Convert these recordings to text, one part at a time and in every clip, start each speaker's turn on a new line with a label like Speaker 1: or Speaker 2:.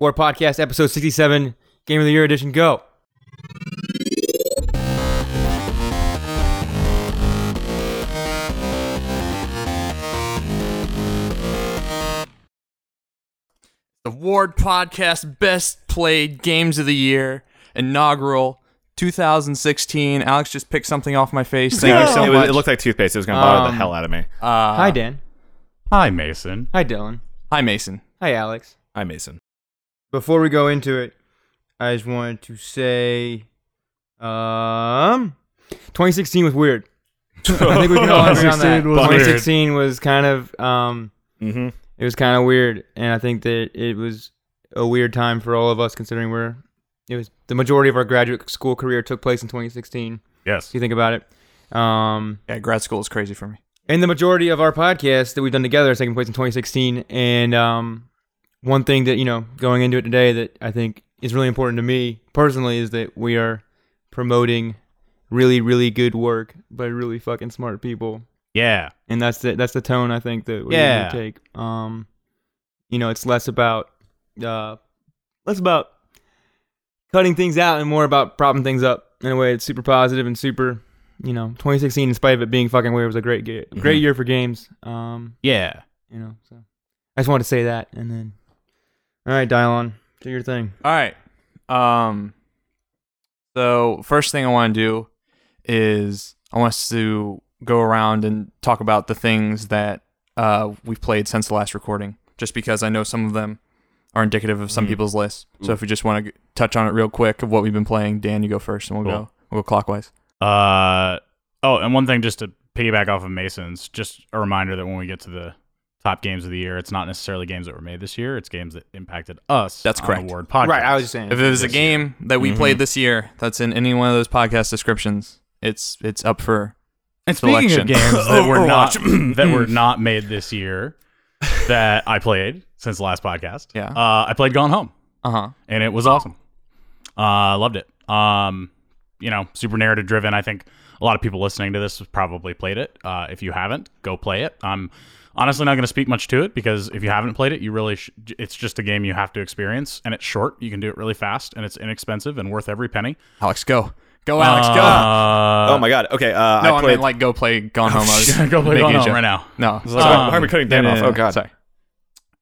Speaker 1: War Podcast, episode 67, Game of the Year edition. Go.
Speaker 2: The Ward Podcast Best Played Games of the Year Inaugural 2016. Alex just picked something off my face. Thank you so
Speaker 3: it,
Speaker 2: much.
Speaker 3: Was, it looked like toothpaste. It was going to bother
Speaker 1: Um,
Speaker 3: the hell out of me.
Speaker 1: Hi, Dan.
Speaker 4: Hi, Mason.
Speaker 1: Hi, Dylan.
Speaker 2: Hi, Mason.
Speaker 1: Hi, Alex.
Speaker 3: Hi, Mason.
Speaker 1: Before we go into it, I just wanted to say, um, 2016 was weird. I think we can all agree on that.
Speaker 4: 2016 was
Speaker 1: 2016
Speaker 4: weird.
Speaker 1: was kind of, um,
Speaker 3: Mm-hmm.
Speaker 1: it was kind of weird, and I think that it was a weird time for all of us, considering we're, it was the majority of our graduate school career took place in 2016.
Speaker 4: Yes.
Speaker 1: If you think about it, um,
Speaker 2: Yeah, grad school is crazy for me.
Speaker 1: And the majority of our podcasts that we've done together is taking place in 2016. And um, one thing that, you know, going into it today that I think is really important to me personally is that we are promoting really, really good work by really fucking smart people.
Speaker 4: Yeah.
Speaker 1: And that's the, that's the tone I think that we
Speaker 4: Yeah.
Speaker 1: take. Um, you know, it's less about uh, less about cutting things out and more about propping things up in a way it's super positive and super you know 2016 in spite of it being fucking weird was a great ga-
Speaker 4: Mm-hmm.
Speaker 1: great year for games um
Speaker 4: Yeah.
Speaker 1: you know so i just wanted to say that and then all right dialon do your thing
Speaker 2: All right. Um. So first thing I want to do is I want us to go around and talk about the things that uh, we've played since the last recording, just because I know some of them are indicative of some people's lists. So if we just want to g- touch on it real quick of what we've been playing, Dan, you go first, and we'll
Speaker 4: Cool.
Speaker 2: go we'll go clockwise.
Speaker 4: Uh oh, and one thing just to piggyback off of Mason's, just a reminder that when we get to the top games of the year, it's not necessarily games that were made this year; it's games that impacted us.
Speaker 2: That's
Speaker 4: on
Speaker 2: correct.
Speaker 4: The Ward podcast.
Speaker 1: just saying
Speaker 2: If it was a
Speaker 4: Yes.
Speaker 2: game that we played this year that's in any one of those podcast descriptions, it's it's up for
Speaker 4: And speaking
Speaker 2: selection.
Speaker 4: of games that were not
Speaker 3: Overwatch.
Speaker 4: that were not made this year, that I played since the last podcast.
Speaker 2: Yeah.
Speaker 4: Uh, I played Gone Home.
Speaker 2: uh huh.
Speaker 4: and it was awesome. Uh, loved it. Um, you know, super narrative driven. I think a lot of people listening to this have probably played it. Uh, if you haven't, go play it. I'm honestly not going to speak much to it because if you haven't played it, you really sh- it's just a game you have to experience, and it's short. You can do it really fast, and it's inexpensive and worth every penny.
Speaker 2: Alex, go go, Alex, go.
Speaker 4: Uh,
Speaker 3: oh my god. Okay. Uh,
Speaker 2: No,
Speaker 3: I
Speaker 2: I,
Speaker 3: played. Oh,
Speaker 2: meant like go play Gone Home. I was
Speaker 4: go play
Speaker 2: making
Speaker 4: Gone
Speaker 2: a
Speaker 4: Home
Speaker 2: joke.
Speaker 4: right now.
Speaker 2: No,
Speaker 3: Sorry,
Speaker 4: um,
Speaker 3: why are we cutting Dan
Speaker 2: no, no,
Speaker 3: off?
Speaker 2: no,
Speaker 3: oh god.
Speaker 2: Sorry.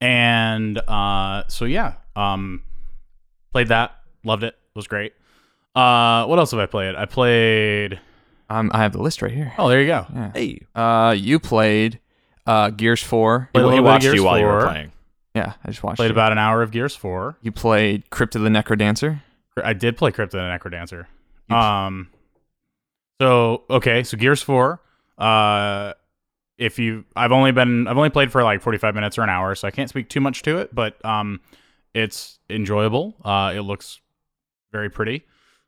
Speaker 4: and uh so yeah um played that loved it was great uh what else have i played i played
Speaker 2: Um, I have the list right here.
Speaker 4: oh there you go
Speaker 3: Hey.
Speaker 2: Uh, you played uh, Gears 4.
Speaker 4: Played a little
Speaker 3: He
Speaker 4: bit of
Speaker 3: watched
Speaker 4: Gears
Speaker 3: you while you were
Speaker 4: 4,
Speaker 3: playing.
Speaker 2: Yeah, I just watched
Speaker 4: played
Speaker 2: you.
Speaker 4: about an hour of gears 4
Speaker 2: You played Crypt of the Necrodancer.
Speaker 4: i did play crypto and necrodancer um so okay so gears 4 uh if you i've only been i've only played for like 45 minutes or an hour so i can't speak too much to it but um it's enjoyable uh it looks very pretty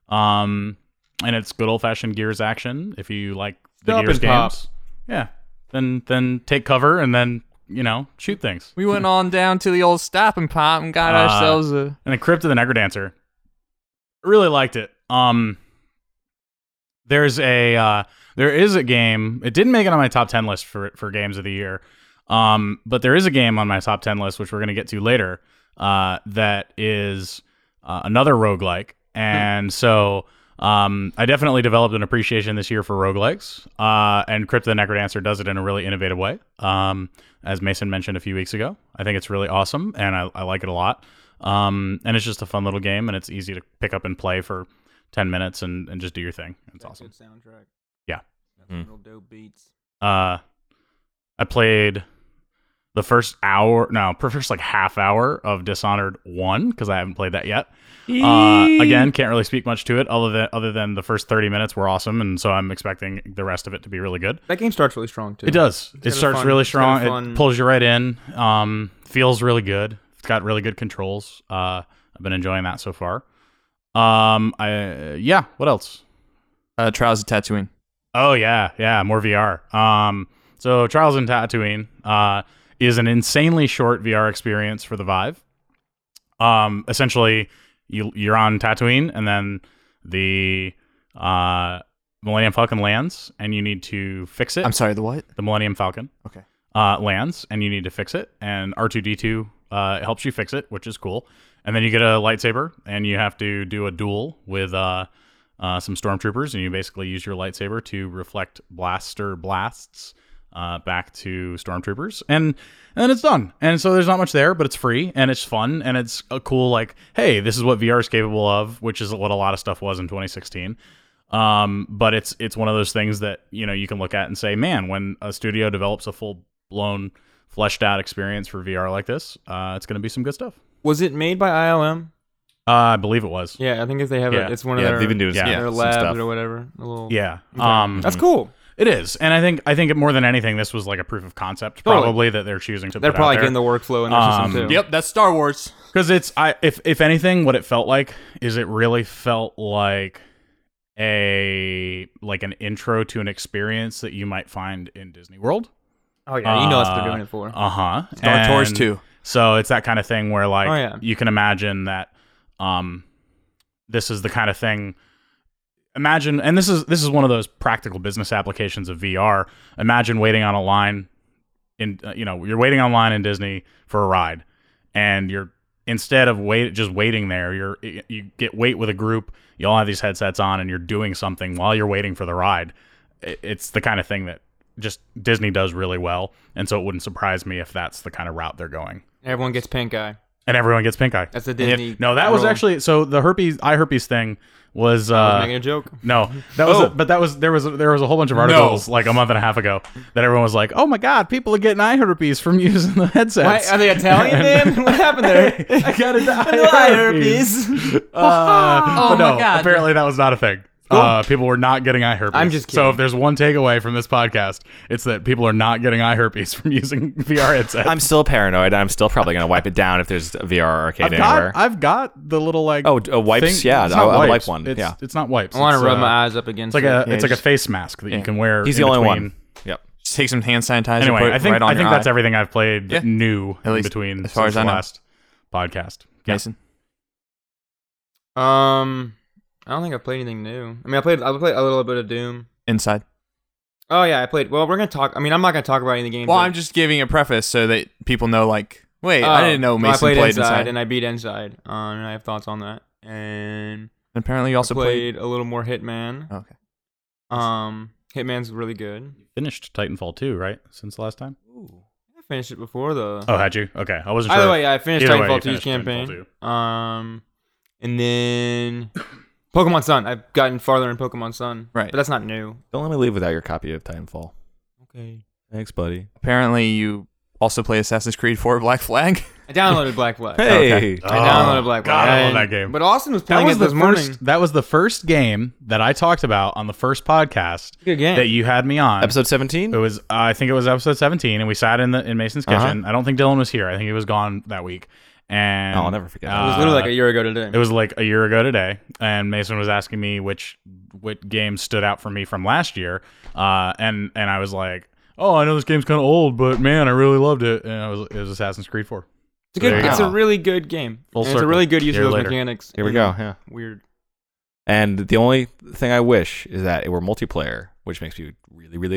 Speaker 4: um and it's good old-fashioned gears action if you like the
Speaker 1: Stop
Speaker 4: gears
Speaker 1: and pop.
Speaker 4: games yeah then then take cover and then you know shoot things
Speaker 2: We went on down to the old Stop and Pop and got
Speaker 4: Uh,
Speaker 2: ourselves a.
Speaker 4: and the Crypt of the Necrodancer. Really liked it. Um, there's a uh, there is a game. It didn't make it on my top ten list for for games of the year. Um, but there is a game on my top ten list which we're gonna get to later. Uh, that is uh, another roguelike, and so. Um, I definitely developed an appreciation this year for roguelikes, uh, and Crypt of the Necrodancer does it in a really innovative way. Um, as Mason mentioned a few weeks ago, I think it's really awesome, and I, I like it a lot. Um, and it's just a fun little game, and it's easy to pick up and play for ten minutes and, and just do your thing. It's awesome.
Speaker 1: soundtrack
Speaker 4: Yeah.
Speaker 3: Mm.
Speaker 1: real dope beats
Speaker 4: Uh, I played the first hour, no, per- first like half hour of Dishonored One because I haven't played that yet. Uh, again, can't really speak much to it other than other than the first thirty minutes were awesome, and so I'm expecting the rest of it to be really good.
Speaker 1: that game starts really strong too
Speaker 4: It does.
Speaker 1: It's
Speaker 4: It
Speaker 1: kinda
Speaker 4: starts
Speaker 1: fun.
Speaker 4: really
Speaker 1: It's kinda
Speaker 4: strong.
Speaker 1: fun.
Speaker 4: It pulls you right in. Um, feels really good. It's got really good controls. Uh, I've been enjoying that so far. Um, I yeah. What else?
Speaker 2: Uh, Trials of Tatooine.
Speaker 4: Oh yeah, yeah. More VR. Um, so Trials and Tatooine uh, is an insanely short VR experience for the Vive. Um, essentially, you you're on Tatooine, and then the uh, Millennium Falcon lands, and you need to fix it
Speaker 2: I'm sorry, the what?
Speaker 4: the Millennium Falcon.
Speaker 2: Okay.
Speaker 4: Uh, lands and you need to fix it. And R two D two Uh, it helps you fix it, which is cool. And then you get a lightsaber, and you have to do a duel with uh, uh, some stormtroopers, and you basically use your lightsaber to reflect blaster blasts uh, back to stormtroopers, and and then it's done. And so there's not much there, but it's free and it's fun and it's a cool like, hey, this is what VR is capable of, which is what a lot of stuff was in 2016. Um, but it's it's one of those things that you know you can look at and say, man, when a studio develops a full blown, fleshed out experience for VR like this, uh, it's going to be some good stuff.
Speaker 1: Was it made by ILM?
Speaker 4: Uh, I believe it was.
Speaker 1: Yeah, I think if they have
Speaker 4: Yeah.
Speaker 1: it, it's one of
Speaker 3: Yeah,
Speaker 1: their,
Speaker 3: they've been doing
Speaker 4: yeah,
Speaker 3: some, yeah,
Speaker 1: their
Speaker 3: some
Speaker 1: labs
Speaker 3: stuff.
Speaker 1: or whatever. A little,
Speaker 4: Yeah.
Speaker 1: Okay.
Speaker 4: Um,
Speaker 1: that's cool.
Speaker 4: It is, and I think I think more than anything, this was like a proof of concept,
Speaker 1: Totally.
Speaker 4: probably that they're choosing to.
Speaker 1: They're
Speaker 4: put
Speaker 1: probably
Speaker 4: out there.
Speaker 1: getting the workflow in their
Speaker 4: Um,
Speaker 1: system too.
Speaker 2: Yep, that's Star Wars.
Speaker 4: Because it's I if if anything, what it felt like is it really felt like a like an intro to an experience that you might find in Disney World.
Speaker 1: Oh yeah, you know that's what
Speaker 4: Uh,
Speaker 1: they're doing it for.
Speaker 4: Uh huh.
Speaker 2: Star Tours too.
Speaker 4: So it's that kind of thing where like
Speaker 1: Oh, yeah.
Speaker 4: you can imagine that um this is the kind of thing imagine and this is this is one of those practical business applications of VR. Imagine waiting on a line in uh, you know, you're waiting on line in Disney for a ride and you're instead of wait just waiting there, you're you get wait with a group, you all have these headsets on and you're doing something while you're waiting for the ride. I- It's the kind of thing that just Disney does really well, and so it wouldn't surprise me if that's the kind of route they're going
Speaker 1: Everyone gets pink eye.
Speaker 4: and everyone gets pink eye.
Speaker 1: That's the
Speaker 2: if-
Speaker 1: Disney.
Speaker 4: No, that was
Speaker 1: rule.
Speaker 4: actually so the herpes eye herpes thing was
Speaker 1: I was
Speaker 4: uh
Speaker 1: making a joke.
Speaker 4: no that was
Speaker 2: Oh.
Speaker 4: a, but that was there was there was a whole bunch of articles like a month and a half ago that everyone was like oh my god people are getting eye herpes from using the
Speaker 1: Why,
Speaker 4: headsets
Speaker 1: are they Italian, man? what happened there?
Speaker 4: I got an
Speaker 1: Eye
Speaker 4: eye herpes uh,
Speaker 5: Oh
Speaker 4: but no
Speaker 5: my God.
Speaker 4: apparently that was not a thing. Uh, people were not getting eye herpes.
Speaker 1: I'm just
Speaker 4: So
Speaker 1: kidding.
Speaker 4: if there's one takeaway from this podcast, it's that people are not getting eye herpes from using VR headsets.
Speaker 3: I'm still paranoid. I'm still probably gonna wipe it down if there's a VR arcade
Speaker 4: I've
Speaker 3: anywhere.
Speaker 4: got, I've got the little like
Speaker 3: Oh, d- uh, wipes? Yeah,
Speaker 4: It's
Speaker 3: I'll-
Speaker 4: not
Speaker 3: I'll wipe
Speaker 4: wipes.
Speaker 3: one,
Speaker 4: It's,
Speaker 3: yeah.
Speaker 4: it's not wipes.
Speaker 1: I want
Speaker 4: It's,
Speaker 1: to rub
Speaker 4: uh,
Speaker 1: my eyes up against
Speaker 4: It's like a
Speaker 1: it.
Speaker 4: it's like a face mask that you can wear.
Speaker 3: He's
Speaker 4: in
Speaker 3: the only
Speaker 4: between.
Speaker 3: one. Yep.
Speaker 2: Just take some hand sanitizer. and put
Speaker 4: Anyway,
Speaker 2: it
Speaker 4: I think
Speaker 2: right on
Speaker 4: I
Speaker 2: your
Speaker 4: think that's
Speaker 2: eye.
Speaker 4: everything I've played
Speaker 2: Yeah.
Speaker 4: new
Speaker 2: At least
Speaker 4: in between
Speaker 2: as far
Speaker 4: since
Speaker 2: as I
Speaker 4: the
Speaker 2: know.
Speaker 4: last podcast. Yeah.
Speaker 2: Mason.
Speaker 1: Um, I don't think I've played anything new. I mean, I played I played a little bit of Doom.
Speaker 2: Inside.
Speaker 1: Oh yeah, I played. Well, we're gonna talk. I mean, I'm not gonna talk about any of the games.
Speaker 2: Well,
Speaker 1: that-
Speaker 2: I'm just giving a preface so that people know. Like, wait, I
Speaker 1: Oh,
Speaker 2: didn't know
Speaker 1: well,
Speaker 2: Mason
Speaker 1: I played, inside,
Speaker 2: inside.
Speaker 1: and I beat inside. Um, and I have thoughts on that. And
Speaker 2: And apparently, you also played.
Speaker 1: played a little more Hitman.
Speaker 2: Oh, okay.
Speaker 1: Um, Hitman's really good.
Speaker 4: Finished Titanfall 2, right? Since last time?
Speaker 1: I finished it before the.
Speaker 4: Oh, had you? Okay. I wasn't
Speaker 1: Either
Speaker 4: sure.
Speaker 1: way, yeah, I finished
Speaker 4: Either way, you
Speaker 1: Titanfall 2's
Speaker 4: finished
Speaker 1: campaign.
Speaker 4: Titanfall
Speaker 1: Um, and then Pokemon Sun. I've gotten farther in Pokemon Sun.
Speaker 2: Right.
Speaker 1: But that's not new.
Speaker 3: Don't let me leave without your copy of Titanfall.
Speaker 1: Okay.
Speaker 3: Thanks, buddy.
Speaker 2: Apparently, you also play Assassin's Creed 4 Black Flag.
Speaker 1: I downloaded Black Flag.
Speaker 3: Hey,
Speaker 1: I downloaded
Speaker 4: Oh,
Speaker 1: Black
Speaker 4: God,
Speaker 1: Flag.
Speaker 4: I love
Speaker 1: And-
Speaker 4: that game.
Speaker 1: But Austin was
Speaker 4: That
Speaker 1: playing
Speaker 4: was
Speaker 1: it
Speaker 4: the
Speaker 1: this morning.
Speaker 4: first that was the first game that I talked about on the first podcast
Speaker 1: Good game.
Speaker 4: that you had me on.
Speaker 3: episode
Speaker 4: It
Speaker 3: 17.
Speaker 4: was uh, I think it was episode 17 and we sat in the in Mason's
Speaker 3: Uh-huh.
Speaker 4: kitchen. I don't think Dylan was here. I think he was gone that week. And uh,
Speaker 3: Oh, I'll never forget that.
Speaker 1: it was literally like a year ago today.
Speaker 4: It was like a year ago today, and Mason was asking me which what game stood out for me from last year, uh, and and I was like, oh, I know this game's kind of old, but man, I really loved it, and I was it was Assassin's Creed Four.
Speaker 1: It's a good.
Speaker 4: There you
Speaker 1: It's
Speaker 2: go.
Speaker 1: a really good game.
Speaker 4: Full
Speaker 1: And it's a
Speaker 4: circle.
Speaker 1: really good use
Speaker 4: Year
Speaker 1: of those
Speaker 4: later.
Speaker 1: mechanics.
Speaker 3: Here we
Speaker 1: and
Speaker 3: go. Yeah.
Speaker 1: Weird.
Speaker 3: And the only thing I wish is that it were multiplayer, which makes me really, really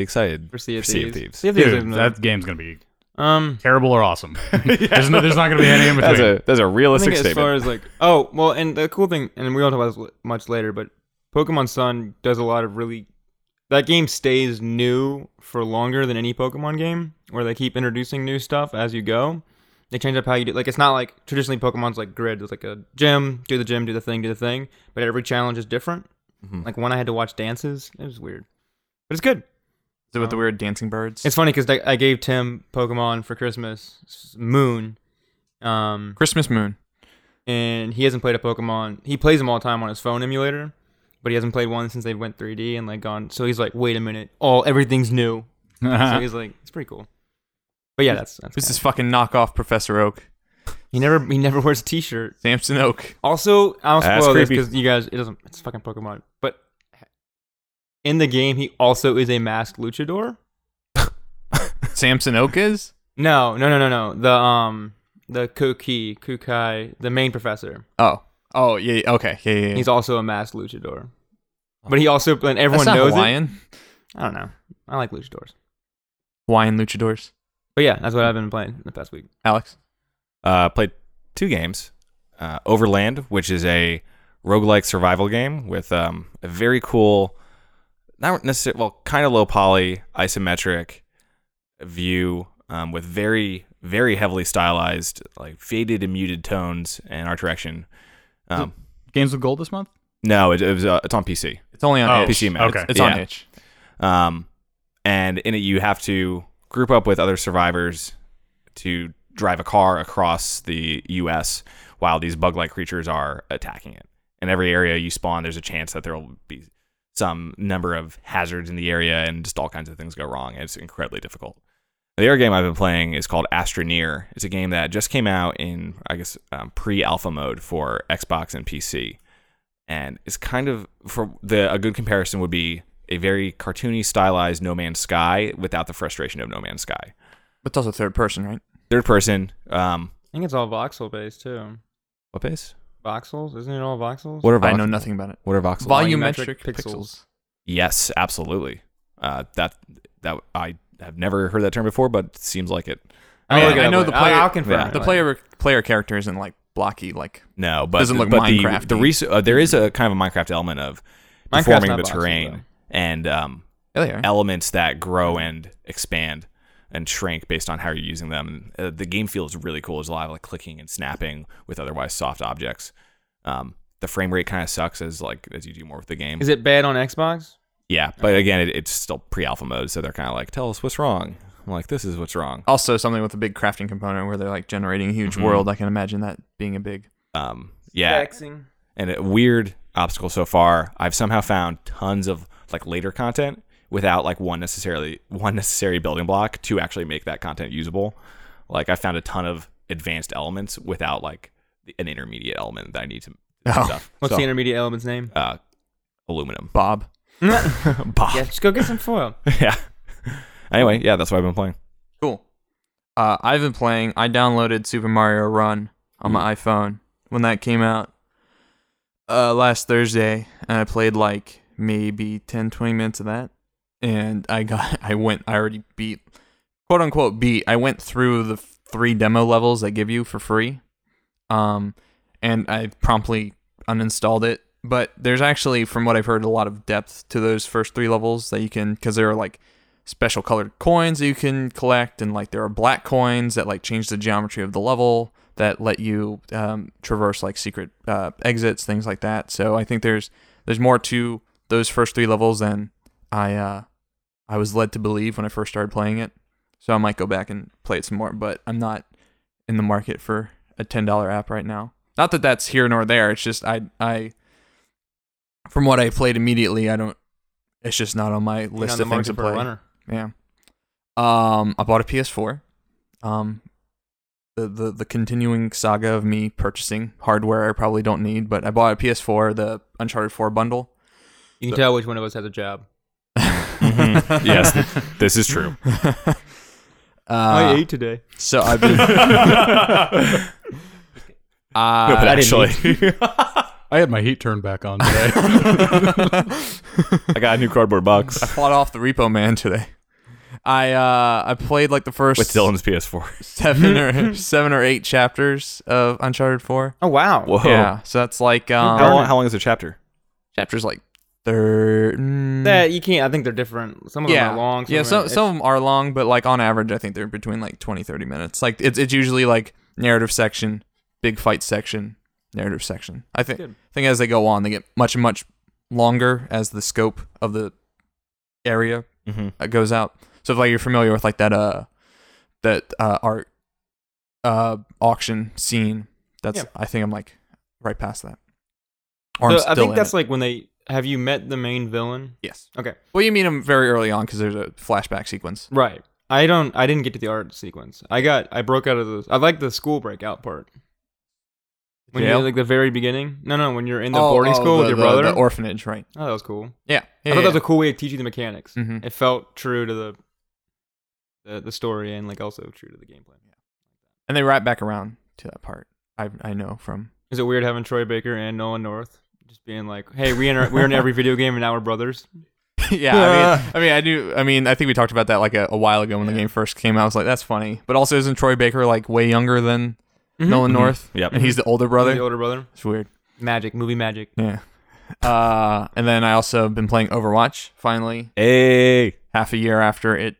Speaker 3: excited.
Speaker 1: For Sea of
Speaker 3: For Sea of
Speaker 1: Thieves.
Speaker 3: Thieves.
Speaker 1: Sea of Thieves
Speaker 4: Dude,
Speaker 1: is-
Speaker 4: that game's gonna be
Speaker 1: um.
Speaker 4: terrible or awesome. There's no, there's not gonna be any in
Speaker 3: That's
Speaker 4: between.
Speaker 3: a that's a
Speaker 1: I think
Speaker 3: realistic
Speaker 1: as far
Speaker 3: statement.
Speaker 1: as like, oh well, and the cool thing, and we won't talk about this much later, but Pokemon Sun does a lot of really. That game stays new for longer than any Pokemon game, where they keep introducing new stuff as you go. They change up how you do. Like it's not like traditionally Pokemon's like grid. It's like a gym, do the gym, do the thing, do the thing. But every challenge is different.
Speaker 3: Mhm.
Speaker 1: Like one I had to watch dances. It was weird, but it's good.
Speaker 2: Is it with the weird dancing birds?
Speaker 1: It's funny because I gave Tim Pokemon for Christmas, s- Moon, um,
Speaker 2: Christmas Moon.
Speaker 1: and he hasn't played a Pokemon. He plays them all the time on his phone emulator, but he hasn't played one since they went 3D and like gone. So he's like, wait a minute, all everything's new. so he's like, it's pretty cool. But yeah, that's, that's
Speaker 2: Who's Uh-huh. this
Speaker 1: kinda-
Speaker 2: fucking knockoff Professor Oak?
Speaker 1: he never he never wears a T-shirt.
Speaker 2: Samson Oak.
Speaker 1: Also, I'll
Speaker 3: That's
Speaker 1: spoil this
Speaker 3: creepy.
Speaker 1: because you guys, it doesn't. It's fucking Pokemon. But in the game, he also is a masked luchador.
Speaker 2: Samson Oak is?
Speaker 1: No, no, no, no, no. The um, the Kuki Kukai, the main professor.
Speaker 2: Oh. Oh, yeah. yeah, Okay. Yeah, yeah, yeah.
Speaker 1: He's also a masked luchador. But he also, and everyone
Speaker 2: That's not
Speaker 1: knows it.
Speaker 2: Hawaiian.
Speaker 1: I don't know. I like luchadors.
Speaker 2: Hawaiian luchadors.
Speaker 1: But yeah, that's what I've been playing the past week.
Speaker 2: Alex.
Speaker 3: Uh, played two games uh, Overland, which is a roguelike survival game with um, a very cool, not necessarily, well, kind of low poly, isometric view um, with very, very heavily stylized, like faded and muted tones and art direction. Um,
Speaker 4: Hmm. Games with gold this month.
Speaker 3: no, it, it was uh, it's on PC.
Speaker 2: It's only on
Speaker 4: Oh,
Speaker 2: itch.
Speaker 3: PC map.
Speaker 2: It's,
Speaker 4: okay.
Speaker 2: it's on
Speaker 3: Yeah.
Speaker 2: itch.
Speaker 3: Um, and in it, you have to group up with other survivors to drive a car across the U.S. while these bug-like creatures are attacking it. In every area you spawn, there's a chance that there will be some number of hazards in the area, and just all kinds of things go wrong. It's incredibly difficult. The other game I've been playing is called Astroneer. It's a game that just came out in, I guess, um, pre-alpha mode for Xbox and PC and it's kind of for the a good comparison would be a very cartoony stylized No Man's Sky without the frustration of No Man's Sky.
Speaker 2: But it's also third person, right?
Speaker 3: Third person, um,
Speaker 1: I think it's all voxel based too.
Speaker 3: what base?
Speaker 1: Voxels, isn't it all voxels?
Speaker 3: What are
Speaker 2: I
Speaker 3: vox-
Speaker 2: know nothing about it.
Speaker 3: What are voxels?
Speaker 1: Volumetric
Speaker 2: Volumetric,
Speaker 1: pixels.
Speaker 2: pixels.
Speaker 3: yes, absolutely. Uh, that that I have never heard that term before, but it seems like it.
Speaker 1: I,
Speaker 2: mean,
Speaker 1: look it
Speaker 2: I
Speaker 1: up
Speaker 2: know the
Speaker 1: later. I'll-
Speaker 2: player-
Speaker 1: I'll confirm
Speaker 3: yeah.
Speaker 1: it
Speaker 2: The
Speaker 1: later.
Speaker 2: player player character isn't like blocky. Like
Speaker 3: No, but
Speaker 2: Doesn't look
Speaker 3: but the-
Speaker 2: Minecraft-y.
Speaker 3: The, res- uh, there is a kind of a Minecraft element of
Speaker 1: Minecraft's
Speaker 3: performing
Speaker 1: not
Speaker 3: the
Speaker 1: voxel,
Speaker 3: terrain
Speaker 1: though.
Speaker 3: and um,
Speaker 2: oh
Speaker 1: Mm-hmm.
Speaker 2: yeah,
Speaker 3: elements that grow and expand and shrink based on how you're using them. Uh, the game feels really cool. There's a lot of like clicking and snapping with otherwise soft objects. Um, the frame rate kind of sucks as like as you do more with the game.
Speaker 1: Is it bad on Xbox?
Speaker 3: yeah, but again, it, it's still pre-alpha mode, so they're kind of like, tell us what's wrong. I'm like, this is what's wrong.
Speaker 2: also something with a big crafting component where they're like generating a huge
Speaker 3: Mhm.
Speaker 2: world. I can imagine that being a big.
Speaker 3: Um, yeah, and a weird obstacle so far. I've somehow found tons of like later content without like one necessarily one necessary building block to actually make that content usable. Like I found a ton of advanced elements without like an intermediate element that I need to
Speaker 2: Oh.
Speaker 3: stuff.
Speaker 1: What's
Speaker 3: So,
Speaker 1: the intermediate element's name?
Speaker 3: uh, aluminum?
Speaker 2: Bob.
Speaker 3: Bob.
Speaker 1: Yeah, just go get some foil.
Speaker 3: yeah. Anyway, yeah, that's what I've been playing.
Speaker 2: Cool. Uh, I've been playing. I downloaded Super Mario Run on my iPhone when that came out uh, last Thursday, and I played like maybe 10, 20 minutes of that. And I got, I went, I already beat, quote unquote, beat. I went through the three demo levels they give you for free, um, and I promptly uninstalled it. But there's actually, from what I've heard, a lot of depth to those first three levels that you can, because there are like special colored coins that you can collect and like there are black coins that like change the geometry of the level that let you um, traverse like secret uh, exits things like that so i think there's there's more to those first three levels than i uh i was led to believe when i first started playing it so i might go back and play it some more but i'm not in the market for a $10 app right now not that that's here nor there it's just i i from what i played immediately i don't it's just not on my
Speaker 1: You're
Speaker 2: list
Speaker 1: on the
Speaker 2: of things
Speaker 1: market
Speaker 2: to
Speaker 1: for
Speaker 2: play
Speaker 1: a runner.
Speaker 2: yeah. Um, I bought a PS4. Um, the, the the continuing saga of me purchasing hardware I probably don't need, but I bought a PS4, the Uncharted 4 bundle.
Speaker 1: You can
Speaker 2: So-
Speaker 1: tell which one of us has a job. Mm-hmm.
Speaker 3: Mhm. Yes, th- this is true. Oh,
Speaker 2: Uh,
Speaker 1: ate today.
Speaker 2: so I've been.
Speaker 3: No,
Speaker 2: Uh,
Speaker 3: but actually,
Speaker 4: I had my heat turned back on today.
Speaker 1: Oh,
Speaker 3: I got a new cardboard box
Speaker 2: I fought off the Repo Man today. I uh I played like the first
Speaker 3: with Dylan's PS4.
Speaker 2: seven or seven or eight chapters of Uncharted Four.
Speaker 1: Oh wow.
Speaker 3: Whoa.
Speaker 2: Yeah, so that's like um
Speaker 3: How long, how long is the chapter?
Speaker 2: chapters like mm, third.
Speaker 1: That you can't. I think they're different. Some of
Speaker 2: yeah,
Speaker 1: them are long. Some
Speaker 2: yeah.
Speaker 1: of them
Speaker 2: Some
Speaker 1: are-
Speaker 2: some of them are long, but like on average, I think they're between like 20, 30 minutes. Like it's it's usually like narrative section, big fight section, narrative section. I think
Speaker 1: Good.
Speaker 2: I think as they go on, they get much and much longer as the scope of the area
Speaker 3: Mm-hmm.
Speaker 2: uh, goes out. So if like you're familiar with like that uh that uh art uh auction scene, that's
Speaker 1: Yeah.
Speaker 2: I think I'm like right past that. Or
Speaker 1: So
Speaker 2: I'm
Speaker 1: I
Speaker 2: still
Speaker 1: think
Speaker 2: in
Speaker 1: that's
Speaker 2: it.
Speaker 1: like when they have you met the main villain.
Speaker 2: yes.
Speaker 1: Okay.
Speaker 2: Well, you meet him very early on because there's a flashback sequence.
Speaker 1: Right. I don't. I didn't get to the art sequence. I got. I broke out of the. I like the school breakout part. When
Speaker 2: Jail?
Speaker 1: you're like the very beginning. No, no. When you're in the boarding school with
Speaker 2: Oh,
Speaker 1: your
Speaker 2: the- the-
Speaker 1: brother.
Speaker 2: the orphanage, right?
Speaker 1: oh, that was cool.
Speaker 2: Yeah,
Speaker 1: I thought that was a cool way of teaching the mechanics.
Speaker 2: Mhm.
Speaker 1: It felt true to the, the the story and like also true to the game plan.
Speaker 2: and they wrap back around to that part. I I know from
Speaker 1: Is it weird having Troy Baker and Nolan North just being like, "Hey, we in our, we're in every video game and now we're brothers."
Speaker 2: yeah. I mean, I mean, I do. I mean, I think we talked about that like a, a while ago when the game first came out. I was like, that's funny, but also isn't Troy Baker like way younger than Nolan North.
Speaker 3: Yep.
Speaker 2: And he's the older brother.
Speaker 1: The Mm-hmm. older brother.
Speaker 2: it's weird.
Speaker 1: Magic movie magic.
Speaker 2: Yeah. Uh, and then I also have been playing Overwatch finally,
Speaker 3: Hey.
Speaker 2: half a year after it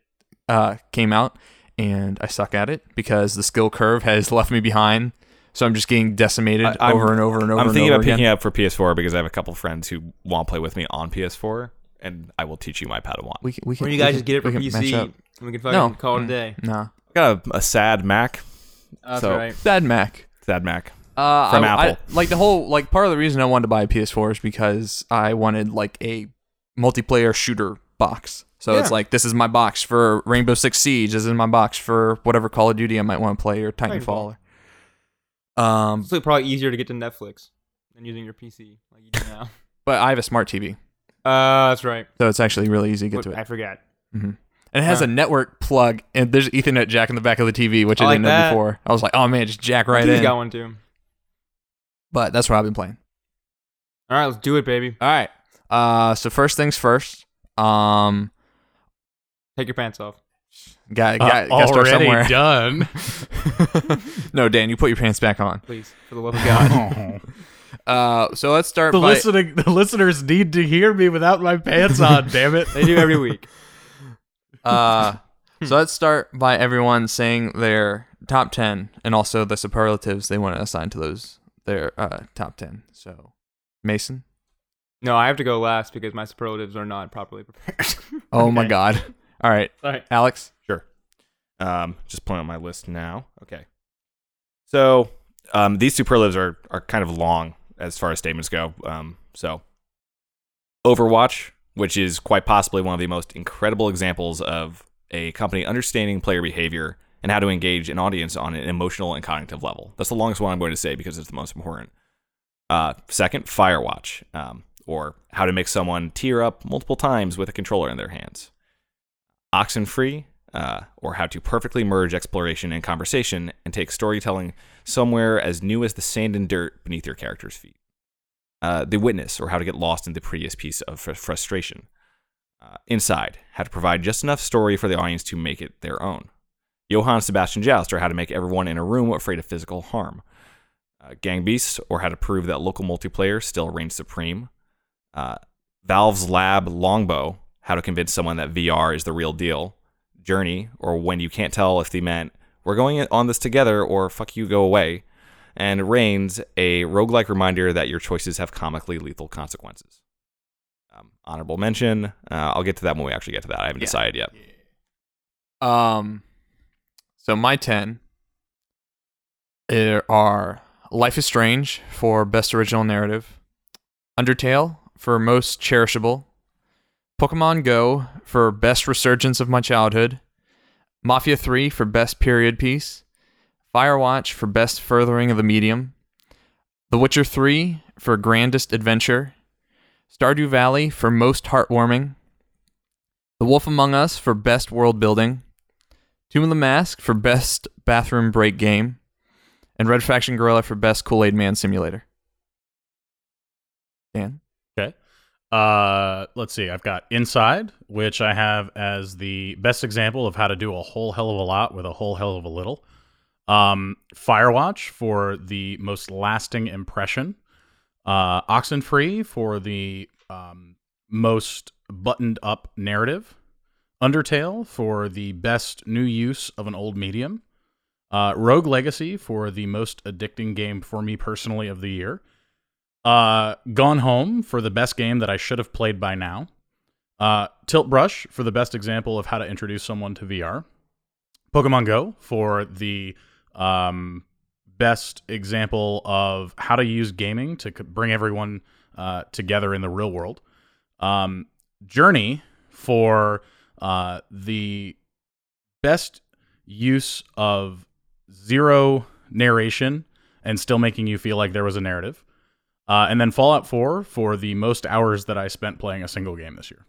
Speaker 2: uh, came out, and I suck at it because the skill curve has left me behind. So I'm just getting decimated
Speaker 3: I- I'm-
Speaker 2: over and over and over.
Speaker 3: I'm
Speaker 2: and
Speaker 3: thinking
Speaker 2: over
Speaker 3: about picking
Speaker 2: again.
Speaker 3: up for PS4 because I have a couple friends who want to play with me on PS4, and I will teach you my Padawan.
Speaker 2: We can, we can,
Speaker 1: Or you
Speaker 2: we
Speaker 1: guys
Speaker 2: can-
Speaker 1: just get it
Speaker 2: we
Speaker 1: from
Speaker 2: can match
Speaker 1: PC
Speaker 2: up.
Speaker 1: and we can fucking
Speaker 2: No.
Speaker 1: call it a
Speaker 2: Mm.
Speaker 1: day. Oh,
Speaker 2: No,
Speaker 3: I got a, a sad Mac.
Speaker 1: That's
Speaker 3: So-
Speaker 1: right.
Speaker 2: bad Mac.
Speaker 3: Sad Mac.
Speaker 2: Uh,
Speaker 3: From
Speaker 2: I- I-
Speaker 3: Apple.
Speaker 2: like the whole like part of the reason I wanted to buy a PS4 is because I wanted like a multiplayer shooter box. So it's
Speaker 1: Yeah.
Speaker 2: like this is my box for Rainbow Six Siege. This is my box for whatever Call of Duty I might want to play or Titanfall. Or, um,
Speaker 1: It's like probably easier to get to Netflix than using your PC like you do now.
Speaker 2: but I have a smart TV,
Speaker 1: uh, that's right.
Speaker 2: so it's actually really easy to get
Speaker 1: What-
Speaker 2: to it.
Speaker 1: I forgot.
Speaker 2: And it has
Speaker 1: Huh.
Speaker 2: a network plug, and there's Ethernet jack in the back of the TV, which I,
Speaker 1: I like
Speaker 2: didn't know
Speaker 1: that.
Speaker 2: before. I was like, oh man, just jack right
Speaker 1: He's
Speaker 2: in.
Speaker 1: got one too.
Speaker 2: But that's what I've been playing.
Speaker 1: All right, let's do it, baby.
Speaker 2: All right. Uh, so first things first. Um,
Speaker 1: Take your pants off.
Speaker 2: got
Speaker 4: Uh,
Speaker 2: got, got to start
Speaker 4: already
Speaker 2: somewhere.
Speaker 4: done.
Speaker 2: no, Dan, you put your pants back on.
Speaker 1: Please, for the love of God.
Speaker 2: Uh, so let's start
Speaker 4: the
Speaker 2: by
Speaker 4: listening, the listeners need to hear me without my pants on. damn it!
Speaker 1: they do every week.
Speaker 2: uh, so let's start by everyone saying their top ten and also the superlatives they want to assign to those their uh, top ten. So, Mason.
Speaker 1: No, I have to go last because my superlatives are not properly prepared.
Speaker 2: Oh my God. All right,
Speaker 1: Sorry.
Speaker 2: Alex.
Speaker 3: Sure. Um, just pulling up my list now. Okay. So um, these superlatives are are kind of long as far as statements go. Um, so Overwatch, which is quite possibly one of the most incredible examples of a company understanding player behavior and how to engage an audience on an emotional and cognitive level. That's the longest one I'm going to say because it's the most important. Uh, second, Firewatch, um, or how to make someone tear up multiple times with a controller in their hands. Oxenfree, uh, or how to perfectly merge exploration and conversation and take storytelling somewhere as new as the sand and dirt beneath your character's feet. Uh, the Witness, or how to get lost in the previous piece of fr- frustration. Uh, Inside, how to provide just enough story for the audience to make it their own. Johann Sebastian Joust, or how to make everyone in a room afraid of physical harm. Uh, Gang Beasts, or how to prove that local multiplayer still reigns supreme. Uh, Valve's Lab Longbow, how to convince someone that VR is the real deal, Journey, or when you can't tell if they meant we're going on this together or fuck you, go away, and Reigns, a roguelike reminder that your choices have comically lethal consequences. Um, honorable mention. Uh, I'll get to that when we actually get to that. I haven't
Speaker 2: Yeah.
Speaker 3: decided yet.
Speaker 2: Um, so my ten there are Life is Strange for best original narrative, Undertale for most cherishable, Pokemon Go for best resurgence of my childhood, Mafia Three for best period piece, Firewatch for best furthering of the medium, The Witcher Three for grandest adventure, Stardew Valley for most heartwarming. The Wolf Among Us for Best World Building, Tomb of the Mask for Best Bathroom Break Game, and Red Faction Gorilla for Best Kool Aid Man Simulator. Dan?
Speaker 4: Uh, let's see. I've got Inside, which I have as the best example of how to do a whole hell of a lot with a whole hell of a little. Um, Firewatch for the most lasting impression. Uh, Oxenfree for the um, most buttoned up narrative. Undertale for the best new use of an old medium. Uh, Rogue Legacy for the most addicting game for me personally of the year uh, Gone Home for the best game that I should have played by now. Uh, Tilt Brush for the best example of how to introduce someone to VR. Pokemon Go for the um, best example of how to use gaming to c- bring everyone uh, together in the real world. Um, Journey for uh, the best use of zero narration and still making you feel like there was a narrative. Uh, and then Fallout 4 for the most hours that I spent playing a single game this year.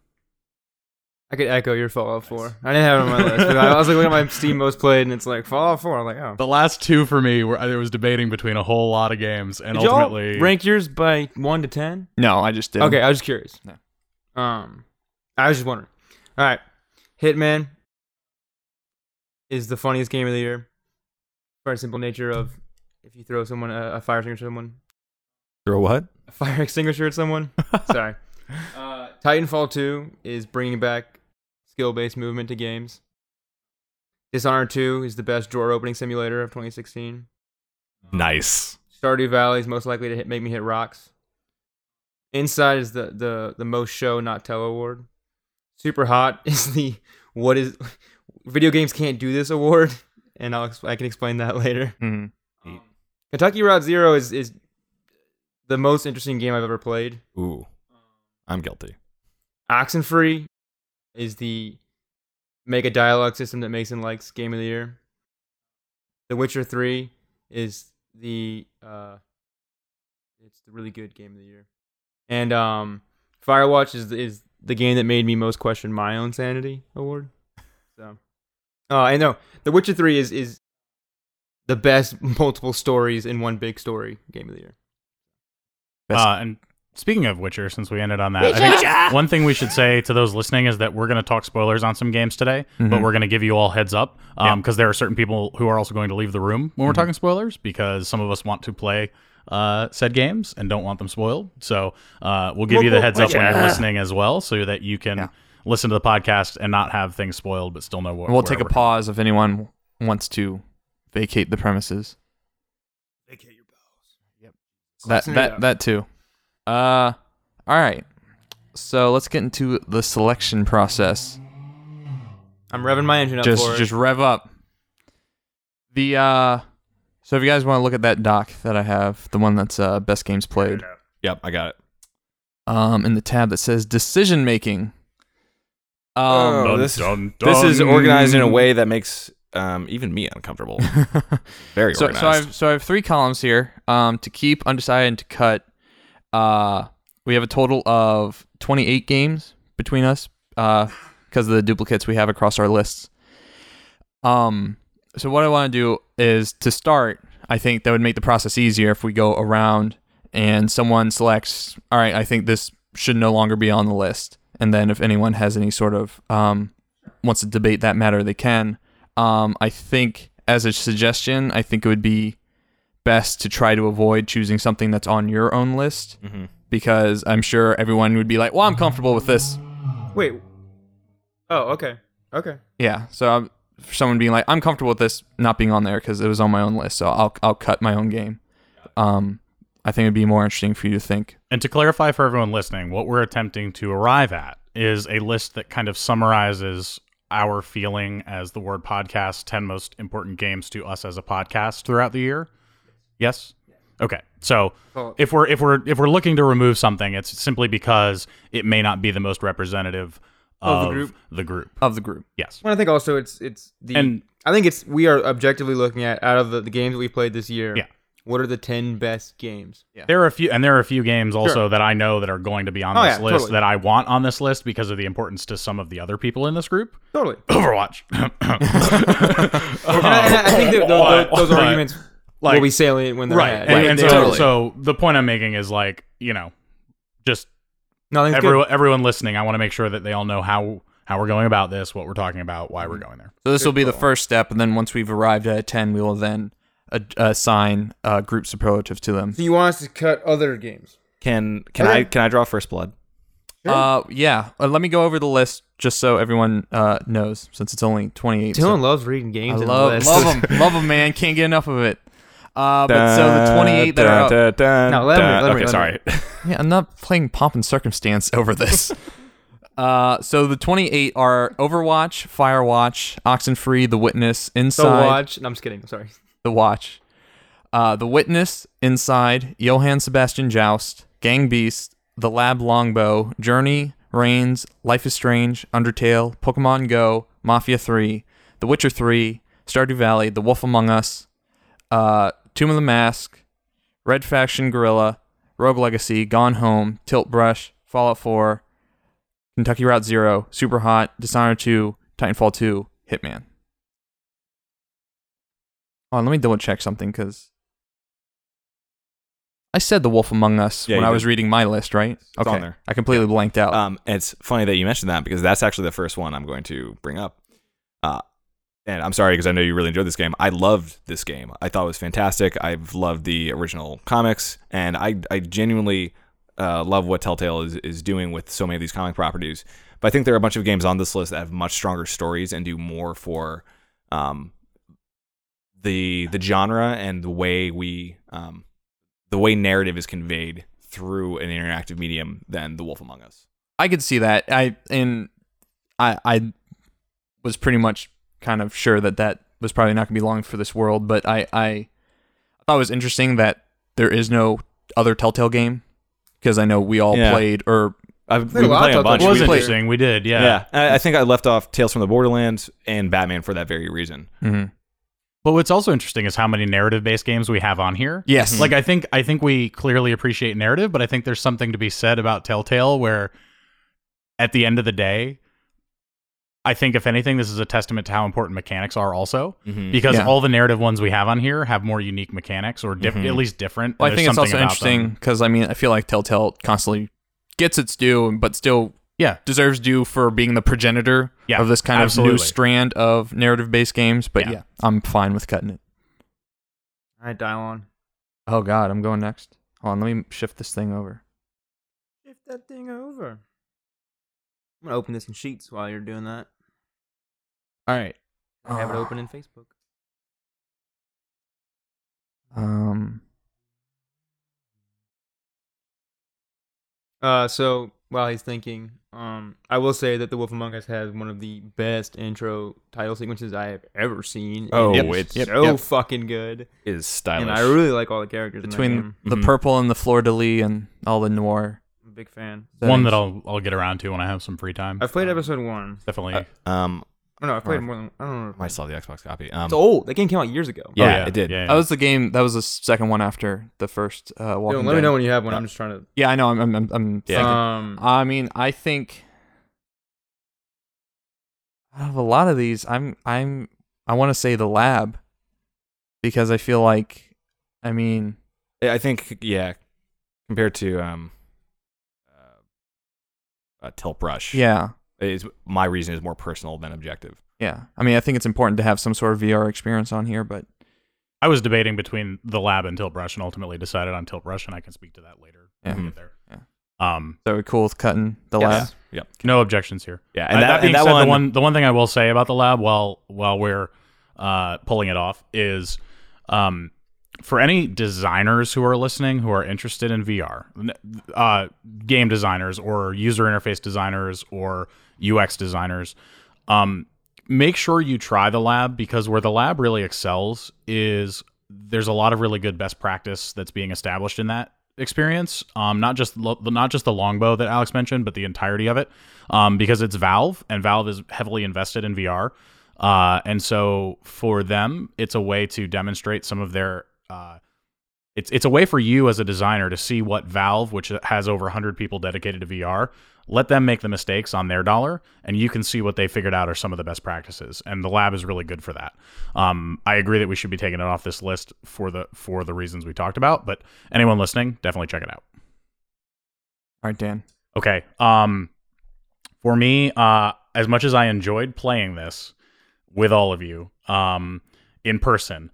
Speaker 1: I could echo your Fallout 4. I didn't have it on my list, but I was like looking at my Steam most played, and it's like Fallout 4. I'm like, oh.
Speaker 4: The last two for me were I was debating between a whole lot of games, and
Speaker 1: Did y'all
Speaker 4: ultimately,
Speaker 1: rank yours by one to ten?
Speaker 2: No, I just did.
Speaker 1: Okay, I was just curious.
Speaker 2: No.
Speaker 1: Um, I was just wondering. All right, Hitman is the funniest game of the year, for a simple nature of if you throw someone a, a fire extinguisher at someone,
Speaker 3: Throw what?
Speaker 1: a fire extinguisher at someone. Sorry. Uh, Titanfall 2 is bringing back skill based movement to games. Dishonored 2 is the best drawer opening simulator of 2016.
Speaker 3: Nice.
Speaker 1: Stardew Valley is most likely to hit, make me hit rocks. Inside is the, the, the most show, not tell award. Super Hot is the what is video games can't do this award, and I'll ex- I can explain that later.
Speaker 2: Mhm.
Speaker 1: Kentucky Route Zero is is the most interesting game I've ever played.
Speaker 3: Ooh, I'm guilty.
Speaker 1: Oxenfree is the mega dialogue system that Mason likes game of the year. The Witcher 3 is the uh it's the really good game of the year. And um Firewatch is is the game that made me most question my own sanity award. So uh and no, The Witcher 3 is is the best multiple stories in one big story game of the year.
Speaker 2: Best-
Speaker 4: Uh, and speaking of Witcher, since we ended on that, I think one thing we should say to those listening is that we're going to talk spoilers on some games today, but
Speaker 2: Mhm.
Speaker 4: we're going to give you all heads up because there are certain people who are also going to leave the room when we're
Speaker 2: Mm-hmm.
Speaker 4: talking spoilers because some of us want to play uh, said games and don't want them spoiled. So uh, we'll give you the heads up when you're listening as well so that you can.
Speaker 2: Yeah.
Speaker 4: Listen to the podcast and not have things spoiled, but still know what.
Speaker 2: And we'll
Speaker 4: where
Speaker 2: take a
Speaker 4: we're-
Speaker 2: pause if anyone wants to vacate the premises. Vacate your
Speaker 1: Closing it
Speaker 2: Yep. That
Speaker 1: up.
Speaker 2: that that too. Uh, all right. So let's get into the selection process.
Speaker 1: I'm revving my engine up for
Speaker 2: Just
Speaker 1: it.
Speaker 2: just rev up. The uh, so if you guys want to look at that doc that I have, the one that's uh best games played,
Speaker 3: Yep, I got it.
Speaker 2: um, in the tab that says decision making. Um,
Speaker 3: Oh, this- This is organized in a way that makes um, even me uncomfortable. Very
Speaker 2: so,
Speaker 3: organized.
Speaker 2: so I've so I have three columns here. Um, to keep, undecided, and to cut. Uh, we have a total of 28 games between us, uh, because of the duplicates we have across our lists. Um, so what I want to do is to start. I think that would make the process easier if we go around and someone selects. All right, I think this should no longer be on the list. And then if anyone has any sort of um, wants to debate that matter, they can. Um, I think as a suggestion, I think it would be best to try to avoid choosing something that's on your own list
Speaker 3: Mhm.
Speaker 2: because I'm sure everyone would be like, "Well, I'm comfortable with this."
Speaker 1: Wait. Oh, okay. Okay.
Speaker 2: Yeah. So I'm, for someone being like, "I'm comfortable with this not being on there because it was on my own list," so I'll I'll cut my own game. Um, I think it'd be more interesting for you to think.
Speaker 4: And to clarify for everyone listening, what we're attempting to arrive at is a list that kind of summarizes our feeling as the word podcast 10 most important games to us as a podcast throughout the year. Yes? Okay. So
Speaker 1: Well-
Speaker 4: if we're if we're if we're looking to remove something, it's simply because it may not be the most representative of,
Speaker 1: Of the group.
Speaker 4: the group.
Speaker 2: Of the group.
Speaker 4: Yes.
Speaker 1: Well, I think also it's it's the
Speaker 4: And-
Speaker 1: I think it's we are objectively looking at out of the, the games that we played this year.
Speaker 4: Yeah.
Speaker 1: What are the ten best games?
Speaker 4: There are a few, and there are a few games also that I know that are going to be on
Speaker 1: Oh,
Speaker 4: this
Speaker 1: yeah,
Speaker 4: list
Speaker 1: totally.
Speaker 4: that I want on this list because of the importance to some of the other people in this group.
Speaker 1: Totally.
Speaker 4: Overwatch.
Speaker 1: And I, and I- I think that tho-
Speaker 4: But-
Speaker 1: tho- those
Speaker 4: but,
Speaker 1: arguments
Speaker 4: like-
Speaker 1: will be salient when they're
Speaker 4: right,
Speaker 1: had.
Speaker 4: and, and so,
Speaker 2: Totally.
Speaker 4: so the point I'm making is like you know, just
Speaker 1: no, I think it's good.
Speaker 4: everyone, everyone listening, I want to make sure that they all know how how we're going about this, what we're talking about, why we're going there.
Speaker 2: So this will be the first step, and then once we've arrived at a ten, we will then a- assign uh, group superlative to them.
Speaker 1: So you want us to cut other games?
Speaker 3: can can
Speaker 1: Okay.
Speaker 3: I can I draw first blood?
Speaker 2: Uh, yeah. Uh, let me go over the list just so everyone uh, knows, since it's only 28. so-
Speaker 1: Dylan loves reading
Speaker 2: I
Speaker 1: games.
Speaker 2: love, love 'em. Love 'em, man. Can't get enough of it. Uh, but so the 28 that are up.
Speaker 1: No, let him read, let him
Speaker 3: okay,
Speaker 1: read, let him
Speaker 3: sorry.
Speaker 2: Yeah, I'm not playing pomp and circumstance over this. uh, so the 28 are Overwatch, Firewatch, Oxenfree, The Witness,
Speaker 1: So
Speaker 2: Inside,
Speaker 1: watch. No, I'm just kidding. I'm sorry.
Speaker 2: The Watch, uh, The Witness, Inside, Johann Sebastian Joust, Gang Beast, The Lab Longbow, Journey, Reigns, Life is Strange, Undertale, Pokemon Go, Mafia 3, The Witcher 3, Stardew Valley, The Wolf Among Us, uh, Tomb of the Mask, Red Faction Gorilla, Rogue Legacy, Gone Home, Tilt Brush, Fallout 4, Kentucky Route Zero, Super Hot, Dishonored 2, Titanfall 2, Hitman. Oh, let me double check something because I said The Wolf Among Us
Speaker 3: Yeah,
Speaker 2: when
Speaker 3: you
Speaker 2: I was
Speaker 3: did.
Speaker 2: reading my list, right?
Speaker 3: It's on there.
Speaker 2: I completely blanked out.
Speaker 3: Um, it's funny that you mentioned that because that's actually the first one I'm going to bring up. Uh, and I'm sorry because I know you really enjoyed this game. I loved this game. I thought it was fantastic. I've loved the original comics, and I I genuinely uh, love what Telltale is is doing with so many of these comic properties. But I think there are a bunch of games on this list that have much stronger stories and do more for um, the the genre and the way we um, the way narrative is conveyed through an interactive medium than The Wolf Among Us.
Speaker 2: I could see that. I and I I was pretty much kind of sure that that was probably not going to be long for this world, but I I thought it was interesting that there is no other Telltale game because I know we all
Speaker 3: Yeah.
Speaker 2: played or
Speaker 3: I've
Speaker 1: There are
Speaker 3: been
Speaker 1: a lot
Speaker 3: playing a
Speaker 1: of
Speaker 3: bunch.
Speaker 1: Telltale
Speaker 4: It was
Speaker 3: We played-
Speaker 4: interesting. We did, yeah.
Speaker 3: Yeah, I, I think I left off Tales from the Borderlands and Batman for that very reason.
Speaker 4: Mm-hmm. But what's also interesting is how many narrative-based games we have on here.
Speaker 2: yes,
Speaker 4: Like I think I think we clearly appreciate narrative, but I think there's something to be said about Telltale where at the end of the day, I think if anything, this is a testament to how important mechanics are also.
Speaker 3: Mm-hmm.
Speaker 4: Because
Speaker 2: Yeah.
Speaker 4: all the narrative ones we have on here have more unique mechanics or diff-
Speaker 3: Mhm.
Speaker 4: at least different.
Speaker 2: Well, I
Speaker 4: There's
Speaker 2: think it's
Speaker 4: something
Speaker 2: also
Speaker 4: about
Speaker 2: interesting
Speaker 4: them.
Speaker 2: because I mean I feel like Telltale constantly gets its due, but still
Speaker 4: Yeah.
Speaker 2: deserves due for being the progenitor
Speaker 4: Yeah,
Speaker 2: of this kind
Speaker 4: absolutely.
Speaker 2: of new strand of narrative based games. But
Speaker 4: Yeah.
Speaker 2: yeah, I'm fine with cutting it.
Speaker 1: All right, Dylon.
Speaker 2: Oh God, I'm going next. Hold on, let me shift this thing over.
Speaker 1: Shift that thing over. I'm gonna open this in sheets while you're doing that.
Speaker 2: All right.
Speaker 1: I have it
Speaker 2: Ah,
Speaker 1: open in Facebook.
Speaker 2: Um.
Speaker 1: Uh, so while he's thinking, um, I will say that The Wolf Among Us has one of the best intro title sequences I have ever seen. and
Speaker 3: Oh,
Speaker 1: it's
Speaker 3: it's-
Speaker 1: so
Speaker 2: yep, yep.
Speaker 1: fucking good,
Speaker 3: It is stylish.
Speaker 1: and I really like all the characters
Speaker 2: between
Speaker 1: In that game.
Speaker 2: the
Speaker 3: Mhm.
Speaker 2: purple and the fleur de lis and all the noir.
Speaker 1: I'm a big fan.
Speaker 4: One
Speaker 2: settings.
Speaker 4: that I'll I'll get around to when I have some free time.
Speaker 1: I've played
Speaker 4: Um,
Speaker 1: episode one.
Speaker 4: Definitely.
Speaker 2: Uh,
Speaker 3: um,
Speaker 1: Oh no, I've played
Speaker 3: Or-
Speaker 1: more than I don't know.
Speaker 3: I saw the Xbox copy. Um,
Speaker 1: It's old. That game came out years ago.
Speaker 3: yeah,
Speaker 4: Oh,
Speaker 3: it did.
Speaker 4: Yeah,
Speaker 2: that was the game. That was the second one after the first uh,
Speaker 1: Dylan,
Speaker 2: Walking
Speaker 1: let me
Speaker 2: Dead.
Speaker 1: know when you have one. I'm just trying to.
Speaker 2: Yeah, I know. I'm. I'm. I'm, I'm
Speaker 3: Yeah.
Speaker 2: thinking.
Speaker 1: Um,
Speaker 2: I mean, I think out of a lot of these, I'm. I'm. I want to say the lab because I feel like, I mean,
Speaker 3: I think yeah, compared to um, uh, uh, Tilt Brush.
Speaker 2: yeah,
Speaker 3: is my reason is more personal than objective.
Speaker 2: yeah. I mean, I think it's important to have some sort of VR experience on here, but
Speaker 4: I was debating between the lab and Tilt Brush, and ultimately decided on Tilt Brush, and I can speak to that later.
Speaker 2: Yeah.
Speaker 4: When we get there.
Speaker 2: Mhm.
Speaker 4: Um,
Speaker 2: so cool with cutting the lab.
Speaker 1: yes.
Speaker 4: no objections here.
Speaker 3: Yeah,
Speaker 4: Uh,
Speaker 3: and
Speaker 4: that,
Speaker 3: that,
Speaker 4: being
Speaker 3: and that
Speaker 4: said,
Speaker 3: one,
Speaker 4: the one the one thing I will say about the lab while while we're uh, pulling it off is um, for any designers who are listening who are interested in VR, n- uh, game designers or user interface designers or UX designers, um, make sure you try the lab because where the lab really excels is there's a lot of really good best practice that's being established in that experience. Um, not just lo- not just the longbow that Alex mentioned, but the entirety of it, um, because it's Valve and Valve is heavily invested in VR, uh, and so for them, it's a way to demonstrate some of their. Uh, it's it's a way for you as a designer to see what Valve, which has over 100 people dedicated to VR, let them make the mistakes on their dollar, and you can see what they figured out are some of the best practices. And the lab is really good for that. Um, I agree that we should be taking it off this list for the for the reasons we talked about. But anyone listening, definitely check it out.
Speaker 2: All right, Dan.
Speaker 4: Okay. Um, for me, uh, as much as I enjoyed playing this with all of you, um, in person,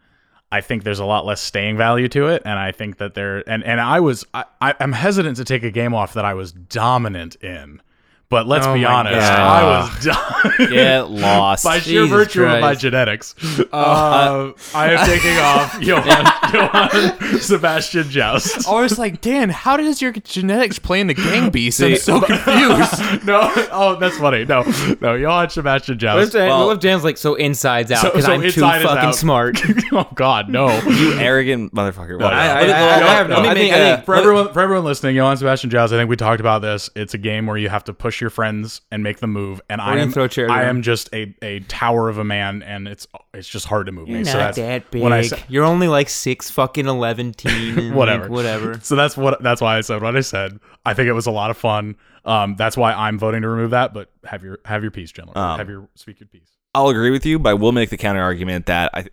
Speaker 4: I think there's a lot less staying value to it, and I think that there and and I was I I- I'm hesitant to take a game off that I was dominant in, but let's
Speaker 1: Oh
Speaker 4: be
Speaker 1: my
Speaker 4: honest,
Speaker 3: God.
Speaker 4: I was dominant.
Speaker 3: get lost.
Speaker 4: By sheer
Speaker 1: Jesus
Speaker 4: virtue of my
Speaker 1: Christ.
Speaker 4: genetics, uh, I am taking off Johann, Johann Sebastian Joust.
Speaker 2: I was like, Dan, how does your genetics play into gang beasts? I'm
Speaker 3: See-
Speaker 2: so confused.
Speaker 4: no, oh, that's funny. No, no, Johann Sebastian
Speaker 1: What if,
Speaker 4: Joust.
Speaker 1: Dan-
Speaker 3: well-
Speaker 1: what if Dan's like so insides out
Speaker 4: So-
Speaker 1: because
Speaker 4: so
Speaker 1: I'm too
Speaker 4: inside is
Speaker 1: fucking
Speaker 4: out.
Speaker 1: smart?
Speaker 4: oh God, no. uh,
Speaker 3: you arrogant motherfucker. Well,
Speaker 1: I- I-
Speaker 3: let me-
Speaker 1: I-
Speaker 3: let me-
Speaker 1: I have no-
Speaker 3: let me
Speaker 1: I think-
Speaker 3: make
Speaker 1: I
Speaker 3: a-
Speaker 1: think
Speaker 4: For everyone, for everyone listening, Johann Sebastian Joust. I think we talked about this. It's a game where you have to push your friends and make them move. And I
Speaker 1: you
Speaker 4: am,
Speaker 1: throw a chair at
Speaker 4: I
Speaker 1: them.
Speaker 4: am just a, a tower of a man, and it's it's just hard to move me.
Speaker 1: You're
Speaker 4: so
Speaker 1: not
Speaker 4: that's
Speaker 1: that big.
Speaker 4: when I sa-
Speaker 1: You're only like six fucking eleven teen. and, like,
Speaker 4: Whatever.
Speaker 1: whatever.
Speaker 4: So that's what that's why I said what I said. I think it was a lot of fun. Um, that's why I'm voting to remove that. But have your have your peace, gentlemen.
Speaker 3: Um,
Speaker 4: have your speak your peace.
Speaker 3: I'll agree with you, but I will make the counter argument that I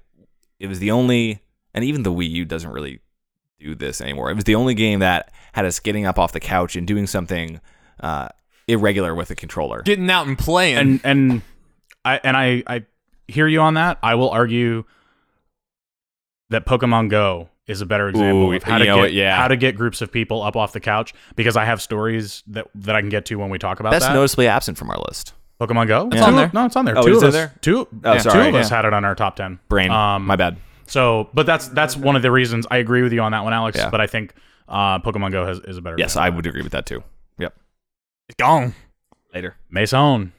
Speaker 3: it was the only, and even the Wii U doesn't really do this anymore. It was the only game that had us getting up off the couch and doing something uh, irregular with a controller.
Speaker 2: Getting out and playing.
Speaker 4: and and I and I I hear you on that. I will argue that Pokemon Go is a better example
Speaker 3: Ooh,
Speaker 4: of how to
Speaker 3: you know
Speaker 4: get
Speaker 3: what, yeah.
Speaker 4: how to get groups of people up off the couch because I have stories that that I can get to when we talk about
Speaker 3: That's
Speaker 4: that.
Speaker 3: noticeably absent from our list.
Speaker 4: Pokemon Go. It's
Speaker 3: on there.
Speaker 4: No, it's on there.
Speaker 3: Oh,
Speaker 4: Two
Speaker 3: is
Speaker 4: of
Speaker 3: it
Speaker 4: us.
Speaker 3: there?
Speaker 4: Two.
Speaker 3: Oh,
Speaker 4: yeah,
Speaker 3: sorry,
Speaker 4: two of us
Speaker 3: yeah.
Speaker 4: had it on our top ten.
Speaker 3: Brain.
Speaker 4: Um,
Speaker 3: My bad.
Speaker 4: So, but that's that's one of the reasons I agree with you on that one, Alex.
Speaker 3: Yeah.
Speaker 4: But I think uh, Pokemon Go has, is a better.
Speaker 3: Yes, I would agree with that too. Yep.
Speaker 2: It's gone.
Speaker 3: Later.
Speaker 4: Mason.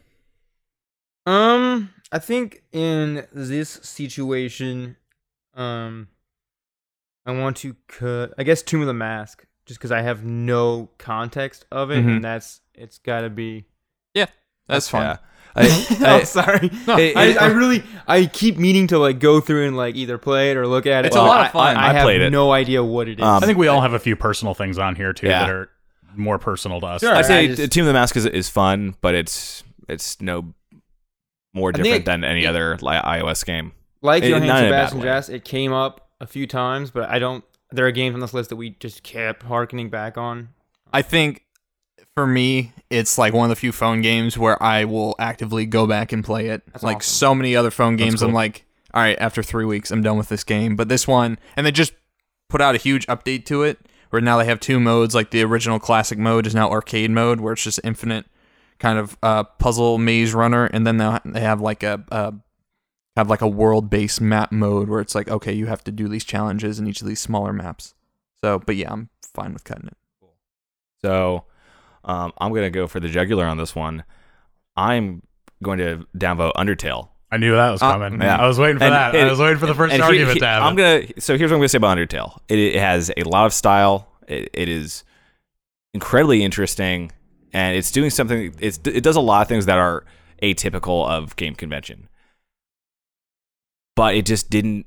Speaker 1: Um, I think in this situation, um, I want to cut. I guess Tomb of the Mask, just because I have no context of
Speaker 3: Mm-hmm.
Speaker 1: it,
Speaker 2: Mhm.
Speaker 1: and that's it's got to be.
Speaker 2: That's fine.
Speaker 3: Yeah. I, I,
Speaker 1: sorry.
Speaker 2: No,
Speaker 3: It-
Speaker 1: I,
Speaker 3: it-
Speaker 1: I really I keep meaning to like go through and like either play it or look at it.
Speaker 2: It's a
Speaker 1: but
Speaker 2: lot of
Speaker 1: I-
Speaker 2: fun.
Speaker 1: I, I
Speaker 3: I
Speaker 1: have
Speaker 3: played it.
Speaker 1: no idea what it is.
Speaker 3: Um,
Speaker 4: I think we all have a few personal things on here too
Speaker 3: Yeah.
Speaker 4: that are more personal to us.
Speaker 1: Sure.
Speaker 3: I say
Speaker 1: I just-
Speaker 3: Tomb of the Mask is, is fun, but it's it's no more
Speaker 1: think
Speaker 3: different
Speaker 1: it-
Speaker 3: than any other like, iOS game.
Speaker 1: like
Speaker 3: It-
Speaker 1: Johann
Speaker 3: not in a bad
Speaker 1: Sebastian
Speaker 3: way.
Speaker 1: Jazz, it came up a few times, but I don't. There are games on this list that we just kept harkening back on.
Speaker 2: I think for me, it's like one of the few phone games where I will actively go back and play it.
Speaker 1: That's
Speaker 2: like
Speaker 1: awesome.
Speaker 2: so many other phone games, I'm
Speaker 4: cool.
Speaker 2: like, all right, after three weeks, I'm done with this game. But this one, and they just put out a huge update to it where now they have two modes. Like the original classic mode is now arcade mode, where it's just infinite kind of uh, puzzle maze runner, and then they'll- they have like a. a have like a world-based map mode where it's like okay you have to do these challenges in each of these smaller maps so but yeah i'm fine with cutting it
Speaker 3: So um, I'm gonna go for the jugular on this one. I'm going to downvote Undertale.
Speaker 4: I knew that was
Speaker 2: Uh,
Speaker 4: coming.
Speaker 3: yeah.
Speaker 4: I was waiting for
Speaker 3: And-
Speaker 4: that.
Speaker 3: and-
Speaker 4: I was waiting for the first
Speaker 3: And he-
Speaker 4: argument
Speaker 3: he-
Speaker 4: to happen.
Speaker 3: I'm gonna. So here's what I'm gonna say about Undertale. It, it has a lot of style. It, it is incredibly interesting, and it's doing something. It's it does a lot of things that are atypical of game convention. But it just didn't.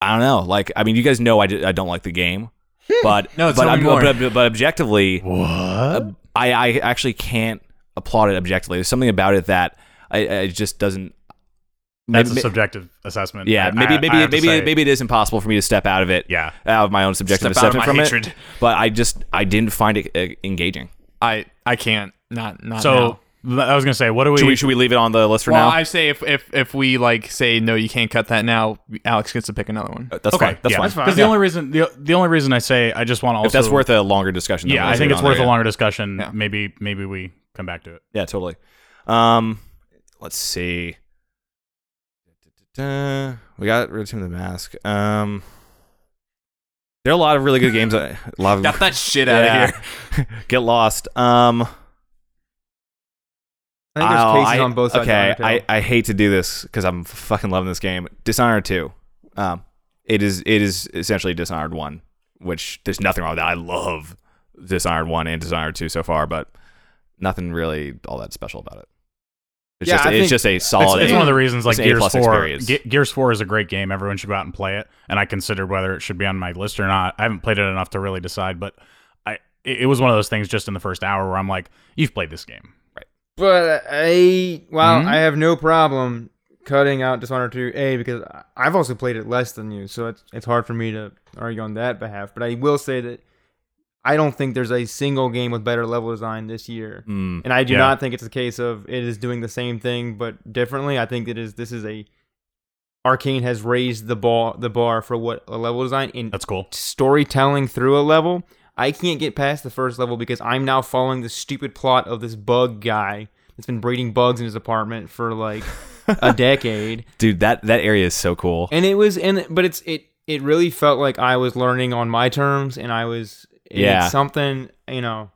Speaker 3: I don't know. Like I mean, you guys know I, d- I don't like the game,
Speaker 4: Hmm.
Speaker 3: but
Speaker 2: No, tell
Speaker 3: but,
Speaker 2: me
Speaker 3: I'm-
Speaker 2: more.
Speaker 3: but but objectively,
Speaker 4: what?
Speaker 3: Uh, I, I actually can't applaud it objectively. There's something about it that I, I it just doesn't.
Speaker 4: That's
Speaker 3: maybe-
Speaker 4: a subjective assessment.
Speaker 3: yeah,
Speaker 4: I-
Speaker 3: maybe
Speaker 4: I- I
Speaker 3: maybe
Speaker 4: have to
Speaker 3: maybe
Speaker 4: say,
Speaker 3: maybe it is impossible for me to step out of it.
Speaker 4: Yeah.
Speaker 3: out of my own subjective
Speaker 2: Step out of
Speaker 3: assessment
Speaker 2: my
Speaker 3: from it.
Speaker 2: hatred.
Speaker 3: But I just I didn't find it uh, engaging.
Speaker 2: I I can't not not
Speaker 4: So
Speaker 2: now.
Speaker 4: th- I was gonna say, what do we?
Speaker 3: Should we should we leave it on the list for
Speaker 2: Well,
Speaker 3: now?
Speaker 2: I say if if if we like say no, you can't cut that now. Alex gets to pick another one.
Speaker 3: Uh, that's
Speaker 4: okay,
Speaker 3: fine. That's
Speaker 4: yeah.
Speaker 3: fine.
Speaker 4: Because the only reason the, the only reason I say I just want to also
Speaker 3: if that's worth a longer discussion, then
Speaker 4: Yeah,
Speaker 3: we'll
Speaker 4: I
Speaker 3: leave
Speaker 4: think
Speaker 3: it
Speaker 4: it's
Speaker 3: on there,
Speaker 4: worth a
Speaker 3: yeah.
Speaker 4: longer discussion.
Speaker 2: Yeah.
Speaker 4: Maybe maybe we come back to it.
Speaker 3: Yeah, totally. Um, let's see. Da-da-da-da. We got rid of Tim the Mask. Um, there are a lot of really good games. I- A lot of
Speaker 2: Got that shit out
Speaker 3: Yeah.
Speaker 2: of here.
Speaker 3: Get lost. Um,
Speaker 1: I think there's
Speaker 3: I'll-
Speaker 1: cases
Speaker 3: Oh, I-
Speaker 1: on both sides. of
Speaker 3: Okay,
Speaker 1: Undertale.
Speaker 3: I, I hate to do this because I'm fucking loving this game. Dishonored two, um, it is it is essentially Dishonored one, which there's nothing wrong with that. I love Dishonored one and Dishonored two so far, but nothing really all that special about it. It's
Speaker 1: Yeah,
Speaker 3: just
Speaker 1: I
Speaker 3: it's
Speaker 1: think-
Speaker 3: just a
Speaker 4: It's,
Speaker 3: solid.
Speaker 4: it's one of the reasons like
Speaker 3: It's an
Speaker 4: Gears
Speaker 3: A-plus
Speaker 4: Four.
Speaker 3: experience.
Speaker 4: Ge- Gears Four is a great game. Everyone should go out and play it. And I considered whether it should be on my list or not. I haven't played it enough to really decide, but I it, it was one of those things just in the first hour where I'm like, you've played this game.
Speaker 1: But I, well,
Speaker 2: Mhm.
Speaker 1: I have no problem cutting out Dishonored 2 A because I- I've also played it less than you, so it's it's hard for me to argue on that behalf. But I will say that I don't think there's a single game with better level design this year,
Speaker 3: Mm,
Speaker 1: and I do
Speaker 4: Yeah.
Speaker 1: not think it's a case of it is doing the same thing but differently. I think it is this is a Arcane has raised the bar the bar for what a level design in
Speaker 4: That's cool.
Speaker 1: storytelling through a level. I can't get past the first level because I'm now following the stupid plot of this bug guy that's been breeding bugs in his apartment for like a decade.
Speaker 3: dude, that that area is so cool.
Speaker 1: And it was and but it's it it really felt like I was learning on my terms and I was it's
Speaker 3: Yeah.
Speaker 1: something, you know.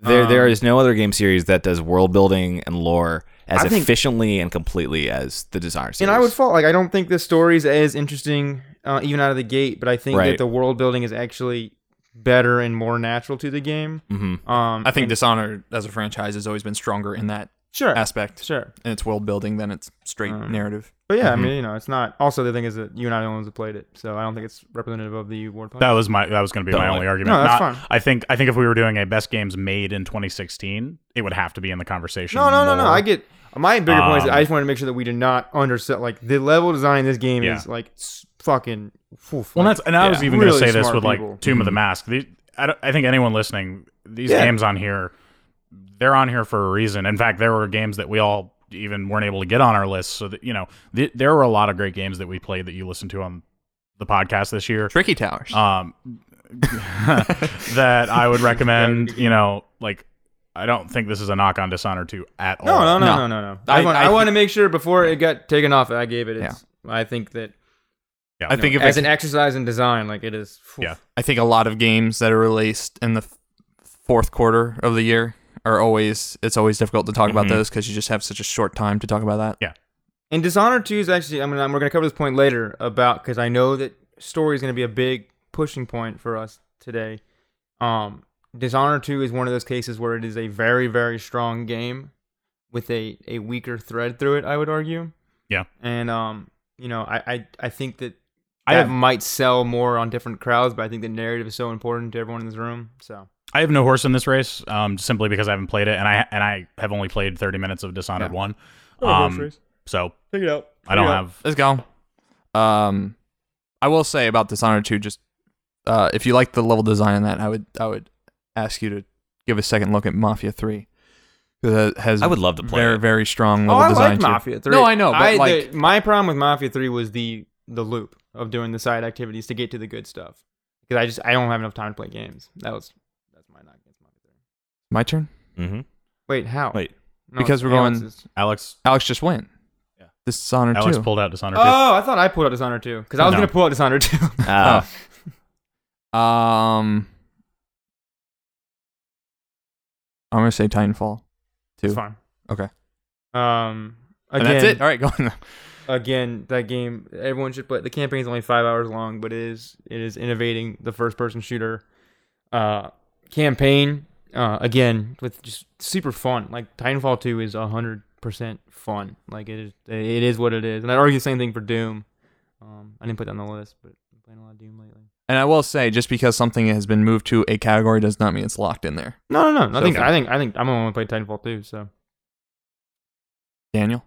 Speaker 3: there there
Speaker 1: um,
Speaker 3: is no other game series that does world building and lore as
Speaker 1: I think-
Speaker 3: efficiently and completely as the Dishonored series.
Speaker 1: And I would fault like I don't think this story's as interesting uh, even out of the gate, but I think
Speaker 3: Right.
Speaker 1: that the world building is actually better and more natural to the game.
Speaker 3: hmm
Speaker 1: Um
Speaker 2: I think
Speaker 1: and-
Speaker 2: Dishonored as a franchise has always been stronger in that
Speaker 1: sure.
Speaker 2: aspect
Speaker 1: Sure.
Speaker 2: in its world building than its straight
Speaker 1: Um,
Speaker 2: narrative.
Speaker 1: But yeah,
Speaker 3: Mhm.
Speaker 4: Mm-hmm.
Speaker 1: I mean, you know, it's not. Also, the thing is that you and I are the ones that played it, so I don't think it's representative of the award.
Speaker 4: That was my that was going to be my
Speaker 3: Totally.
Speaker 4: only argument.
Speaker 1: No, that's
Speaker 4: Not-
Speaker 1: fine.
Speaker 4: I think I think if we were doing a best games made in 2016, it would have to be in the conversation.
Speaker 1: no, no, no, no.
Speaker 4: more.
Speaker 1: I get my bigger point is that I
Speaker 4: Um,
Speaker 1: just wanted to make sure that we did not undersell. Like the level design in this game
Speaker 4: Yeah.
Speaker 1: is like s- fucking. oof,
Speaker 4: Well,
Speaker 1: like,
Speaker 4: that's and I was
Speaker 1: Yeah.
Speaker 4: even
Speaker 1: Really
Speaker 4: going to say this
Speaker 1: smart
Speaker 4: with
Speaker 1: people. Mm-hmm.
Speaker 4: like Tomb of the Mask. The, I, don't- I think anyone listening, these
Speaker 1: Yeah.
Speaker 4: games on here, they're on here for a reason. In fact, there were games that we all even weren't able to get on our list. So that you know, th- there were a lot of great games that we played that you listened to on the podcast this year.
Speaker 2: Tricky Towers.
Speaker 4: Um, that I would recommend. You know, like I don't think this is a knock on Dishonored two at
Speaker 1: No,
Speaker 4: all.
Speaker 1: no, no,
Speaker 2: No.
Speaker 1: no, no, no. I,
Speaker 2: I-
Speaker 1: want,
Speaker 2: I
Speaker 1: I, want to make sure before it got taken off, I gave it. Its, I think that
Speaker 2: I think if
Speaker 1: as
Speaker 2: I,
Speaker 1: an exercise in design, like it is. phew.
Speaker 4: Yeah.
Speaker 2: I think a lot of games that are released in the f- fourth quarter of the year are always it's always difficult to talk about
Speaker 3: Mhm.
Speaker 2: those because you just have such a short time to talk about that.
Speaker 1: And Dishonored 2 is actually, I mean, I'm- we're going to cover this point later about, because I know that story is going to be a big pushing point for us today. Um, Dishonored 2 is one of those cases where it is a very, very strong game with a, a weaker thread through it, I would argue.
Speaker 4: Yeah.
Speaker 1: And, um, you know, I, I, I think that
Speaker 4: I
Speaker 1: I
Speaker 4: have-
Speaker 1: might sell more on different crowds, but I think the narrative is so important to everyone in this room. So,
Speaker 4: I have no horse in this race, um, simply because I haven't played it, and I and I have only played thirty minutes of Dishonored
Speaker 2: Yeah.
Speaker 4: one.
Speaker 1: Oh, horse
Speaker 4: Um,
Speaker 1: race.
Speaker 4: so
Speaker 1: check it out.
Speaker 4: I don't have
Speaker 2: Let's go. Um, I will say about Dishonored 2, just uh, if you like the level design in that, I would I would ask you to give a second look at Mafia 3 because it has
Speaker 3: I would love to play
Speaker 2: very
Speaker 3: it.
Speaker 2: very strong
Speaker 1: Oh,
Speaker 2: level
Speaker 1: I
Speaker 2: design.
Speaker 1: like
Speaker 2: too.
Speaker 1: Mafia Three.
Speaker 2: No, I know, but
Speaker 1: I,
Speaker 2: like-
Speaker 1: the- my problem with Mafia Three was the the loop of doing the side activities to get to the good stuff. Because I just I don't have enough time to play games. That was that's my knock against Mafia Three.
Speaker 2: My turn.
Speaker 3: Mm-hmm.
Speaker 1: Wait, how?
Speaker 3: Wait.
Speaker 1: No,
Speaker 2: Because
Speaker 1: it's
Speaker 2: we're going-
Speaker 1: Alex's.
Speaker 4: Alex.
Speaker 2: Alex just went.
Speaker 4: Yeah.
Speaker 2: Dishonored
Speaker 4: Alex
Speaker 2: 2.
Speaker 4: pulled out Dishonored. two.
Speaker 1: Oh, I thought I pulled out Dishonored Two because I was
Speaker 4: No.
Speaker 1: gonna pull out Dishonored Two.
Speaker 3: Uh,
Speaker 2: Um, I'm gonna say Titanfall. Two.
Speaker 1: it's fine.
Speaker 2: Okay.
Speaker 1: Um.
Speaker 2: And
Speaker 1: Again,
Speaker 2: that's it. All right, go on.
Speaker 1: again, that game everyone should play. The campaign's only five hours long, but it is it is innovating the first person shooter uh, campaign uh, again with just super fun. Like Titanfall Two is hundred percent fun. Like it is it is what it is, and I'd argue the same thing for Doom. Um, I didn't put that on the list, but I'm playing a lot of Doom lately.
Speaker 2: And I will say, just because something has been moved to a category does not mean it's locked in there.
Speaker 1: No, no, no. I
Speaker 2: So-
Speaker 1: think I think I think I'm the one who played Titanfall Two. So
Speaker 2: Daniel,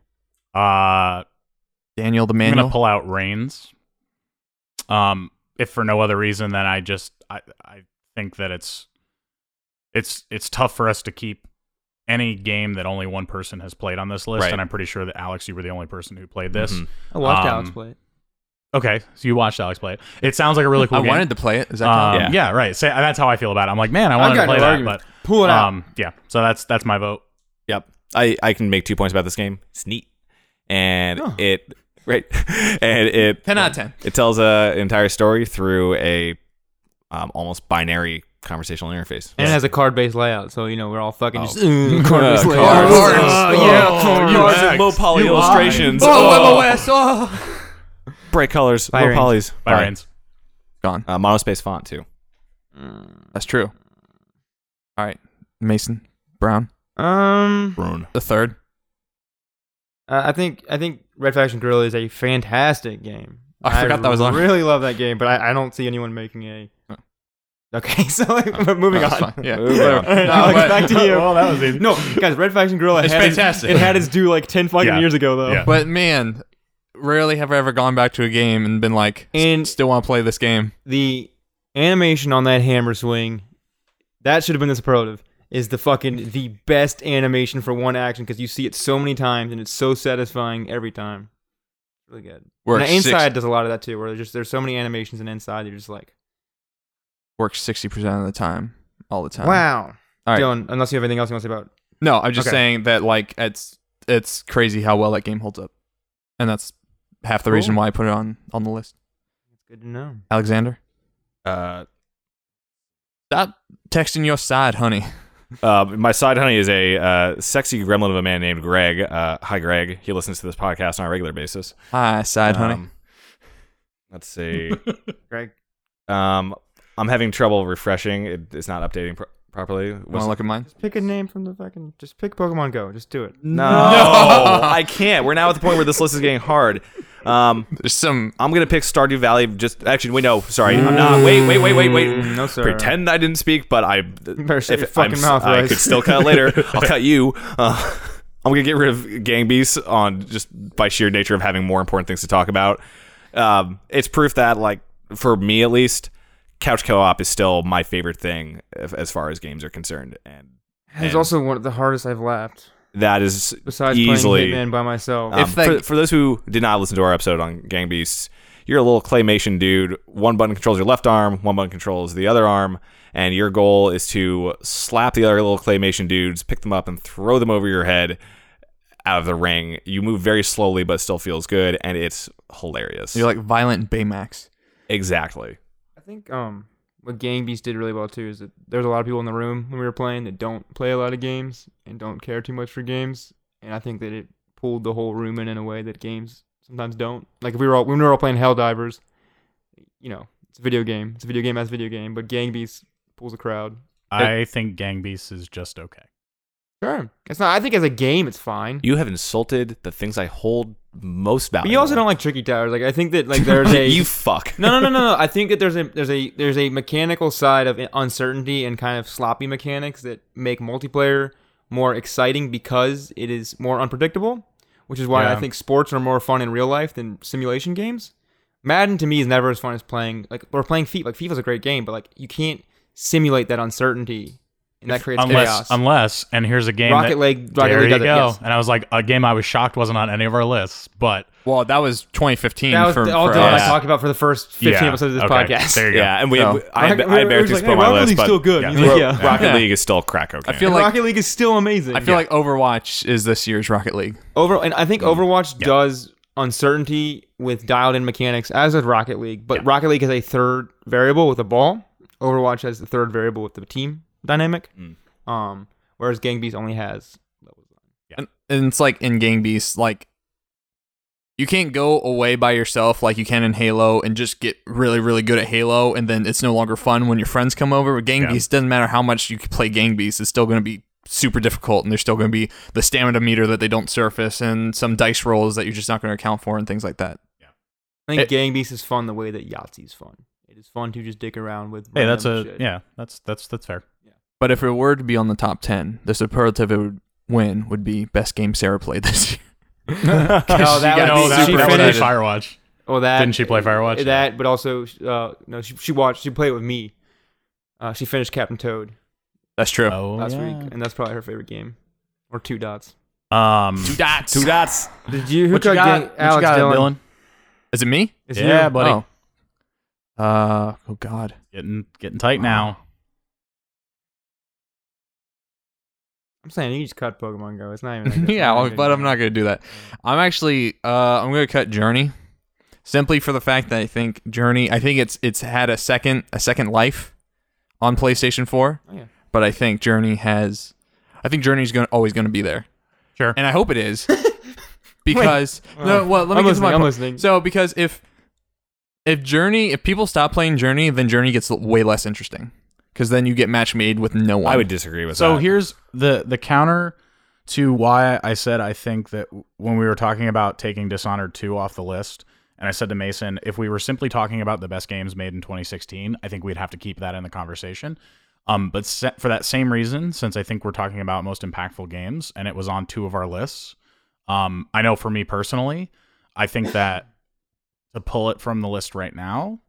Speaker 4: Uh,
Speaker 2: Daniel the
Speaker 4: I'm
Speaker 2: manual.
Speaker 4: gonna pull out Reigns. Um, if for no other reason than I just I I think that it's it's it's tough for us to keep any game that only one person has played on this list,
Speaker 3: Right.
Speaker 4: and I'm pretty sure that Alex, you were the only person who played this.
Speaker 3: Mhm.
Speaker 1: I watched
Speaker 4: Um,
Speaker 1: Alex play it.
Speaker 4: Okay, so you watched Alex play it. It sounds like a really cool
Speaker 2: I
Speaker 4: game.
Speaker 2: wanted to play it. Is that
Speaker 4: um,
Speaker 2: count?
Speaker 4: yeah.
Speaker 3: Yeah.
Speaker 4: right. Say that's how I feel about it. I'm like, man, I
Speaker 1: I've
Speaker 4: wanted to
Speaker 1: got
Speaker 4: play
Speaker 1: no
Speaker 4: that,
Speaker 1: argument.
Speaker 4: but
Speaker 1: Pull it out.
Speaker 4: um, yeah. So that's that's my vote.
Speaker 3: Yep. I, I can make two points about this game. It's neat. And
Speaker 1: Huh.
Speaker 3: it right and it
Speaker 2: ten out of ten?
Speaker 3: it tells a entire story through a um, almost binary conversational interface.
Speaker 1: And it has a card based layout, so you know we're all fucking
Speaker 3: Oh.
Speaker 1: just "Mm, card-based
Speaker 3: Uh,
Speaker 1: layout."
Speaker 3: cards.
Speaker 2: Cards.
Speaker 1: Oh, yeah,
Speaker 4: Oh,
Speaker 1: cards.
Speaker 4: yeah.
Speaker 3: low poly
Speaker 4: You
Speaker 3: illustrations.
Speaker 4: lied.
Speaker 3: Oh,
Speaker 2: oh.
Speaker 3: bright colors,
Speaker 1: By
Speaker 3: low
Speaker 1: Reigns.
Speaker 3: polys,
Speaker 4: By
Speaker 3: Bye.
Speaker 4: Reigns.
Speaker 2: Gone.
Speaker 3: Uh, monospace font too.
Speaker 1: Mm.
Speaker 2: That's true. All right, Mason Brown
Speaker 1: Um,
Speaker 3: Brune.
Speaker 2: the third.
Speaker 1: Uh, I think I think Red Faction Guerrilla is a fantastic game.
Speaker 2: I forgot that was on.
Speaker 1: Really love that game, but I, I don't see anyone making a.
Speaker 2: Oh.
Speaker 1: Okay, so we're moving
Speaker 2: that's
Speaker 1: on.
Speaker 2: fine. Yeah.
Speaker 1: All right, Alex,
Speaker 2: but-
Speaker 1: back to you.
Speaker 4: Well, that was easy.
Speaker 1: No, guys, Red Faction Guerrilla
Speaker 2: It's
Speaker 1: had its-
Speaker 2: fantastic.
Speaker 1: it had its due like ten fucking
Speaker 4: Yeah.
Speaker 1: years ago though.
Speaker 4: Yeah.
Speaker 2: But man, rarely have I ever gone back to a game and been like, s-
Speaker 1: And-
Speaker 2: still want to play this game.
Speaker 1: The animation on that hammer swing, that should have been the superlative. Is the fucking the best animation for one action because you see it so many times and it's so satisfying every time. Really good.
Speaker 2: Works
Speaker 1: and
Speaker 2: six-
Speaker 1: inside does a lot of that too, where there's just there's so many animations in inside you're just like,
Speaker 2: works sixty percent of the time, all the time.
Speaker 1: wow.
Speaker 2: All right.
Speaker 1: Dylan, unless you have anything else you want to say about
Speaker 2: No, I'm just
Speaker 1: Okay.
Speaker 2: saying that like it's it's crazy how well that game holds up, and that's half the reason
Speaker 1: Cool.
Speaker 2: why I put it on on the list.
Speaker 1: it's good to know.
Speaker 2: Alexander,
Speaker 3: Uh,
Speaker 2: stop texting your side, honey.
Speaker 3: Uh, my side honey is a uh, sexy gremlin of a man named Greg. Uh, hi, Greg. He listens to this podcast on a regular basis.
Speaker 2: Hi, side, honey.
Speaker 3: Um, Let's see.
Speaker 1: Greg.
Speaker 3: um, I'm having trouble refreshing. It, it's not updating pro- properly.
Speaker 2: Want
Speaker 3: What's-
Speaker 2: to look at mine?
Speaker 1: Just pick a name from the fucking just pick Pokemon Go. Just do it.
Speaker 3: no,
Speaker 2: No.
Speaker 3: I can't. We're now at the point where this list is getting hard. Um,
Speaker 2: There's some.
Speaker 3: I'm gonna pick Stardew Valley. Just actually, we know. Sorry, I'm not. Wait, wait, wait, wait, wait.
Speaker 1: Mm, no, sir.
Speaker 3: Pretend I didn't speak, but I.
Speaker 1: better shut your fucking
Speaker 3: I'm,
Speaker 1: mouth,
Speaker 3: I
Speaker 1: Rice.
Speaker 3: could still cut later. I'll cut you. Uh, I'm gonna get rid of Gang Beasts on just by sheer nature of having more important things to talk about. Um, it's proof that, like, for me at least, couch co-op is still my favorite thing if, as far as games are concerned, and
Speaker 1: It's also one of the hardest I've laughed.
Speaker 3: That is
Speaker 1: Besides
Speaker 3: Easily.
Speaker 1: playing Hitman by myself,
Speaker 3: Um,
Speaker 2: If they-
Speaker 3: for, for those who did not listen to our episode on Gang Beasts, you're a little claymation dude. One button controls your left arm, one button controls the other arm, and your goal is to slap the other little claymation dudes, pick them up, and throw them over your head out of the ring. You move very slowly, but still feels good, and it's hilarious.
Speaker 2: You're like violent Baymax.
Speaker 3: exactly.
Speaker 1: I think um, what Gang Beast did really well too is that there's a lot of people in the room when we were playing that don't play a lot of games and don't care too much for games, and I think that it pulled the whole room in in a way that games sometimes don't. Like if we were all when we were all playing Helldivers, you know, it's a video game. It's a video game as a video game, but Gang Beast pulls a crowd.
Speaker 4: I think Gang Beasts is just okay.
Speaker 1: Sure, it's not. I think as a game, it's fine.
Speaker 3: You have insulted the things I hold most
Speaker 1: But
Speaker 3: valuable.
Speaker 1: you also don't like Tricky Towers. Like I think that like there's a
Speaker 3: you fuck.
Speaker 1: no, no, no, no, no. I think that there's a there's a there's a mechanical side of uncertainty and kind of sloppy mechanics that make multiplayer more exciting because it is more unpredictable, which is why I
Speaker 4: Yeah.
Speaker 1: think sports are more fun in real life than simulation games. Madden to me is never as fun as playing like or playing FIFA. Like FIFA's a great game, but like you can't simulate that uncertainty, and that creates
Speaker 4: unless,
Speaker 1: chaos.
Speaker 4: unless, and here's a game.
Speaker 1: Rocket
Speaker 4: that,
Speaker 1: League, Rocket
Speaker 4: there
Speaker 1: League
Speaker 4: you
Speaker 1: does it,
Speaker 4: go.
Speaker 1: yes.
Speaker 4: And I was like, a game I was shocked wasn't on any of our lists, but
Speaker 2: Well, that was 2015
Speaker 1: that was
Speaker 2: for,
Speaker 1: all
Speaker 2: for
Speaker 1: Dylan and I
Speaker 2: us.
Speaker 1: talked about for the first 15
Speaker 4: yeah,
Speaker 1: episodes of this
Speaker 4: okay,
Speaker 1: podcast.
Speaker 4: There you go.
Speaker 3: Yeah, and we,
Speaker 2: No.
Speaker 3: we- I, had-
Speaker 1: Rocket-
Speaker 3: I had Bear
Speaker 1: it was
Speaker 3: just
Speaker 1: like,
Speaker 3: put
Speaker 1: hey,
Speaker 3: my
Speaker 1: Rocket
Speaker 3: list,
Speaker 1: League's
Speaker 3: but
Speaker 1: still good.
Speaker 3: Yeah.
Speaker 1: He's like, yeah.
Speaker 3: Rocket
Speaker 2: Yeah.
Speaker 3: League is still crack okay.
Speaker 2: I feel like
Speaker 1: Rocket League is still amazing.
Speaker 2: I feel like Overwatch is this year's Rocket League.
Speaker 1: Over and I think Overwatch
Speaker 4: Mm. Yeah.
Speaker 1: does uncertainty with dialed in mechanics, as does Rocket League. But Rocket League has a third variable with a ball. Overwatch has the third variable with the team dynamic.
Speaker 3: Mm.
Speaker 1: Um, whereas Gang Beasts only has
Speaker 2: And, and it's like in Gang Beasts, like you can't go away by yourself like you can in Halo and just get really, really good at Halo, and then it's no longer fun when your friends come over. But Gang
Speaker 4: Yeah.
Speaker 2: Beasts doesn't matter how much you play Gang Beasts, it's still going to be super difficult, and there's still going to be the stamina meter that they don't surface, and some dice rolls that you're just not going to account for, and things like that.
Speaker 1: I think
Speaker 2: It-
Speaker 1: Gang Beasts is fun the way that Yahtzee's fun. It is fun to just dick around with.
Speaker 4: Hey, that's a
Speaker 1: random shit.
Speaker 4: yeah. That's that's that's fair.
Speaker 2: But if it were to be on the top ten, the superlative it would win would be best game Sarah played this year.
Speaker 1: No, that
Speaker 2: She
Speaker 1: would
Speaker 2: got
Speaker 1: be-
Speaker 4: no,
Speaker 2: me
Speaker 4: that,
Speaker 1: she
Speaker 2: super
Speaker 4: that would be
Speaker 1: finished-
Speaker 2: excited.
Speaker 4: Firewatch.
Speaker 1: Well, that
Speaker 4: Didn't she play Firewatch?
Speaker 1: That, but also uh, no, she she watched she played with me. Uh, she finished Captain Toad
Speaker 2: That's true.
Speaker 4: Oh,
Speaker 1: last
Speaker 4: yeah.
Speaker 1: week, and that's probably her favorite game, or two dots.
Speaker 4: Um,
Speaker 2: dots.
Speaker 3: two dots.
Speaker 1: Did you who
Speaker 4: what you
Speaker 1: got,
Speaker 4: got?
Speaker 1: Gang-
Speaker 4: What you
Speaker 1: Alex
Speaker 4: got,
Speaker 1: Dillon?
Speaker 4: Dylan?
Speaker 2: Is it me?
Speaker 1: It's
Speaker 4: Yeah,
Speaker 1: you.
Speaker 4: buddy.
Speaker 2: Oh. Uh oh god.
Speaker 4: Getting getting tight now.
Speaker 1: I'm saying you just cut Pokemon Go. It's not even. Like
Speaker 2: yeah, well, but I'm not gonna do that. I'm actually uh I'm gonna cut Journey. Simply for the fact that I think Journey I think it's it's had a second a second life on PlayStation 4.
Speaker 1: Oh, yeah.
Speaker 2: But I think Journey has I think Journey's gonna always gonna be there.
Speaker 4: Sure.
Speaker 2: And I hope it is. because no, well let me
Speaker 1: I'm
Speaker 2: get to
Speaker 1: listening.
Speaker 2: my
Speaker 1: I'm
Speaker 2: po-
Speaker 1: listening.
Speaker 2: So because if if Journey if people stop playing Journey, then Journey gets l- way less interesting. Because then you get match made with no one.
Speaker 3: I would disagree with
Speaker 4: So
Speaker 3: that.
Speaker 4: here's the the counter to why I said I think that when we were talking about taking Dishonored 2 off the list, and I said to Mason, if we were simply talking about the best games made in 2016, I think we'd have to keep that in the conversation. Um, but se- for that same reason, since I think we're talking about most impactful games, and it was on two of our lists, um, I know for me personally, I think that to pull it from the list right now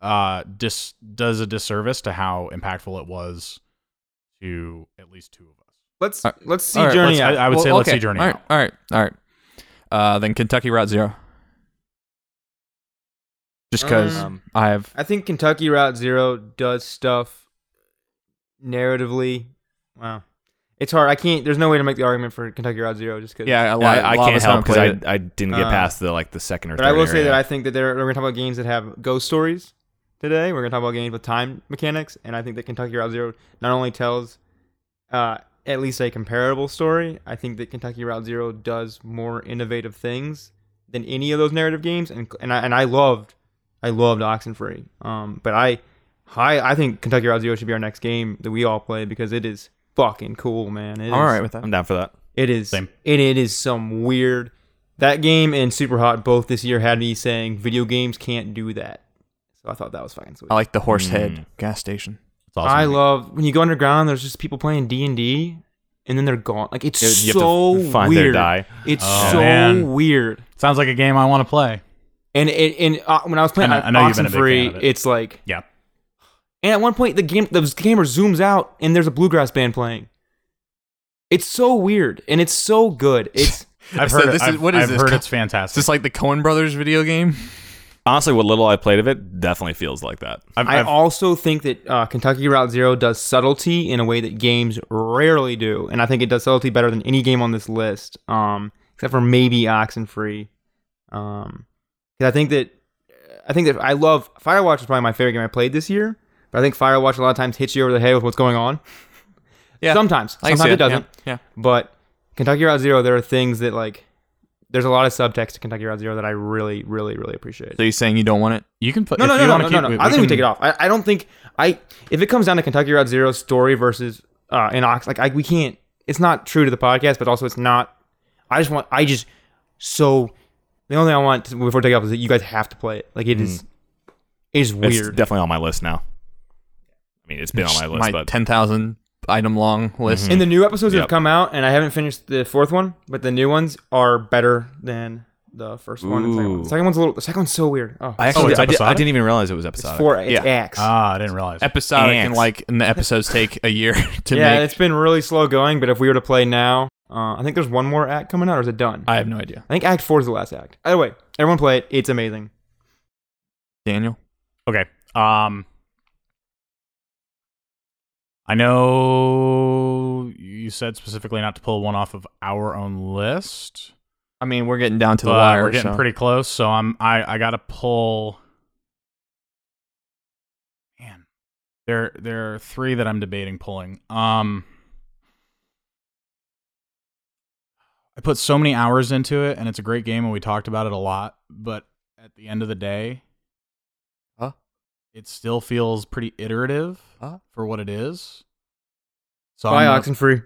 Speaker 4: uh, dis- does a disservice to how impactful it was to at least two of us.
Speaker 1: let's
Speaker 2: All
Speaker 1: let's see
Speaker 2: All right,
Speaker 1: Journey
Speaker 2: let's-
Speaker 1: out.
Speaker 4: I, I would
Speaker 2: Well,
Speaker 4: say let's
Speaker 2: okay.
Speaker 4: see Journey
Speaker 2: All right,
Speaker 4: out.
Speaker 2: all right, all right. Uh, then Kentucky Route Zero. Just because
Speaker 1: Um,
Speaker 2: I have
Speaker 1: I think Kentucky Route Zero does stuff narratively. Wow, it's hard. I can't. There's no way to make the argument for Kentucky Route Zero just because.
Speaker 2: yeah, a lot,
Speaker 3: I, I
Speaker 2: a lot of
Speaker 3: can't
Speaker 2: us haven't
Speaker 3: help because
Speaker 2: played
Speaker 3: I,
Speaker 2: it.
Speaker 3: I didn't get
Speaker 1: Uh,
Speaker 3: past the like the second or.
Speaker 1: But I
Speaker 3: third
Speaker 1: will say
Speaker 3: area.
Speaker 1: that I think that there we're gonna talk about games that have ghost stories today. We're gonna talk about games with time mechanics, and I think that Kentucky Route Zero not only tells uh, at least a comparable story, I think that Kentucky Route Zero does more innovative things than any of those narrative games. And and I and I loved I loved Oxenfree. Um, but I high I think Kentucky Route Zero should be our next game that we all play because it is fucking cool, man. It is
Speaker 2: I'm all right with that.
Speaker 3: I'm down for that.
Speaker 1: it is.
Speaker 4: Same.
Speaker 1: It, it is some weird. That game and Super Hot both this year had me saying video games can't do that. So I thought that was fucking sweet.
Speaker 2: I like the Horse
Speaker 3: Mm.
Speaker 2: Head gas station.
Speaker 4: It's awesome.
Speaker 1: I love when you go underground. There's just people playing D and D, and then they're gone. Like it's
Speaker 3: You
Speaker 1: so
Speaker 3: have to find
Speaker 1: weird.
Speaker 3: their die.
Speaker 1: It's
Speaker 4: Oh,
Speaker 1: so
Speaker 4: man.
Speaker 1: weird.
Speaker 4: Sounds like a game I want to play.
Speaker 1: And it, and uh, when I was playing
Speaker 4: I know- I know you've been a big fan
Speaker 1: Oxenfree,
Speaker 4: of it.
Speaker 1: it's like
Speaker 4: Yeah.
Speaker 1: and at one point the game the gamer zooms out and there's a bluegrass band playing. It's so weird and it's so good. It's
Speaker 4: I've
Speaker 2: So
Speaker 4: heard.
Speaker 2: this
Speaker 4: it.
Speaker 2: is-
Speaker 4: I've,
Speaker 2: what is
Speaker 4: I've
Speaker 2: this?
Speaker 4: heard it's
Speaker 2: Is
Speaker 4: fantastic.
Speaker 2: this like the Coen Brothers video game?
Speaker 3: Honestly, what little I played of it definitely feels like that.
Speaker 4: I've,
Speaker 1: I
Speaker 4: I've,
Speaker 1: also think that uh, Kentucky Route Zero does subtlety in a way that games rarely do, and I think it does subtlety better than any game on this list, um, except for maybe Oxenfree. Um, 'cause I think that I think that I love Firewatch is probably my favorite game I played this year, but I think Firewatch a lot of times hits you over the head with what's going on.
Speaker 2: Yeah.
Speaker 1: sometimes,
Speaker 2: I can
Speaker 1: sometimes
Speaker 2: see
Speaker 1: it doesn't.
Speaker 2: Yeah.
Speaker 1: But Kentucky Route Zero, there are things that like there's a lot of subtext to Kentucky Route Zero that I really, really, really appreciate.
Speaker 2: So you're saying you don't want it?
Speaker 4: you can play.
Speaker 1: No,
Speaker 4: if
Speaker 1: no,
Speaker 4: you
Speaker 1: no, no,
Speaker 4: wanna
Speaker 1: no,
Speaker 4: keep,
Speaker 1: no, no. I think we take it off. I, I don't think I. If it comes down to Kentucky Route Zero story versus uh, in Ox, like I, we can't. It's not true to the podcast, but also it's not. I just want. I just so the only thing I want to, before take off is that you guys have to play it. Like it is. It is
Speaker 3: Mm. It's
Speaker 1: weird.
Speaker 3: definitely on my list now. I mean, it's been on my list,
Speaker 2: my Mhm.
Speaker 3: but
Speaker 2: 10,000 item long list.
Speaker 1: and the new episodes that
Speaker 3: Yep.
Speaker 1: have come out, and I haven't finished the fourth one, but the new ones are better than the first one. And the second, one.
Speaker 3: Ooh.
Speaker 1: The second one's a little. The second one's so weird. Oh,
Speaker 3: I
Speaker 4: Oh,
Speaker 3: actually
Speaker 4: it's
Speaker 3: I, did, I
Speaker 4: episodic?
Speaker 3: didn't even realize it was episodic.
Speaker 1: it's four. It's
Speaker 3: yeah.
Speaker 1: Axe.
Speaker 4: Ah, I didn't realize.
Speaker 2: Episodic and
Speaker 3: Ants.
Speaker 2: like, and the episodes take a year to
Speaker 1: yeah,
Speaker 2: make.
Speaker 1: it's been really slow going, but if we were to play now, uh, I think there's one more act coming out, or is it done? I,
Speaker 2: I have no idea.
Speaker 1: think Act 4 is the last act. Either way, everyone play it. It's amazing.
Speaker 2: Daniel?
Speaker 4: Okay. Um I know you said specifically not to pull one off of our own list,
Speaker 2: I mean, we're getting down to the
Speaker 4: but
Speaker 2: wire.
Speaker 4: we're getting
Speaker 2: so-
Speaker 4: pretty close. So I'm I I gotta pull. Man, there there are three that I'm debating pulling. Um, I put so many hours into it, and it's a great game, and we talked about it a lot. But at the end of the day,
Speaker 2: Huh?
Speaker 4: it still feels pretty iterative
Speaker 2: Huh?
Speaker 4: for what it is. So
Speaker 1: Buy
Speaker 4: I'm
Speaker 1: Oxen Free.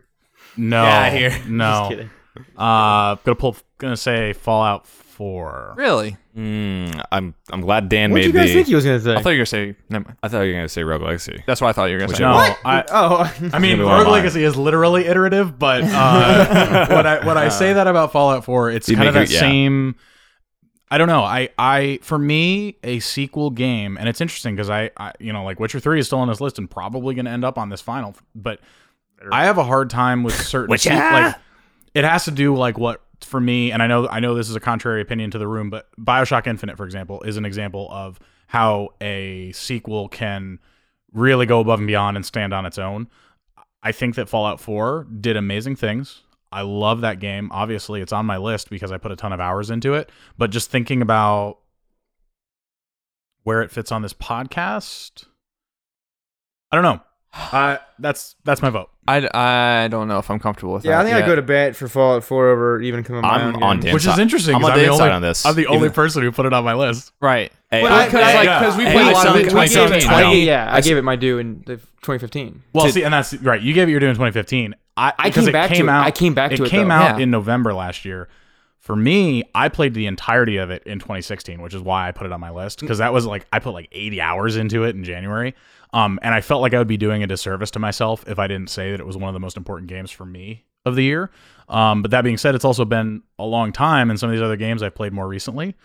Speaker 4: no,
Speaker 2: Get outta here.
Speaker 4: no.
Speaker 1: Just kidding.
Speaker 4: Uh, gonna pull. Gonna say Fallout Four.
Speaker 2: Really?
Speaker 3: Mm, I'm I'm glad Dan
Speaker 1: What did you
Speaker 3: made
Speaker 1: guys
Speaker 3: the.
Speaker 1: think he was going to say?
Speaker 2: I thought you were going to say. Never mind.
Speaker 3: I thought you were gonna say Rogue Legacy.
Speaker 2: That's what I thought you were going to
Speaker 3: Which
Speaker 2: say.
Speaker 3: I
Speaker 4: No,
Speaker 3: was.
Speaker 1: what?
Speaker 4: I.
Speaker 1: oh,
Speaker 4: I mean,
Speaker 3: Give me one of
Speaker 4: Rogue
Speaker 3: mine.
Speaker 4: Legacy is literally iterative, but uh, when I when I say that about Fallout Four, it's
Speaker 3: You
Speaker 4: kind of
Speaker 3: make
Speaker 4: that
Speaker 3: it- yeah.
Speaker 4: same. I don't know. I I for me a sequel game, and it's interesting because I, I you know like Witcher Three is still on this list and probably going to end up on this final, but I have a hard time with certain
Speaker 3: Witcher!
Speaker 4: like it has to do like what for me and i know i know this is a contrary opinion to the room but bioshock infinite for example is an example of how a sequel can really go above and beyond and stand on its own i think that fallout 4 did amazing things i love that game obviously it's on my list because i put a ton of hours into it but just thinking about where it fits on this podcast i don't know uh, that's that's my vote
Speaker 2: I, I don't know if I'm comfortable with
Speaker 1: yeah, I
Speaker 2: that.
Speaker 1: think I'd
Speaker 2: yet.
Speaker 1: go to bat for Fallout 4 over even coming
Speaker 3: I'm on Dan.
Speaker 4: which is
Speaker 3: Inside-
Speaker 4: interesting
Speaker 3: I'm
Speaker 4: 'cause
Speaker 3: on the
Speaker 4: the
Speaker 3: inside
Speaker 4: only,
Speaker 3: on this.
Speaker 4: I'm the only
Speaker 3: Even-
Speaker 4: person who put it on my list
Speaker 2: Right.
Speaker 3: Hey,
Speaker 1: Well, I-
Speaker 3: I-
Speaker 1: 'cause, like,
Speaker 2: yeah.
Speaker 1: 'cause we
Speaker 2: Hey,
Speaker 1: played
Speaker 2: I
Speaker 1: a lot
Speaker 2: saw
Speaker 1: of
Speaker 2: it
Speaker 1: it.
Speaker 2: in
Speaker 1: We gave it-
Speaker 2: 2017.
Speaker 1: I
Speaker 2: I know.
Speaker 1: gave- yeah, I gave it my due in the 2015.
Speaker 4: Well,
Speaker 3: to-
Speaker 4: see, and that's right. You gave it your due in 2015. I,
Speaker 1: I
Speaker 4: because
Speaker 1: came
Speaker 4: it
Speaker 1: back to
Speaker 4: came
Speaker 1: it.
Speaker 4: out.
Speaker 1: I came back
Speaker 4: it
Speaker 1: to it,
Speaker 4: came
Speaker 1: though.
Speaker 4: out
Speaker 2: Yeah.
Speaker 4: in November last year. For me, I played the entirety of it in 2016, which is why I put it on my list because that was like I put like 80 hours into it in January. Um, and I felt like I would be doing a disservice to myself if I didn't say that it was one of the most important games for me of the year. Um, but that being said, it's also been a long time, and some of these other games I've played more recently.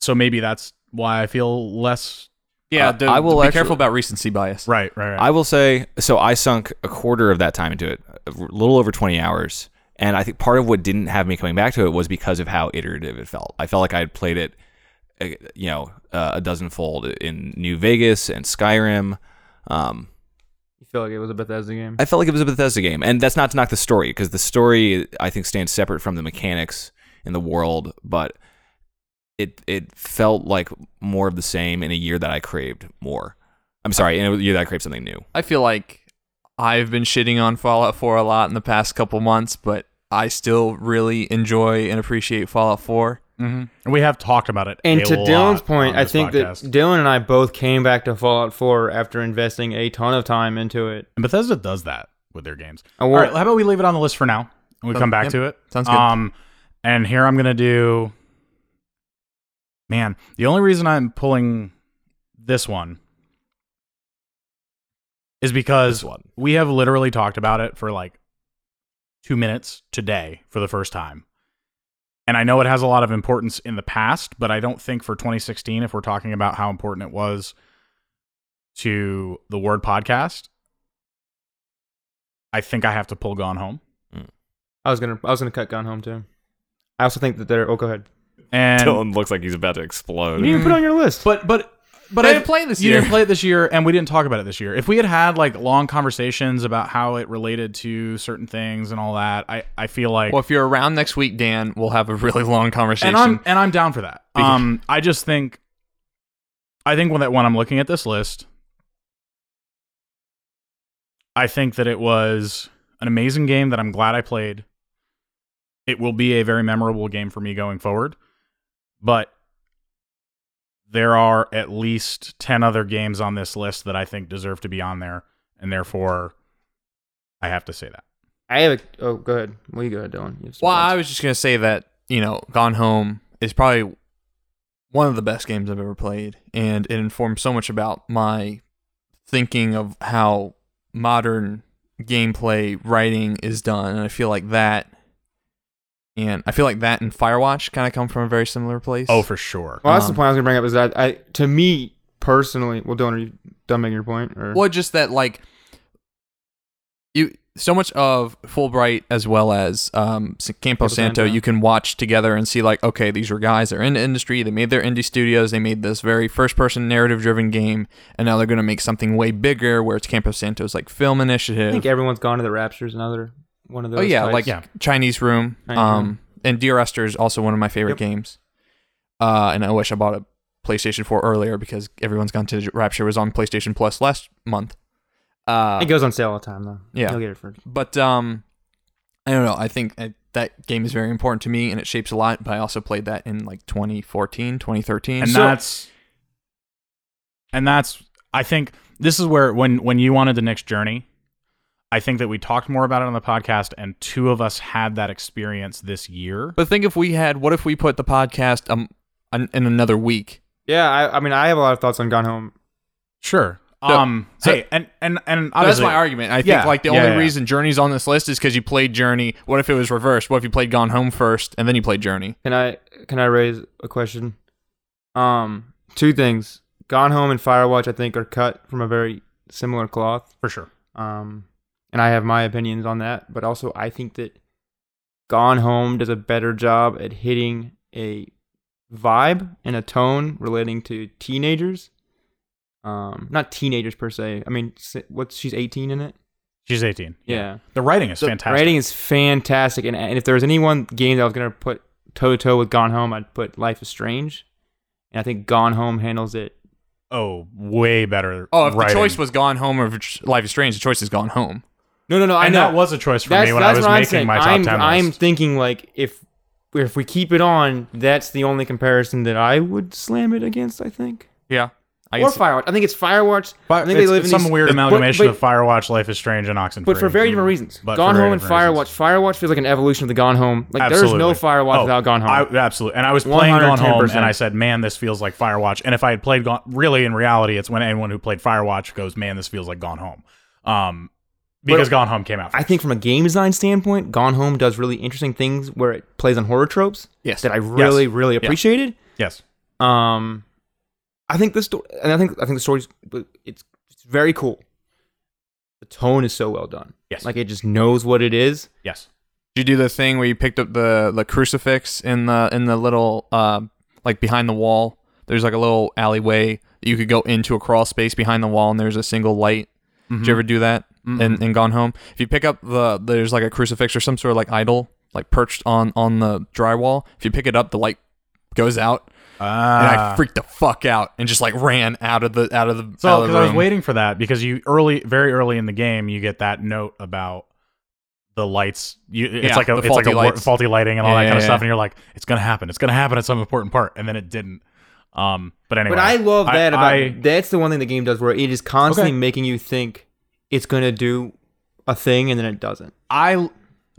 Speaker 4: So maybe that's why I feel less.
Speaker 2: Yeah,
Speaker 3: Uh,
Speaker 2: the-
Speaker 3: I will
Speaker 2: be
Speaker 3: actually-
Speaker 2: careful about recency bias.
Speaker 4: Right, right, right.
Speaker 3: I will say so. I sunk a quarter of that time into it, a little over 20 hours, and I think part of what didn't have me coming back to it was because of how iterative it felt. I felt like I had played it, uh, you know, uh, a dozenfold in New Vegas and Skyrim. Um,
Speaker 1: You feel like it was a Bethesda game.
Speaker 3: I felt like it was a Bethesda game, and that's not to knock the story because the story I think stands separate from the mechanics in the world, but it it felt like more of the same in a year that I craved more. I'm sorry, in a year that I craved something new.
Speaker 2: I feel like I've been shitting on Fallout 4 a lot in the past couple months, but I still really enjoy and appreciate Fallout 4.
Speaker 4: Mhm. And we have talked about it.
Speaker 1: And
Speaker 4: a
Speaker 1: to Dylan's
Speaker 4: lot
Speaker 1: point,
Speaker 4: on
Speaker 1: I
Speaker 4: this
Speaker 1: think
Speaker 4: podcast.
Speaker 1: that Dylan and I both came back to Fallout 4 after investing a ton of time into it.
Speaker 4: And Bethesda does that with their games.
Speaker 1: I
Speaker 4: All
Speaker 1: want-
Speaker 4: right, how about we leave it on the list for now and we
Speaker 2: Sounds-
Speaker 4: come back
Speaker 2: yep.
Speaker 4: to it?
Speaker 2: Sounds good.
Speaker 4: Um, and here I'm going to do. Man, the only reason I'm pulling this one is because
Speaker 3: This one.
Speaker 4: we have literally talked about it for like two minutes today for the first time. And I know it has a lot of importance in the past, but I don't think for 2016, if we're talking about how important it was to the Word podcast, I think I have to pull Gone Home.
Speaker 1: I was gonna I was gonna cut Gone Home too. I also think that they're. Oh, go ahead.
Speaker 4: And
Speaker 3: Dylan looks like he's about to
Speaker 1: You
Speaker 3: explode.
Speaker 1: didn't even put it on your list.
Speaker 4: But but but
Speaker 2: They
Speaker 4: I
Speaker 2: didn't play it this
Speaker 4: you
Speaker 2: year.
Speaker 4: didn't play it this year, and we didn't talk about it this year. If we had had like long conversations about how it related to certain things and all that, I I feel like
Speaker 2: Well, if you're around next week, Dan, we'll have a really long conversation.
Speaker 4: and I'm and I'm down for that. Um, I just think I think when that when I'm looking at this list, I think that it was an amazing game that I'm glad I played. It will be a very memorable game for me going forward, but there are at least 10 other games on this list that I think deserve to be on there and therefore I have to say that.
Speaker 1: I have a. Oh, go ahead. Well, you go ahead, Dylan. You have some
Speaker 2: well, I
Speaker 1: thoughts.
Speaker 2: was just gonna say that you know, Gone Home is probably one of the best games I've ever played, and it informed so much about my thinking of how modern gameplay writing is done, and I feel like that. And I feel like that and Firewatch kind of come from a very similar place.
Speaker 4: Oh, for sure.
Speaker 1: Well, that's
Speaker 2: um,
Speaker 1: the point I was gonna bring up. Is that I to me personally? Well, Dylan, are you done making your point? Or
Speaker 2: Well, just that like you so much of Fulbright as well as um, S- Campo
Speaker 1: Campo
Speaker 2: Santo,
Speaker 1: Santo.
Speaker 2: you can watch together and see like, okay, these are guys that are in the industry. They made their indie studios. They made this very first-person narrative-driven game, and now they're going to make something way bigger, where it's Campo Santo's like film
Speaker 1: I
Speaker 2: initiative.
Speaker 1: think everyone's gone to the Raptures. Another one of those.
Speaker 2: oh yeah,
Speaker 1: types.
Speaker 2: like
Speaker 4: Yeah.
Speaker 2: Chinese Room.
Speaker 1: Chinese
Speaker 2: um,
Speaker 1: Room.
Speaker 2: and Dear Esther is also one of my favorite
Speaker 1: Yep.
Speaker 2: games. Uh, and I wish I bought a PlayStation 4 earlier because everyone's gone to Rapture was on PlayStation Plus last month. Uh,
Speaker 1: it goes on sale all the time though.
Speaker 2: Yeah.
Speaker 1: you'll get it for.
Speaker 2: but um i don't know i think I, that game is very important to me and it shapes a lot but i also played that in like 2014 2013
Speaker 4: and
Speaker 2: So-
Speaker 4: that's and that's i think this is where when when you wanted the next journey i think that we talked more about it on the podcast and two of us had that experience this year
Speaker 2: but think if we had what if we put the podcast um an, in another week
Speaker 1: Yeah, I, I mean, I have a lot of thoughts on Gone Home.
Speaker 4: sure
Speaker 2: So-
Speaker 4: um
Speaker 2: so-
Speaker 4: hey and and
Speaker 2: So
Speaker 4: and
Speaker 2: that's
Speaker 4: obviously
Speaker 2: my argument i think
Speaker 4: Yeah,
Speaker 2: like the
Speaker 4: yeah,
Speaker 2: only
Speaker 4: yeah.
Speaker 2: reason journey's on this list is because you played journey what if it was reversed what if you played gone home first and then you played journey
Speaker 1: Can I can I raise a question? Um, two things. Gone Home and Firewatch, I think, are cut from a very similar cloth.
Speaker 4: for sure
Speaker 1: Um, and I have my opinions on that, but also I think that Gone Home does a better job at hitting a vibe and a tone relating to teenagers. Um, not teenagers per se. I mean, s- what's she's eighteen in it?
Speaker 4: she's 18
Speaker 1: Yeah.
Speaker 4: the writing is
Speaker 1: The
Speaker 4: fantastic
Speaker 1: Writing is fantastic, and, and if there was any one game that I was gonna put toe to toe with Gone Home, I'd put Life is Strange, and I think Gone Home handles it.
Speaker 4: oh way better
Speaker 2: oh if
Speaker 4: writing.
Speaker 2: the choice was gone home or life is strange the choice is gone home
Speaker 1: No, no, no.
Speaker 4: and
Speaker 1: I know
Speaker 4: that was a choice for me when i was
Speaker 1: what I'm
Speaker 4: making
Speaker 1: saying.
Speaker 4: my top
Speaker 1: I'm,
Speaker 4: 10 list
Speaker 1: I'm thinking like if if we keep it on, that's the only comparison that I would slam it against. I think.
Speaker 2: yeah i
Speaker 1: or
Speaker 2: guess
Speaker 1: Firewatch. I think it's Firewatch. I
Speaker 4: but
Speaker 1: think
Speaker 4: it's,
Speaker 1: they live
Speaker 4: it's
Speaker 1: in
Speaker 4: some
Speaker 1: these-
Speaker 4: weird
Speaker 1: but-
Speaker 4: amalgamation
Speaker 1: but-
Speaker 4: of Firewatch, Life is Strange, and Oxenfree.
Speaker 1: But for very different reasons.
Speaker 4: But
Speaker 1: Gone
Speaker 4: for very
Speaker 1: Home and
Speaker 4: different
Speaker 1: Firewatch.
Speaker 4: reasons.
Speaker 1: Firewatch feels like an evolution of the Gone Home. Like
Speaker 4: Absolutely.
Speaker 1: there is no Firewatch
Speaker 4: Oh,
Speaker 1: without Gone Home.
Speaker 4: I, absolutely. And I was playing Gone Home
Speaker 1: 110%.
Speaker 4: and I said, man, this feels like Firewatch. And if I had played Gone, really in reality, it's when anyone who played Firewatch goes, man, this feels like Gone Home. Um, because Gone Home came out.
Speaker 1: I think from a game design standpoint, Gone Home does really interesting things where it plays on horror tropes
Speaker 2: yes
Speaker 1: that I really, really appreciated.
Speaker 4: yes.
Speaker 1: Um, I think this story, and I think I think the story's it's it's very cool. The tone is so well done.
Speaker 4: Yes.
Speaker 1: like it just knows what it is.
Speaker 4: Yes.
Speaker 2: Did you do the thing where you picked up the the crucifix in the in the little uh, like behind the wall? There's like a little alleyway that you could go into a crawl space behind the wall, and there's a single light.
Speaker 4: Mm-hmm.
Speaker 2: Did you ever do that and, and gone home? If you pick up the there's like a crucifix or some sort of like idol like perched on on the drywall. If you pick it up, the light goes out, and
Speaker 1: Ah,
Speaker 2: I freaked the fuck out and just like ran out of the out of the out
Speaker 4: Ah.
Speaker 2: of
Speaker 4: So because
Speaker 2: the
Speaker 4: I was
Speaker 2: room.
Speaker 4: waiting for that because you early, very early in the game, you get that note about the lights. You, it's
Speaker 2: Yeah,
Speaker 4: like a
Speaker 2: the
Speaker 4: it's like
Speaker 2: faulty
Speaker 4: a wor-
Speaker 2: lights.
Speaker 4: faulty lighting and all
Speaker 2: Yeah,
Speaker 4: that
Speaker 2: yeah,
Speaker 4: kind of
Speaker 2: yeah.
Speaker 4: stuff, and you're like, it's gonna happen. It's gonna happen at some important part, and then it didn't. Um, but anyway,
Speaker 1: But I love
Speaker 4: I-
Speaker 1: that about
Speaker 4: I-
Speaker 1: that's the one thing the game does where it is constantly
Speaker 4: Okay.
Speaker 1: making you think it's gonna do a thing and then it doesn't.
Speaker 4: I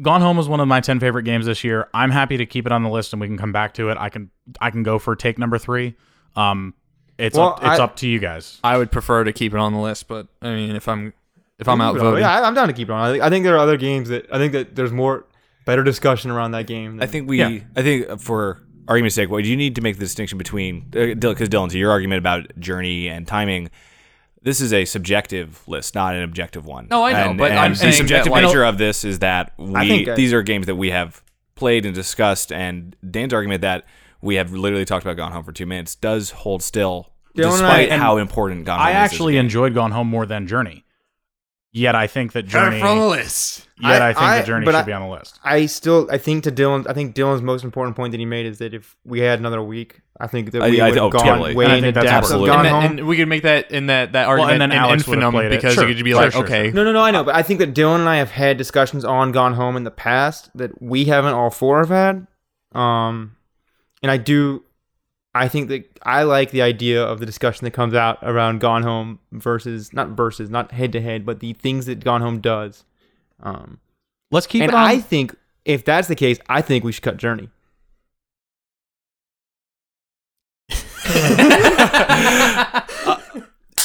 Speaker 4: Gone Home was one of my ten favorite games this year. I'm happy to keep it on the list, and we can come back to it. I can I can go for take number three. Um, it's
Speaker 1: Well,
Speaker 4: up, it's
Speaker 1: I-
Speaker 4: up to you guys.
Speaker 2: I would prefer to keep it on the list, but I mean, if I'm if I'm
Speaker 1: Keep it on.
Speaker 2: outvoted,
Speaker 1: Yeah, I, I'm down to keep it on. I think, I think there are other games that I think that there's more better discussion around that game. Than,
Speaker 3: I think we.
Speaker 4: Yeah.
Speaker 3: I think for argument's uh, sake, what you need to make the distinction between because Dylan, to your argument about journey and timing, this is a subjective list, not an objective one.
Speaker 2: No, I know,
Speaker 3: And-
Speaker 2: but
Speaker 3: and
Speaker 2: I'm saying
Speaker 3: the
Speaker 2: that,
Speaker 3: subjective
Speaker 2: like-
Speaker 3: nature of this is that we
Speaker 1: I think I-
Speaker 3: these are games that we have played and discussed, and Dan's argument that we have literally talked about Gone Home for two minutes does hold still,
Speaker 1: Dylan and I-
Speaker 3: despite
Speaker 1: and
Speaker 3: how important Gone Home
Speaker 4: I
Speaker 3: is.
Speaker 4: actually enjoyed Gone Home more than Journey. Yet I think that Journey.
Speaker 2: list.
Speaker 4: Yet I,
Speaker 1: I-
Speaker 4: think
Speaker 1: I-
Speaker 4: that Journey
Speaker 1: but
Speaker 4: should
Speaker 1: I-
Speaker 4: be on the list.
Speaker 1: I still, I think to Dylan, I think Dylan's most important point that he made is that if we had another week, I think that
Speaker 3: I-
Speaker 1: we
Speaker 3: I-
Speaker 1: would have
Speaker 3: oh,
Speaker 1: gone
Speaker 3: totally.
Speaker 1: way
Speaker 4: And I
Speaker 1: into
Speaker 4: think that's
Speaker 1: depths of
Speaker 3: absolutely-
Speaker 1: Gone
Speaker 2: And,
Speaker 1: Home.
Speaker 2: then, and we could make that in that that argument
Speaker 4: and then
Speaker 2: in
Speaker 4: Alex would've
Speaker 2: infinitum
Speaker 4: played it.
Speaker 2: because
Speaker 4: Sure,
Speaker 2: you could just be
Speaker 4: sure,
Speaker 2: like,
Speaker 4: sure,
Speaker 2: okay,
Speaker 1: No, no, no. I know, but I think that Dylan and I have had discussions on Gone Home in the past that we haven't all four have had. Um, and I do, I think that I like the idea of the discussion that comes out around Gone Home versus not versus not head to head, but the things that Gone Home does. Um,
Speaker 4: Let's keep
Speaker 1: and
Speaker 4: it on.
Speaker 1: I think if that's the case, I think we should cut Journey.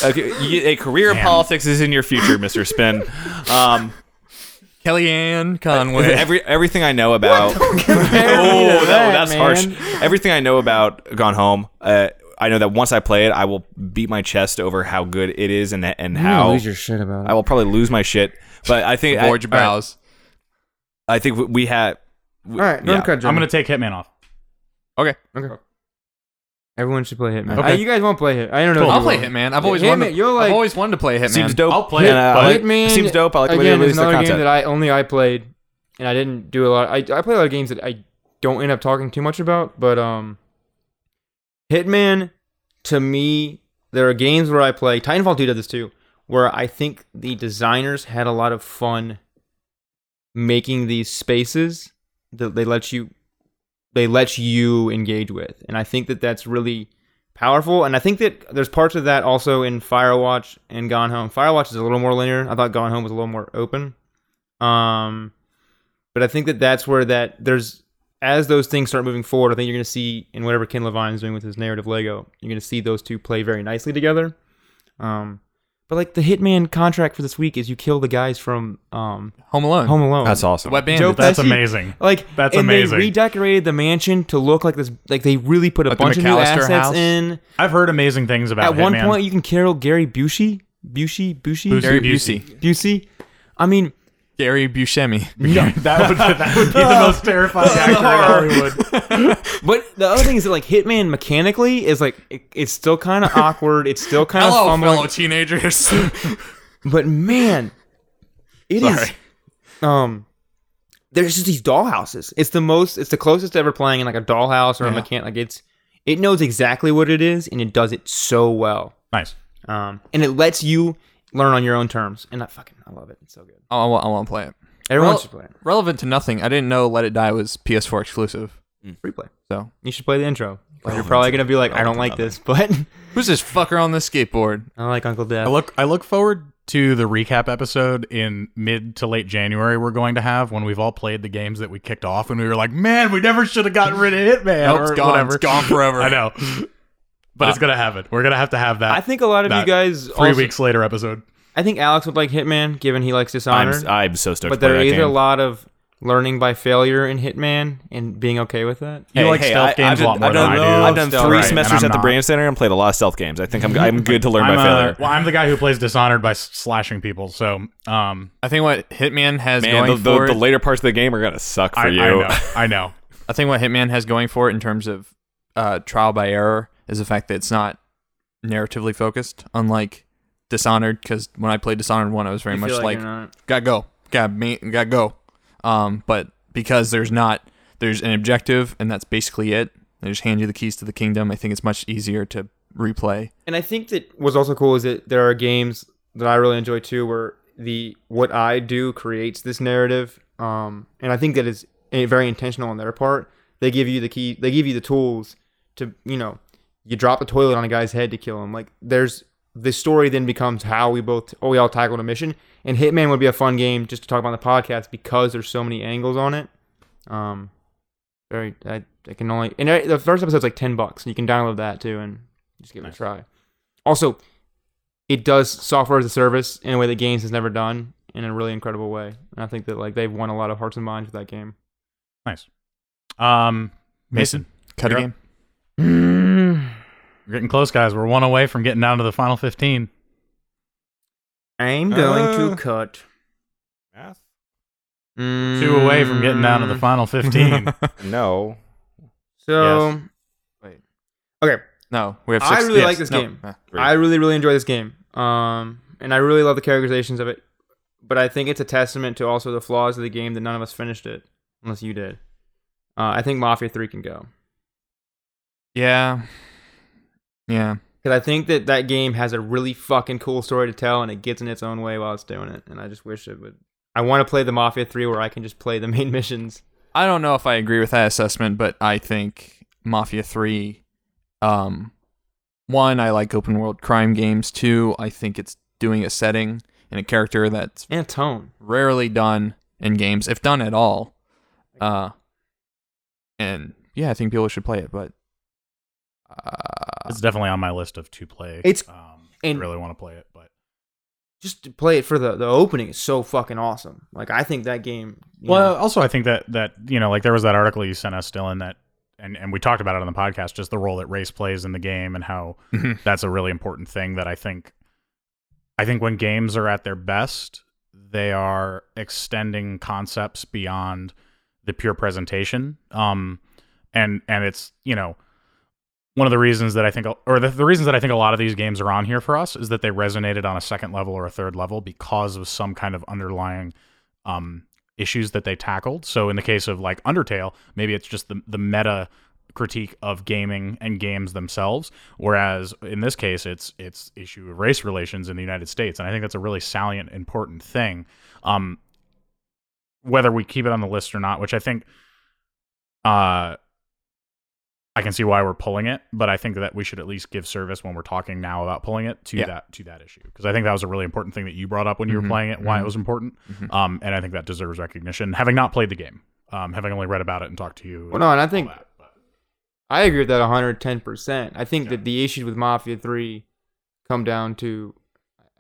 Speaker 3: okay, you- a career in
Speaker 4: Man.
Speaker 3: politics is in your future, Mister Spin. Um,
Speaker 2: Kellyanne Conway.
Speaker 3: every everything I know about.
Speaker 1: Oh,
Speaker 3: no, that's harsh. Everything I know about Gone Home, uh, I know that once I play it, I will beat my chest over how good it is and and how
Speaker 1: lose your shit about it.
Speaker 3: I will probably lose my shit. But I think I,
Speaker 2: Forge Bows.
Speaker 3: I think we- we had.
Speaker 1: all right, don't
Speaker 3: yeah.
Speaker 1: cut Journey.
Speaker 4: I'm going to take Hitman off.
Speaker 1: Okay. Everyone should play Hitman.
Speaker 4: Okay.
Speaker 1: Uh, you guys won't play Hit. I don't know. if
Speaker 2: I'll
Speaker 1: you
Speaker 2: play
Speaker 1: will.
Speaker 2: Hitman. I've always
Speaker 1: Hitman,
Speaker 2: wanted.
Speaker 1: you're like-
Speaker 2: I've always wanted to play Hitman.
Speaker 3: Seems dope.
Speaker 4: I'll play
Speaker 3: and,
Speaker 4: it,
Speaker 3: uh,
Speaker 4: but-
Speaker 3: I like-
Speaker 1: Hitman
Speaker 3: seems dope. I like the way they
Speaker 1: again, is
Speaker 3: release the
Speaker 1: another game
Speaker 3: concept.
Speaker 1: that I only I played, and I didn't do a lot. I, I play a lot of games that I don't end up talking too much about, but um, Hitman, to me, there are games where I play. Titanfall two did this too, where I think the designers had a lot of fun making these spaces that they let you they let you engage with, and I think that that's really powerful. And I think that there's parts of that also in Firewatch and Gone Home. Firewatch is a little more linear. I thought Gone Home was a little more open. Um, but I think that that's where that there's as those things start moving forward. I think you're going to see in whatever Ken Levine is doing with his narrative Lego, you're going to see those two play very nicely together. Um, but like the Hitman contract for this week is you kill the guys from um,
Speaker 2: Home Alone.
Speaker 1: Home Alone.
Speaker 3: That's awesome.
Speaker 2: Wet Bandits.
Speaker 1: Joe
Speaker 4: That's
Speaker 1: Pesci-
Speaker 4: amazing.
Speaker 1: Like
Speaker 4: That's
Speaker 1: and
Speaker 4: amazing.
Speaker 1: They redecorated the mansion to look like this. Like they really put a
Speaker 2: Like the
Speaker 1: bunch of new
Speaker 2: McAllister
Speaker 1: assets
Speaker 2: house?
Speaker 1: in.
Speaker 4: I've heard amazing things about
Speaker 1: At one
Speaker 4: Hitman.
Speaker 1: point, you can carol Gary Busey, Busey, Busey,
Speaker 4: Busey.
Speaker 2: Gary
Speaker 4: Busey.
Speaker 2: Oh, Busey.
Speaker 1: Busey. I mean,
Speaker 2: Gary Buscemi.
Speaker 1: no.
Speaker 4: that, would, that would be the most terrifying actor in Hollywood.
Speaker 1: but the other thing is that like Hitman mechanically is like it, it's still kind of awkward. It's still kind of
Speaker 2: Hello, fellow
Speaker 1: fumbling.
Speaker 2: teenagers. Oh,
Speaker 1: But man, it is. um. There's just these dollhouses. It's the most. It's the closest to ever playing in like a dollhouse or a mechanic. Like it's, it knows exactly what it is and it does it so well.
Speaker 4: Nice.
Speaker 1: Um, and it lets you learn on your own terms. And I fucking I love it. It's so good.
Speaker 2: Oh, I want, I want to play it.
Speaker 1: Everyone
Speaker 2: Well-
Speaker 1: should play it.
Speaker 2: Relevant to nothing. I didn't know Let It Die was PS4 exclusive.
Speaker 1: Free play.
Speaker 2: So
Speaker 1: You should play the intro. Like, you're probably gonna be like, I don't like this, but
Speaker 2: who's this fucker on this skateboard?
Speaker 1: I like Uncle
Speaker 4: I
Speaker 1: Death.
Speaker 4: look I look forward to the recap episode in mid to late January we're going to have when we've all played the games that we kicked off and we were like, man, we never should have gotten rid of Hitman
Speaker 2: Nope,
Speaker 4: or
Speaker 2: it's gone.
Speaker 4: whatever.
Speaker 2: It's gone forever.
Speaker 4: I know. But it's gonna happen. We're gonna have to have that
Speaker 1: I think a lot of
Speaker 4: That
Speaker 1: you guys.
Speaker 4: three
Speaker 1: also-
Speaker 4: weeks later episode.
Speaker 1: I think Alex would like Hitman, given he likes
Speaker 3: I'm,
Speaker 1: Dishonored.
Speaker 3: I'm so stoked.
Speaker 1: but
Speaker 3: to play
Speaker 1: there
Speaker 3: that
Speaker 1: is
Speaker 3: game.
Speaker 1: a lot of learning by failure in Hitman and being okay with that.
Speaker 4: You
Speaker 3: Hey,
Speaker 4: like
Speaker 3: hey,
Speaker 4: stealth
Speaker 3: I-
Speaker 4: games
Speaker 3: I've
Speaker 4: a lot
Speaker 3: done,
Speaker 4: more
Speaker 3: I've
Speaker 4: than
Speaker 3: done,
Speaker 4: I do.
Speaker 3: I've done
Speaker 1: Stealth,
Speaker 3: three
Speaker 1: right, and
Speaker 3: semesters
Speaker 4: I'm
Speaker 3: at the
Speaker 4: not.
Speaker 3: Brand Center and played a lot of stealth games. I think I'm I'm good to learn
Speaker 4: I'm,
Speaker 3: by
Speaker 4: uh,
Speaker 3: failure.
Speaker 4: well, I'm the guy who plays Dishonored by s- slashing people, so um
Speaker 2: I think what Hitman has
Speaker 3: Man, the,
Speaker 2: going
Speaker 3: the,
Speaker 2: for
Speaker 3: the
Speaker 2: it-
Speaker 3: later parts of the game are gonna suck for
Speaker 4: I, I
Speaker 3: you.
Speaker 4: know. I know.
Speaker 2: I think what Hitman has going for it in terms of uh, trial by error is the fact that it's not narratively focused, unlike Dishonored. Because when I played Dishonored one, I was very much like, "Gotta go, gotta ma- gotta go." Um, but because there's not there's an objective, and that's basically it. They just hand you the keys to the kingdom. I think it's much easier to replay.
Speaker 1: And I think that what's also cool is that there are games that I really enjoy too, where the what I do creates this narrative, um, and I think that is eh, very intentional on their part. They give you the key, they give you the tools to, you know, you drop a toilet on a guy's head to kill him. Like there's the story then becomes how we both, oh, we all tackled a mission. And Hitman would be a fun game just to talk about on the podcast because there's so many angles on it. Um, very, I, I can only, and I, the first episode's like ten bucks, and you can download that too and just give it a try. Also, it does software as a service in a way that games has never done in a really incredible way. And I think that like they've won a lot of hearts and minds with that game.
Speaker 4: Um Mason.
Speaker 2: Cut
Speaker 4: You're
Speaker 2: a
Speaker 4: up.
Speaker 2: game.
Speaker 4: We're getting close, guys. We're one away from getting down to the final 15.
Speaker 1: I'm going
Speaker 3: Uh.
Speaker 1: to cut.
Speaker 3: Math?
Speaker 4: Two away from getting down to the
Speaker 1: Mm,
Speaker 4: final 15.
Speaker 3: No.
Speaker 1: So,
Speaker 2: Wait.
Speaker 1: okay,
Speaker 2: No, we have.
Speaker 1: I
Speaker 2: Six.
Speaker 1: really
Speaker 2: yes,
Speaker 1: like this
Speaker 2: no,
Speaker 1: game.
Speaker 2: eh.
Speaker 3: Great.
Speaker 1: I really, really enjoy this game. Um, and I really love the characterizations of it. But I think it's a testament to also the flaws of the game that none of us finished it, unless you did. Uh, I think Mafia 3 can go.
Speaker 2: Yeah. Yeah.
Speaker 1: Because I think that that game has a really fucking cool story to tell and it gets in its own way while it's doing it. And I just wish it would. I want to play the Mafia 3 where I can just play the main missions.
Speaker 2: I don't know if I agree with that assessment, but I think Mafia 3 um one, I like open world crime games. Two, I think it's doing a setting and a character that's
Speaker 1: And tone.
Speaker 2: rarely done in games, if done at all. Uh and yeah, I think people should play it, but uh,
Speaker 4: it's definitely on my list of to play.
Speaker 1: It's-
Speaker 4: um,
Speaker 1: and-
Speaker 4: I really want to play it, but
Speaker 1: Just to play it for the, the opening is so fucking awesome. Like, I think that game. you
Speaker 4: well,
Speaker 1: know-
Speaker 4: also I think that that you know, like there was that article you sent us, Dylan, that and and we talked about it on the podcast, just the role that race plays in the game and how
Speaker 2: Mhm.
Speaker 4: that's a really important thing that I think I think when games are at their best, they are extending concepts beyond the pure presentation. Um, and and it's you know one of the reasons that I think or the, the reasons that I think a lot of these games are on here for us is that they resonated on a second level or a third level because of some kind of underlying um, issues that they tackled. So in the case of like Undertale, maybe it's just the the meta critique of gaming and games themselves whereas in this case it's it's issue of race relations in the United States and I think that's a really salient important thing um whether we keep it on the list or not which I think uh I can see why we're pulling it but I think that we should at least give service when we're talking now about pulling it to
Speaker 2: Yeah.
Speaker 4: that to that issue because I think that was a really important thing that you brought up when you were
Speaker 2: Mhm,
Speaker 4: playing it why
Speaker 2: mhm.
Speaker 4: it was important
Speaker 2: Mhm.
Speaker 4: um and I think that deserves recognition having not played the game um having only read about it and talked to you
Speaker 1: Well, no, and I
Speaker 4: all
Speaker 1: think
Speaker 4: that, but-
Speaker 1: I agree with that 110%. I think
Speaker 4: Yeah.
Speaker 1: that the issues with Mafia 3 come down to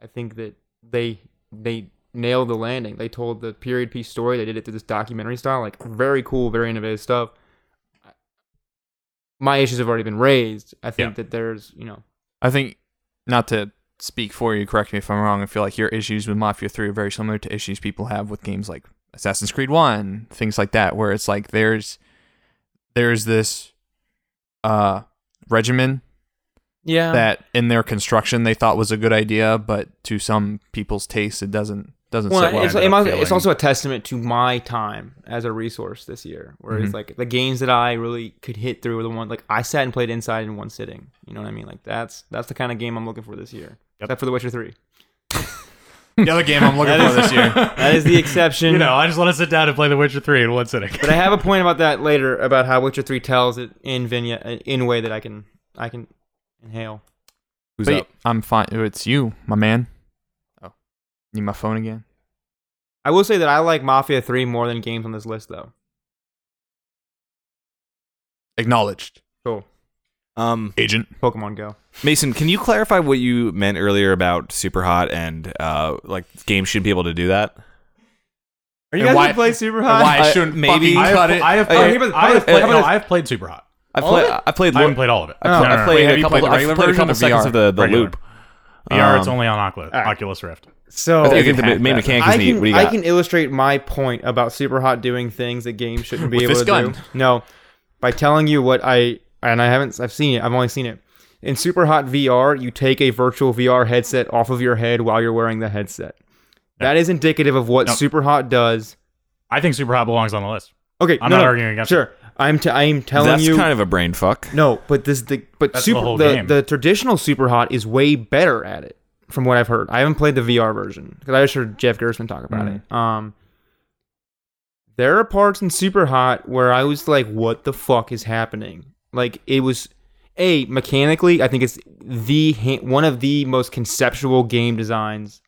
Speaker 1: I think that they they nailed the landing. They told the period piece story. They did it through this documentary style, like very cool, very innovative stuff. My issues have already been raised. I think
Speaker 4: Yeah.
Speaker 1: that there's, you know,
Speaker 2: I think not to speak for you, correct me if I'm wrong, I feel like your issues with Mafia 3 are very similar to issues people have with games like Assassin's Creed 1, things like that where it's like there's there's this uh regimen
Speaker 1: yeah,
Speaker 2: that in their construction they thought was a good idea, but to some people's taste it doesn't doesn't
Speaker 1: Well,
Speaker 2: sit well.
Speaker 1: it's,
Speaker 2: Ended
Speaker 1: it
Speaker 2: up
Speaker 1: must- it's
Speaker 2: failing.
Speaker 1: also a testament to my time as a resource this year, where it's
Speaker 2: Mhm.
Speaker 1: like the games that I really could hit through were the one like I sat and played Inside in one sitting. You know what I mean? Like that's that's the kind of game I'm looking for this year,
Speaker 4: Yep.
Speaker 1: except for The Witcher Three.
Speaker 2: the other game I'm looking for this year.
Speaker 1: That is the exception.
Speaker 4: You know, I just want to sit down and play The Witcher 3 in one sitting.
Speaker 1: but I have a point about that later about how Witcher Three tells it in vignette in a way that I can I can inhale.
Speaker 3: Who's
Speaker 2: But
Speaker 3: up?
Speaker 2: I'm fine. Oh, It's you, my man. Oh, need my phone again?
Speaker 1: I will say that I like Mafia Three more than games on this list, though.
Speaker 2: Acknowledged,
Speaker 1: Cool.
Speaker 3: Um,
Speaker 2: agent.
Speaker 1: Pokemon Go.
Speaker 3: Mason, can you clarify what you meant earlier about super hot and uh, like games should be able to do that?
Speaker 1: Are
Speaker 2: you And guys why- gonna play
Speaker 1: Super
Speaker 2: and why- I
Speaker 3: Uh,
Speaker 2: shouldn't
Speaker 3: maybe.
Speaker 2: fucking-
Speaker 4: I have,
Speaker 2: cut it.
Speaker 4: I have
Speaker 3: Hey,
Speaker 4: played,
Speaker 1: hey, but-
Speaker 4: I have
Speaker 1: hey,
Speaker 4: played,
Speaker 1: how
Speaker 4: no,
Speaker 1: about-
Speaker 4: I've played Super Hot.
Speaker 3: I
Speaker 1: All of
Speaker 3: played. I played.
Speaker 4: I haven't
Speaker 3: lo-
Speaker 4: played all of it.
Speaker 3: I, pl-
Speaker 4: No, no,
Speaker 3: Oh, I
Speaker 4: no.
Speaker 3: played
Speaker 4: Wait, have
Speaker 3: a
Speaker 4: you
Speaker 3: couple.
Speaker 4: played the
Speaker 3: I
Speaker 4: regular
Speaker 3: played a
Speaker 4: version or
Speaker 3: couple
Speaker 4: the
Speaker 3: seconds
Speaker 4: VR?
Speaker 3: of Oh, the, the
Speaker 4: Regular.
Speaker 3: loop.
Speaker 4: VR, it's
Speaker 3: Um,
Speaker 4: only on Oculus,
Speaker 1: right.
Speaker 4: Oculus Rift.
Speaker 1: So
Speaker 3: I think
Speaker 2: You
Speaker 3: the
Speaker 2: can
Speaker 3: main
Speaker 2: hack that.
Speaker 3: mechanic
Speaker 1: I
Speaker 3: is neat.
Speaker 1: can,
Speaker 3: What do you
Speaker 1: I
Speaker 3: got?
Speaker 1: can illustrate my point about Superhot doing things that games shouldn't be
Speaker 2: With
Speaker 1: able
Speaker 2: this
Speaker 1: to
Speaker 2: gun.
Speaker 1: do. No, by telling you what I and I haven't. I've seen it. I've only seen it in Superhot VR. You take a virtual VR headset off of your head while you're wearing the headset. That is indicative of what
Speaker 4: No.
Speaker 1: Superhot does.
Speaker 4: I think Super Hot belongs on the list.
Speaker 1: Okay,
Speaker 4: I'm
Speaker 1: no,
Speaker 4: not
Speaker 1: no,
Speaker 4: arguing against
Speaker 1: Sure, I'm. T- I'm telling
Speaker 3: That's
Speaker 1: you.
Speaker 3: kind of a brain fuck.
Speaker 1: no, but this the but
Speaker 4: That's the
Speaker 1: super
Speaker 4: whole
Speaker 1: the,
Speaker 4: game.
Speaker 1: the traditional Superhot is way better at it from what I've heard. I haven't played the VR version because I just heard Jeff Gerstmann talk about
Speaker 4: Mm.
Speaker 1: it. Um, there are parts in Super Hot where I was like, what the fuck is happening? Like, it was, A, mechanically, I think it's the ha- one of the most conceptual game designs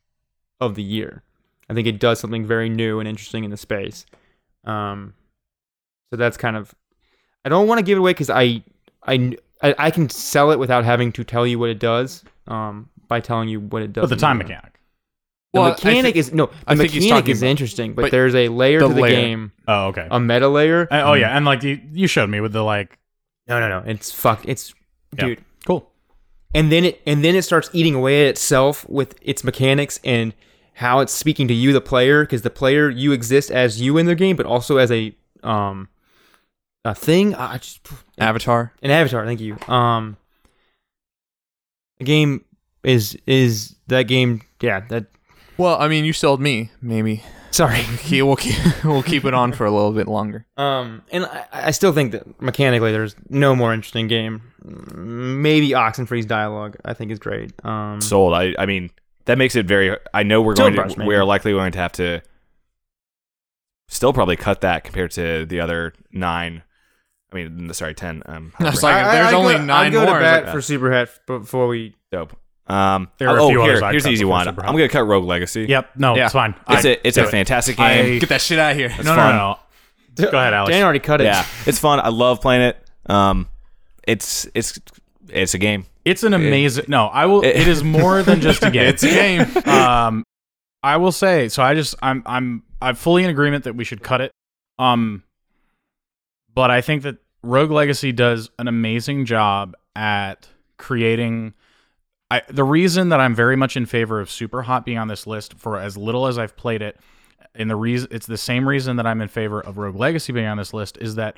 Speaker 1: of the year. I think it does something very new and interesting in the space. Um, so that's kind of, I don't want to give it away because I, I, kn- I, I can sell it without having to tell you what it does um, by telling you what it does.
Speaker 4: But the time mechanic.
Speaker 1: The
Speaker 2: Well, I
Speaker 1: mechanic
Speaker 2: think-
Speaker 1: is no. The
Speaker 2: I think he's
Speaker 1: mechanic
Speaker 2: talking
Speaker 1: is
Speaker 2: about-
Speaker 1: interesting, but,
Speaker 2: but
Speaker 1: there's a layer
Speaker 2: the
Speaker 1: to the
Speaker 2: layer.
Speaker 1: game,
Speaker 4: Oh, okay.
Speaker 1: a meta layer.
Speaker 4: Uh, oh, yeah. And like you, you showed me with the like,
Speaker 1: No, no, no. It's fucked. It's
Speaker 4: Yeah.
Speaker 1: dude.
Speaker 4: cool.
Speaker 1: And then it and then it starts eating away at itself with its mechanics and how it's speaking to you, the player, because the player you exist as you in the game, but also as a um a thing. I I just
Speaker 2: Avatar.
Speaker 1: an avatar. Thank you. Um, the game is is that game? Yeah, that.
Speaker 2: Well, I mean, you sold me. Maybe
Speaker 1: Sorry.
Speaker 2: Ke- we'll keep we'll keep it on for a little bit longer.
Speaker 1: Um, and I, I still think that mechanically, there's no more interesting game. Maybe Oxenfree's dialogue, I think, is great. Um,
Speaker 3: Mm-hmm. sold. I I mean that makes it very. I know we're
Speaker 1: Still
Speaker 3: going
Speaker 1: brush,
Speaker 3: to
Speaker 1: maybe.
Speaker 3: we are likely going to have to still probably cut that compared to the other nine. I mean, the- sorry, ten. Um,
Speaker 2: I was like, there's
Speaker 1: I'd
Speaker 2: only
Speaker 1: go,
Speaker 2: nine
Speaker 1: I'd go
Speaker 2: more.
Speaker 1: to
Speaker 2: I was
Speaker 1: bat
Speaker 2: like,
Speaker 1: for Superhat f- before we.
Speaker 3: dope. Um,
Speaker 4: There are a
Speaker 3: oh,
Speaker 4: few
Speaker 3: here,
Speaker 4: others I'd
Speaker 3: here's the
Speaker 4: cut
Speaker 3: easy
Speaker 4: before
Speaker 3: one.
Speaker 4: Super Hot.
Speaker 3: I'm gonna cut Rogue Legacy.
Speaker 4: Yep. No,
Speaker 2: Yeah.
Speaker 4: it's fine.
Speaker 3: it's
Speaker 4: I-
Speaker 3: a it's a
Speaker 4: do it.
Speaker 3: fantastic
Speaker 4: I-
Speaker 3: game.
Speaker 2: Get that shit out of here.
Speaker 4: No, no, no, no. Go ahead, Alex.
Speaker 1: Dan already cut it.
Speaker 3: yeah, it's fun. I love playing it. Um, it's it's it's a game.
Speaker 4: It's an amazing. No, I will. it is more than just a game.
Speaker 2: It's a game.
Speaker 4: um, I will say. So I just I'm I'm I'm fully in agreement that we should cut it. Um, but I think that Rogue Legacy does an amazing job at creating. I the reason that I'm very much in favor of Super Hot being on this list for as little as I've played it, and the reason it's the same reason that I'm in favor of Rogue Legacy being on this list is that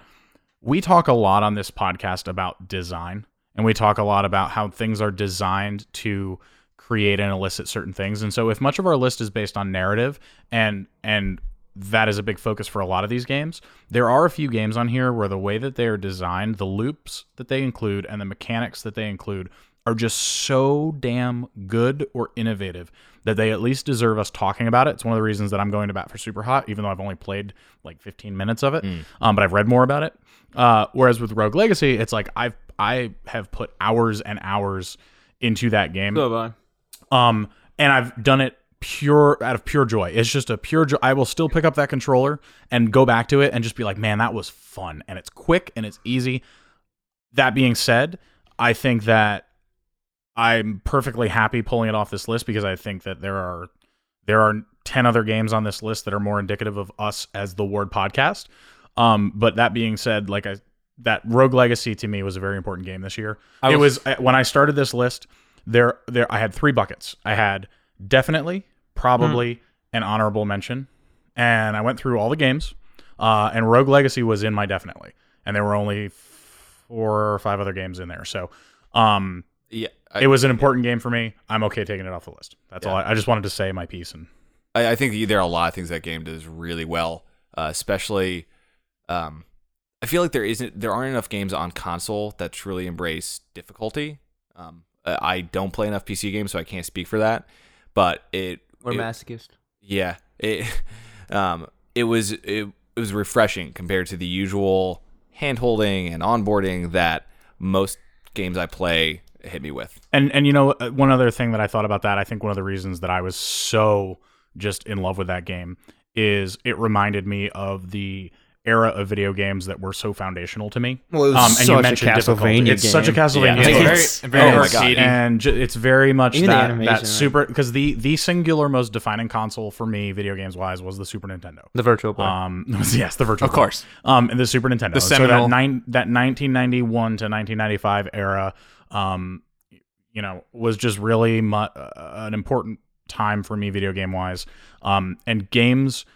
Speaker 4: we talk a lot on this podcast about design and we talk a lot about how things are designed to create and elicit certain things and so if much of our list is based on narrative and and that is a big focus for a lot of these games there are a few games on here where the way that they are designed the loops that they include and the mechanics that they include are just so damn good or innovative that they at least deserve us talking about it. It's one of the reasons that I'm going to bat for Super Hot, even though I've only played like 15 minutes of it, um, but I've read more about it. Uh, whereas with Rogue Legacy, it's like I've I have put hours and hours into that game.
Speaker 1: So have I.
Speaker 4: Um, and I've done it pure out of pure joy. It's just a pure joy. I will still pick up that controller and go back to it and just be like, man, that was fun. And it's quick and it's easy. That being said, I think that I'm perfectly happy pulling it off this list because I think that there are there are 10 other games on this list that are more indicative of us as the Ward podcast. Um, but that being said, like I that Rogue Legacy to me was a very important game this year. it was I- when I started this list, there there I had three buckets. I had definitely, probably, an honorable mention. And I went through all the games. Uh, and Rogue Legacy was in my definitely. And there were only four or five other games in there. So um
Speaker 2: Yeah,
Speaker 4: it was an important game for me. I'm okay taking it off the list. That's all. I, I just wanted to say my piece. And
Speaker 5: I, I think there are a lot of things that game does really well, uh, especially. Um, I feel like there isn't there aren't enough games on console that truly embrace difficulty. Um, I I don't play enough PC games, so I can't speak for that. But it,
Speaker 1: We're
Speaker 5: it-
Speaker 1: masochist.
Speaker 5: yeah, it, um, it was it, it was refreshing compared to the usual hand holding and onboarding that most games I play hit me with.
Speaker 4: and and you know uh, one other thing that I thought about that. I think one of the reasons that I was so just in love with that game is it reminded me of the era of video games that were so foundational to me. Um,
Speaker 1: Well, it was
Speaker 4: and
Speaker 1: such a
Speaker 4: difficulty.
Speaker 1: Castlevania
Speaker 4: It's such a
Speaker 1: game.
Speaker 4: Castlevania.
Speaker 5: Yeah.
Speaker 4: game.
Speaker 5: It's
Speaker 4: It's
Speaker 5: very- very
Speaker 4: and-
Speaker 5: arcadey.
Speaker 4: and ju- it's very much
Speaker 1: Even the
Speaker 4: that,
Speaker 1: animation,
Speaker 4: that
Speaker 1: right?
Speaker 4: super because the the singular most defining console for me, video games wise, was the Super Nintendo.
Speaker 1: The virtual boy.
Speaker 4: Um, yes, the Virtual.
Speaker 2: Of course.
Speaker 4: Boy. Um, and the Super Nintendo.
Speaker 2: The
Speaker 4: so
Speaker 2: seminal-
Speaker 4: that nine that 1991 to 1995 era, um, you know, was just really mu- uh, an important time for me, video game wise. Um, and games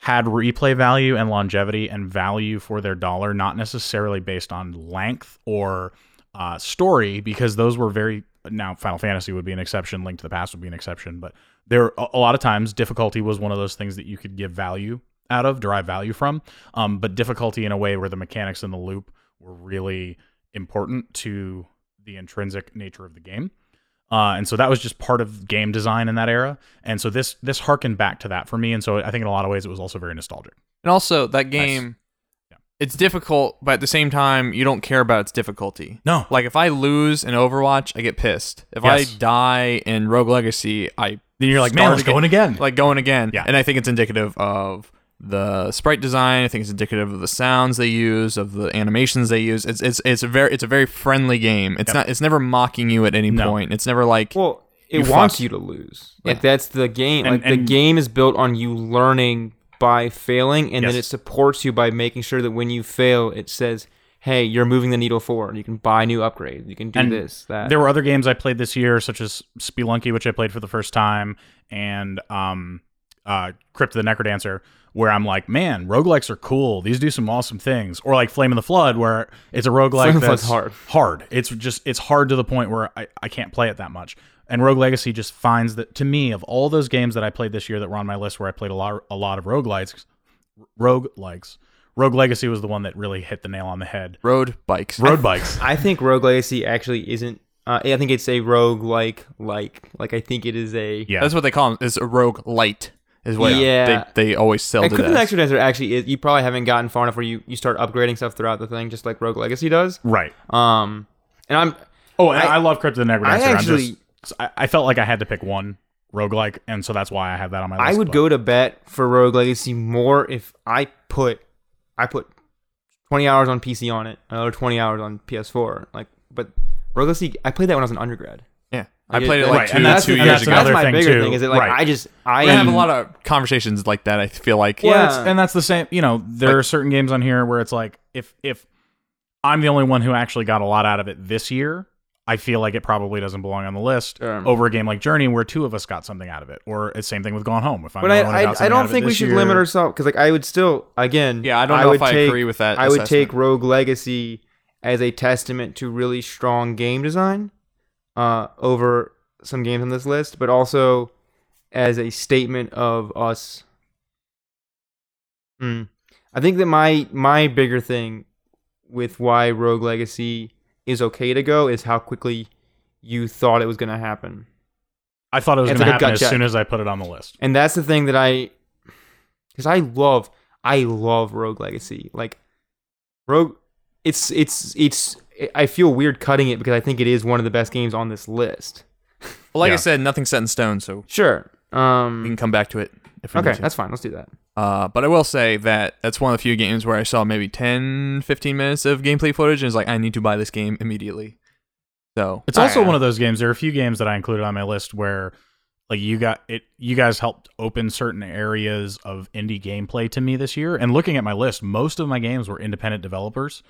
Speaker 4: had replay value and longevity and value for their dollar, not necessarily based on length or uh, story, because those were very. Now, Final Fantasy would be an exception. Link to the Past would be an exception, but there a a lot of times difficulty was one of those things that you could give value out of, derive value from. Um, but difficulty in a way where the mechanics and the loop were really important to the intrinsic nature of the game. Uh, and so that was just part of game design in that era. And so this this harkened back to that for me. And so I think in a lot of ways it was also very nostalgic.
Speaker 2: And also that game, it's difficult, but at the same time, you don't care about its difficulty.
Speaker 4: No.
Speaker 2: Like if I lose in Overwatch, I get pissed. If
Speaker 4: Yes.
Speaker 2: I die in Rogue Legacy, I
Speaker 4: Then you're like, man,
Speaker 2: start
Speaker 4: let's go in again.
Speaker 2: Like going again.
Speaker 4: Yeah.
Speaker 2: And I think it's indicative of the sprite design. I think it's indicative of the sounds they use, of the animations they use. It's it's it's a very it's a very friendly game. It's not it's never mocking you at any
Speaker 4: No.
Speaker 2: point. It's never like
Speaker 1: Well, it
Speaker 2: You
Speaker 1: wants
Speaker 2: fucked.
Speaker 1: you to lose. Like that's the game.
Speaker 4: And-
Speaker 1: like the
Speaker 4: and-
Speaker 1: game is built on you learning by failing, and
Speaker 4: Yes.
Speaker 1: then it supports you by making sure that when you fail, it says, hey, you're moving the needle forward. You can buy new upgrades. You can do
Speaker 4: And
Speaker 1: this, that.
Speaker 4: There were other games I played this year, such as Spelunky, which I played for the first time, and um, uh, Crypt of the Necrodancer, where I'm like, man, roguelikes are cool. These do some awesome things. Or like Flame of the Flood, where it's a roguelike
Speaker 1: Flame of the
Speaker 4: that's
Speaker 1: Flood's hard.
Speaker 4: Hard. It's just it's hard to the point where I, I can't play it that much. And Rogue Legacy just finds that to me of all those games that I played this year that were on my list where I played a lot a lot of roguelikes, roguelikes. Rogue Legacy was the one that really hit the nail on the head.
Speaker 2: Road bikes.
Speaker 4: Road bikes.
Speaker 1: I think Rogue Legacy actually isn't. Uh, I think it's a rogue like like like I think it is a.
Speaker 4: Yeah.
Speaker 2: That's what they call them. Is a rogue light is what
Speaker 1: Yeah.
Speaker 2: they, they always sell
Speaker 1: And
Speaker 2: to
Speaker 1: Crypt of the
Speaker 2: that.
Speaker 1: Extra Dancer actually is, you probably haven't gotten far enough where you, you start upgrading stuff throughout the thing, just like Rogue Legacy does.
Speaker 4: Right.
Speaker 1: Um, and I'm
Speaker 4: Oh, and I,
Speaker 1: I-
Speaker 4: love Crypt of the Necrodancer. I
Speaker 1: I actually-
Speaker 4: am just, I, I felt like I had to pick one roguelike, and so that's why I have that on my list.
Speaker 1: I would
Speaker 4: but-
Speaker 1: go to bet for Rogue Legacy more if I put I put twenty hours on PC on it, another twenty hours on PS4. Like, but Rogue Legacy, I played that when I was an undergrad.
Speaker 2: Yeah, I played it like
Speaker 4: Right,
Speaker 2: two,
Speaker 4: and that's
Speaker 2: two years
Speaker 4: the- and that's
Speaker 2: ago.
Speaker 1: That's
Speaker 4: another
Speaker 1: my
Speaker 4: thing,
Speaker 1: bigger
Speaker 4: too.
Speaker 1: thing. Is it like
Speaker 4: Right.
Speaker 1: I just I
Speaker 2: We have a
Speaker 1: am-
Speaker 2: lot of conversations like that. I feel like
Speaker 4: Well,
Speaker 1: Yeah.
Speaker 4: that's- and that's the same. You know, there are certain games on here where it's like if if I'm the only one who actually got a lot out of it this year, I feel like it probably doesn't belong on the list
Speaker 1: Sure.
Speaker 4: over a game like Journey where two of us got something out of it, or it's same thing with Gone Home. If I'm
Speaker 1: But
Speaker 4: the
Speaker 1: I,
Speaker 4: only one who got
Speaker 1: I, I
Speaker 4: something out
Speaker 1: don't
Speaker 4: of it
Speaker 1: think we
Speaker 4: this
Speaker 1: should
Speaker 4: year-
Speaker 1: limit ourselves because like I would still again
Speaker 2: Yeah, I don't know
Speaker 1: would
Speaker 2: if I
Speaker 1: take-
Speaker 2: agree with that
Speaker 1: I would
Speaker 2: assessment.
Speaker 1: take Rogue Legacy as a testament to really strong game design uh, over some games on this list, but also as a statement of us. Hmm. I think that my my bigger thing with why Rogue Legacy is okay to go is how quickly you thought it was going to happen.
Speaker 4: I thought it was
Speaker 1: It's
Speaker 4: going
Speaker 1: like
Speaker 4: to
Speaker 1: a gut
Speaker 4: happen as
Speaker 1: check.
Speaker 4: soon as I put it on the list.
Speaker 1: And that's the thing that I cuz I love I love Rogue Legacy. Like Rogue it's it's it's I feel weird cutting it because I think it is one of the best games on this list.
Speaker 2: Well, like
Speaker 4: Yeah.
Speaker 2: I said, nothing's set in stone, so
Speaker 1: Sure.
Speaker 2: we
Speaker 1: Um
Speaker 2: can come back to it if we
Speaker 1: okay,
Speaker 2: need to.
Speaker 1: that's fine. Let's do that.
Speaker 2: Uh, but I will say that that's one of the few games where I saw maybe 10, 15 minutes of gameplay footage and was like, I need to buy this game immediately. So
Speaker 4: It's also one of those games. There are a few games that I included on my list where, like, you got it. You guys helped open certain areas of indie gameplay to me this year. And looking at my list, most of my games were independent developers,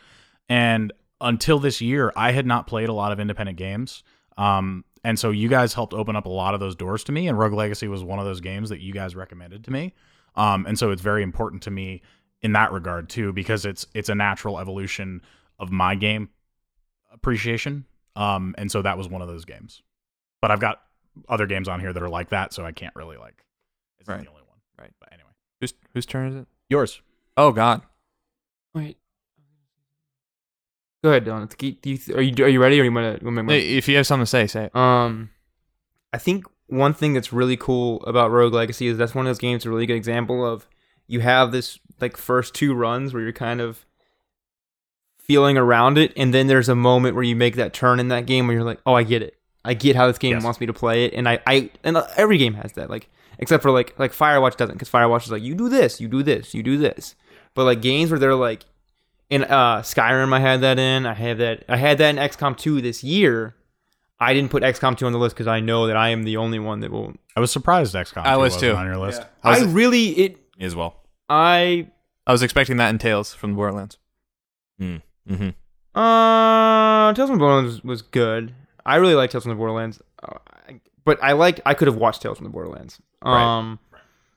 Speaker 4: and until this year, I had not played a lot of independent games. Um, and so you guys helped open up a lot of those doors to me. And Rogue Legacy was one of those games that you guys recommended to me. Um, and so it's very important to me in that regard too, because it's it's a natural evolution of my game appreciation. Um, and so that was one of those games. But I've got other games on here that are like that, so I can't really like. It's not
Speaker 2: Right.
Speaker 4: the only one.
Speaker 2: Right.
Speaker 4: But anyway,
Speaker 2: whose, whose turn is it?
Speaker 4: yours.
Speaker 2: Oh God,
Speaker 1: Wait. Go ahead, Don. Do you, are you are you ready or you want to make my
Speaker 2: Hey, if you have something to say, say it.
Speaker 1: Um, I think one thing that's really cool about Rogue Legacy is that's one of those games, a really good example of you have this like first two runs where you're kind of feeling around it, and then there's a moment where you make that turn in that game where you're like, oh, I get it. I get how this game
Speaker 4: Yes.
Speaker 1: wants me to play it, and I, I, and uh, every game has that, like except for like like Firewatch doesn't, because Firewatch is like you do this, you do this, you do this, but like games where they're like, in uh Skyrim I had that in, I had that, I had that in XCOM 2 this year, I didn't put XCOM 2 on the list because I know that I am the only one that will.
Speaker 4: I was surprised XCOM.
Speaker 2: I
Speaker 4: 2
Speaker 2: was
Speaker 4: wasn't
Speaker 2: too.
Speaker 4: on your list.
Speaker 2: I was,
Speaker 1: I really it.
Speaker 5: Me as well.
Speaker 1: I
Speaker 2: I was expecting that in Tales from the Borderlands.
Speaker 5: Mm-hmm.
Speaker 1: uh, Tales from the Borderlands was good. I really like Tales from the Borderlands, uh, I- but I liked. I could have watched Tales from the Borderlands.
Speaker 2: Right.
Speaker 1: Um,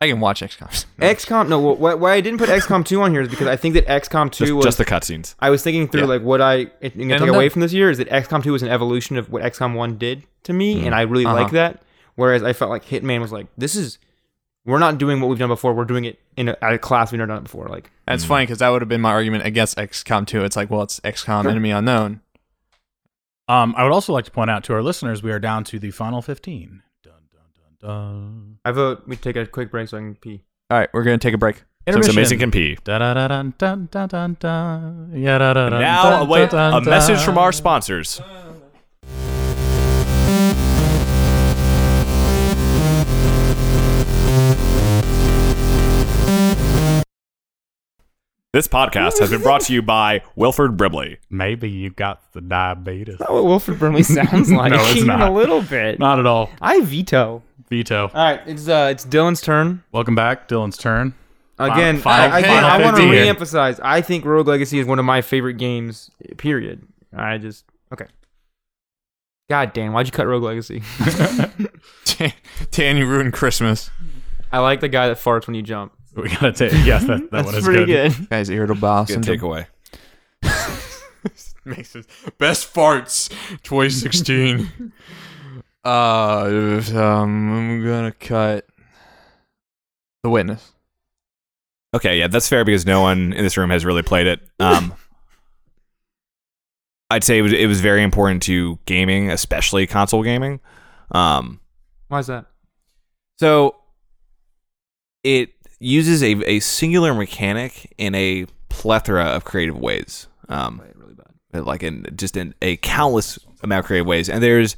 Speaker 2: I can watch XComs.
Speaker 1: XCOM. No, wh- why, why I didn't put XCOM 2 on here is because I think that XCOM 2
Speaker 5: Just,
Speaker 1: was.
Speaker 5: just the cutscenes.
Speaker 1: I was thinking through
Speaker 2: Yeah.
Speaker 1: like what I am gonna
Speaker 2: And
Speaker 1: take
Speaker 2: I'm
Speaker 1: away
Speaker 2: done.
Speaker 1: from this year is that XCOM 2 was an evolution of what XCOM 1 did to me, and I really
Speaker 2: Uh-huh.
Speaker 1: like that. Whereas I felt like Hitman was like, this is, we're not doing what we've done before. We're doing it in a, at a class we've never done it before. Like,
Speaker 2: That's funny because that would have been my argument against XCOM 2. It's like, well, it's XCOM Enemy Unknown.
Speaker 4: Um, I would also like to point out to our listeners, we are down to the final 15. Dun, dun, dun, dun.
Speaker 1: I vote we take a quick break so I can pee.
Speaker 2: All right, we're gonna take a break.
Speaker 5: So it's
Speaker 4: Intermission.
Speaker 5: amazing can pee.
Speaker 4: Dun, dun, dun, dun, dun, dun, dun. Yeah, dun, dun, dun,
Speaker 5: Now
Speaker 4: dun,
Speaker 5: await
Speaker 4: dun,
Speaker 5: a
Speaker 4: dun,
Speaker 5: message
Speaker 4: dun.
Speaker 5: from our sponsors. This podcast has been brought to you by Wilford Bribley.
Speaker 4: Maybe you got the diabetes.
Speaker 1: That's what Wilfred Brimley sounds like.
Speaker 4: No, it's
Speaker 1: Even
Speaker 4: not.
Speaker 1: a little bit.
Speaker 4: Not at all.
Speaker 1: I veto.
Speaker 4: Veto.
Speaker 1: All right, it's uh, it's Dylan's turn.
Speaker 4: Welcome back. Dylan's turn.
Speaker 1: Again,
Speaker 4: Final-
Speaker 1: I,
Speaker 4: Final
Speaker 1: want to
Speaker 4: 15.
Speaker 1: reemphasize. I think Rogue Legacy is one of my favorite games. Period. I just okay. God damn! Why'd you cut Rogue Legacy?
Speaker 2: Dan, Dan, you ruined Christmas.
Speaker 1: I like the guy that farts when you jump.
Speaker 4: We gotta take. Yes, that, that one is good.
Speaker 2: Guys, irritable
Speaker 3: Good takeaway.
Speaker 2: makes it best farts 2016 uh um, i'm gonna cut the witness
Speaker 3: Okay, yeah, that's fair because no one in this room has really played it. Um, I'd say it was, it was very important to gaming, especially console gaming. Um,
Speaker 1: Why's that?
Speaker 3: so it uses a, a singular mechanic in a plethora of creative ways. Um, like in just in a countless amount of creative ways. And there's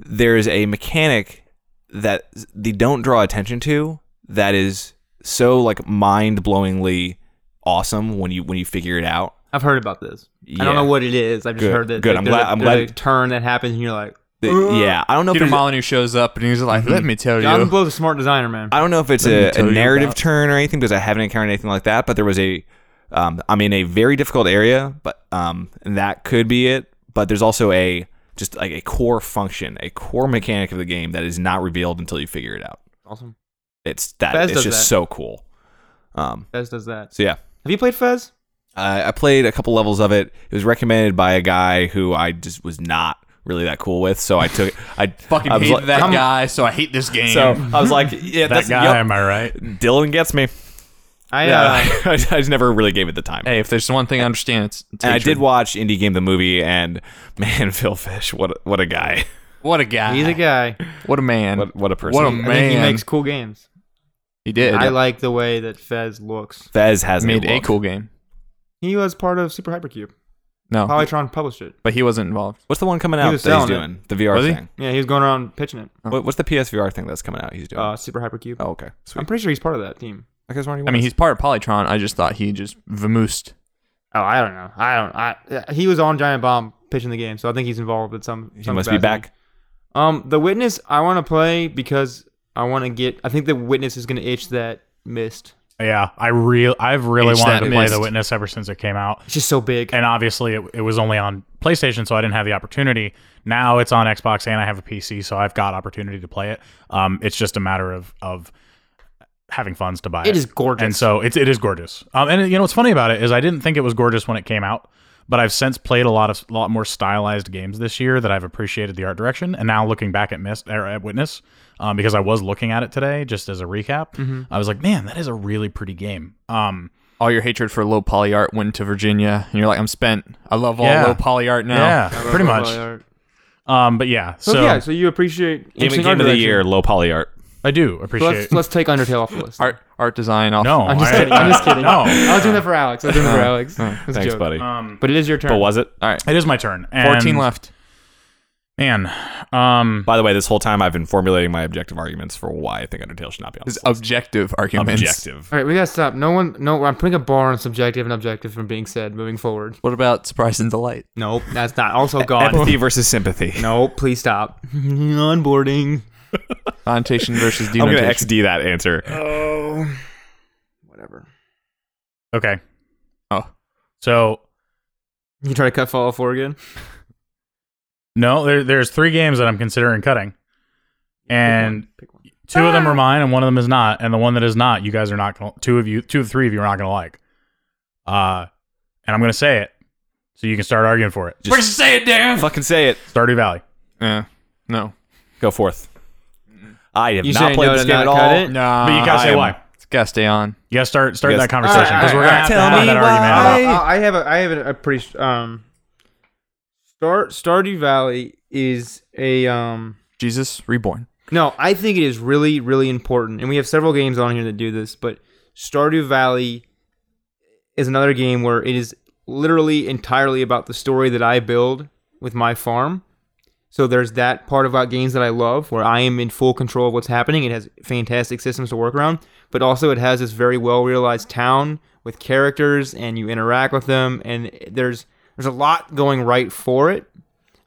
Speaker 3: there's a mechanic that they don't draw attention to that is so like mind blowingly awesome when you when you figure it out.
Speaker 1: I've heard about this. I
Speaker 3: Yeah.
Speaker 1: don't know what it is. I've just
Speaker 3: Good,
Speaker 1: heard that.
Speaker 3: good.
Speaker 1: that
Speaker 3: I'm
Speaker 1: there's
Speaker 3: glad-
Speaker 1: a-
Speaker 3: I'm
Speaker 1: there's
Speaker 3: glad-
Speaker 1: a turn that happens, and you're like,
Speaker 3: The- yeah, I don't know
Speaker 2: peter
Speaker 3: if it's,
Speaker 2: molyneux shows up and he's like let me tell
Speaker 1: Jonathan
Speaker 2: you
Speaker 1: Blow's a smart designer, man.
Speaker 3: I don't know if it's
Speaker 2: me
Speaker 3: a, a
Speaker 2: tell you
Speaker 3: narrative
Speaker 2: about-
Speaker 3: turn or anything because I haven't encountered anything like that. But there was a, um, I'm in a very difficult area, but um, and that could be it. But there's also a just like a core function, a core mechanic of the game that is not revealed until you figure it out.
Speaker 1: awesome.
Speaker 3: It's that
Speaker 1: Fez
Speaker 3: it's
Speaker 1: does
Speaker 3: just
Speaker 1: that.
Speaker 3: so cool. Um,
Speaker 1: Fez does that.
Speaker 3: so yeah,
Speaker 1: Have you played Fez?
Speaker 3: I, I played a couple levels of it. It was recommended by a guy who I just was not really that cool with, so I took I
Speaker 2: fucking
Speaker 3: I was
Speaker 2: hate
Speaker 3: like-
Speaker 2: that
Speaker 3: I'm-
Speaker 2: guy so i hate this game
Speaker 3: So I was like, yeah,
Speaker 4: That
Speaker 3: that's
Speaker 4: guy,
Speaker 3: yup,
Speaker 4: am I right?
Speaker 3: Dylan gets me.
Speaker 1: I uh,
Speaker 3: Yeah, I just never really gave it the time.
Speaker 2: hey if there's one thing i understand it's, it's
Speaker 3: and I
Speaker 2: hatred.
Speaker 3: did watch Indie Game the movie, and man, Phil Fish, what a- what a guy,
Speaker 2: what a guy
Speaker 1: uh, he's a guy.
Speaker 2: what a man
Speaker 3: what what a person.
Speaker 2: What a
Speaker 1: I
Speaker 2: man.
Speaker 1: think he makes cool games.
Speaker 2: he did
Speaker 1: I like the way that Fez looks.
Speaker 3: Fez has
Speaker 2: made
Speaker 3: a,
Speaker 2: a
Speaker 3: look.
Speaker 2: cool game
Speaker 1: He was part of Super Hypercube.
Speaker 2: no
Speaker 1: Polytron published it.
Speaker 2: but he wasn't involved
Speaker 3: What's the one coming
Speaker 1: He
Speaker 3: out
Speaker 1: was
Speaker 3: that he's
Speaker 1: selling it.
Speaker 3: doing? The VR
Speaker 2: Was he? Oh.
Speaker 3: thing.
Speaker 1: Yeah, he was going around pitching it.
Speaker 3: What, what's the PSVR thing that's coming out? He's doing.
Speaker 1: Uh, Super Hypercube.
Speaker 3: oh, okay. Sweet.
Speaker 1: I'm pretty sure he's part of that team.
Speaker 3: I guess Marty
Speaker 2: i mean
Speaker 3: was.
Speaker 2: he's part of polytron i just thought he just vamoosed
Speaker 1: Oh, I don't know. I don't. I yeah, he was on Giant Bomb pitching the game, so I think he's involved in some.
Speaker 3: he
Speaker 1: some
Speaker 3: must be
Speaker 1: capacity.
Speaker 3: back.
Speaker 1: Um, The Witness, I want to play because I want to get. I think The Witness is going to itch that mist.
Speaker 4: Yeah, I real I've really
Speaker 2: It's
Speaker 4: wanted
Speaker 2: that
Speaker 4: to play
Speaker 2: mist.
Speaker 4: The Witness ever since it came out,
Speaker 1: It's just so big.
Speaker 4: and obviously it, it was only on PlayStation, so I didn't have the opportunity. Now it's on Xbox, and I have a PC, so I've got opportunity to play it. Um, it's just a matter of of having funds to buy it.
Speaker 1: It is gorgeous.
Speaker 4: and so it's it is gorgeous. Um, and you know what's funny about it is I didn't think it was gorgeous when it came out, but I've since played a lot of lot more stylized games this year that I've appreciated the art direction. And now looking back at Mist or at Witness, um, because I was looking at it today just as a recap,
Speaker 1: Mm-hmm.
Speaker 4: I was like, man, that is a really pretty game. Um,
Speaker 2: all your hatred for low poly art went to Virginia, and you're like, I'm spent. I love all
Speaker 4: Yeah.
Speaker 2: low poly art now.
Speaker 4: yeah, pretty
Speaker 1: Oh,
Speaker 4: much. Um, but yeah, so,
Speaker 1: So, yeah, so you appreciate
Speaker 3: Game,
Speaker 1: interesting
Speaker 3: game
Speaker 1: art
Speaker 3: of the
Speaker 1: direction.
Speaker 3: year, low poly art.
Speaker 4: I do
Speaker 1: So
Speaker 4: appreciate.
Speaker 1: let's let's take Undertale off the list.
Speaker 2: Art art design off.
Speaker 4: no,
Speaker 1: I'm just
Speaker 4: I-
Speaker 1: kidding. I'm just kidding.
Speaker 4: No,
Speaker 1: I was doing that for Alex. I was doing that for Alex. It was a
Speaker 3: Uh, Thanks,
Speaker 1: joke.
Speaker 3: buddy.
Speaker 4: um,
Speaker 1: But it is your turn.
Speaker 3: but was it?
Speaker 2: All right.
Speaker 4: it is my turn. And
Speaker 2: 14 left.
Speaker 4: man. Um,
Speaker 3: By the way, this whole time I've been formulating my objective arguments for why I think Undertale should not be on
Speaker 2: Is
Speaker 3: this list.
Speaker 2: objective arguments.
Speaker 3: objective.
Speaker 1: All right, we gotta stop. No one, no. I'm putting a bar on subjective and objective from being said moving forward.
Speaker 2: What about surprise and delight?
Speaker 1: Nope, that's not. Also gone.
Speaker 3: Empathy versus sympathy.
Speaker 1: no, please stop. Onboarding.
Speaker 2: Annotation versus
Speaker 3: I'm
Speaker 2: denotation.
Speaker 3: gonna XD that answer.
Speaker 1: Oh, whatever.
Speaker 4: okay.
Speaker 2: Oh.
Speaker 4: So
Speaker 1: You try to cut Fallout 4 again?
Speaker 4: No, there, there's three games that I'm considering cutting, and
Speaker 1: pick one.
Speaker 4: two of them are mine, and one of them is not. And the one that is not, you guys are not gonna. Two of you, two of three of you are not gonna like. Uh, and I'm gonna say it, so you can start arguing for it.
Speaker 3: Just say it, Dan. Fucking say it.
Speaker 4: Stardew Valley.
Speaker 2: Yeah. No.
Speaker 3: Go forth. I have
Speaker 1: You
Speaker 3: not
Speaker 1: say
Speaker 3: played
Speaker 1: no
Speaker 3: this
Speaker 1: to
Speaker 3: game
Speaker 1: not
Speaker 3: at
Speaker 1: cut
Speaker 3: all.
Speaker 1: it?
Speaker 2: No.
Speaker 1: Uh,
Speaker 4: But you gotta say
Speaker 3: am-
Speaker 4: why.
Speaker 2: It's gotta stay on.
Speaker 4: You gotta start start
Speaker 3: Yes.
Speaker 4: that conversation
Speaker 1: All right,
Speaker 4: because
Speaker 1: all
Speaker 4: we're
Speaker 1: right,
Speaker 4: gonna have to
Speaker 3: tell
Speaker 4: have
Speaker 3: me
Speaker 4: that
Speaker 3: why.
Speaker 4: argument.
Speaker 1: I, I I have a, I have a, a pretty st- um. Star Stardew Valley is a um.
Speaker 2: Jesus reborn.
Speaker 1: No, I think it is really really important, and we have several games on here that do this, but Stardew Valley is another game where it is literally entirely about the story that I build with my farm. So there's that part about games that I love where I am in full control of what's happening. It has fantastic systems to work around, but also it has this very well realized town with characters and you interact with them and there's there's a lot going right for it.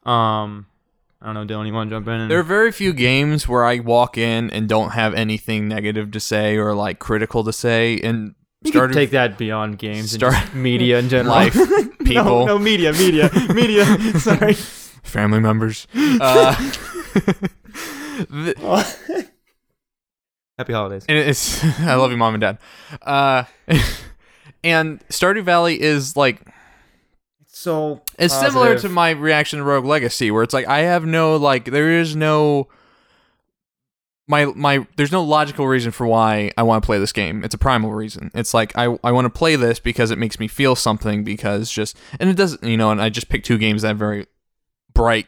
Speaker 1: Um I don't know, Dylan, you want to jump in? And,
Speaker 2: There are very few games where I walk in and don't have anything negative to say or like critical to say, and
Speaker 1: You could
Speaker 2: Started-
Speaker 1: take that beyond games and
Speaker 2: Star-
Speaker 1: just media in general.
Speaker 2: life, people,
Speaker 1: No, no media, media, media. Sorry.
Speaker 2: family members. Uh, th-
Speaker 1: Happy holidays.
Speaker 2: and it's I love you, mom and dad. Uh, and Stardew Valley is like
Speaker 1: So
Speaker 2: It's similar to my reaction to Rogue Legacy, where it's like I have no like there is no my my there's no logical reason for why I want to play this game. It's a primal reason. It's like I I want to play this because it makes me feel something because just and it doesn't you know and I just picked two games that have very bright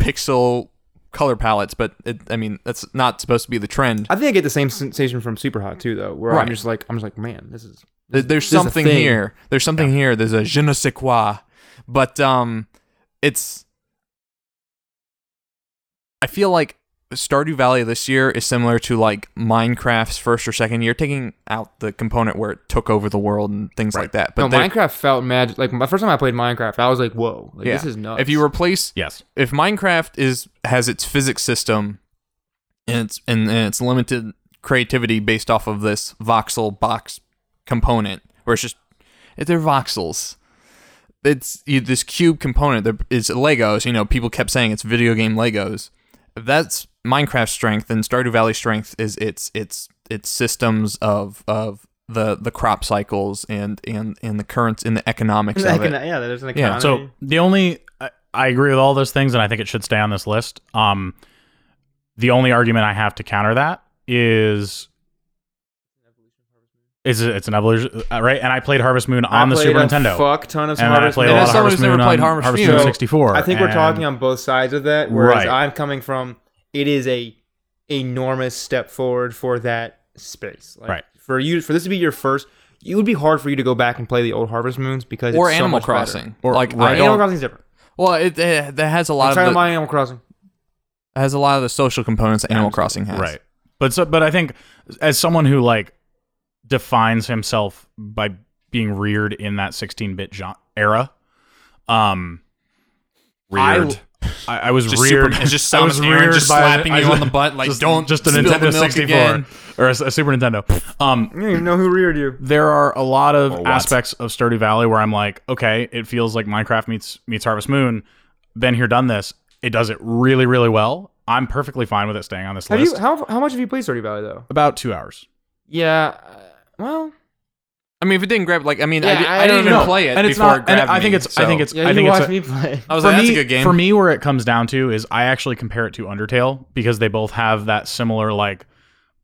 Speaker 2: pixel color palettes, but it, I mean that's not supposed to be the trend.
Speaker 1: I think I get the same sensation from Super Hot too, though, where
Speaker 2: Right.
Speaker 1: I'm just like, I'm just like, man, this is
Speaker 2: There- There's
Speaker 1: this is a
Speaker 2: something
Speaker 1: thing.
Speaker 2: here. There's something here. There's a je ne sais quoi. But um, it's. I feel like Stardew Valley this year is similar to like Minecraft's first or second year, taking out the component where it took over the world and things like that. But
Speaker 1: no,
Speaker 2: there-
Speaker 1: Minecraft felt magic. Like my first time I played Minecraft, I was like, "Whoa, like,
Speaker 2: Yeah.
Speaker 1: this is nuts."
Speaker 2: if you replace
Speaker 4: Yes.
Speaker 2: if Minecraft is has its physics system and it's and, and it's limited creativity based off of this voxel box component where it's just eh, they're voxels. It's you, this cube component that is Legos. You know, people kept saying it's video game Legos. That's Minecraft's strength, and Stardew Valley's strength is its its its systems of of the the crop cycles and and and the currents in the economics of it.
Speaker 1: yeah, there's an
Speaker 2: Yeah.
Speaker 1: economy.
Speaker 4: So the only I, I agree with all those things, and I think it should stay on this list. Um, the only argument I have to counter that is is it, it's an evolution, uh, right? And I played Harvest Moon
Speaker 1: I
Speaker 4: on the
Speaker 1: played
Speaker 4: Super
Speaker 1: a
Speaker 4: Nintendo,
Speaker 1: Fuck ton of
Speaker 4: and I
Speaker 1: Harvest
Speaker 4: played
Speaker 1: Moon.
Speaker 2: And
Speaker 4: a
Speaker 2: as
Speaker 4: lot of
Speaker 2: someone
Speaker 4: Harvest
Speaker 2: who's never
Speaker 4: Moon
Speaker 2: played
Speaker 4: on
Speaker 2: Harvest
Speaker 4: Harvest
Speaker 2: Moon-
Speaker 4: Moon 64.
Speaker 1: I think we're
Speaker 4: and-
Speaker 1: talking on both sides of that. Whereas
Speaker 4: Right.
Speaker 1: I'm coming from, it is a enormous step forward for that space. Like,
Speaker 4: Right.
Speaker 1: For you, for this to be your first, it would be hard for you to go back and play the old Harvest Moons because
Speaker 2: or
Speaker 1: it's so
Speaker 2: Animal
Speaker 1: much better. Uh,
Speaker 2: Crossing, or like I
Speaker 1: Animal
Speaker 2: don't.
Speaker 1: Crossing is different.
Speaker 2: well, it, it, that has a lot
Speaker 1: I'm
Speaker 2: of
Speaker 1: trying
Speaker 2: the-
Speaker 1: to buy Animal Crossing.
Speaker 2: has a lot of the social components that Animal Crossing has.
Speaker 4: right but so but i think as someone who like defines himself by being reared in that 16-bit gen- era um I-
Speaker 5: Reared.
Speaker 4: i, I was
Speaker 2: Just
Speaker 4: reared
Speaker 2: super, it's just
Speaker 4: I
Speaker 2: Sam
Speaker 4: was
Speaker 2: and Aaron
Speaker 4: reared
Speaker 2: just
Speaker 4: by-
Speaker 2: slapping
Speaker 4: I
Speaker 2: you
Speaker 4: was-
Speaker 2: on the butt, like
Speaker 4: just,
Speaker 2: don't
Speaker 4: just a
Speaker 2: spill the
Speaker 4: nintendo
Speaker 2: milk
Speaker 4: 64
Speaker 2: again.
Speaker 4: or a, a super nintendo um
Speaker 1: You don't even know who reared you.
Speaker 4: there are a lot
Speaker 5: Or
Speaker 4: of
Speaker 5: what?
Speaker 4: aspects of Stardew Valley where I'm like, okay, it feels like Minecraft meets meets Harvest Moon. Been here, done this. It does it really, really well. I'm perfectly fine with it staying on this
Speaker 1: Have
Speaker 4: list.
Speaker 1: you how how much have you played Stardew Valley though?
Speaker 4: About two hours.
Speaker 1: Yeah. uh, Well,
Speaker 2: I mean, if it didn't grab, like, I mean, I,
Speaker 1: Yeah,
Speaker 2: did,
Speaker 1: I
Speaker 2: I didn't
Speaker 1: don't
Speaker 2: even
Speaker 1: know.
Speaker 2: play it
Speaker 4: and it's
Speaker 2: before
Speaker 4: not.
Speaker 2: it
Speaker 4: And
Speaker 2: grabbed
Speaker 4: I think
Speaker 2: me,
Speaker 4: it's. I
Speaker 2: so-
Speaker 4: think it's.
Speaker 1: yeah.
Speaker 4: I
Speaker 1: You
Speaker 4: think
Speaker 1: watch
Speaker 4: it's. a-
Speaker 1: me play.
Speaker 2: I was
Speaker 4: for
Speaker 2: like,
Speaker 4: me,
Speaker 2: that's a good game.
Speaker 4: For me, where it comes down to is I actually compare it to Undertale because they both have that similar like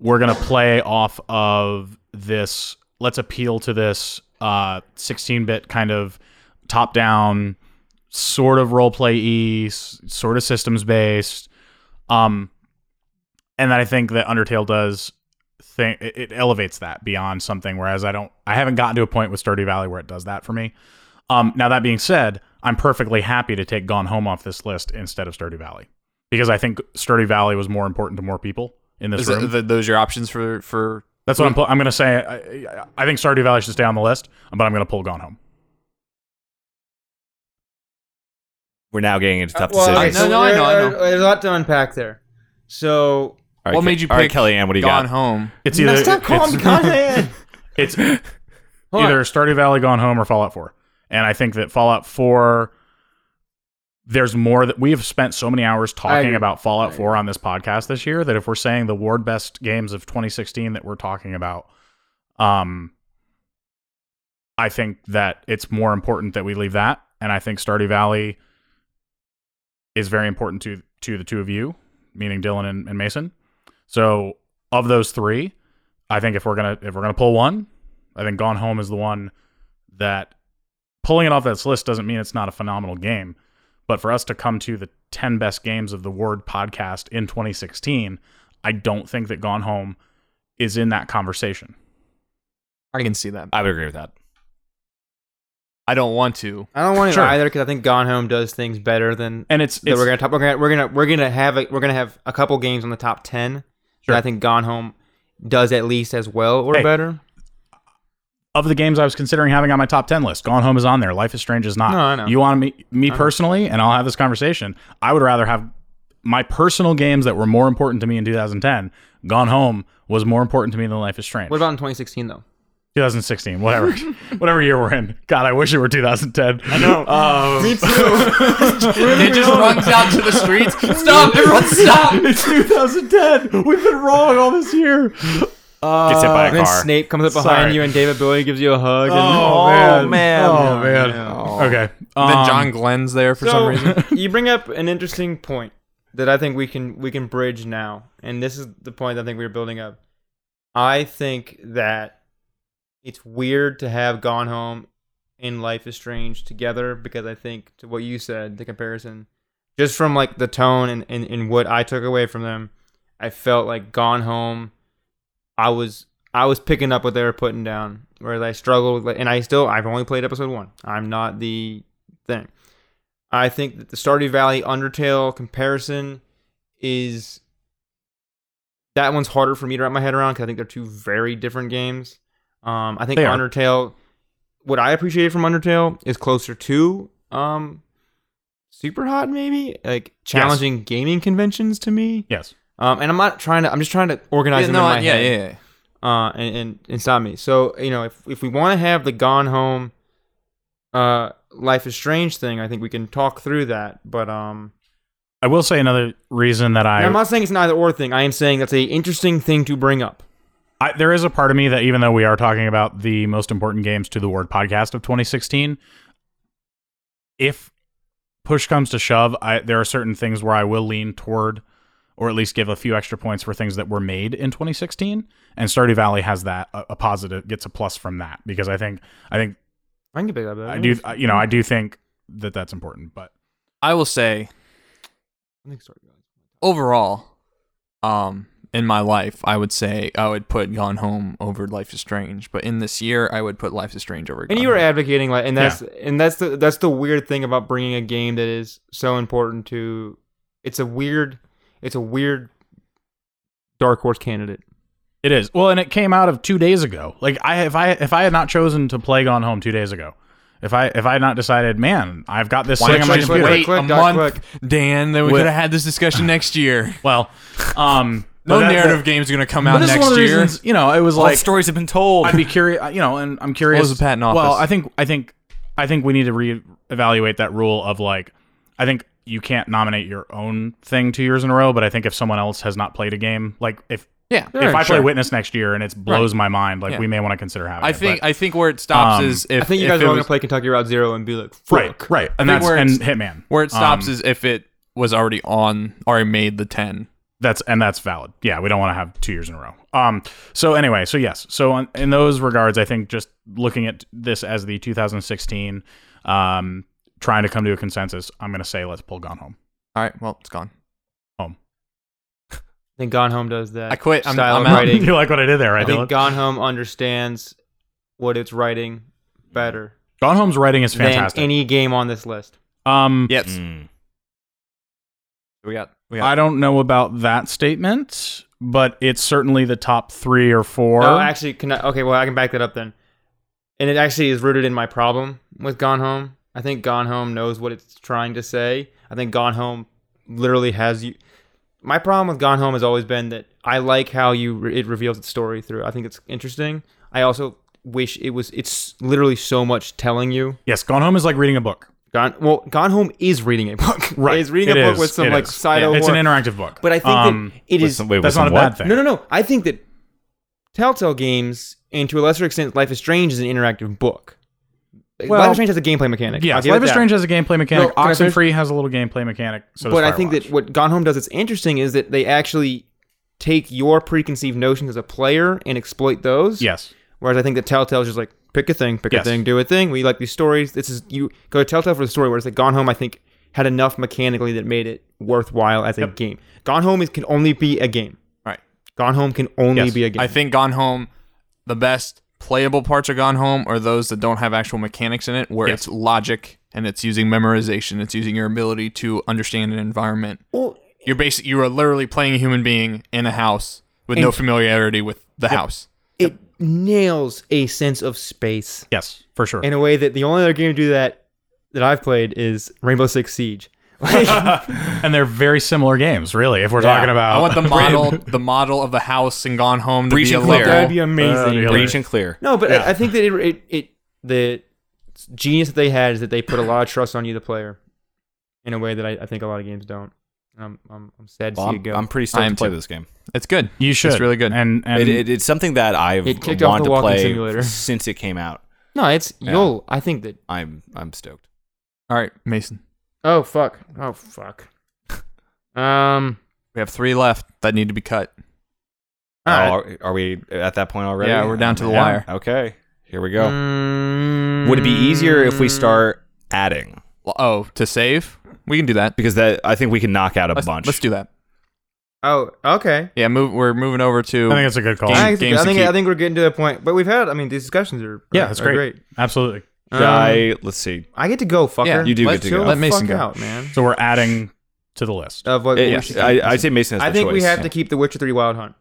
Speaker 4: we're gonna play off of this. Let's appeal to this uh, 16-bit kind of top-down sort of role play y, sort of systems based. Um, and then I think that Undertale does thing it it elevates that beyond something. Whereas I don't, I haven't gotten to a point with Stardew Valley where it does that for me. Um, now that being said, I'm perfectly happy to take Gone Home off this list instead of Sturdy Valley because I think Sturdy Valley was more important to more people in this
Speaker 2: Is
Speaker 4: room.
Speaker 2: that- th- those are your options for for.
Speaker 4: That's what I'm. Pu- I'm going to say. I, I- I think Stardew Valley should stay on the list, but I'm going to pull Gone Home.
Speaker 5: We're now getting into tough
Speaker 1: Uh, Well, okay,
Speaker 5: decisions.
Speaker 1: so
Speaker 2: No, no, I
Speaker 1: there-
Speaker 2: know, I know.
Speaker 1: there- There's a lot to unpack there. So
Speaker 5: All right,
Speaker 2: What
Speaker 5: Ke-
Speaker 2: made you
Speaker 5: all right,
Speaker 2: pick
Speaker 5: Kellyanne? What do you
Speaker 2: Gone
Speaker 5: got?
Speaker 2: Home.
Speaker 4: It's either
Speaker 1: stop calling me Kanye.
Speaker 4: it's, it's
Speaker 1: Hold on.
Speaker 4: either Stardew Valley, Gone Home, or Fallout 4. And I think that Fallout 4, there's more that we have spent so many hours talking
Speaker 1: agree.
Speaker 4: about Fallout 4 on this podcast this year that if we're saying the ward best games of 2016 that we're talking about, um, I think that it's more important that we leave that. And I think Stardew Valley is very important to to the two of you, meaning Dylan and, and Mason. So of those three, I think if we're gonna if we're gonna pull one, I think Gone Home is the one that pulling it off this list doesn't mean it's not a phenomenal game. But for us to come to the 10 best games of the Word podcast in 2016, I don't think that Gone Home is in that conversation.
Speaker 2: I can see that.
Speaker 5: I would agree with that.
Speaker 2: I don't want to.
Speaker 1: I don't want it
Speaker 4: Sure.
Speaker 1: either because I think Gone Home does things better than
Speaker 4: And it's,
Speaker 1: that
Speaker 4: it's
Speaker 1: we're gonna talk. We're gonna we're gonna we're gonna have a, we're gonna have a couple games on the top ten
Speaker 4: Sure.
Speaker 1: that I think Gone Home does at least as well or
Speaker 4: Hey.
Speaker 1: better.
Speaker 4: of the games I was considering having on my top 10 list. Gone Home is on there. Life is Strange is not.
Speaker 1: No, I know.
Speaker 4: You want me, me personally, and I'll have this conversation. I would rather have my personal games that were more important to me in 2010. Gone Home was more important to me than Life is Strange.
Speaker 1: What about in 2016 though?
Speaker 4: 2016, whatever, whatever year we're in. God, I wish it were 2010. I
Speaker 1: know.
Speaker 4: Um,
Speaker 1: Me too.
Speaker 6: It just runs out to the streets. Stop, everyone, stop!
Speaker 4: it's 2010. We've been wrong all this year.
Speaker 3: Gets hit by a
Speaker 1: And then
Speaker 3: car.
Speaker 1: Snape comes up behind
Speaker 4: Sorry.
Speaker 1: you, and David Bowie gives you a hug. And,
Speaker 4: Oh, man. Oh man.
Speaker 1: Yeah.
Speaker 4: Okay.
Speaker 2: then
Speaker 4: um,
Speaker 2: John Glenn's there for some reason.
Speaker 1: So, you bring up an interesting point that I think we can we can bridge now, and this is the point I think we were building up. I think that it's weird to have Gone Home and Life is Strange together because I think to what you said, the comparison, just from like the tone and, and, and what I took away from them, I felt like Gone Home. I was I was picking up what they were putting down, whereas I struggled, with- and I still I've only played episode one. I'm not the thing. I think that the Stardew Valley Undertale comparison is that one's harder for me to wrap my head around because I think they're two very different games. Um, I think
Speaker 4: They are.
Speaker 1: Undertale, what I appreciated from Undertale is closer to um, Super Hot, maybe like challenging gaming conventions to me.
Speaker 4: Yes.
Speaker 1: Um, and I'm not trying to. I'm just trying to organize
Speaker 2: Yeah,
Speaker 1: them
Speaker 2: no,
Speaker 1: in
Speaker 2: I-
Speaker 1: my
Speaker 2: yeah,
Speaker 1: head
Speaker 2: yeah, yeah.
Speaker 1: uh, and, and and stop me. So you know, if if we want to have the gone home, uh, life is strange thing, I think we can talk through that. But um,
Speaker 4: I will say another reason that I,
Speaker 1: I, am not saying it's an either or thing. I am saying that's a interesting thing to bring up.
Speaker 4: I there is a part of me that even though we are talking about the most important games to the word podcast of 2016, if push comes to shove, I there are certain things where I will lean toward or at least give a few extra points for things that were made in 2016 and Stardew Valley has that a, a positive gets a plus from that because I think I think
Speaker 1: I can get big up. that.
Speaker 4: I do I- you know I do think that that's important but
Speaker 2: I will say
Speaker 1: I think Stardew Valley.
Speaker 2: overall, um, in my life, I would say I would put Gone Home over Life is Strange, but in this year, I would put Life is Strange over.
Speaker 1: And
Speaker 2: Gone
Speaker 1: you were
Speaker 2: Home.
Speaker 1: advocating like, and that's and that's the that's the weird thing about bringing a game that is so important to. It's a weird, it's a weird dark horse candidate.
Speaker 4: It is. Well, and it came out of two days ago. Like I if I if I had not chosen to play Gone Home two days ago, if I if I had not decided, man, I've got this
Speaker 2: Why
Speaker 4: thing on
Speaker 2: don't
Speaker 4: my
Speaker 2: you just
Speaker 4: computer.
Speaker 2: wait
Speaker 1: Click,
Speaker 2: a
Speaker 1: click, dot,
Speaker 2: month, Dan? Then we
Speaker 4: With-
Speaker 2: could have had this discussion next year.
Speaker 4: Well, um
Speaker 2: No
Speaker 4: but that-
Speaker 2: narrative game's gonna come
Speaker 4: That,
Speaker 2: out
Speaker 4: but this is
Speaker 2: next
Speaker 4: one of the
Speaker 2: year.
Speaker 4: reasons, you know, it was
Speaker 3: All
Speaker 4: like
Speaker 3: stories have been told.
Speaker 4: I'd be curious, you know, and I'm curious.
Speaker 2: What was the patent office?
Speaker 4: Well, I think I think I think we need to reevaluate that rule of like, I think you can't nominate your own thing two years in a row, but I think if someone else has not played a game, like if
Speaker 2: Yeah,
Speaker 4: if I play
Speaker 1: sure.
Speaker 4: Witness next year and it blows my mind, like
Speaker 2: Yeah.
Speaker 4: we may want to consider having.
Speaker 2: I
Speaker 4: it, but-
Speaker 2: think I think where it stops
Speaker 4: Um,
Speaker 2: is if
Speaker 1: I think you
Speaker 2: if
Speaker 1: guys
Speaker 2: it
Speaker 1: are all gonna
Speaker 2: was-
Speaker 1: play Kentucky Route Zero and be like,
Speaker 4: right,
Speaker 1: fuck.
Speaker 4: right, and
Speaker 2: think
Speaker 4: that's
Speaker 2: where
Speaker 4: and
Speaker 2: it's-
Speaker 4: Hitman.
Speaker 2: where it stops
Speaker 4: Um,
Speaker 2: is if it was already on already made the ten.
Speaker 4: that's and that's valid. Yeah, we don't want to have two years in a row. Um. So anyway, so yes, so on, in those regards, I think just looking at this as the 2016, um, trying to come to a consensus, I'm gonna say let's pull Gone Home.
Speaker 2: All right, well it's gone.
Speaker 1: I think Gone Home does that.
Speaker 2: I quit. I'm,
Speaker 1: Style
Speaker 2: I'm
Speaker 1: of
Speaker 2: out.
Speaker 1: writing.
Speaker 4: you like what I did there,
Speaker 1: I
Speaker 4: right?
Speaker 1: think
Speaker 4: Dylan?
Speaker 1: Gone Home understands what it's writing better
Speaker 4: Gone Home's writing is fantastic.
Speaker 1: than any game on this list.
Speaker 4: um.
Speaker 2: Yep.
Speaker 5: Mm.
Speaker 2: We got. We got.
Speaker 4: I don't know about that statement, but it's certainly the top three or four.
Speaker 1: no, Oh, actually, can I, okay, well, I can back that up then. And it actually is rooted in my problem with Gone Home. I think Gone Home knows what it's trying to say. I think Gone Home literally has you. My problem with Gone Home has always been that I like how you re- it reveals its story through. I think it's interesting. I also wish it was. It's literally so much telling you.
Speaker 4: yes, Gone Home is like reading a book.
Speaker 1: Gone well, Gone Home is reading a book.
Speaker 4: Right,
Speaker 1: It's reading
Speaker 4: It
Speaker 1: a book
Speaker 4: is.
Speaker 1: with some
Speaker 4: It
Speaker 1: like
Speaker 4: is.
Speaker 1: side
Speaker 4: Yeah,
Speaker 1: of
Speaker 4: It's an
Speaker 1: work.
Speaker 4: interactive book,
Speaker 1: But I think
Speaker 4: Um,
Speaker 1: that it is
Speaker 3: Some- wait, with
Speaker 4: that's not
Speaker 3: some
Speaker 4: a
Speaker 3: what?
Speaker 4: bad thing.
Speaker 1: No, no, no. I think that Telltale games and to a lesser extent Life is Strange is an interactive book. Life
Speaker 4: Well-
Speaker 1: is Strange has a gameplay mechanic.
Speaker 4: Yeah,
Speaker 1: I'll give it
Speaker 4: Life is
Speaker 1: that.
Speaker 4: Strange has a gameplay mechanic.
Speaker 1: No, can I
Speaker 4: Oxenfree has a little gameplay mechanic. So does
Speaker 1: but I think
Speaker 4: Firewatch.
Speaker 1: that what Gone Home does that's interesting is that they actually take your preconceived notions as a player and exploit those.
Speaker 4: yes,
Speaker 1: Whereas I think that Telltale is just like pick a thing, pick
Speaker 4: Yes.
Speaker 1: a thing, do a thing. We like these stories. This is you go to Telltale for the story. Whereas like Gone Home, I think had enough mechanically that made it worthwhile as a game. Gone Home is can only be a game.
Speaker 2: Right.
Speaker 1: Gone Home can only
Speaker 4: Yes.
Speaker 1: be a game.
Speaker 2: I think Gone Home, the best playable parts of Gone Home are those that don't have actual mechanics in it, where
Speaker 4: Yes.
Speaker 2: it's logic and it's using memorization, it's using your ability to understand an environment.
Speaker 1: Well,
Speaker 2: You're basically you are literally playing a human being in a house with no
Speaker 1: And-
Speaker 2: familiarity with the house.
Speaker 1: it nails a sense of space
Speaker 4: yes, for sure.
Speaker 1: in a way that the only other game to do that that I've played is Rainbow Six Siege.
Speaker 4: and they're very similar games, really. If we're
Speaker 3: Yeah.
Speaker 4: talking about,
Speaker 2: I want the model, the model of the house and gone home to
Speaker 3: Breach
Speaker 2: be a
Speaker 3: and clear.
Speaker 1: That'd
Speaker 2: level.
Speaker 1: be
Speaker 4: That'd be
Speaker 1: amazing.
Speaker 3: Breach and clear.
Speaker 1: No, but I, I think that it, it it the genius that they had is that they put a lot of trust on you, the player, in a way that I, I think a lot of games don't. I'm I'm, I'm sad to
Speaker 3: Well,
Speaker 1: see it
Speaker 3: I'm,
Speaker 1: go.
Speaker 3: I'm pretty stoked
Speaker 2: I am
Speaker 3: to play
Speaker 2: too.
Speaker 3: this game.
Speaker 2: It's good.
Speaker 4: you should.
Speaker 2: It's really good.
Speaker 4: And and
Speaker 3: It, it, it's something that I've
Speaker 1: It kicked off
Speaker 3: wanted
Speaker 1: the
Speaker 3: to
Speaker 1: walking
Speaker 3: play
Speaker 1: simulator.
Speaker 3: since it came out.
Speaker 1: no, it's
Speaker 3: Yeah.
Speaker 1: you'll. I think that.
Speaker 3: I'm I'm stoked.
Speaker 2: All right, Mason.
Speaker 1: Oh fuck. Oh fuck. Um.
Speaker 2: We have three left that need to be cut.
Speaker 1: All right.
Speaker 3: Oh, are, are we at that point already?
Speaker 2: Yeah, we're down to the
Speaker 3: Yeah.
Speaker 2: wire.
Speaker 3: Okay, here we go.
Speaker 1: Mm,
Speaker 3: Would it be easier if we start adding?
Speaker 2: Oh, to save, we can do that.
Speaker 3: Because that I think we can knock out a
Speaker 2: Let's,
Speaker 3: bunch.
Speaker 2: let's do that.
Speaker 1: Oh, okay.
Speaker 2: Yeah, move. We're moving over to.
Speaker 4: I think it's a good call.
Speaker 2: Game-
Speaker 1: I think,
Speaker 2: games
Speaker 1: I,
Speaker 2: to
Speaker 1: think I
Speaker 2: keep.
Speaker 1: think we're getting to that point. But we've had. I mean, these discussions are.
Speaker 4: Yeah,
Speaker 1: are-
Speaker 4: that's
Speaker 1: are
Speaker 4: great. Absolutely.
Speaker 3: Should
Speaker 1: Um,
Speaker 3: I let's see.
Speaker 1: I get to go, fucker.
Speaker 2: Yeah,
Speaker 3: You do
Speaker 2: Let's
Speaker 3: get to
Speaker 1: Chill
Speaker 3: go.
Speaker 1: the
Speaker 2: Let Mason
Speaker 1: fuck
Speaker 2: go.
Speaker 1: out, man.
Speaker 4: So we're adding to the list.
Speaker 1: Of what?
Speaker 3: Uh,
Speaker 1: we
Speaker 3: yeah,
Speaker 1: should
Speaker 3: I
Speaker 1: keep.
Speaker 3: I say Mason has
Speaker 1: I
Speaker 3: the
Speaker 1: think we
Speaker 3: choice.
Speaker 1: have to keep The Witcher Three Wild Hunt.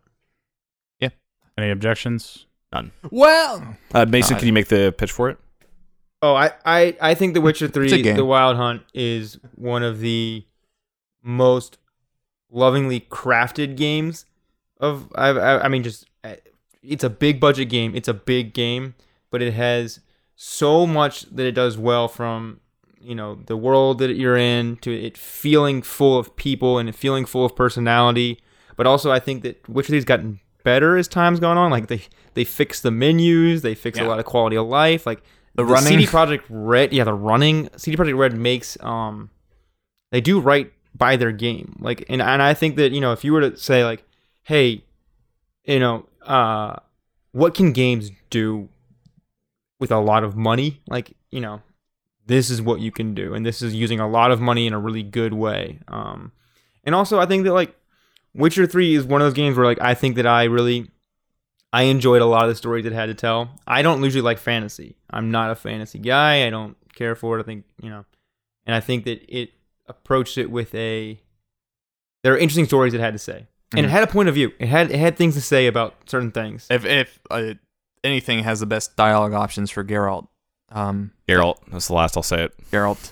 Speaker 4: Any objections?
Speaker 2: well,
Speaker 3: Uh, Mason, can you make the pitch for it?
Speaker 1: Oh, I, I, I think The Witcher
Speaker 2: a
Speaker 1: 3
Speaker 2: game.
Speaker 1: The Wild Hunt is one of the most lovingly crafted games of I I, I mean just uh, it's a big budget game. It's a big game, but it has so much that it does well from you know the world that you're in to it feeling full of people and it feeling full of personality. But also, I think that Witcher Three's gotten better as time's gone on. Like they they fix the menus, they fix a lot of quality of life. Like
Speaker 2: The running.
Speaker 1: CD Project Red, yeah, the running CD Project Red makes um they do right by their game. Like and and I think that, you know, if you were to say like, hey, you know, uh what can games do with a lot of money? Like, you know, this is what you can do and this is using a lot of money in a really good way. Um and also I think that like Witcher 3 is one of those games where like I think that I really I enjoyed a lot of the stories it had to tell. I don't usually like fantasy. I'm not a fantasy guy. I don't care for it. I think, you know, and I think that it approached it with a there are interesting stories it had to say. And it had a point of view. It had it had things to say about certain things.
Speaker 2: if if uh, anything has the best dialogue options for Geralt, um,
Speaker 3: Geralt, that's the last I'll say it.
Speaker 2: Geralt.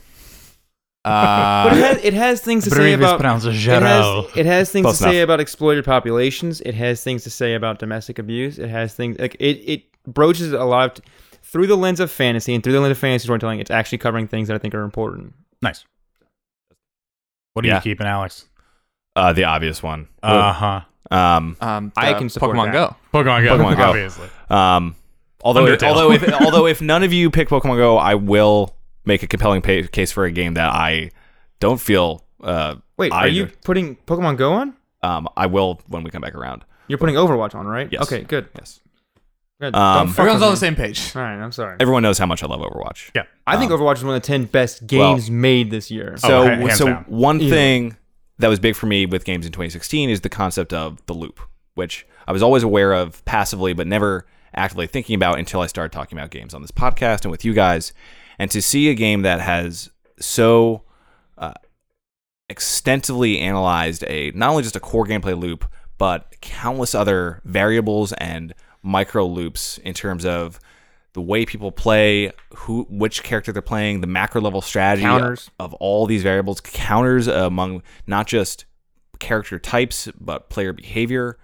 Speaker 1: But it
Speaker 2: Uh,
Speaker 1: has, it has things to say about It has, it has things
Speaker 3: Close
Speaker 1: to say about exploited populations. It has things to say about domestic abuse. It has things like it. It broaches a lot of t- through the lens of fantasy and through the lens of fantasy storytelling. It's actually covering things that I think are important.
Speaker 4: Nice. What are
Speaker 3: Yeah.
Speaker 4: you keeping, Alex?
Speaker 3: Uh, the obvious one.
Speaker 1: Oh.
Speaker 4: Uh huh.
Speaker 3: um,
Speaker 2: um,
Speaker 1: I
Speaker 2: the
Speaker 1: can support
Speaker 2: Pokemon
Speaker 1: that.
Speaker 2: Go.
Speaker 4: Pokemon Go.
Speaker 3: Pokemon Go.
Speaker 4: Obviously.
Speaker 3: um, although
Speaker 4: Undertale.
Speaker 3: although if, although if none of you pick Pokemon Go, I will make a compelling pa case for a game that I don't feel. Uh,
Speaker 1: Wait,
Speaker 3: I
Speaker 1: are you
Speaker 3: agree.
Speaker 1: putting Pokemon Go on?
Speaker 3: um, I will when we come back around.
Speaker 1: You're putting Overwatch on, right?
Speaker 3: Yes.
Speaker 1: Okay, good.
Speaker 3: Yes.
Speaker 1: good. Don't
Speaker 3: Um,
Speaker 1: fuck
Speaker 2: Everyone's
Speaker 1: with
Speaker 2: on
Speaker 1: me.
Speaker 2: the same page.
Speaker 1: All right, I'm sorry.
Speaker 3: Everyone knows how much I love Overwatch.
Speaker 4: Yeah.
Speaker 1: I think Overwatch is one of the ten best games made this year.
Speaker 4: Oh,
Speaker 3: So,
Speaker 4: ha- hands
Speaker 3: so
Speaker 4: down.
Speaker 3: one
Speaker 1: Yeah.
Speaker 3: thing that was big for me with games in 2016 is the concept of the loop, which I was always aware of passively, but never actively thinking about until I started talking about games on this podcast and with you guys. And to see a game that has so uh, extensively analyzed a not only just a core gameplay loop, but countless other variables and micro loops in terms of the way people play, who which character they're playing, the macro level strategy
Speaker 1: Counters.
Speaker 3: of all these variables, counters among not just character types but player behavior.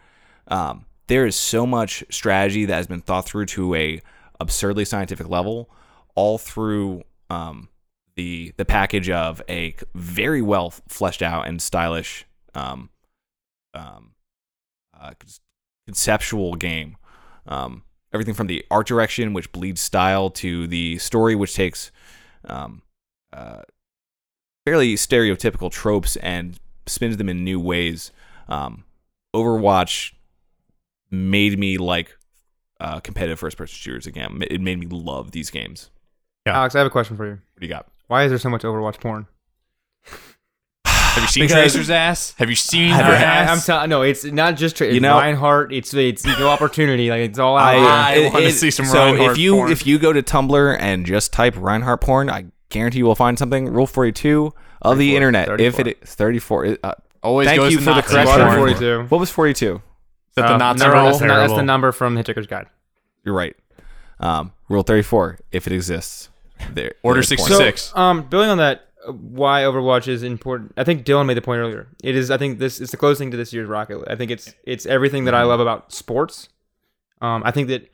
Speaker 3: Um, there is so much strategy that has been thought through to a absurdly scientific level, all through um, the the package of a c- very well fleshed out and stylish um, um, uh, c- conceptual game. Um, everything from the art direction, which bleeds style, to the story, which takes um, uh, fairly stereotypical tropes and spins them in new ways. Um, Overwatch made me like uh, competitive first person shooters again. It made me love these games.
Speaker 1: Alex, I have a question for you.
Speaker 3: What do you got?
Speaker 1: Why is there so much Overwatch porn?
Speaker 2: Have you seen
Speaker 1: Because-
Speaker 2: Tracer's ass? Have you seen
Speaker 1: I,
Speaker 2: her
Speaker 1: I, I'm
Speaker 2: ass?
Speaker 1: telling. No, it's not just. Tra-
Speaker 3: You
Speaker 1: you
Speaker 3: know-
Speaker 1: know, Reinhardt. It's it's equal opportunity. Like it's all out. there.
Speaker 3: I,
Speaker 5: uh,
Speaker 2: I wanna see some
Speaker 3: so
Speaker 2: Reinhardt
Speaker 3: if you
Speaker 2: porn.
Speaker 3: if you go to Tumblr and just type Reinhardt porn, I guarantee you will find something. Rule forty two of the internet. If it is thirty four, uh,
Speaker 2: Always
Speaker 3: Thank
Speaker 2: goes
Speaker 3: you
Speaker 2: to
Speaker 3: for the
Speaker 2: Nazi
Speaker 3: correction.
Speaker 2: porn.
Speaker 1: Water
Speaker 3: Sure.
Speaker 1: 42.
Speaker 3: what was forty two?
Speaker 2: That the
Speaker 4: Uh,
Speaker 2: Nazi
Speaker 4: no,
Speaker 1: Number-
Speaker 2: roll.
Speaker 1: that's, not- that's
Speaker 4: terrible.
Speaker 1: the number from Hitchhiker's Guide.
Speaker 3: You're right. Um, rule thirty four. If it exists, there
Speaker 2: Order
Speaker 3: there's porn.
Speaker 2: 66. Six.
Speaker 1: Um, building on that, uh, why Overwatch is important. I think Dylan made the point earlier. It is. I think this is the closest thing to this year's Rocket League. I think it's it's everything that I love about sports. Um, I think that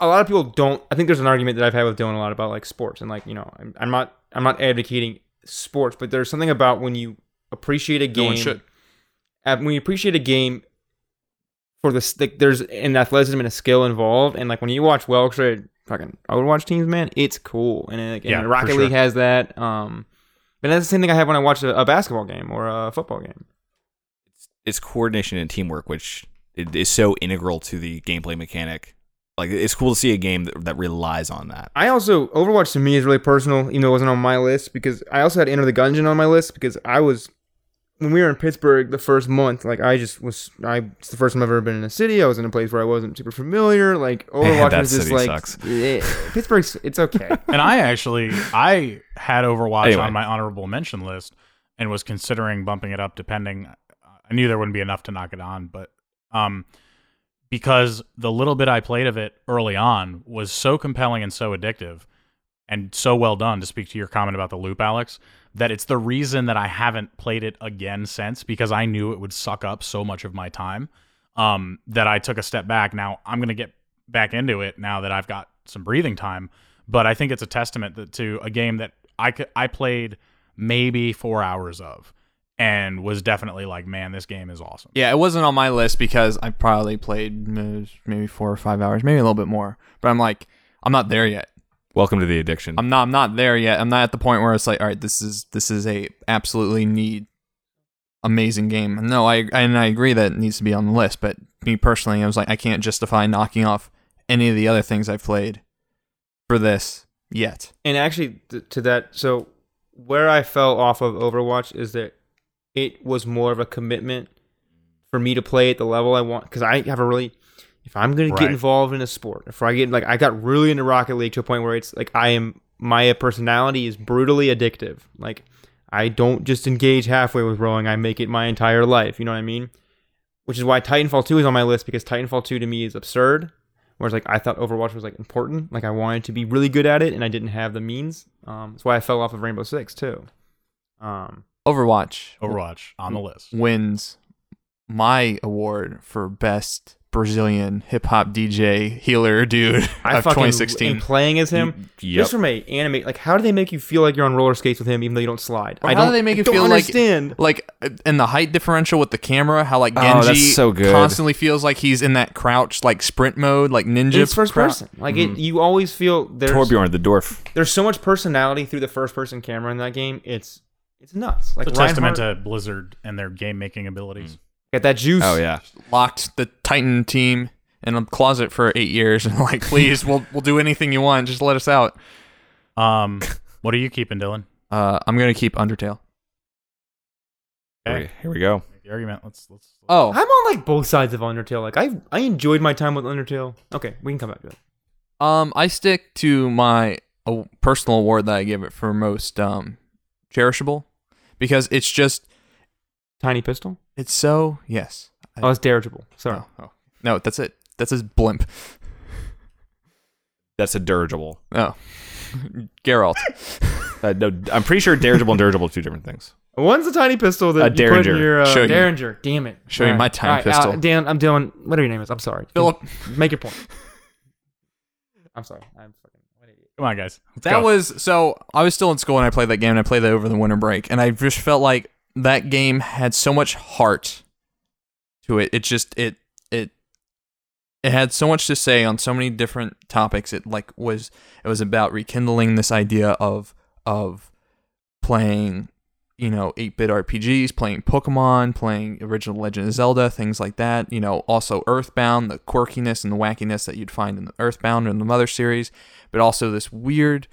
Speaker 1: a lot of people don't. I think there's an argument that I've had with Dylan a lot about like sports and like you know I'm, I'm not I'm not advocating sports, but there's something about when you appreciate a game.
Speaker 2: one should.
Speaker 1: uh, when you appreciate a game for the s- like, there's an athleticism and a skill involved, and like when you watch well created fucking Overwatch teams, man, it's cool. And, like, and
Speaker 4: Yeah,
Speaker 1: Rocket
Speaker 4: for sure.
Speaker 1: League has that. Um, but that's the same thing I have when I watch a, a basketball game or a football game.
Speaker 5: it's coordination and teamwork, which i- is so integral to the gameplay mechanic. Like it's cool to see a game that, that relies on that.
Speaker 1: I also Overwatch to me is really personal, even though it wasn't on my list because I also had Enter the Gungeon on my list because I was when we were in Pittsburgh the first month, like I just was I it's the first time I've ever been in a city. I was in a place where I wasn't super familiar. Like Overwatch
Speaker 5: that
Speaker 1: was just
Speaker 5: city
Speaker 1: like
Speaker 5: sucks.
Speaker 1: eh, Pittsburgh's it's okay.
Speaker 4: and I actually I had Overwatch
Speaker 5: Anyway.
Speaker 4: on my honorable mention list and was considering bumping it up depending I knew there wouldn't be enough to knock it on, but um because the little bit I played of it early on was so compelling and so addictive and so well done to speak to your comment about the loop Alex that it's the reason that I haven't played it again since because I knew it would suck up so much of my time um that I took a step back now I'm going to get back into it now that I've got some breathing time but I think it's a testament that, to a game that I could, I played maybe four hours of and was definitely like, man, this game is awesome.
Speaker 2: Yeah, it wasn't on my list because I probably played mm, maybe four or five hours, maybe a little bit more. But I'm like, I'm not there yet.
Speaker 5: Welcome to the addiction.
Speaker 2: I'm not. I'm not there yet. I'm not at the point where it's like, all right, this is this is a absolutely need amazing game. And No, I and I agree that it needs to be on the list. But me personally, I was like, I can't justify knocking off any of the other things I've played for this yet.
Speaker 1: and actually th- to that so where i fell off of overwatch is that it was more of a commitment for me to play at the level i want because i have a really if i'm going to
Speaker 4: Right.
Speaker 1: get involved in a sport if i get like i got really into rocket league to a point where it's like i am my personality is brutally addictive like i don't just engage halfway with rowing i make it my entire life you know what i mean which is why titanfall 2 is on my list because titanfall 2 to me is absurd Whereas like I thought Overwatch was like important, like I wanted to be really good at it, and I didn't have the means. Um, that's why I fell off of Rainbow Six too. Um,
Speaker 2: Overwatch
Speaker 4: Overwatch on the list.
Speaker 2: wins my award for best Brazilian hip hop DJ healer dude
Speaker 1: I
Speaker 2: of
Speaker 1: fucking
Speaker 2: 2016.
Speaker 1: am playing as him. Just from a anime, like how do they make you feel like you're on roller skates with him, even though you don't slide?
Speaker 2: Or
Speaker 1: I
Speaker 2: how
Speaker 1: don't,
Speaker 2: do they make
Speaker 1: I
Speaker 2: you
Speaker 1: don't
Speaker 2: feel like-
Speaker 1: understand.
Speaker 2: like uh, and the height differential with the camera, how like
Speaker 5: Oh,
Speaker 2: Genji
Speaker 5: that's so good.
Speaker 2: constantly feels like he's in that crouch like sprint mode, like ninja.
Speaker 1: it's first
Speaker 2: crouch.
Speaker 1: person. Like
Speaker 5: Mm-hmm.
Speaker 1: it, you always feel there's
Speaker 5: Torbjorn the dwarf.
Speaker 1: there's so much personality through the first person camera in that game. It's it's nuts. Like
Speaker 4: It's a
Speaker 1: Reinhardt
Speaker 4: testament to Blizzard and their game making abilities.
Speaker 1: got that juice.
Speaker 5: Oh yeah.
Speaker 2: Locked the Titan team in a closet for eight years and like, please, we'll we'll do anything you want, just let us out.
Speaker 4: Um, what are you keeping, Dylan?
Speaker 2: Uh, I'm gonna keep Undertale.
Speaker 5: Here we,
Speaker 4: Okay.
Speaker 5: here we go.
Speaker 4: Make the argument. Let's let's.
Speaker 2: Oh,
Speaker 1: I'm on like both sides of Undertale. Like I I enjoyed my time with Undertale. Okay, we can come back to that.
Speaker 2: um, I stick to my uh, personal award that I give it for most um cherishable because it's just
Speaker 1: Tiny pistol.
Speaker 2: it's so yes. I-
Speaker 1: Oh, it's dirigible. Sorry.
Speaker 2: oh, oh. no, that's it. That's his blimp.
Speaker 5: That's a dirigible.
Speaker 2: Oh, Geralt.
Speaker 5: Uh, no, I'm pretty sure dirigible and dirigible are two different things.
Speaker 1: One's a tiny pistol that
Speaker 5: A
Speaker 1: you put in
Speaker 5: Derringer.
Speaker 1: your uh,
Speaker 2: Show you.
Speaker 1: Derringer. Damn it.
Speaker 2: Show you my tiny
Speaker 1: All
Speaker 2: pistol.
Speaker 1: Uh, Dan, I'm doing whatever your name is. I'm sorry.
Speaker 2: Philip.
Speaker 1: make your point. I'm sorry. I'm fucking. what an idiot.
Speaker 4: Come on, guys. Let's
Speaker 2: That
Speaker 4: go.
Speaker 2: was so. I was still in school when I played that game, and I played that over the winter break, and I just felt like that game had so much heart to it. It just it it it had so much to say on so many different topics. It like was it was about rekindling this idea of of playing you know 8-bit RPGs, playing Pokemon, playing original Legend of Zelda, things like that. You know, also Earthbound, the quirkiness and the wackiness that you'd find in the Earthbound and the Mother series but also this weird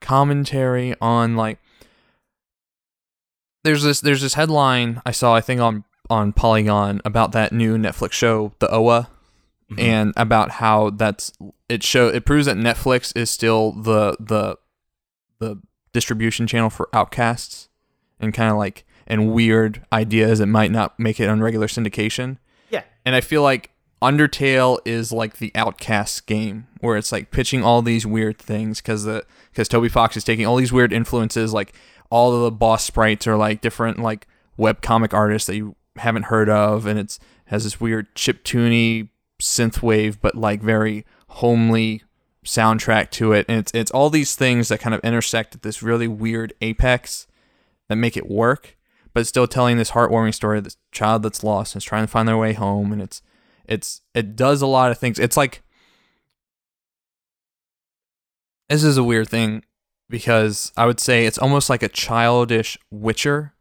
Speaker 2: commentary on like there's this there's this headline I saw I think on on Polygon about that new Netflix show The OA and about how that's it show it proves that Netflix is still the the the distribution channel for outcasts and kind of like and weird ideas that might not make it on regular syndication.
Speaker 1: Yeah.
Speaker 2: And I feel like Undertale is like the outcast game where it's like pitching all these weird things because the because Toby Fox is taking all these weird influences like all of the boss sprites are like different like webcomic artists that you haven't heard of and it's has this weird chip tuney synth wave but like very homely soundtrack to it and it's it's all these things that kind of intersect at this really weird apex that make it work but it's still telling this heartwarming story of this child that's lost and is trying to find their way home and it's it's it does a lot of things it's like this is a weird thing because I would say it's almost like a childish Witcher,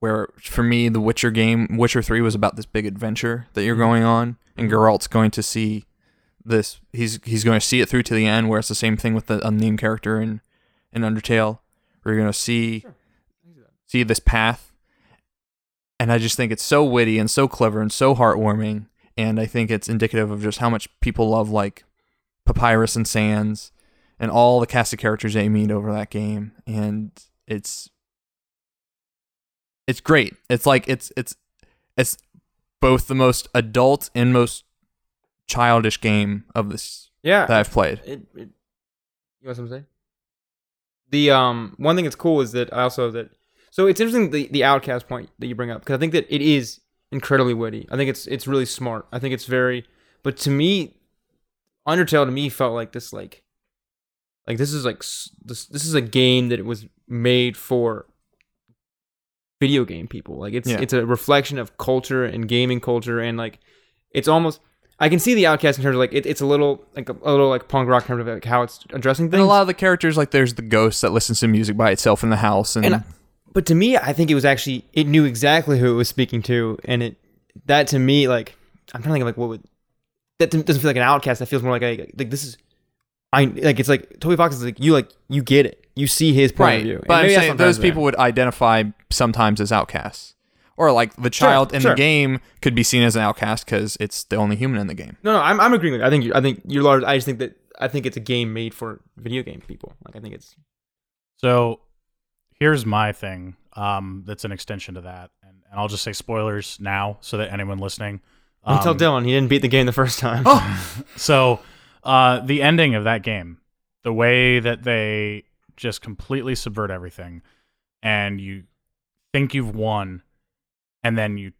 Speaker 2: where for me the Witcher game, Witcher Three, was about this big adventure that you're going on, and Geralt's going to see this. He's he's going to see it through to the end, where it's the same thing with the unnamed character in in Undertale, where you're going to see see this path. And I just think it's so witty and so clever and so heartwarming, and I think it's indicative of just how much people love like Papyrus and Sands and all the cast of characters they meet over that game and it's it's great it's like it's it's it's both the most adult and most childish game of this
Speaker 1: Yeah.
Speaker 2: that i've played
Speaker 1: it, it, you want something to say? The um one thing that's cool is that I also that so it's interesting the the outcast point that you bring up because I think that it is incredibly witty. I think it's it's really smart. I think it's very but to me, Undertale to me felt like this like like this is like s- this this is a game that it was made for video game people. Like it's
Speaker 2: Yeah.
Speaker 1: it's a reflection of culture and gaming culture and like it's almost I can see the outcast in terms of like it, it's a little like a, little like punk rock kind of like how it's addressing
Speaker 2: and
Speaker 1: things.
Speaker 2: a lot of the characters like there's the ghost that listens to music by itself in the house and,
Speaker 1: And I- but to me, I think it was actually it knew exactly who it was speaking to, and it that to me like I'm trying to think of like what would that to- doesn't feel like an outcast. That feels more like a, like this is I like it's like Toby Fox is like you like you get it, you see his point of view. And
Speaker 2: But I'm
Speaker 1: maybe that's
Speaker 2: saying
Speaker 1: not bad
Speaker 2: those
Speaker 1: for them.
Speaker 2: people would identify sometimes as outcasts. Or like the child in
Speaker 1: sure.
Speaker 2: the game could be seen as an outcast because it's the only human in the game.
Speaker 1: No, no, I'm, I'm agreeing with you. I think you, I think you're large. I just think that I think it's a game made for video game people. Like I think it's
Speaker 4: So here's my thing um, that's an extension to that. And, and I'll just say spoilers now so that anyone listening.
Speaker 1: don't tell
Speaker 4: um,
Speaker 1: Dylan he didn't beat the game the first time.
Speaker 2: Oh!
Speaker 4: So uh, the ending of that game, the way that they just completely subvert everything, and you think you've won, and then you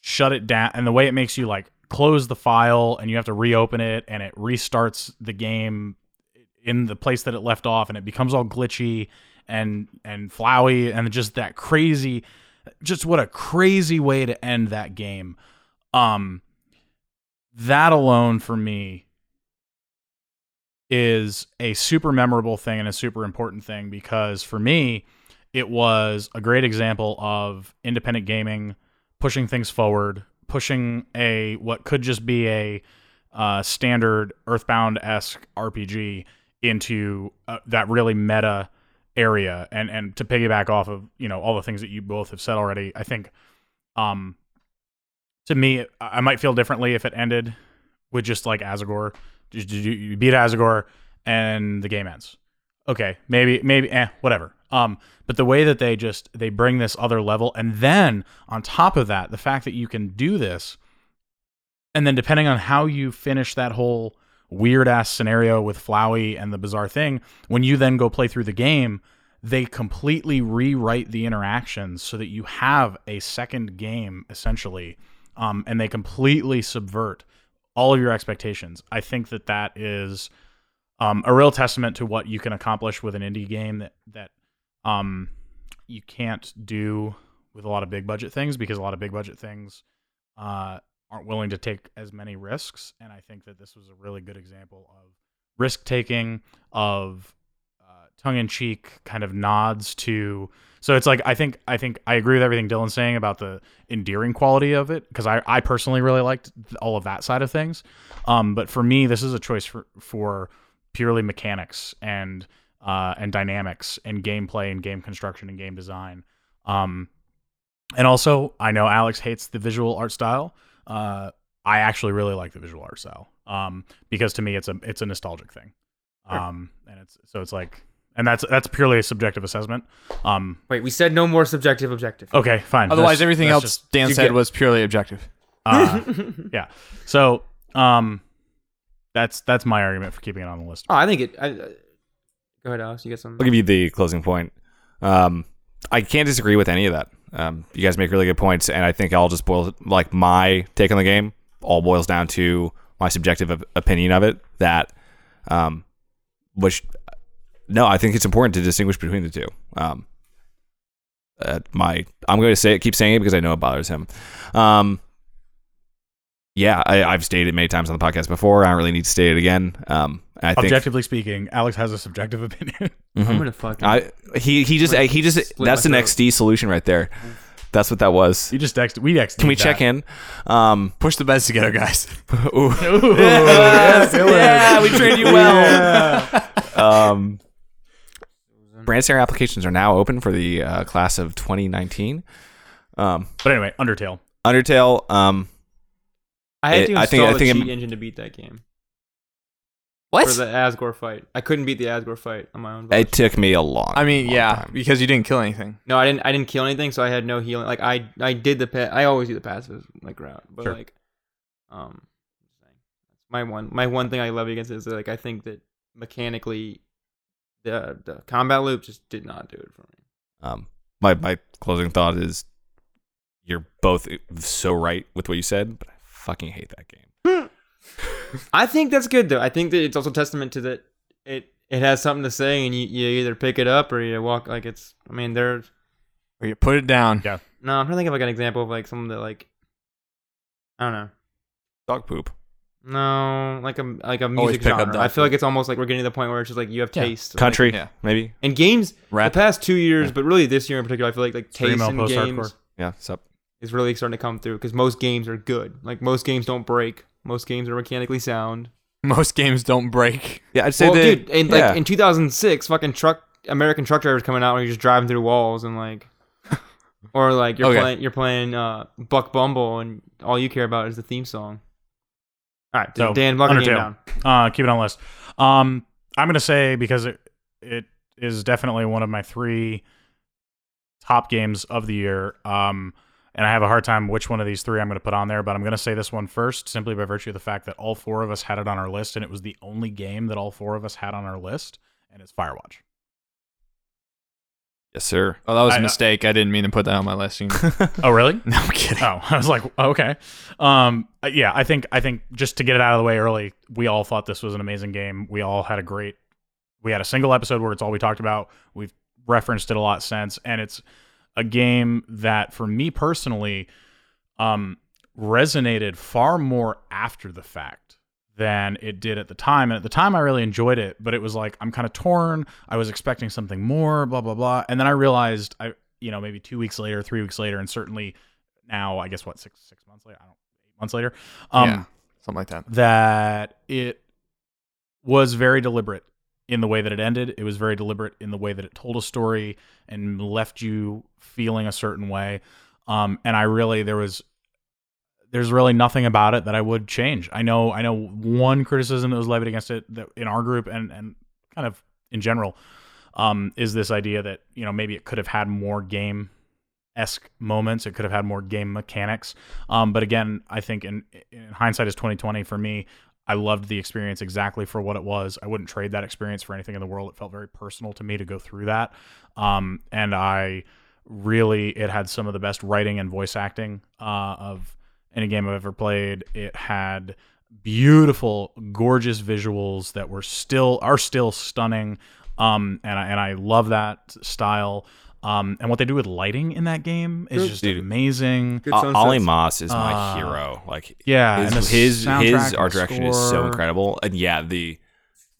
Speaker 4: shut it down, and the way it makes you like close the file and you have to reopen it, and it restarts the game in the place that it left off, and it becomes all glitchy and and flowy, and just that crazy, just what a crazy way to end that game. Um, that alone for me is a super memorable thing and a super important thing because for me it was a great example of independent gaming pushing things forward pushing a what could just be a uh, standard earthbound-esque rpg into uh, that really meta area and and to piggyback off of you know all the things that you both have said already i think um to me, I I might feel differently if it ended with just like Azagor. You- You you beat Azagor and the game ends. Okay, maybe, maybe, eh, whatever. Um, but the way that they just they bring this other level, and then on top of that, the fact that you can do this, and then depending on how you finish that whole weird ass scenario with Flowey and the bizarre thing, when you then go play through the game, they completely rewrite the interactions so that you have a second game essentially um, and they completely subvert all of your expectations i think that that is um, a real testament to what you can accomplish with an indie game that that um, you can't do with a lot of big budget things because a lot of big budget things uh, aren't willing to take as many risks and i think that this was a really good example of risk taking of uh, tongue-in-cheek kind of nods to so it's like i think i think i agree with everything dylan's saying about the endearing quality of it because I, I personally really liked th- all of that side of things um, but for me this is a choice for, for purely mechanics and uh, and dynamics and gameplay and game construction and game design um, and also i know alex hates the visual art style uh, i actually really like the visual art style um, because to me it's a it's a nostalgic thing um, and it's so it's like and that's that's purely a subjective assessment um,
Speaker 1: Wait, we said no more subjective objective.
Speaker 4: okay fine
Speaker 2: Otherwise,
Speaker 4: That's-
Speaker 2: everything
Speaker 4: that's
Speaker 2: else
Speaker 4: just-
Speaker 2: Dan
Speaker 1: you
Speaker 2: said
Speaker 1: get-
Speaker 2: was purely objective.
Speaker 4: uh, yeah. So, um, that's that's my argument for keeping it on the list.
Speaker 1: Oh, I think it. I, I, go ahead, Alex. You got some.
Speaker 3: I'll give you the closing point. Um, I can't disagree with any of that. Um, you guys make really good points, and I think I'll just boil like my take on the game all boils down to my subjective op- opinion of it. That, um, which, no, I think it's important to distinguish between the two. Um, uh, my, I'm going to say it, keep saying it because I know it bothers him. Um, yeah, I, I've stated it many times on the podcast before. I don't really need to state it again. Um, I think
Speaker 4: Objectively speaking, Alex has a subjective opinion.
Speaker 1: I'm
Speaker 3: Mhm.
Speaker 1: gonna fucking.
Speaker 3: I he he just eh, he just
Speaker 1: Split
Speaker 3: that's an
Speaker 1: my throat.
Speaker 3: XD solution right there. That's what that was.
Speaker 4: you just text. We text.
Speaker 3: Can we check in? Um,
Speaker 2: Push the beds together, guys.
Speaker 3: ooh.
Speaker 4: yeah,
Speaker 3: we trained you well. um, brand Snare applications are now open for the uh, class of 2019. Um,
Speaker 4: But anyway, Undertale.
Speaker 3: Undertale. Um,
Speaker 1: I had
Speaker 3: it-
Speaker 1: to install
Speaker 3: I think- I
Speaker 1: the
Speaker 3: think I'm-
Speaker 1: cheat engine to beat that game. For the Asgore fight, I couldn't beat the Asgore fight on my own.
Speaker 3: it took me a long.
Speaker 2: I mean,
Speaker 3: long
Speaker 2: yeah,
Speaker 3: time.
Speaker 2: because you didn't kill anything.
Speaker 1: No, I didn't. I didn't kill anything, so I had no healing. Like I, I did the pa- I always do the passive like route, but
Speaker 4: Sure.
Speaker 1: like, um, my one, my one thing I love against it is that, like I think that mechanically, the the combat loop just did not do it for me.
Speaker 3: Um, my my closing thought is, you're both so right with what you said, but I fucking hate that game.
Speaker 1: I think that's good though. I think that it's also testament to that it it has something to say, and you, you either pick it up or you walk. Like it's, I mean, there's
Speaker 2: Or you put it down.
Speaker 4: Yeah.
Speaker 1: no. I'm trying to think of like an example of like something that like, I don't know.
Speaker 3: Dog poop.
Speaker 1: No, like a like a
Speaker 2: Always
Speaker 1: music
Speaker 2: pick up
Speaker 1: genre.
Speaker 2: that
Speaker 1: I feel like
Speaker 2: thing.
Speaker 1: it's almost like we're getting to the point where it's just like you have
Speaker 4: Yeah.
Speaker 1: taste. like-
Speaker 3: Country,
Speaker 2: yeah.
Speaker 3: maybe.
Speaker 1: and games.
Speaker 2: Rap.
Speaker 1: The past two years, but really this year in particular, I feel like like taste
Speaker 4: Screamo
Speaker 1: in games
Speaker 4: post-hardcore.
Speaker 3: Yeah, sup.
Speaker 1: is really starting to come through because most games are good. Like most games don't break. Most games are mechanically sound.
Speaker 2: Most games don't break.
Speaker 3: Yeah, I'd say
Speaker 1: Well,
Speaker 3: that.
Speaker 1: dude, and
Speaker 3: yeah.
Speaker 1: like in 2006, fucking truck American truck drivers coming out where you're just driving through walls and like, or like you're
Speaker 2: Okay.
Speaker 1: playing you're playing uh, Buck Bumble and all you care about is the theme song. All right,
Speaker 4: So,
Speaker 1: Dan, lock the game
Speaker 4: Undertale.
Speaker 1: down.
Speaker 4: Uh, keep it on list. Um, I'm gonna say because it it is definitely one of my three top games of the year. Um, and I have a hard time which one of these three I'm gonna put on there, but I'm gonna say this one first, simply by virtue of the fact that all four of us had it on our list, and it was the only game that all four of us had on our list, and it's Firewatch.
Speaker 3: yes, sir.
Speaker 2: Oh, that was
Speaker 4: I uh,
Speaker 2: a
Speaker 4: know.
Speaker 2: mistake. I didn't mean to put that on my list. You-
Speaker 4: Oh, really?
Speaker 2: no, I'm kidding.
Speaker 4: Oh, I was like, okay. Um, uh, yeah, I think I think just to get it out of the way early, we all thought this was an amazing game. We all had a great. We had a single episode where it's all we talked about. We've referenced it a lot since, and it's a game that for me personally, um, resonated far more after the fact than it did at the time. And at the time, I really enjoyed it, but it was like I'm kind of torn. I was expecting something more, blah blah blah, and then I realized I, you know, maybe two weeks later, three weeks later, and certainly now I guess what six six months later, I don't eight months later, um,
Speaker 2: yeah, something like that.
Speaker 4: that it was very deliberate in the way that it ended. It was very deliberate in the way that it told a story and left you feeling a certain way. Um, and I really there was there's really nothing about it that I would change. I know I know one criticism that was levied against it that in our group and and kind of in general um, is this idea that you know maybe it could have had more game esque moments. It could have had more game mechanics. Um, but again, I think in, in hindsight is twenty twenty for me. I loved the experience exactly for what it was. I wouldn't trade that experience for anything in the world. It felt very personal to me to go through that, um, and I really it had some of the best writing and voice acting uh, of any game I've ever played. It had beautiful, gorgeous visuals that were still are still stunning, um, and I, and I love that style. Um, and what they do with lighting in that game is just
Speaker 3: Dude.
Speaker 4: amazing.
Speaker 1: Good
Speaker 3: O-
Speaker 1: sound
Speaker 3: Ollie
Speaker 1: sets.
Speaker 3: Moss is my
Speaker 4: Uh,
Speaker 3: hero. Like
Speaker 4: Yeah, Uh, and
Speaker 3: his
Speaker 4: the
Speaker 3: his,
Speaker 4: soundtrack
Speaker 3: his
Speaker 4: and
Speaker 3: art
Speaker 4: the
Speaker 3: direction is so
Speaker 4: score.
Speaker 3: incredible. And yeah, the,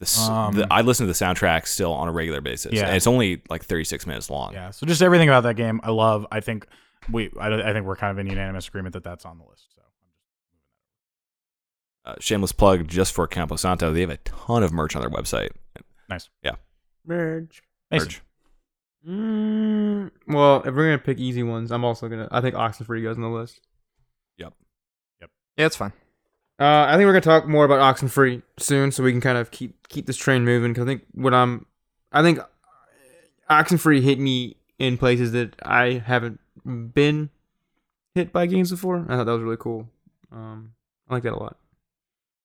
Speaker 3: the, s the
Speaker 4: Um,
Speaker 3: I listen to the soundtrack still on a regular basis.
Speaker 4: Yeah.
Speaker 3: and it's only like 36 minutes long.
Speaker 4: Yeah, so just everything about that game, I love. I think we, I, I think we're kind of in unanimous agreement that that's on the list. So
Speaker 3: Uh, shameless plug just for Campo Santo. They have a ton of merch on their website.
Speaker 1: Merge.
Speaker 4: Mason.
Speaker 3: Merch.
Speaker 1: Mm, well, if we're gonna pick easy ones, I'm also gonna. I think Oxenfree goes on the list.
Speaker 2: Yeah, it's fine.
Speaker 1: Uh, I think we're gonna talk more about Oxenfree soon, so we can kind of keep keep this train moving. Because I think what I'm, I think Oxenfree hit me in places that I haven't been hit by games before. I thought that was really cool. Um, I like that a lot.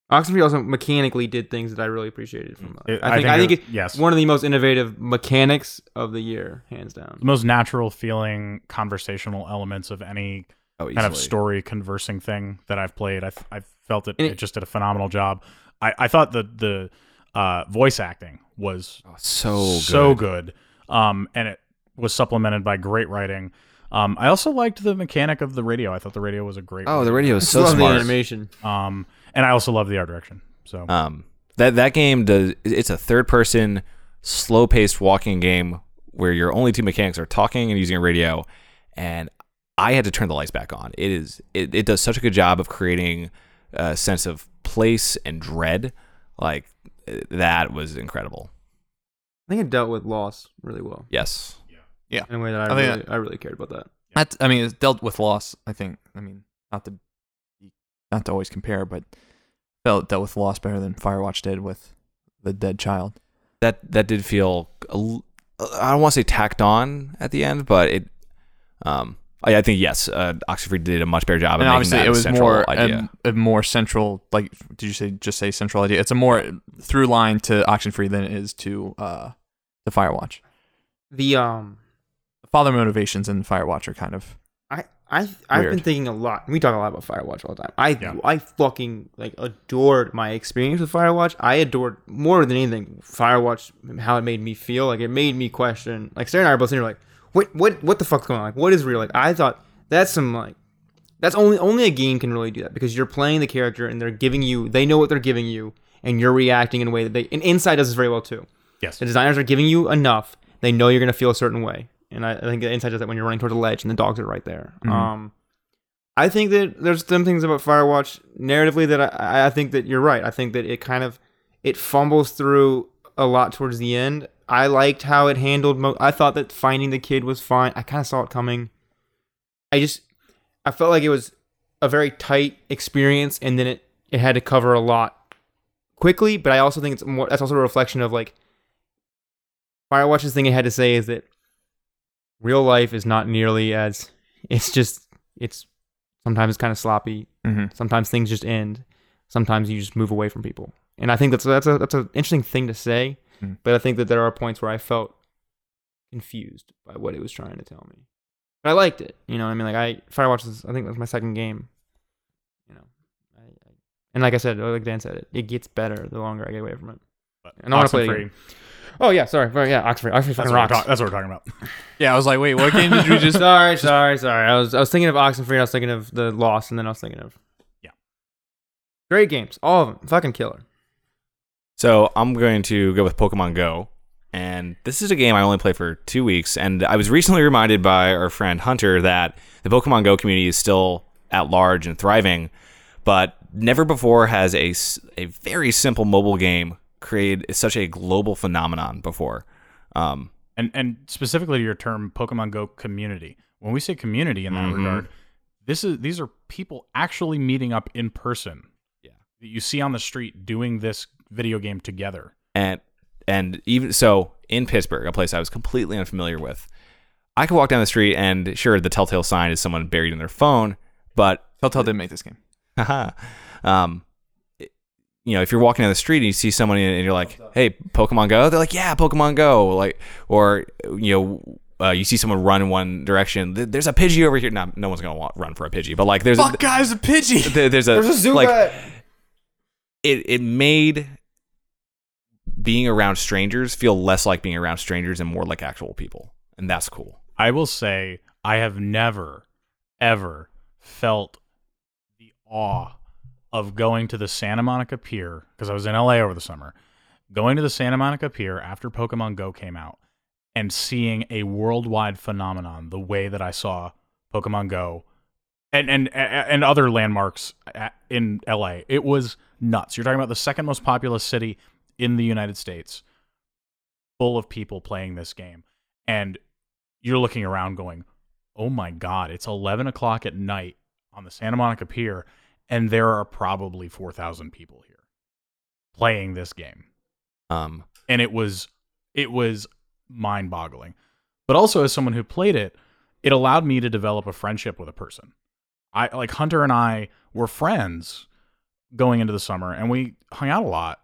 Speaker 1: Oxenfree also mechanically did things that I really appreciated from.
Speaker 4: It-
Speaker 1: I think I think,
Speaker 4: it-
Speaker 1: it's
Speaker 4: yes,
Speaker 1: one of the most innovative mechanics of the year, hands down.
Speaker 4: the most natural feeling conversational elements of any
Speaker 3: Oh,
Speaker 4: kind of story conversing thing that I've played. I f- I felt it,
Speaker 1: And
Speaker 4: it,
Speaker 1: it-
Speaker 4: just did a phenomenal job. I, I thought the the uh, voice acting was
Speaker 3: Oh, so
Speaker 4: so good, um, and it was supplemented by great writing. Um, I also liked the mechanic of the radio. I thought the radio was a great.
Speaker 3: Oh, the radio is so
Speaker 1: Love the
Speaker 3: smart.
Speaker 1: animation.
Speaker 4: Um, and I also love the art direction. So
Speaker 1: Uh,
Speaker 3: Um, that that game does. It's a third-person, slow-paced walking game where your only two mechanics are talking and using a radio. And I had to turn the lights back on. It is. It, it does such a good job of creating a sense of place and dread. Like uh, that was incredible.
Speaker 1: I think it dealt with loss really well
Speaker 3: Yes.
Speaker 1: in a way that I,
Speaker 2: I think
Speaker 1: really, I really cared about that.
Speaker 2: That's, I mean, it's dealt with loss. I think. I mean, not to not to always compare, but felt dealt with loss better than Firewatch did with the dead child.
Speaker 3: that that did feel a l- I don't want to say tacked on at the end, but it. Um, I, I think yes, uh, Oxford did a much better job. Of
Speaker 2: and
Speaker 3: making
Speaker 2: obviously,
Speaker 3: that
Speaker 2: it was
Speaker 3: central
Speaker 2: more
Speaker 3: idea.
Speaker 2: a, a more central. Like, did you say just say central idea? It's a more through line to Auction Free than it is to uh the Firewatch.
Speaker 1: The um,
Speaker 2: Father motivations and Firewatch are kind of
Speaker 1: I I I've been
Speaker 2: Weird.
Speaker 1: thinking a lot. We talk a lot about Firewatch all the time. I
Speaker 4: Yeah.
Speaker 1: I fucking like adored my experience with Firewatch. I adored more than anything Firewatch how it made me feel. Like it made me question. Like Sarah and I are both sitting here like, what what what the fuck's going on? Like what is real? Like I thought that's some like that's only only a game can really do that because you're playing the character and they're giving you they know what they're giving you and you're reacting in a way that they and Inside does this very well too.
Speaker 4: yes,
Speaker 1: The designers are giving you enough. They know you're going to feel a certain way. And I, I think the insight does that when you're running towards a ledge and the dogs are right there. Um, I think that there's some things about Firewatch narratively that I- I, I think that you're right. I think that it kind of it fumbles through a lot towards the end. I liked how it handled. Mo- I thought that finding the kid was fine. I kind of saw it coming. I just I felt like it was a very tight experience, and then it it had to cover a lot quickly. But I also think it's more. That's also a reflection of like Firewatch's thing it had to say is that real life is not nearly as it's just it's sometimes it's kind of sloppy.
Speaker 3: Mm-hmm.
Speaker 2: Mhm.
Speaker 1: Sometimes things just end. Sometimes you just move away from people. And I think that's that's a that's an interesting thing to say.
Speaker 2: Mm.
Speaker 1: But I think that there are points where I felt confused by what it was trying to tell me. But I liked it. You know, what I mean, like I Firewatch is I think that's my second game. You know, I, I, and like I said, like Dan said, it it gets better the longer I get away from it.
Speaker 4: but
Speaker 1: and I wanna play it
Speaker 4: Oxenfree,
Speaker 1: again. Oh yeah, sorry, Right, yeah, Oxford, Oxford
Speaker 4: That's
Speaker 1: fucking
Speaker 4: what, we're
Speaker 1: rocks.
Speaker 4: talk- that's what we're talking about.
Speaker 2: yeah. I was like, wait, what game did you just?
Speaker 1: sorry, sorry, sorry. I was I was thinking of Oxenfree. I was thinking of the loss, and then I was thinking of
Speaker 4: Yeah.
Speaker 1: Great games, all of them. Fucking killer.
Speaker 3: So I'm going to go with Pokemon Go. And this is a game I only play for two weeks. And I was recently reminded by our friend Hunter that the Pokemon Go community is still at large and thriving, but never before has a, s- a very simple mobile game created such a global phenomenon before. Um,
Speaker 4: and and specifically to your term Pokemon Go community. When we say community in that
Speaker 3: Mhm.
Speaker 4: regard, this is these are people actually meeting up in person.
Speaker 3: Yeah.
Speaker 4: That you see on the street doing this video game together.
Speaker 3: and and even so in Pittsburgh, a place I was completely unfamiliar with, I could walk down the street and sure the telltale sign is someone buried in their phone, but
Speaker 2: Telltale didn't make this game.
Speaker 3: Haha. um, it- you know, if you're walking down the street and you see somebody and you're like, "Hey, Pokemon Go," they're like, "Yeah, Pokemon Go." Like, or you know, uh, you see someone run in one direction. "Th- There's a Pidgey over here. Not, no one's gonna want, run for a Pidgey, but like, there's a,
Speaker 2: guys, a Pidgey.
Speaker 3: there- there's a like it it made being around strangers feel less like being around strangers and more like actual people, and that's cool.
Speaker 4: I will say I have never ever felt the awe of going to the Santa Monica Pier because I was in LA over the summer. Going to the Santa Monica Pier after Pokemon Go came out and seeing a worldwide phenomenon the way that I saw Pokemon Go and and and other landmarks a- in LA. It was nuts. You're talking about the second most populous city in the United States full of people playing this game and you're looking around going, oh my God, it's 11 o'clock at night on the Santa Monica Pier, and there are probably 4,000 people here playing this game.
Speaker 3: Um,
Speaker 4: And it was, it was mind boggling. But also, as someone who played it, it allowed me to develop a friendship with a person. I like Hunter and I were friends going into the summer, and we hung out a lot.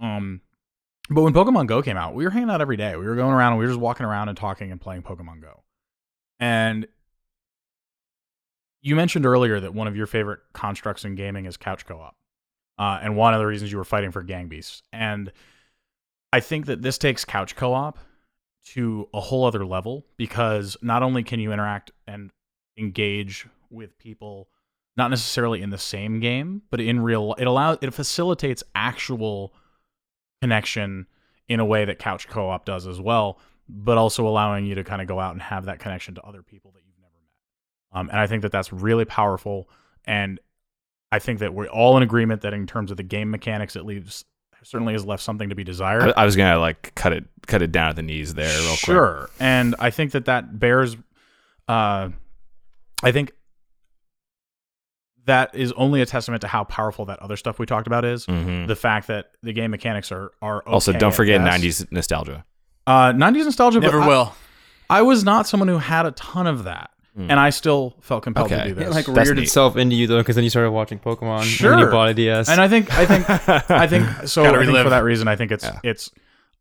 Speaker 4: Um, but when Pokemon Go came out, we were hanging out every day. We were going around and we were just walking around and talking and playing Pokemon Go. And you mentioned earlier that one of your favorite constructs in gaming is couch co-op, uh, and one of the reasons you were fighting for gang beasts. And I think that this takes couch co-op to a whole other level because not only can you interact and engage with people not necessarily in the same game but in real it allows it facilitates actual connection in a way that couch co-op does as well but also allowing you to kind of go out and have that connection to other people that you've never met um, and i think that that's really powerful and i think that we're all in agreement that in terms of the game mechanics it leaves certainly has left something to be desired
Speaker 3: I, I was gonna like cut it cut it down at the knees there real quick.
Speaker 4: sure. And I think that that bears, uh, I think that is only a testament to how powerful that other stuff we talked about is.
Speaker 3: Mhm.
Speaker 4: The fact that the game mechanics are are okay
Speaker 3: also, don't
Speaker 4: at
Speaker 3: forget
Speaker 4: best.
Speaker 3: '90s nostalgia.
Speaker 4: Uh, 90s nostalgia.
Speaker 2: Never
Speaker 4: but I-
Speaker 2: will.
Speaker 4: I, was not someone who had a ton of that, and I still felt compelled to
Speaker 3: Mm. Okay.
Speaker 4: do
Speaker 1: It
Speaker 4: this.
Speaker 1: like
Speaker 3: That's
Speaker 1: reared
Speaker 3: neat.
Speaker 1: itself into you though, because then you started watching Pokemon. And then
Speaker 4: Sure.
Speaker 1: you bought a DS.
Speaker 4: and I think I think I think so. I think for that reason, I think it's it's.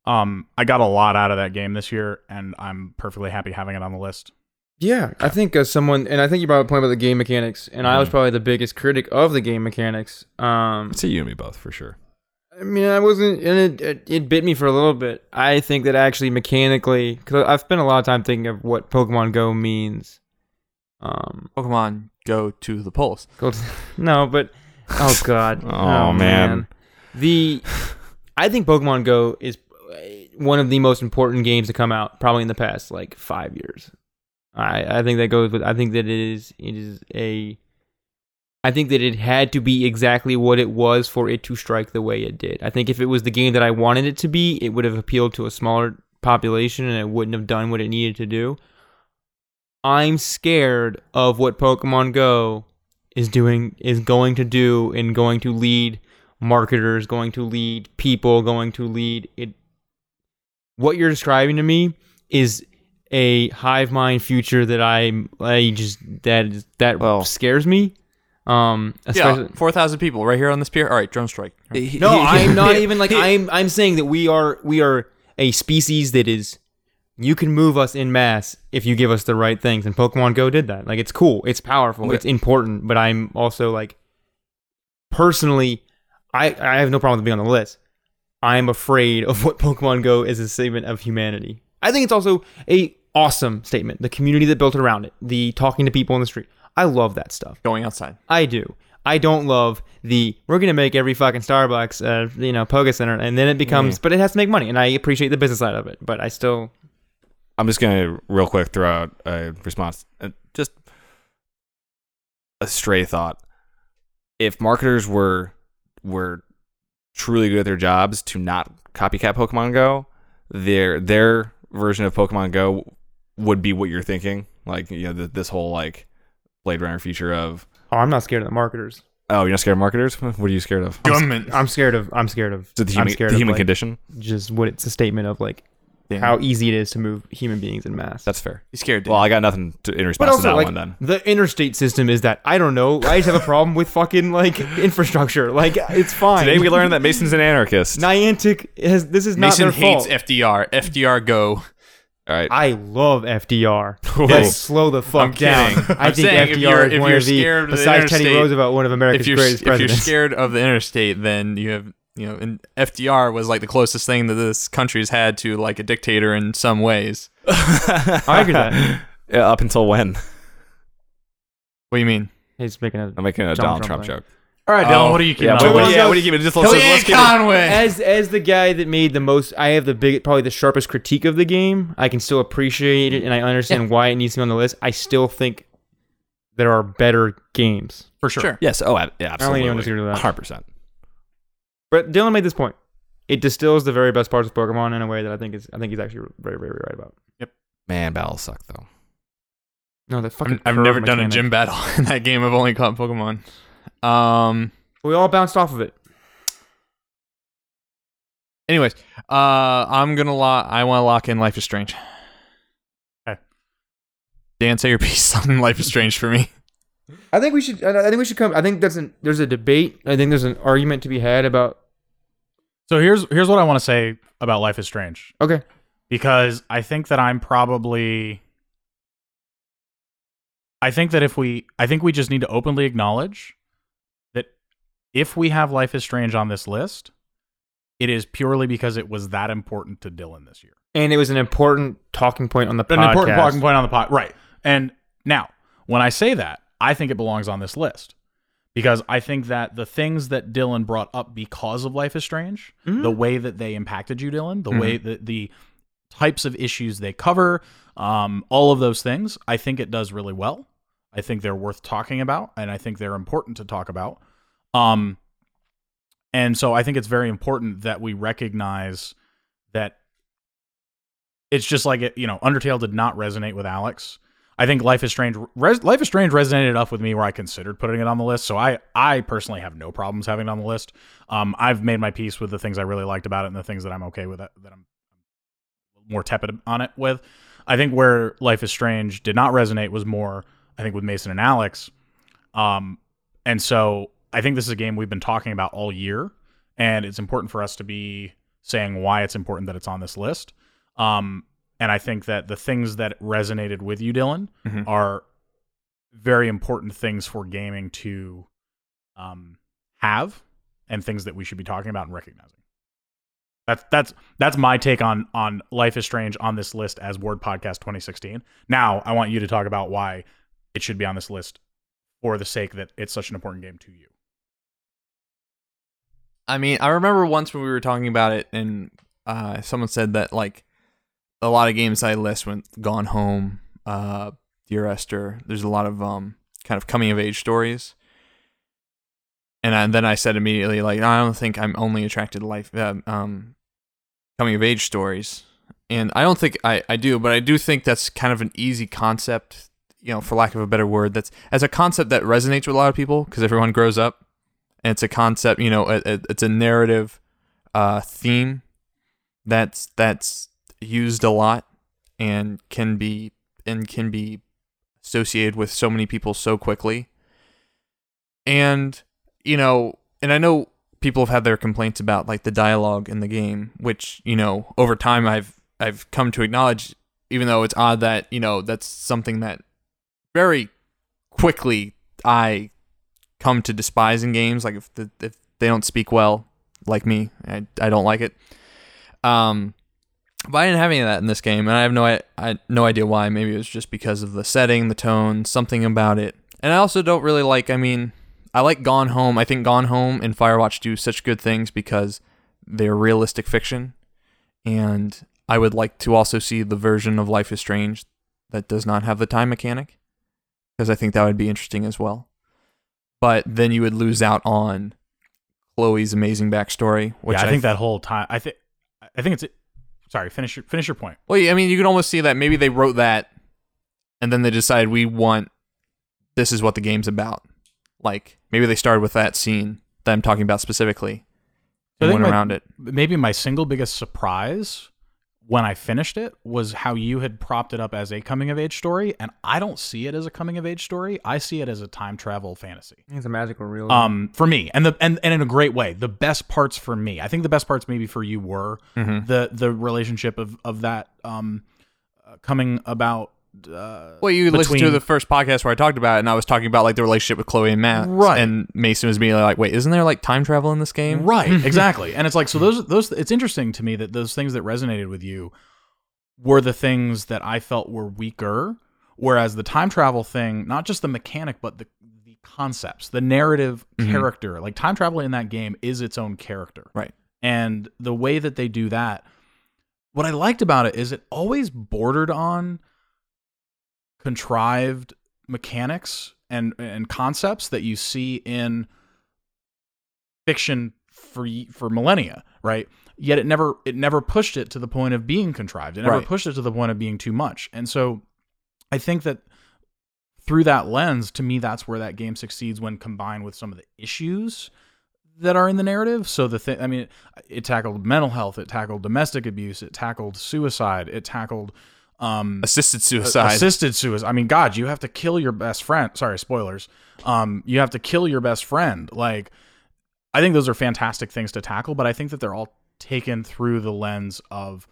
Speaker 4: Um, I got a lot out of that game this year, and I'm perfectly happy having it on the list.
Speaker 1: Yeah, I think as someone, and I think you brought up a point about the game mechanics, and I was probably the biggest critic of the game mechanics. Um,
Speaker 3: It's a you and me both for sure.
Speaker 1: I mean, I wasn't, and it, it it bit me for a little bit. I think that actually mechanically, because I've spent a lot of time thinking of what Pokemon Go means. Um,
Speaker 2: Pokemon go to the polls.
Speaker 1: Go to- no, but oh god,
Speaker 3: Oh, man.
Speaker 1: the I think Pokemon Go is uh, one of the most important games to come out probably in the past like five years. I I think that goes with I think that it is it is a I think that it had to be exactly what it was for it to strike the way it did. I think if it was the game that I wanted it to be, it would have appealed to a smaller population and it wouldn't have done what it needed to do. I'm scared of what Pokemon Go is doing is going to do and going to lead marketers, going to lead people, going to lead it what you're describing to me is a hive mind future that I'm I just that is that
Speaker 2: Well-
Speaker 1: scares me. Um
Speaker 2: Yeah,
Speaker 1: especially
Speaker 2: four thousand people right here on this pier. All right, drone strike.
Speaker 1: No, I'm not even like I'm I'm saying that we are we are a species that is you can move us in mass if you give us the right things and Pokemon Go did that. Like it's cool, it's powerful, it's important, but I'm also like personally I I have no problem with being on the list. I'm afraid of what Pokemon Go is a statement of humanity. I think it's also a awesome statement. The community that built around it, the talking to people on the street. I love that stuff.
Speaker 2: Going outside.
Speaker 1: I do. I don't love the we're gonna make every fucking Starbucks, uh, you know, Poga Center, and then it becomes. But it has to make money, and I appreciate the business side of it. But I still,
Speaker 3: I'm just gonna real quick throw out a response. Uh, Just a stray thought. If marketers were were truly good at their jobs to not copycat Pokemon Go, their their version of Pokemon Go would be what you're thinking. Like you know, th this whole like Blade Runner feature of
Speaker 1: oh, I'm not scared of the marketers.
Speaker 3: oh, you're not scared of marketers. What are you scared of?
Speaker 2: Government.
Speaker 1: I'm scared of. I'm scared of.
Speaker 3: Is it the
Speaker 1: I'm
Speaker 3: human,
Speaker 1: scared
Speaker 3: the
Speaker 1: of
Speaker 3: human
Speaker 1: like,
Speaker 3: condition?
Speaker 1: Just what it's a statement of like
Speaker 2: Damn.
Speaker 1: how e- easy it is to move human beings in mass.
Speaker 3: That's fair.
Speaker 2: You scared?
Speaker 3: Well, I got nothing to, in
Speaker 1: but
Speaker 3: response to
Speaker 1: also
Speaker 3: that
Speaker 1: like
Speaker 3: one then.
Speaker 1: the interstate system is that I don't know. I just have a problem with fucking like infrastructure. Like it's fine.
Speaker 3: Today we learned that Mason's an anarchist.
Speaker 1: Niantic has this is
Speaker 2: Mason
Speaker 1: not their fault.
Speaker 2: hates FDR. FDR go.
Speaker 3: All right.
Speaker 1: I love FDR.
Speaker 3: Whoa.
Speaker 1: Let's slow the fuck
Speaker 2: I'm
Speaker 1: down.
Speaker 2: kidding.
Speaker 1: I
Speaker 2: I'm
Speaker 1: think
Speaker 2: saying
Speaker 1: FDR
Speaker 2: if you're-
Speaker 1: is
Speaker 2: if
Speaker 1: one
Speaker 2: you're
Speaker 1: of the
Speaker 2: scared of the
Speaker 1: besides Teddy
Speaker 2: interstate-
Speaker 1: Roosevelt, one of America's
Speaker 2: if you're
Speaker 1: greatest
Speaker 2: if you're
Speaker 1: presidents.
Speaker 2: scared of the interstate, then you have you know, and FDR was like the closest thing that this country's had to like a dictator in some ways.
Speaker 1: I agree with that.
Speaker 3: Yeah, up until when?
Speaker 2: What do you mean?
Speaker 1: He's making a
Speaker 3: I'm making a
Speaker 1: Donald
Speaker 3: Donald Trump,
Speaker 1: Trump
Speaker 3: joke. Oh,
Speaker 4: All right, Dylan, what do you keep?
Speaker 3: Yeah,
Speaker 1: but-
Speaker 3: but,
Speaker 1: Everyone
Speaker 3: yeah,
Speaker 1: knows-
Speaker 3: what do you keep it? Just let's, let's, let's keep it.
Speaker 2: Conway.
Speaker 1: as as the guy that made the most. I have the big, probably the sharpest critique of the game. I can still appreciate it, and I understand why it needs to be on the list. I still think there are better games.
Speaker 4: For sure.
Speaker 3: Yes. Oh, ab-
Speaker 1: I
Speaker 3: yeah,
Speaker 1: don't think
Speaker 3: absolutely.
Speaker 1: anyone disagrees with that.
Speaker 3: 100%.
Speaker 1: But Dylan made this point. It distills the very best parts of Pokemon in a way that I think is. I think he's actually very, very right about.
Speaker 3: Man, battles suck, though.
Speaker 1: No, that fucking.
Speaker 2: I'm- I've
Speaker 1: curve
Speaker 2: never done a
Speaker 1: mechanic.
Speaker 2: gym battle in that game. I've only caught Pokemon. Um.
Speaker 1: We all bounced off of it.
Speaker 2: Anyways, uh, I'm gonna lock. I want to lock in Life is Strange.
Speaker 4: Okay.
Speaker 2: Dan, say your piece on Life is Strange for me.
Speaker 1: I think we should. I I think we should come. I think that's an, there's a debate. I think there's an argument to be had about.
Speaker 4: So here's here's what I want to say about Life is Strange
Speaker 1: Okay,
Speaker 4: because I think that I'm probably I think that if we I think we just need to openly acknowledge that if we have Life is Strange on this list, it is purely because it was that important to Dylan this year.
Speaker 1: and it was an important talking point on the
Speaker 4: an
Speaker 1: podcast.
Speaker 4: important talking point on the pod, right? And now, when I say that, I think it belongs on this list because I think that the things that Dylan brought up because of Life is Strange,
Speaker 1: Mhm.
Speaker 4: the way that they impacted you, Dylan, the way
Speaker 1: Mm-hmm.
Speaker 4: that the types of issues they cover, um, all of those things, I think it does really well. I think they're worth talking about, and I think they're important to talk about. Um, and so I think it's very important that we recognize that it's just like it, you know, Undertale did not resonate with Alex. I think Life is Strange res, Life is Strange resonated enough with me where I considered putting it on the list. So I I personally have no problems having it on the list. Um, I've made my peace with the things I really liked about it and the things that I'm okay with that, that I'm more tepid on it with. I think where Life is Strange did not resonate was more I think with Mason and Alex. Um, and so I think this is a game we've been talking about all year, and it's important for us to be saying why it's important that it's on this list. Um, and I think that the things that resonated with you, Dylan,
Speaker 2: Mhm.
Speaker 4: are very important things for gaming to um, have, and things that we should be talking about and recognizing. That's that's that's my take on on Life is Strange on this list as Word Podcast 2016. Now I want you to talk about why it should be on this list for the sake that it's such an important game to you.
Speaker 2: I mean, I remember once when we were talking about it, and uh, someone said that like a lot of games I list when Gone Home, uh, Dear Esther, there's a lot of um kind of coming of age stories. And, I, then I said immediately, like, I don't think I'm only attracted to life um, um coming of age stories. And I don't think I, I do, but I do think that's kind of an easy concept, you know, for lack of a better word. That's as a concept that resonates with a lot of people because everyone grows up and it's a concept you know it, it- it's a narrative uh theme that's that's used a lot and can be and can be associated with so many people so quickly and you know and i know people have had their complaints about like the dialogue in the game which you know over time i've i've come to acknowledge even though it's odd that you know that's something that very quickly i come to despise in games. Like if the, if they don't speak well, like me, I, I don't like it. Um, but I didn't have any of that in this game, and I have no I, I no idea why. Maybe it was just because of the setting, the tone, something about it. And I also don't really like. I mean, I like Gone Home. I think Gone Home and Firewatch do such good things because they're realistic fiction, and I would like to also see the version of Life is Strange that does not have the time mechanic, because I think that would be interesting as well but then you would lose out on Chloe's amazing backstory, which
Speaker 4: yeah, I,
Speaker 2: I,
Speaker 4: think that whole time, I think, I think it's. Sorry, finish your finish your point.
Speaker 2: Well, yeah, I mean, you can almost see that maybe they wrote that, and then they decided we want this is what the game's about. Like maybe they started with that scene that I'm talking about specifically
Speaker 4: I
Speaker 2: and
Speaker 4: think
Speaker 2: went
Speaker 4: my-
Speaker 2: around it.
Speaker 4: Maybe my single biggest surprise when I finished it was how you had propped it up as a coming of age story, and I don't see it as a coming of age story. I see it as a time travel fantasy.
Speaker 1: It's a magical realism.
Speaker 4: um for me and the and, and in a great way the best parts for me i think the best parts maybe for you were
Speaker 2: Mm-hmm.
Speaker 4: the the relationship of of that um uh, coming about uh
Speaker 2: Well, you listened to
Speaker 4: between-
Speaker 2: the first podcast where I talked about it, and I was talking about like the relationship with Chloe and Matt,
Speaker 4: Right.
Speaker 2: And Mason was being like, "Wait, isn't there like time travel in this game?"
Speaker 4: Right, exactly. And it's like so those those it's interesting to me that those things that resonated with you were the things that I felt were weaker whereas the time travel thing, not just the mechanic but the the concepts, the narrative character. Like time travel in that game is its own character.
Speaker 2: Mm-hmm. Right.
Speaker 4: And the way that they do that what I liked about it is it always bordered on contrived mechanics and and concepts that you see in fiction for y- for millennia, right? Yet it never it never pushed it to the point of being contrived. It never
Speaker 2: Right.
Speaker 4: pushed it to the point of being too much. And so I think that through that lens, to me that's where that game succeeds when combined with some of the issues that are in the narrative. So the thing I mean it, tackled mental health, it tackled domestic abuse, it tackled suicide, it tackled um,
Speaker 2: Assisted suicide.
Speaker 4: assisted suicide. I mean, God, you have to kill your best friend. Sorry, spoilers. Um, you have to kill your best friend. Like, I think those are fantastic things to tackle, but I think that they're all taken through the lens of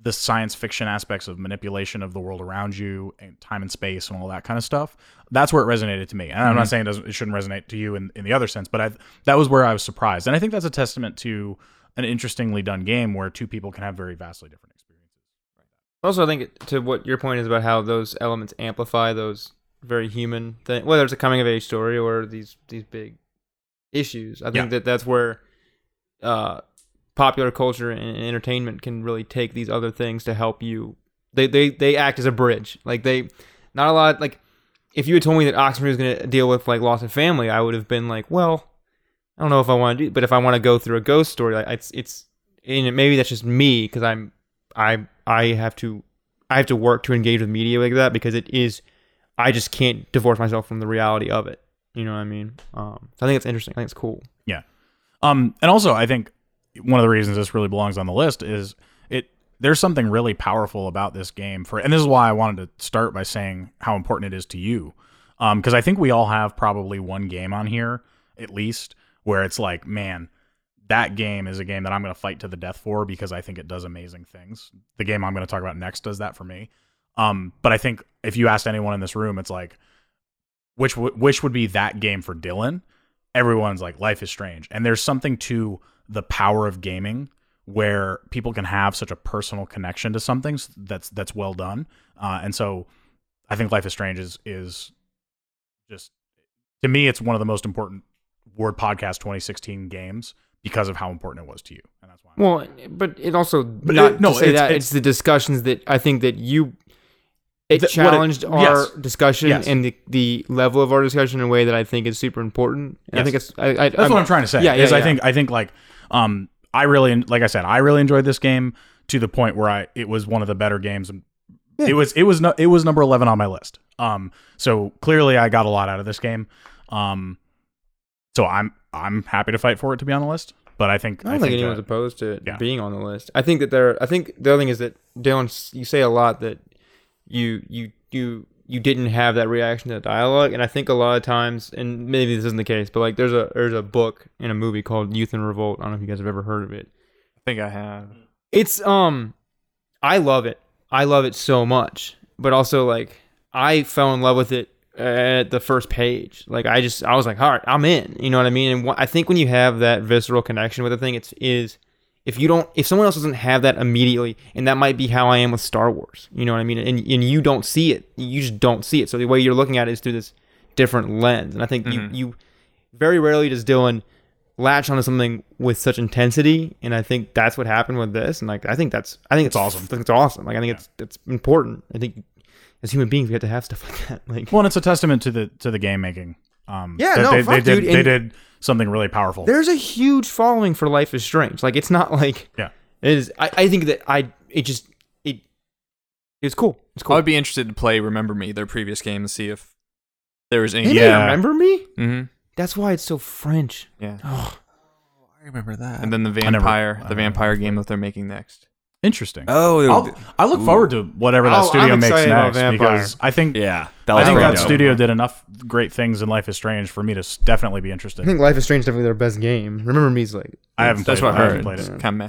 Speaker 4: the science fiction aspects of manipulation of the world around you and time and space and all that kind of stuff. That's where it resonated to me. And I'm not saying it, doesn't, it shouldn't resonate to you in, in the other sense, but I that was where I was surprised. And I think that's a testament to an interestingly done game where two people can have very vastly different experiences.
Speaker 1: Also, I think it- to what your point is about how those elements amplify those very human thing, whether it's a coming of age story or these these big issues. I think
Speaker 4: Yeah.
Speaker 1: that that's where uh, popular culture and, and entertainment can really take these other things to help you. They they they act as a bridge. Like they, not a lot. Like if you had told me that Oxford was going to deal with like loss of family, I would have been like, well, I don't know if I want to do. But if I want to go through a ghost story, like it's it's and maybe that's just me because I'm I I have to I have to work to engage with media like that because it is I just can't divorce myself from the reality of it. You know what I mean? Um, so I think it's interesting. I think it's cool.
Speaker 4: Um, and also, I think one of the reasons this really belongs on the list is it. There's something really powerful about this game for, and this is why I wanted to start by saying how important it is to you, because I think we all have probably one game on here at least where it's like, man, that game is a game that I'm going to fight to the death for because I think it does amazing things. The game I'm going to talk about next does that for me. Um, but I think if you asked anyone in this room, it's like, which w- which would be that game for Dylan? everyone's like life is strange and there's something to the power of gaming where people can have such a personal connection to something s- that's that's well done uh, and so i think life is strange is is just to me it's one of the most important word podcast 2016 games because of how important it was to you and that's why I'm-
Speaker 1: Well, but it also not
Speaker 4: it- no,
Speaker 1: to say
Speaker 4: it's-
Speaker 1: that
Speaker 4: it's-
Speaker 1: it's, the discussions that I think that you it
Speaker 4: That- what it-
Speaker 1: challenged our
Speaker 4: yes.
Speaker 1: discussion
Speaker 4: Yes.
Speaker 1: and the, the level of our discussion in a way that I think is super important. And I think it's I, I,
Speaker 4: That's what I'm trying to say.
Speaker 1: Yeah, yeah,
Speaker 4: is I
Speaker 1: yeah.
Speaker 4: think I think like um I really like I said I really enjoyed this game to the point where I it was one of the better games. and It was it was no, it was number eleven on my list. Um, so clearly I got a lot out of this game. Um, so I'm I'm happy to fight for it to be on the list. But I think
Speaker 1: I don't think,
Speaker 4: that-
Speaker 1: anyone's opposed to it
Speaker 4: yeah.
Speaker 1: being on the list. I think that there. I think the other thing is that Dylan, s- you say a lot that you you you you didn't have that reaction to the dialogue, and I think a lot of times, and maybe this isn't the case, but like there's a there's a book and a movie called Youth and Revolt. I don't know if you guys have ever heard of it.
Speaker 2: I think I have.
Speaker 1: It's um, I love it. I love it so much, but also like I fell in love with it uh, at the first page. Like I just I was like, all right, I'm in. You know what I mean? And wh- I think when you have that visceral connection with a thing, it's is if you don't if someone else doesn't have that immediately, and that might be how I am with Star Wars. You know what I mean? And and you don't see it. You just don't see it. So the way you're looking at it is through this different lens. And I think you you very rarely does Dylan latch onto something with such intensity and i think that's what happened with this and like i think that's i think it's,
Speaker 4: awesome.
Speaker 1: I think it's awesome like i think it's it's important i think as human beings we have to have stuff like that like
Speaker 4: Well, and it's a testament to the to the game making. Um,
Speaker 1: Yeah,
Speaker 4: that
Speaker 1: no,
Speaker 4: they,
Speaker 1: fuck,
Speaker 4: they did
Speaker 1: dude,
Speaker 4: they
Speaker 1: and-
Speaker 4: did something really powerful.
Speaker 1: there's a huge following for life is strange like it's not like
Speaker 4: Yeah.
Speaker 1: it is i, I think that i it just it it's cool it's
Speaker 2: I
Speaker 1: cool
Speaker 2: would be interested to play Remember Me, their previous game, and see if there was any.
Speaker 1: Hey,
Speaker 4: Yeah.
Speaker 1: remember me
Speaker 2: Mhm.
Speaker 1: that's why it's so french
Speaker 2: Yeah.
Speaker 1: oh
Speaker 5: I remember that.
Speaker 2: And then the
Speaker 4: never-
Speaker 2: vampire,
Speaker 4: I
Speaker 2: the
Speaker 4: don't
Speaker 2: vampire game that they're making next.
Speaker 4: Interesting.
Speaker 5: oh,
Speaker 4: I'll, I look forward to whatever that
Speaker 1: Oh,
Speaker 4: studio
Speaker 1: I'm
Speaker 4: makes
Speaker 1: excited about
Speaker 4: next
Speaker 1: Vampire.
Speaker 4: because I think
Speaker 5: yeah. That
Speaker 4: I think
Speaker 5: pretty
Speaker 4: that
Speaker 5: dope.
Speaker 4: studio did enough great things in Life is Strange for me to s- definitely be
Speaker 1: i
Speaker 4: interested.
Speaker 1: think life is strange is definitely their best game remember me's like
Speaker 4: I haven't
Speaker 2: That's what
Speaker 4: played it.
Speaker 2: I heard.
Speaker 4: haven't played
Speaker 2: It's
Speaker 4: it.
Speaker 2: kinda meh.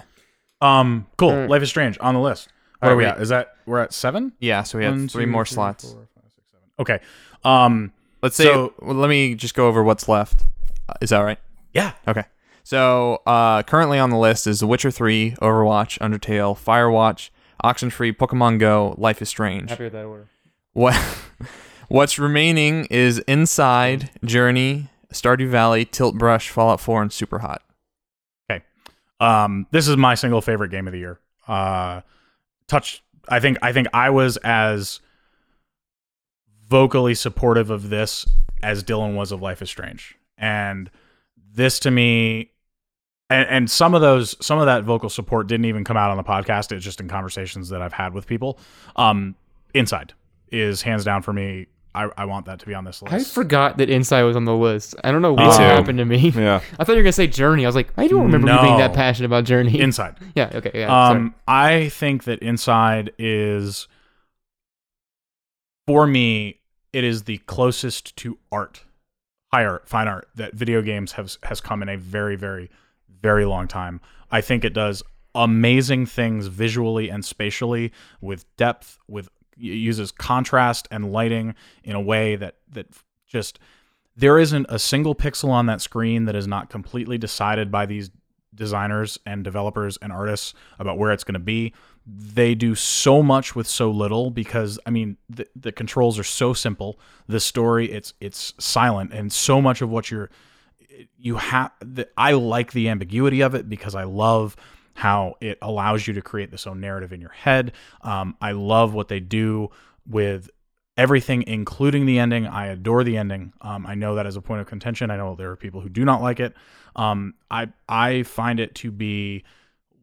Speaker 4: Um, cool.
Speaker 1: Mm.
Speaker 4: Life is Strange on the list. Where are we
Speaker 1: Alright,
Speaker 4: at? Is that we're at seven?
Speaker 2: Yeah, so we have
Speaker 4: One,
Speaker 2: three
Speaker 4: two,
Speaker 2: more
Speaker 4: three,
Speaker 2: slots.
Speaker 4: four, five, six, seven. Okay. Um,
Speaker 2: Let's say.
Speaker 4: So-
Speaker 2: well, let me just go over what's left. Uh, is that all right?
Speaker 4: yeah.
Speaker 2: Okay. So uh, currently on the list is The Witcher 3, Overwatch, Undertale, Firewatch, Oxenfree, Pokemon Go, Life is Strange.
Speaker 1: with that order
Speaker 2: What What's remaining is Inside, Journey, Stardew Valley, Tilt Brush, Fallout 4, and Super Hot.
Speaker 4: Um, this is my single favorite game of the year. Uh, touch. I think. I think I was as vocally supportive of this as Dylan was of Life is Strange, and this to me, and, and some of those, some of that vocal support didn't even come out on the podcast. It's just in conversations that I've had with people. Um, Inside is hands down for me. I, I want that to be on this list.
Speaker 6: I forgot that Inside was on the list. I don't know what
Speaker 4: too.
Speaker 6: happened to me.
Speaker 5: Yeah.
Speaker 6: I thought you were gonna say Journey. I was like, I don't remember you being
Speaker 4: No. Um,
Speaker 6: that passionate about Journey.
Speaker 4: Inside.
Speaker 6: yeah. Okay. Yeah. sorry.
Speaker 4: Um, I think that Inside is for me, it is the closest to art, high art, fine art that video games has has come in a very, very, very long time. I think it does amazing things visually and spatially with depth, with it uses contrast and lighting in a way that that just there isn't a single pixel on that screen that is not completely decided by these designers and developers and artists about where it's going to be. They do so much with so little because I mean the, the controls are so simple. The story it's it's silent and so much of what you're you have the, I like the ambiguity of it because I love how it allows you to create this own narrative in your head. Um, I love what they do with everything, including the ending. I adore the ending. Um, I know that is a point of contention. I know there are people who do not like it. Um, I I find it to be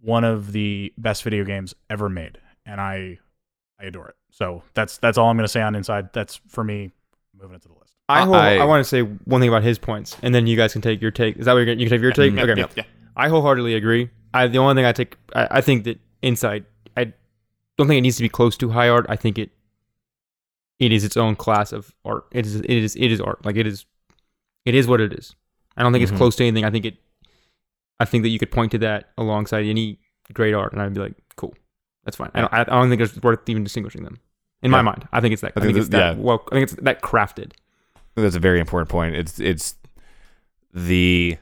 Speaker 4: one of the best video games ever made, and I I adore it. So that's that's all I'm going to say on Inside. That's for me. Moving it to the list.
Speaker 1: I, whole, I,
Speaker 3: I-
Speaker 1: want to say one thing about his points, and then you guys can take your take. Is that what you're, gonna- you can have your take? okay.
Speaker 2: yeah.
Speaker 1: I wholeheartedly agree. I the only thing I take, I, I think that inside, I don't think it needs to be close to high art. I think it, it is its own class of art. It is, it is, it is art. Like it is, it is what it is. I don't think
Speaker 3: Mhm.
Speaker 1: it's close to anything. I think it, I think that you could point to that alongside any great art, and I'd be like, cool, that's fine. I don't, I don't think it's worth even distinguishing them. In my
Speaker 3: Yeah.
Speaker 1: mind, I think it's that. I
Speaker 3: I
Speaker 1: think,
Speaker 3: think
Speaker 1: it's
Speaker 3: that-
Speaker 1: that.
Speaker 3: yeah.
Speaker 1: Well, I think it's that crafted.
Speaker 3: That's a very important point. It's it's the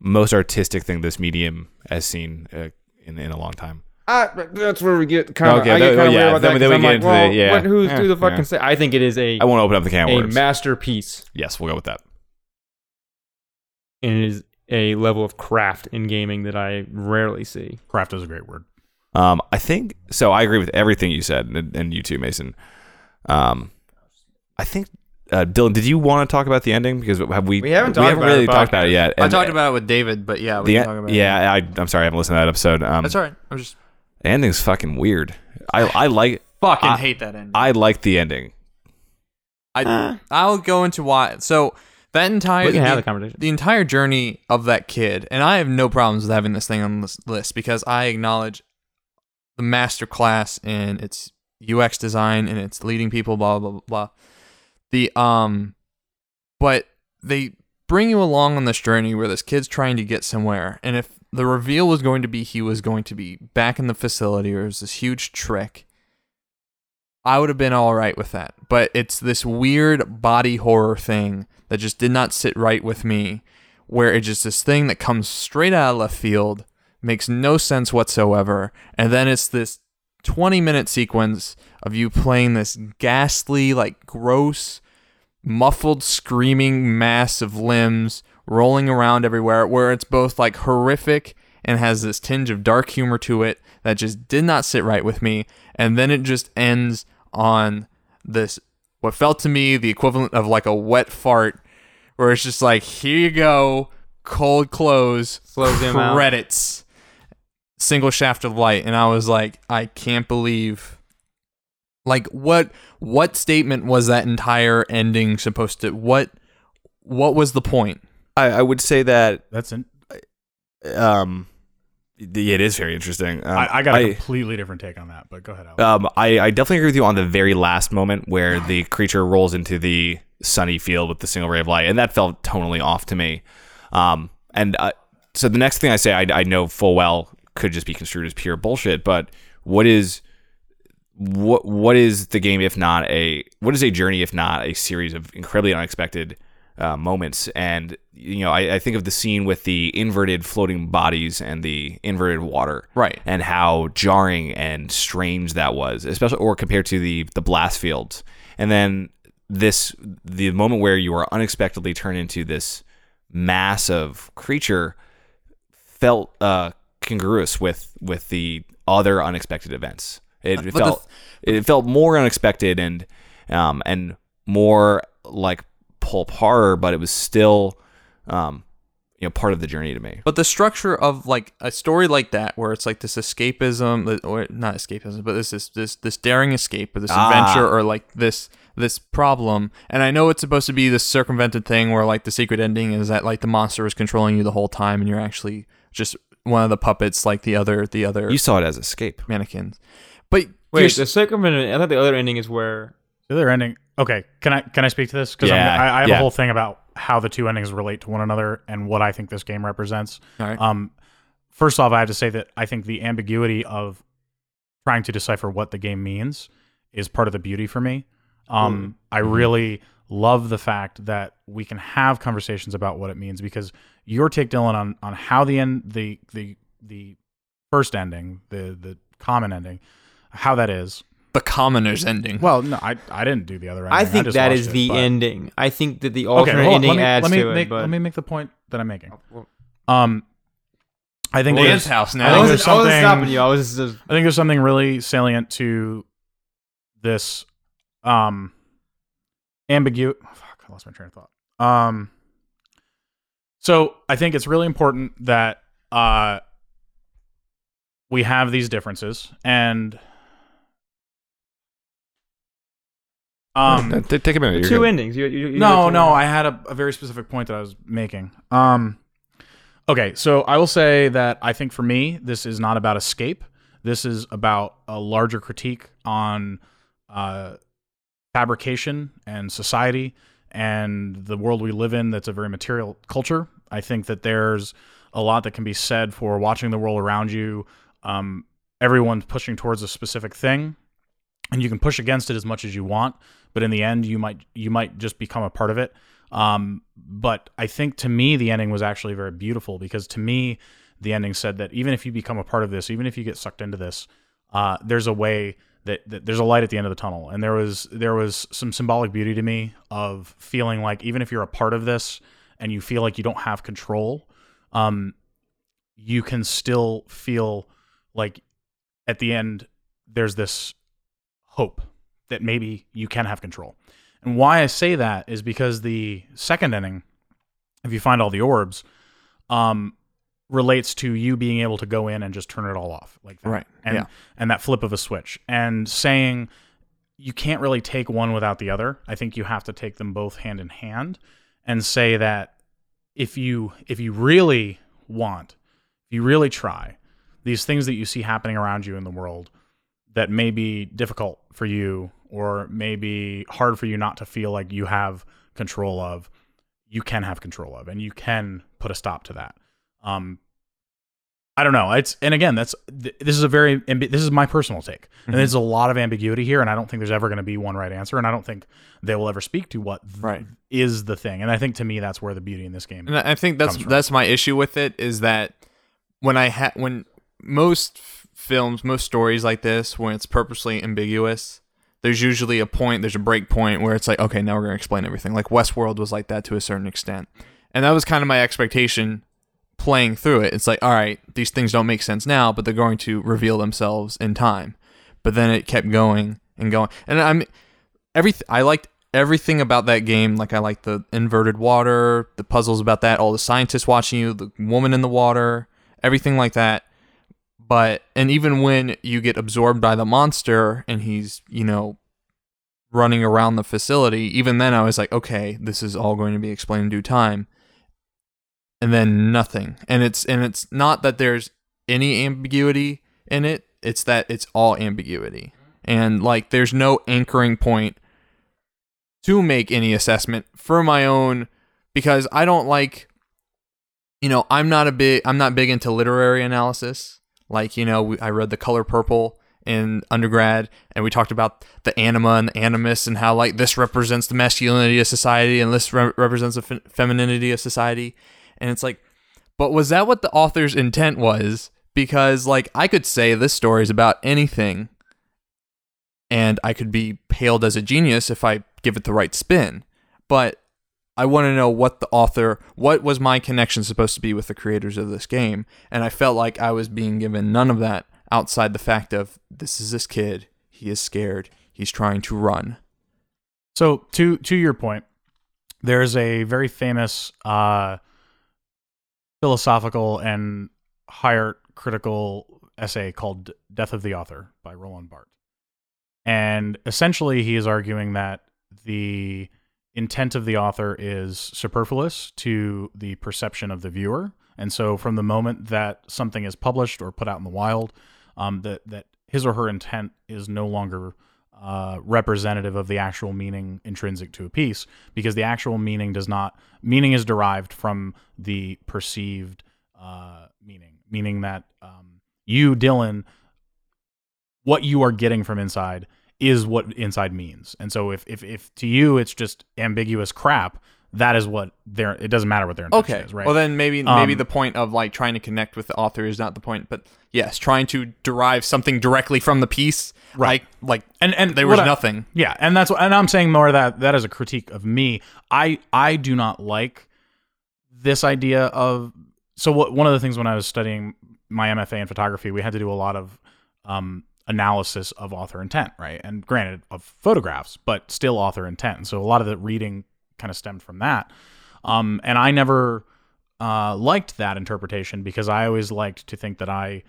Speaker 3: most artistic thing this medium has seen uh, in in a long time.
Speaker 1: I, that's where we get kind of.
Speaker 3: Okay,
Speaker 1: I get
Speaker 3: that-
Speaker 1: kind of
Speaker 3: yeah,
Speaker 1: weird about
Speaker 3: then
Speaker 1: that.
Speaker 3: we-
Speaker 1: 'cause
Speaker 3: then we
Speaker 1: I'm
Speaker 3: get
Speaker 1: like,
Speaker 3: into the-
Speaker 1: well,
Speaker 3: yeah.
Speaker 1: What, who's
Speaker 3: Yeah,
Speaker 1: who the fuck
Speaker 3: yeah.
Speaker 1: can say? I think it is a
Speaker 3: I won't open up the can of
Speaker 1: a
Speaker 3: worms.
Speaker 1: masterpiece,
Speaker 3: yes, we'll go with that.
Speaker 1: and it is a level of craft in gaming that I rarely see.
Speaker 4: Craft is a great word.
Speaker 3: Um, I think so. I agree with everything you said, and, and you too, Mason. Um, I think uh, Dylan, did you want to talk about the ending? Because have we?
Speaker 1: We haven't talked about
Speaker 3: really
Speaker 1: it, but-
Speaker 3: talked about it yet.
Speaker 2: I
Speaker 3: And
Speaker 2: talked about it with David, but yeah, we
Speaker 3: the
Speaker 2: can
Speaker 3: en-
Speaker 2: talk about it.
Speaker 3: yeah. I, I'm sorry, I haven't listened to that episode. Um,
Speaker 2: That's all right. I'm just
Speaker 3: The ending's fucking weird. I I like
Speaker 2: fucking
Speaker 3: I-
Speaker 2: hate that ending.
Speaker 3: I like the ending.
Speaker 2: I I'll go into why. So that entire
Speaker 1: We can have
Speaker 2: the-
Speaker 1: the conversation.
Speaker 2: the entire journey of that kid, and I have no problems with having this thing on this list because I acknowledge the master class in its UX design and its leading people, blah blah blah. blah. The um, but they bring you along on this journey where this kid's trying to get somewhere, and if the reveal was going to be he was going to be back in the facility or it was this huge trick. I would have been all right with that, but it's this weird body horror thing that just did not sit right with me where it's just this thing that comes straight out of left field, makes no sense whatsoever, and then it's this 20 minute sequence of you playing this ghastly, like gross, muffled, screaming mass of limbs rolling around everywhere, where it's both like horrific and has this tinge of dark humor to it that just did not sit right with me, and then it just ends on this what felt to me the equivalent of like a wet fart where it's just like here you go cold close
Speaker 1: Slows him out.
Speaker 2: credits single shaft of light and i was like i can't believe like what what statement was that entire ending supposed to what what was the point
Speaker 3: I, I would say that
Speaker 4: That's an.
Speaker 3: um, it is very interesting. Um,
Speaker 4: I, I got a completely different take on that, but go ahead. Alex.
Speaker 3: Um, I, I definitely agree with you on the very last moment where the creature rolls into the sunny field with the single ray of light, and that felt totally off to me. Um, and uh, so the next thing I say, I, I know full well could just be construed as pure bullshit, but what is what what is the game if not a what is a journey if not a series of incredibly unexpected uh, moments and you know I, I think of the scene with the inverted floating bodies and the inverted water
Speaker 2: Right.
Speaker 3: and how jarring and strange that was especially or compared to the the blast fields and then this the moment where you are unexpectedly turned into this massive creature felt uh, congruous with with the other unexpected events. It, it
Speaker 2: the
Speaker 3: felt it felt more unexpected and um, and more like pulp horror, but it was still um, you know part of the journey to me.
Speaker 2: But the structure of like a story like that, where it's like this escapism, th- or not escapism, but this this this, this daring escape or this
Speaker 3: Ah.
Speaker 2: adventure or like this this problem. And I know it's supposed to be this circumvented thing where like the secret ending is that like the monster is controlling you the whole time, and you're actually just one of the puppets, like the other the other
Speaker 3: You saw it as escape.
Speaker 2: mannequins. But
Speaker 1: Wait,
Speaker 2: you're
Speaker 1: the
Speaker 2: s-
Speaker 1: second minute. I thought the other ending is where
Speaker 4: The other ending. Okay, can I can I speak to this? Because
Speaker 5: Yeah,
Speaker 4: I, I have
Speaker 5: yeah.
Speaker 4: a whole thing about how the two endings relate to one another and what I think this game represents.
Speaker 2: All right.
Speaker 4: Um, first off, I have to say that I think the ambiguity of trying to decipher what the game means is part of the beauty for me. Um, I really love the fact that we can have conversations about what it means because your take, Dylan, on on how the end the the the first ending, the the common ending, how that is.
Speaker 2: The commoner's ending.
Speaker 4: Well, no, I, I didn't do the other ending.
Speaker 1: I think
Speaker 4: just
Speaker 1: that
Speaker 4: watched
Speaker 1: is
Speaker 4: it,
Speaker 1: the
Speaker 4: but-
Speaker 1: ending. I think that the
Speaker 4: Okay,
Speaker 1: alternate
Speaker 4: hold on.
Speaker 1: ending
Speaker 4: let me,
Speaker 1: adds
Speaker 4: let me
Speaker 1: to
Speaker 4: make,
Speaker 1: it. But
Speaker 4: let me make the point that I'm making. Um, I think
Speaker 2: Dan's
Speaker 4: there's,
Speaker 2: house
Speaker 1: I,
Speaker 4: I
Speaker 2: now.
Speaker 4: think
Speaker 1: wasn't,
Speaker 4: there's
Speaker 1: I wasn't
Speaker 4: something-
Speaker 1: stopping you. I was just,
Speaker 4: I think there's something really salient to this um ambiguous fuck, I lost my train of thought. Um so I think it's really important that uh we have these differences and um
Speaker 3: T- Take a minute. You're
Speaker 1: two
Speaker 3: good.
Speaker 1: endings. You, you, you
Speaker 4: no,
Speaker 1: you-
Speaker 4: no, I had a, a very specific point that I was making. Um, okay, so I will say that I think for me, this is not about escape. This is about a larger critique on uh, fabrication and society and the world we live in that's a very material culture. I think that there's a lot that can be said for watching the world around you. Um, everyone's pushing towards a specific thing and you can push against it as much as you want but in the end you might you might just become a part of it um, but i think to me the ending was actually very beautiful because to me the ending said that even if you become a part of this even if you get sucked into this uh, there's a way that, that there's a light at the end of the tunnel and there was there was some symbolic beauty to me of feeling like even if you're a part of this and you feel like you don't have control um, you can still feel like at the end there's this hope that maybe you can have control. And why I say that is because the second ending, if you find all the orbs, um, relates to you being able to go in and just turn it all off, like that.
Speaker 2: Right,
Speaker 4: And
Speaker 2: yeah.
Speaker 4: and that flip of a switch, and saying you can't really take one without the other. I think you have to take them both hand in hand, and say that if you if you really want, if you really try, these things that you see happening around you in the world that may be difficult for you or may be hard for you not to feel like you have control of, you can have control of, and you can put a stop to that. Um, I don't know. It's and again, that's th- this is a very ambi- this is my personal take, and there's a lot of ambiguity here, and I don't think there's ever going to be one right answer, and I don't think they will ever speak to what th-
Speaker 2: Right.
Speaker 4: is the thing, and I think to me that's where the beauty in this game.
Speaker 2: And I I think that's
Speaker 4: comes from.
Speaker 2: that's my issue with it is that when I ha- when most f- films, most stories like this, when it's purposely ambiguous, there's usually a point, there's a break point where it's like, okay, now we're gonna explain everything. Like Westworld was like that to a certain extent, and that was kind of my expectation playing through it. It's like, all right, these things don't make sense now, but they're going to reveal themselves in time. But then it kept going and going, and I'm every I liked everything about that game. Like I liked the inverted water, the puzzles about that, all the scientists watching you, the woman in the water, everything like that. But and even when you get absorbed by the monster and he's, you know, running around the facility, even then I was like, okay, this is all going to be explained in due time. And then nothing. And it's and it's not that there's any ambiguity in it. It's that it's all ambiguity and like there's no anchoring point to make any assessment for my own because I don't like you know I'm not a big I'm not big into literary analysis like you know we, I read The Color Purple in undergrad and we talked about the anima and the animus and how like this represents the masculinity of society and this re- represents the fe- femininity of society and it's like but was that what the author's intent was because like I could say this story is about anything and I could be hailed as a genius if I give it the right spin. But I want to know what the author, what was my connection supposed to be with the creators of this game? And I felt like I was being given none of that outside the fact of this is this kid, he is scared, he's trying to run.
Speaker 4: So to to your point, there's a very famous uh, philosophical and higher critical essay called "Death of the Author" by Roland Barthes, and essentially he is arguing that the intent of the author is superfluous to the perception of the viewer, and so from the moment that something is published or put out in the wild, um, that that his or her intent is no longer uh, representative of the actual meaning intrinsic to a piece because the actual meaning does not meaning is derived from the perceived uh, meaning meaning that um, you dylan what you are getting from inside is what inside means and so if if, if to you it's just ambiguous crap that is what they're it doesn't matter what their intention
Speaker 2: Okay.
Speaker 4: is right
Speaker 2: Well, then maybe maybe
Speaker 4: Um,
Speaker 2: the point of like trying to connect with the author is not the point, but yes, trying to derive something directly from the piece. Right. Like,
Speaker 4: and and
Speaker 2: there
Speaker 4: what
Speaker 2: was
Speaker 4: I-
Speaker 2: nothing.
Speaker 4: Yeah, and that's and I'm saying more of that that is a critique of me. I I do not like this idea of so what one of the things when I was studying my MFA in photography, we had to do a lot of um analysis of author intent, right? And granted of photographs, but still author intent. And so a lot of the reading kind of stemmed from that. Um and I never uh liked that interpretation because I always liked to think that I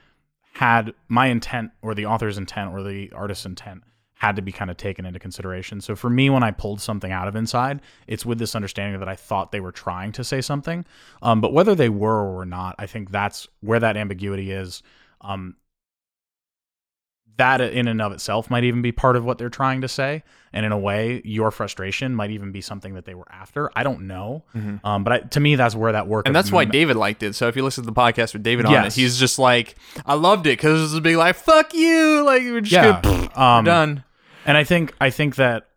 Speaker 4: had my intent or the author's intent or the artist's intent had to be kind of taken into consideration. So for me, when I pulled something out of inside, it's with this understanding that I thought they were trying to say something. Um, but whether they were or were not, I think that's where that ambiguity is. Um, that in and of itself might even be part of what they're trying to say. And in a way, your frustration might even be something that they were after. I don't know. Um, but I, to me, that's where that work.
Speaker 2: And
Speaker 4: of
Speaker 2: that's why
Speaker 4: ma-
Speaker 2: David liked it. So if you listen to the podcast with David on it,
Speaker 4: Yes.
Speaker 2: he's just like, I loved it because it was a big like, fuck you. Like, we're just
Speaker 4: yeah,
Speaker 2: gonna-
Speaker 4: um,
Speaker 2: we're done.
Speaker 4: And I think I think that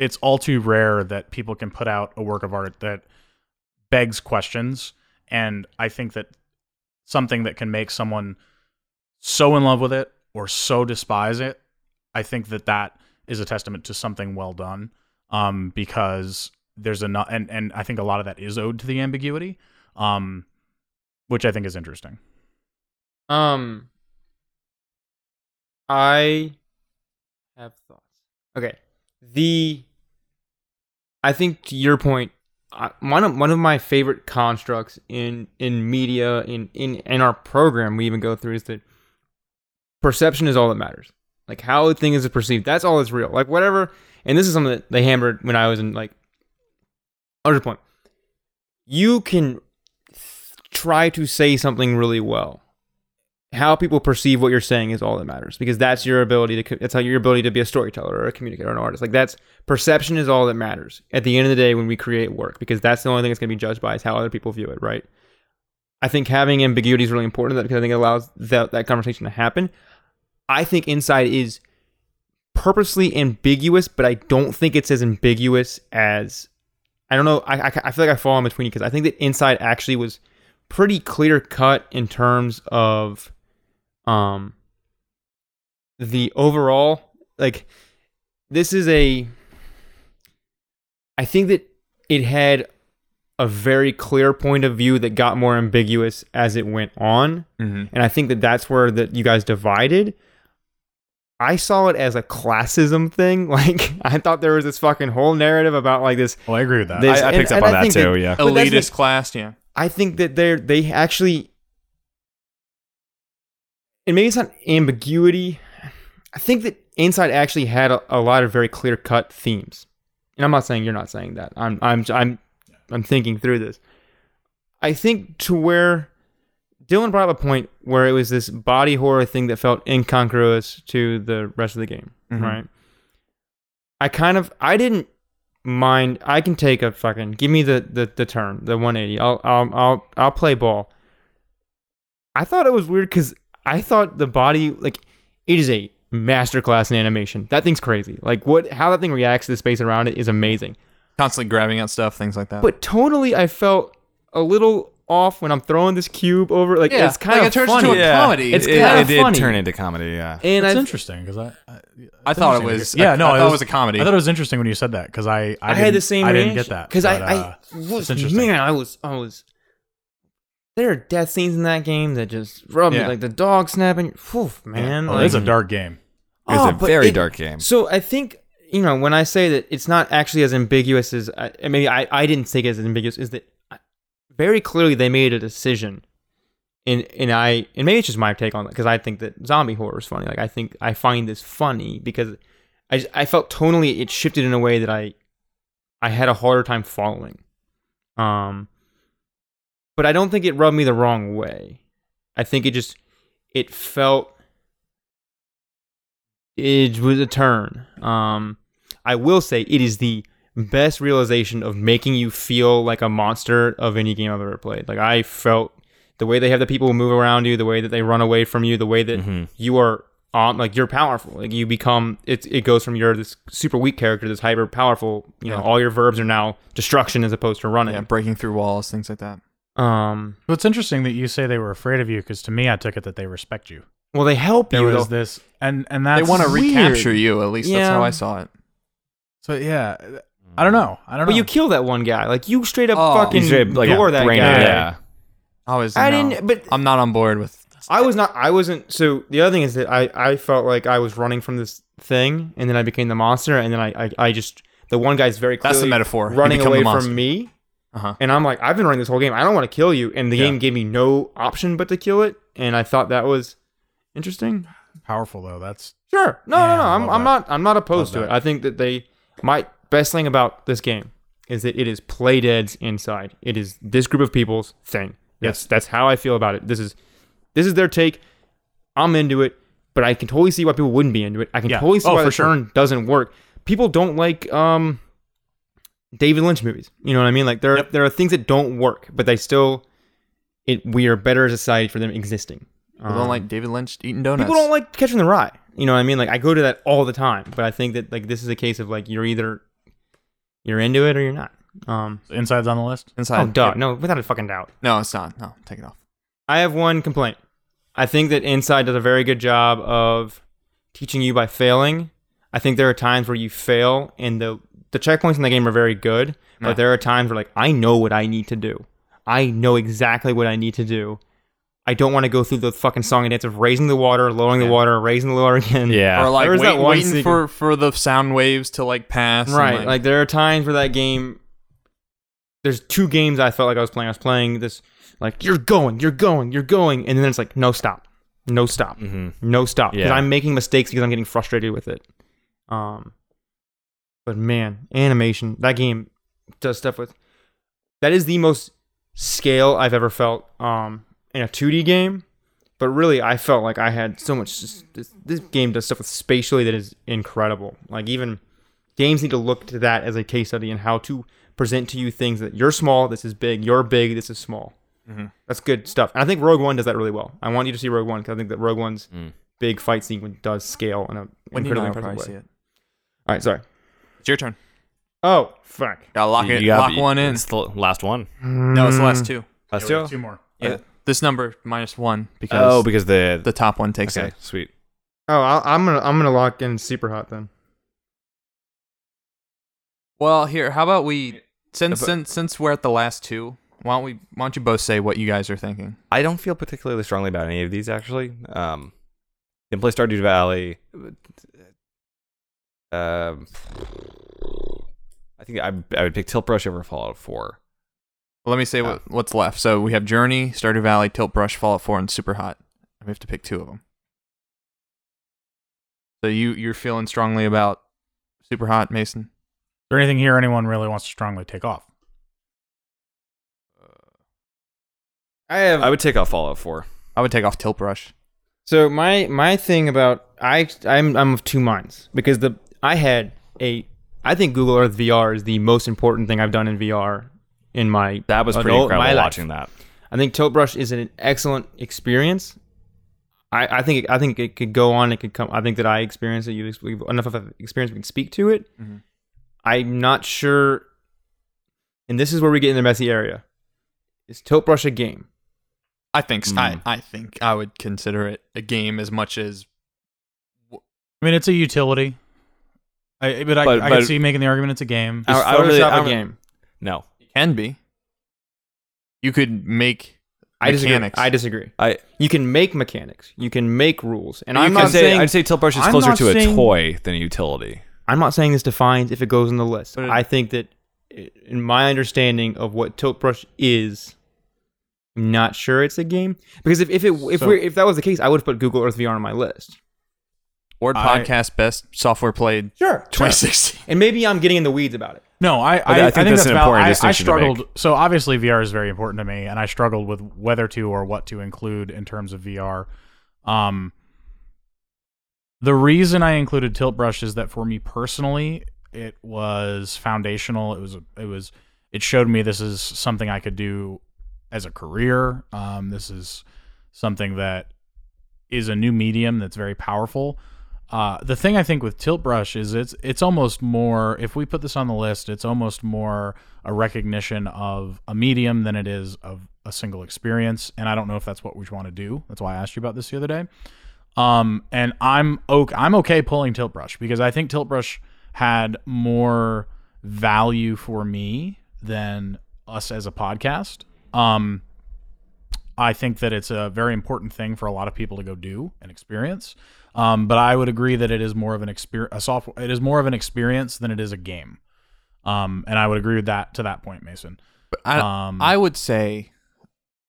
Speaker 4: it's all too rare that people can put out a work of art that begs questions. And I think that something that can make someone so in love with it or so despise it, I think that that is a testament to something well done. Um, because there's a no- and and I think a lot of that is owed to the ambiguity, um, which I think is interesting.
Speaker 1: Um, I have thoughts. Okay, the I think to your point, I, one of one of my favorite constructs in in media in in in our program we even go through is that perception is all that matters. Like how a thing is perceived, that's all that's real. Like whatever, and this is something that they hammered when I was in like. Other point, you can try to say something really well how people perceive what you're saying is all that matters because that's your ability to co- that's how your ability to be a storyteller or a communicator or an artist like that's perception is all that matters at the end of the day when we create work because that's the only thing that's going to be judged by is how other people view it right i think having ambiguity is really important because i think it allows that, that conversation to happen i think inside is purposely ambiguous but i don't think it's as ambiguous as i don't know i, I, I feel like i fall in between because i think that inside actually was pretty clear cut in terms of um the overall like this is a i think that it had a very clear point of view that got more ambiguous as it went on
Speaker 2: Mhm.
Speaker 1: and i think that that's where that you guys divided i saw it as a classism thing like i thought there was this fucking whole narrative about like this
Speaker 4: Well, Oh, I agree with that.
Speaker 1: this
Speaker 3: I, I
Speaker 1: and-
Speaker 3: picked up
Speaker 1: and
Speaker 3: on
Speaker 1: I
Speaker 3: that
Speaker 1: think
Speaker 3: too. yeah.
Speaker 1: But that's the-
Speaker 2: Elitist class. Yeah.
Speaker 1: I think that they're they actually and maybe it's not ambiguity. I think that Inside actually had a, a lot of very clear cut themes. And I'm not saying you're not saying that. I'm I'm I'm I'm thinking through this. I think to where Dylan brought up a point where it was this body horror thing that felt incongruous to the rest of the game, right? I kind of I didn't mind. I can take a fucking give me the the, the turn, the 180. I'll I'll I'll I'll play ball. I thought it was weird because I thought the body like it is a masterclass in animation. That thing's crazy. Like what how that thing reacts to the space around it is amazing.
Speaker 2: Constantly grabbing at stuff, things like that.
Speaker 1: But totally, I felt a little off when I'm throwing this cube over. Like
Speaker 2: yeah,
Speaker 1: it's kind
Speaker 2: like
Speaker 1: of
Speaker 2: it turns
Speaker 1: funny.
Speaker 2: into a
Speaker 3: Yeah.
Speaker 2: comedy.
Speaker 1: It's
Speaker 3: It,
Speaker 1: kinda
Speaker 3: it did
Speaker 1: funny.
Speaker 3: turn into comedy. Yeah.
Speaker 1: and
Speaker 4: It's
Speaker 1: I,
Speaker 4: interesting because I, I
Speaker 2: I thought it was.
Speaker 4: yeah
Speaker 2: I,
Speaker 4: no
Speaker 2: I
Speaker 4: it
Speaker 2: thought it was a comedy.
Speaker 4: I thought it was interesting when you said that because I I,
Speaker 1: I, had
Speaker 4: didn't-
Speaker 1: the same.
Speaker 4: I didn't
Speaker 1: reaction.
Speaker 4: get that
Speaker 1: because I,
Speaker 4: but,
Speaker 1: I
Speaker 4: uh,
Speaker 1: was,
Speaker 4: it's interesting.
Speaker 1: man, I was, I was. There are death scenes in that game that just rub me
Speaker 2: Yeah.
Speaker 1: like the dog snapping. Phew, man,
Speaker 4: oh,
Speaker 1: like,
Speaker 4: it's a dark game.
Speaker 3: It was
Speaker 1: Oh,
Speaker 3: a
Speaker 1: but
Speaker 3: very
Speaker 1: it-
Speaker 3: dark game.
Speaker 1: So I think you know when I say that it's not actually as ambiguous as I, and maybe I, I didn't think it as ambiguous is that I, very clearly they made a decision, and and I and maybe it's just my take on it because I think that zombie horror is funny. Like I think I find this funny because I just, I felt tonally it shifted in a way that I I had a harder time following, um, but I don't think it rubbed me the wrong way. I think it just it felt it was a turn. Um, I will say it is the best realization of making you feel like a monster of any game I've ever played. Like I felt the way they have the people move around you, the way that they run away from you, the way
Speaker 3: Mm-hmm.
Speaker 1: that you are um, like you're powerful. Like you become it. It goes from you're this super weak character, this hyper powerful. You know, all your verbs are now destruction as opposed to running.
Speaker 2: Yeah, breaking through walls, things like that.
Speaker 1: Um,
Speaker 4: Well, it's interesting that you say they were afraid of you because to me, I took it that they respect you.
Speaker 1: well, they help
Speaker 4: There
Speaker 1: you.
Speaker 4: was
Speaker 1: though.
Speaker 4: this, and and that's
Speaker 2: they want to
Speaker 4: weird.
Speaker 2: recapture you. At least that's how
Speaker 1: Yeah.
Speaker 2: I saw it.
Speaker 4: So yeah, I don't know. I don't
Speaker 1: But
Speaker 4: know.
Speaker 1: you kill that one guy. Like you straight up
Speaker 2: Oh.
Speaker 1: fucking
Speaker 3: He's a- like a
Speaker 1: gore that guy.
Speaker 3: brain- Yeah.
Speaker 2: I was.
Speaker 1: I
Speaker 2: no.
Speaker 1: didn't. But
Speaker 2: I'm not on board with.
Speaker 1: I was not. I wasn't. So the other thing is that I I felt like I was running from this thing, and then I became the monster, and then I I, I just the one guy's very clearly
Speaker 2: That's the metaphor. You
Speaker 1: running
Speaker 2: become the
Speaker 1: away
Speaker 2: monster.
Speaker 1: from me,
Speaker 2: Uh-huh.
Speaker 1: and I'm like I've been running this whole game. I don't want to kill you, and the
Speaker 2: Yeah.
Speaker 1: game gave me no option but to kill it, and I thought that was interesting.
Speaker 4: powerful though. That's
Speaker 1: Sure. No,
Speaker 4: Yeah,
Speaker 1: no, no.
Speaker 4: I
Speaker 1: I'm
Speaker 4: love
Speaker 1: I'm
Speaker 4: that.
Speaker 1: not I'm not opposed to it.
Speaker 4: Love that.
Speaker 1: I think that they my best thing about this game is that it is play dead's inside. It is this group of people's thing. Yes, that's how I feel about it. This is this is their take. I'm into it, but I can totally see why people wouldn't be into it. I can
Speaker 4: Yeah.
Speaker 1: totally see
Speaker 4: Oh,
Speaker 1: why
Speaker 4: for
Speaker 1: the
Speaker 4: sure.
Speaker 1: turn doesn't work. People don't like um David Lynch movies. You know what I mean? Like there there are things that don't work, but they still it we are better as a society for them existing.
Speaker 2: People
Speaker 4: Uh.
Speaker 2: don't
Speaker 1: Um,
Speaker 2: like David Lynch eating donuts.
Speaker 1: people don't like catching the rye. You know what I mean? Like I go to that all the time, but I think that like this is a case of like you're either you're into it or you're not. Um,
Speaker 4: inside's on the list.
Speaker 2: inside.
Speaker 1: oh, duh, no, without a fucking doubt.
Speaker 2: No, it's not. No, take it off.
Speaker 1: I have one complaint. I think that Inside does a very good job of teaching you by failing. I think there are times where you fail, and the the checkpoints in the game are very good, but there are times where like I know what I need to do. I know exactly what I need to do. I don't want to go through the fucking song and dance of raising the water, lowering the water, raising the water again.
Speaker 3: Yeah.
Speaker 2: Or like
Speaker 1: There is
Speaker 2: wait,
Speaker 1: that one
Speaker 2: waiting
Speaker 1: secret-
Speaker 2: for for the sound waves to like pass. and,
Speaker 1: Right. Like, there are times where that game there's two games I felt like I was playing. I was playing this like you're going, you're going, you're going, and then it's like no stop. No stop.
Speaker 3: Mm-hmm.
Speaker 1: No stop. Because
Speaker 3: Mm. Yeah.
Speaker 1: I'm making mistakes because I'm getting frustrated with it. Um but man, animation. That game does stuff with that is the most scale I've ever felt um in a 2D game. But really, I felt like I had so much. This, this game does stuff with spatially that is incredible. Like even games need to look to that as a case study and how to present to you things that you're small, this is big, you're big, this is small. That's good stuff. And I think Rogue One does that really well. I want you to see Rogue One because I think that Rogue One's big fight sequence does scale in an
Speaker 2: When you know,
Speaker 1: incredibly
Speaker 2: I'll
Speaker 1: impressive
Speaker 2: probably
Speaker 1: way.
Speaker 2: see it.
Speaker 1: All right, sorry.
Speaker 2: It's your turn.
Speaker 1: Oh, fuck.
Speaker 2: Gotta lock
Speaker 3: You
Speaker 2: it.
Speaker 3: got-
Speaker 2: lock one in.
Speaker 3: It's the last one.
Speaker 2: No, it's the last two.
Speaker 3: Last
Speaker 4: There were two more.
Speaker 2: Yeah. Uh, This number minus one because
Speaker 3: Oh, because the,
Speaker 2: the top one takes
Speaker 3: okay,
Speaker 2: it.
Speaker 3: sweet.
Speaker 1: Oh, i I'm gonna I'm gonna lock in Super Hot then.
Speaker 2: Well, here, how about we since
Speaker 3: But-
Speaker 2: since since we're at the last two, why don't we why don't you both say what you guys are thinking?
Speaker 3: I don't feel particularly strongly about any of these actually. Um, didn't play Stardew Valley. Um, I think I I would pick Tilt Brush over Fallout Four.
Speaker 2: Well, let me say what, what's left. So we have Journey, Stardew Valley, Tilt Brush, Fallout 4, and Super Hot. We have to pick two of them. So you you're feeling strongly about Super Hot, Mason?
Speaker 4: Is there anything here anyone really wants to strongly take off?
Speaker 1: I have
Speaker 3: I would take off Fallout Four.
Speaker 2: I would take off Tilt Brush.
Speaker 1: So my my thing about I I'm I'm of two minds because the I had a I think Google Earth VR is the most important thing I've done in VR in my
Speaker 3: That was pretty
Speaker 1: adult- my
Speaker 3: incredible
Speaker 1: life.
Speaker 3: watching that.
Speaker 1: I think Tilt Brush is an excellent experience. I, I think I think it could go on. It could come. I think that I experienced it. You ex- we've- enough of an experience. We can speak to it. I'm not sure. And this is where we get in the messy area. Is Tilt Brush a game?
Speaker 2: I think so.
Speaker 3: Mm.
Speaker 2: I I think I would consider it a game as much as
Speaker 4: I mean, it's a utility. I, but I,
Speaker 3: But-
Speaker 4: I could
Speaker 3: but-
Speaker 4: see making the argument it's a game.
Speaker 3: I-
Speaker 1: Is
Speaker 3: I really-
Speaker 1: Photoshop
Speaker 3: I
Speaker 1: a
Speaker 3: re-
Speaker 1: game?
Speaker 3: No,
Speaker 2: it can be. You could make
Speaker 1: I disagree.
Speaker 2: mechanics.
Speaker 1: I disagree.
Speaker 3: I
Speaker 1: You can make mechanics. You can make rules, and
Speaker 3: you
Speaker 1: I'm
Speaker 3: could
Speaker 1: not
Speaker 3: say,
Speaker 1: saying
Speaker 3: I'd say Tilt Brush is
Speaker 1: I'm
Speaker 3: closer
Speaker 1: not
Speaker 3: to a
Speaker 1: saying-
Speaker 3: toy than a utility.
Speaker 1: I'm not saying this defines if it goes on the list.
Speaker 2: But it-
Speaker 1: I think that, i- in my understanding of what Tilt Brush is, I'm not sure it's a game because if, if it if
Speaker 4: So-
Speaker 1: we if that was the case, I would have put Google Earth VR on my list.
Speaker 2: Word
Speaker 4: I-
Speaker 2: podcast best software played
Speaker 1: Sure,
Speaker 2: 2016.
Speaker 1: and maybe I'm getting in the weeds about it.
Speaker 4: No, I, I, I,
Speaker 3: I think
Speaker 4: think
Speaker 3: that's
Speaker 4: that's
Speaker 3: an
Speaker 4: valid.
Speaker 3: important
Speaker 4: I, I
Speaker 3: distinction to
Speaker 4: struggled.
Speaker 3: make.
Speaker 4: So obviously, VR is very important to me, and I struggled with whether to or what to include in terms of VR. Um, The reason I included Tilt Brush is that for me personally, it was foundational. It was it was it showed me this is something I could do as a career. Um, this is something that is a new medium that's very powerful. Uh, the thing I think with Tilt Brush is it's it's almost more if we put this on the list, it's almost more a recognition of a medium than it is of a single experience. And I don't know if that's what we want to do. That's why I asked you about this the other day. Um, and I'm okay, I'm okay pulling Tilt Brush because I think Tilt Brush had more value for me than us as a podcast. Um, I think that it's a very important thing for a lot of people to go do and experience. Um, but I would agree that it is more of an experience, a software. It is more of an experience than it is a game. Um, and I would agree with that to that point, Mason.
Speaker 2: But I,
Speaker 4: Um,
Speaker 2: I would say,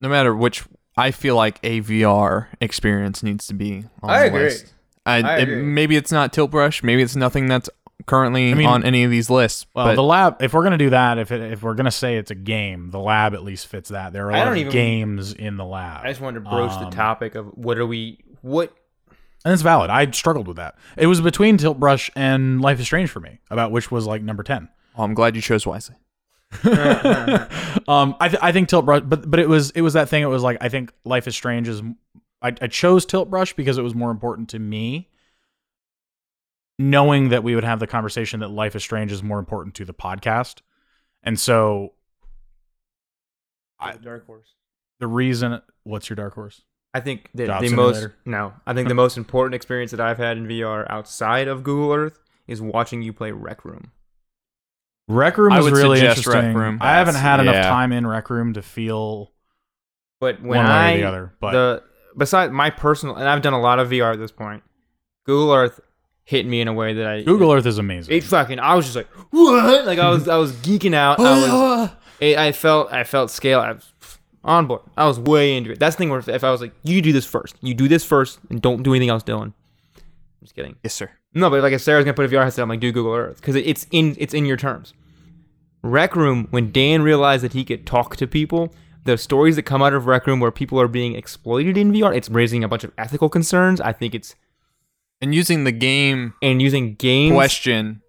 Speaker 2: no matter which, I feel like a VR experience needs to be. On
Speaker 1: I
Speaker 2: the
Speaker 1: agree.
Speaker 2: List. I,
Speaker 1: I
Speaker 2: it-
Speaker 1: agree.
Speaker 2: maybe it's not Tilt Brush. Maybe it's nothing that's currently
Speaker 4: I mean-
Speaker 2: on any of these lists.
Speaker 4: Well,
Speaker 2: but
Speaker 4: Uh, the lab. If we're gonna do that, if it, if we're gonna say it's a game, the lab at least fits that. There are a
Speaker 1: I
Speaker 4: lot
Speaker 1: don't
Speaker 4: of
Speaker 1: even-
Speaker 4: games in the lab.
Speaker 1: I just wanted to broach
Speaker 4: Um,
Speaker 1: the topic of what are we what
Speaker 4: and it's valid. I struggled with that. It was between Tilt Brush and Life is Strange for me, about which was like number ten.
Speaker 2: oh, I'm glad you chose wisely.
Speaker 4: um, I, th- I think Tilt Brush, but but it was it was that thing. It was like I think Life is Strange is. I, I chose Tilt Brush because it was more important to me, knowing that we would have the conversation that Life is Strange is more important to the podcast, and so I-
Speaker 1: dark horse.
Speaker 4: the reason. What's your dark horse?
Speaker 1: I think that
Speaker 4: Job
Speaker 1: the most
Speaker 4: Simulator.
Speaker 1: no, I think the most important experience that I've had in VR outside of Google Earth is watching you play Rec Room.
Speaker 4: Rec Room
Speaker 2: I
Speaker 4: is
Speaker 2: would
Speaker 4: really
Speaker 2: suggest
Speaker 4: interesting.
Speaker 2: Rec Room.
Speaker 4: I haven't had enough
Speaker 3: yeah.
Speaker 4: time in Rec Room to feel
Speaker 1: But when
Speaker 4: one way
Speaker 1: I
Speaker 4: or the other. But
Speaker 1: the besides my personal and I've done a lot of VR at this point, Google Earth hit me in a way that I
Speaker 4: Google Earth is amazing.
Speaker 1: It fucking I was just like what? Like I was I was geeking out. I was it, I felt I felt scale. I was on board. I was way into it. That's the thing where if, if I was like, you do this first, you do this first, and don't do anything else, Dylan. I'm just kidding.
Speaker 2: Yes, sir.
Speaker 1: No, but like if Sarah's gonna put a VR headset, I'm like, do Google Earth because it, it's in it's in your terms. Rec Room. When Dan realized that he could talk to people, the stories that come out of Rec Room where people are being exploited in VR, it's raising a bunch of ethical concerns. I think it's
Speaker 2: And using the game
Speaker 1: and using games.
Speaker 2: question,
Speaker 4: And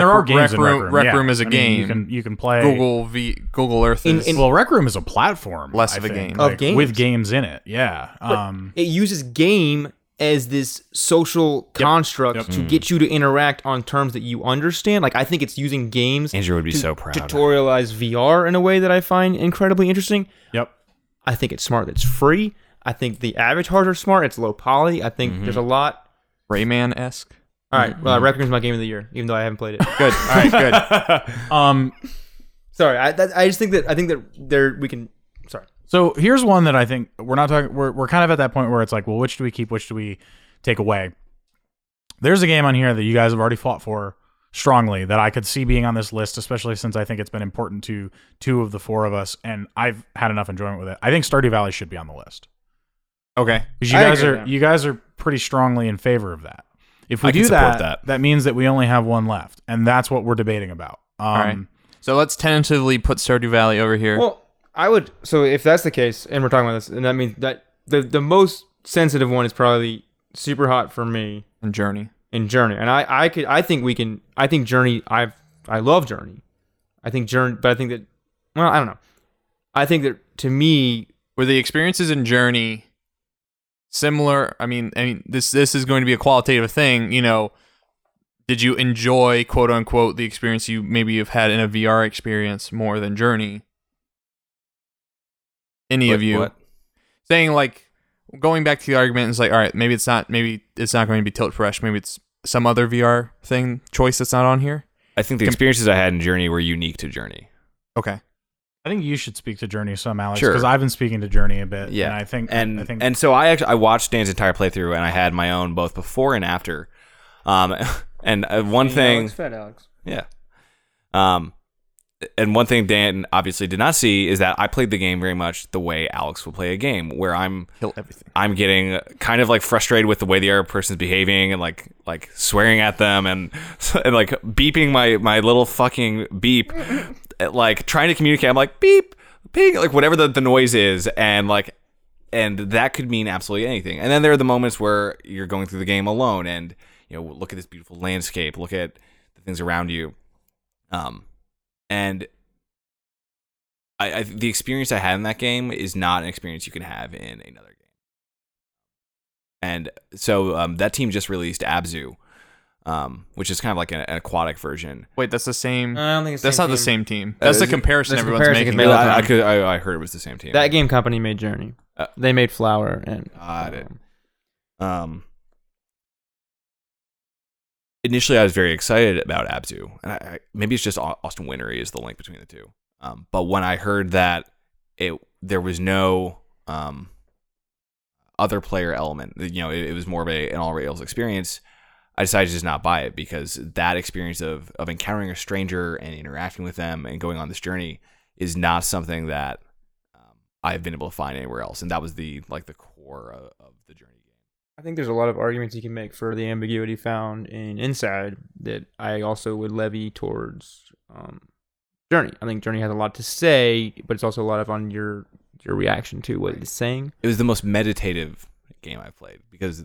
Speaker 4: there are
Speaker 2: Rec-
Speaker 4: games in Rec
Speaker 2: Room-
Speaker 4: Room.
Speaker 2: Rec
Speaker 4: yeah.
Speaker 2: Room is a
Speaker 4: I mean,
Speaker 2: game.
Speaker 4: You can you can play
Speaker 2: Google v Google Earth
Speaker 1: In-
Speaker 2: is
Speaker 1: in-
Speaker 4: Well, Rec Room is a platform.
Speaker 2: Less
Speaker 4: I
Speaker 2: of a
Speaker 4: think,
Speaker 2: game.
Speaker 1: Of
Speaker 4: like,
Speaker 1: games.
Speaker 4: with games in it. Yeah. Um,
Speaker 1: it uses game as this social construct to get you to interact on terms that you understand. Like I think it's using games
Speaker 5: Andrew would be
Speaker 1: to
Speaker 5: so proud.
Speaker 1: tutorialize VR in a way that I find incredibly interesting.
Speaker 4: yep.
Speaker 1: I think it's smart. that It's free. I think the avatars are smart. It's low poly. I think there's a lot.
Speaker 2: Rayman esque.
Speaker 1: All right, well, Rec Room's my game of the year, even though I haven't played it.
Speaker 2: Good. All right. Good.
Speaker 4: Um,
Speaker 1: Sorry, I, that, I just think that I think that there we can. Sorry,
Speaker 4: so here's one that I think we're not talking. We're we're kind of at that point where it's like, well, which do we keep? Which do we take away? There's a game on here that you guys have already fought for strongly that I could see being on this list, especially since I think it's been important to two of the four of us, and I've had enough enjoyment with it. I think Stardew Valley should be on the list.
Speaker 2: Okay.
Speaker 4: Because you
Speaker 1: I
Speaker 4: guys
Speaker 1: agree
Speaker 4: are
Speaker 1: with that.
Speaker 4: you guys are pretty strongly in favor of that. If we
Speaker 5: I can
Speaker 4: do
Speaker 5: support
Speaker 4: that, that,
Speaker 5: that.
Speaker 4: means that we only have one left, and that's what we're debating about. Um,
Speaker 2: right. So let's tentatively put Stardew Valley over here.
Speaker 1: Well, I would. So if that's the case, and we're talking about this, and that means that the the most sensitive one is probably super hot for me
Speaker 2: and Journey.
Speaker 1: in Journey, and I I could I think we can I think Journey I've I love Journey, I think Journey, but I think that well I don't know, I think that to me
Speaker 2: Were the experiences in Journey similar? I mean, I mean this this is going to be a qualitative thing. You know, did you enjoy quote unquote the experience you maybe have had in a VR experience more than Journey? Any of
Speaker 5: What-
Speaker 2: you
Speaker 5: what?
Speaker 2: saying like going back to the argument is like, all right, maybe it's not maybe it's not going to be Tilt Fresh, maybe it's some other VR thing choice that's not on here.
Speaker 5: I think the
Speaker 2: Com-
Speaker 5: experiences I had in Journey were unique to Journey.
Speaker 2: Okay.
Speaker 4: I think you should speak to Journey some, Alex,
Speaker 5: Sure.
Speaker 4: because I've been speaking to Journey a bit.
Speaker 5: Yeah.
Speaker 4: and I think
Speaker 5: and
Speaker 4: I think
Speaker 5: and so I actually I watched Dan's entire playthrough and I had my own both before and after. Um, and uh, one thing,
Speaker 1: fed Alex.
Speaker 5: yeah. Um, and one thing Dan obviously did not see is that I played the game very much the way Alex will play a game, where I'm
Speaker 2: Kill everything.
Speaker 5: I'm getting kind of like frustrated with the way the other person's behaving and like like swearing at them and, and like beeping my my little fucking beep, like trying to communicate. I'm like beep, ping, like whatever the, the noise is, and like
Speaker 3: and that could mean absolutely anything. And then there are the moments where you're going through the game alone, and you know, look at this beautiful landscape, look at the things around you, um, and I, I the experience I had in that game is not an experience you can have in another game. And so um, that team just released Abzu, um, which is kind of like an, an aquatic version.
Speaker 2: Wait, that's the same.
Speaker 1: I don't think it's
Speaker 2: that's not the
Speaker 1: team.
Speaker 2: same team.
Speaker 3: Uh,
Speaker 2: That's the
Speaker 3: is it-
Speaker 2: comparison
Speaker 1: there's a
Speaker 2: everyone's
Speaker 1: comparison
Speaker 2: making.
Speaker 1: all the
Speaker 3: I, I
Speaker 1: time.
Speaker 3: could I, I heard it was the same team.
Speaker 1: That game company made Journey.
Speaker 3: Uh,
Speaker 1: they made Flower and
Speaker 3: Got it.
Speaker 1: um,
Speaker 3: Um, initially, I was very excited about Abzu, and I, I, maybe it's just Au- Austin Winery is the link between the two. Um, but when I heard that it there was no um, other player element, you know, it, it was more of a, an all rails experience. I decided to just not buy it because that experience of of encountering a stranger and interacting with them and going on this journey is not something that um, I've been able to find anywhere else, and that was the like the core of, of the journey game.
Speaker 1: I think there's a lot of arguments you can make for the ambiguity found in Inside that I also would levy towards um, Journey. I think Journey has a lot to say, but it's also a lot of on your your reaction to what it's saying.
Speaker 3: it was the most meditative game I've played because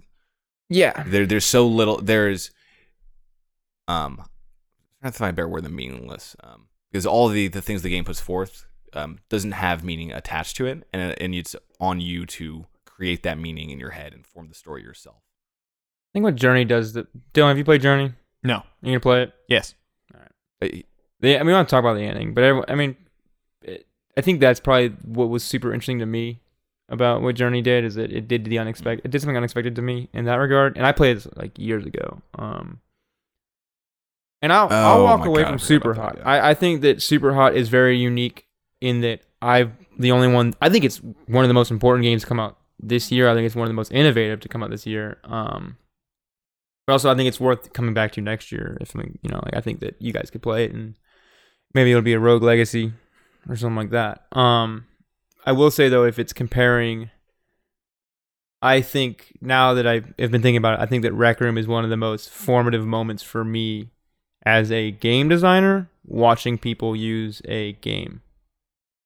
Speaker 1: Yeah,
Speaker 3: there there's so little there's um I'm trying to find a better word than meaningless um because all the the things the game puts forth um doesn't have meaning attached to it and and it's on you to create that meaning in your head and form the story yourself.
Speaker 1: I think what Journey does. That Dylan, have you played Journey?
Speaker 2: No.
Speaker 1: You gonna play it?
Speaker 2: Yes.
Speaker 3: I-
Speaker 1: Yeah, I mean, we want to talk about the ending, but everyone, I mean, it, I think that's probably what was super interesting to me about what Journey did is that it did the unexpected. It did something unexpected to me in that regard, and I played this like years ago. Um, and I'll I'll
Speaker 3: Oh
Speaker 1: walk
Speaker 3: my
Speaker 1: away
Speaker 3: God,
Speaker 1: from
Speaker 3: I forgot
Speaker 1: Super
Speaker 3: about
Speaker 1: Hot.
Speaker 3: that, yeah.
Speaker 1: I, I think that Super Hot is very unique in that I've the only one. I think it's one of the most important games to come out this year. I think it's one of the most innovative to come out this year. Um, but also, I think it's worth coming back to next year. If we- you know, like I think that you guys could play it, and maybe it'll be a Rogue Legacy or something like that. Um, I will say though, if it's comparing, I think now that I have been thinking about it, I think that Rec Room is one of the most formative moments for me as a game designer watching people use a game.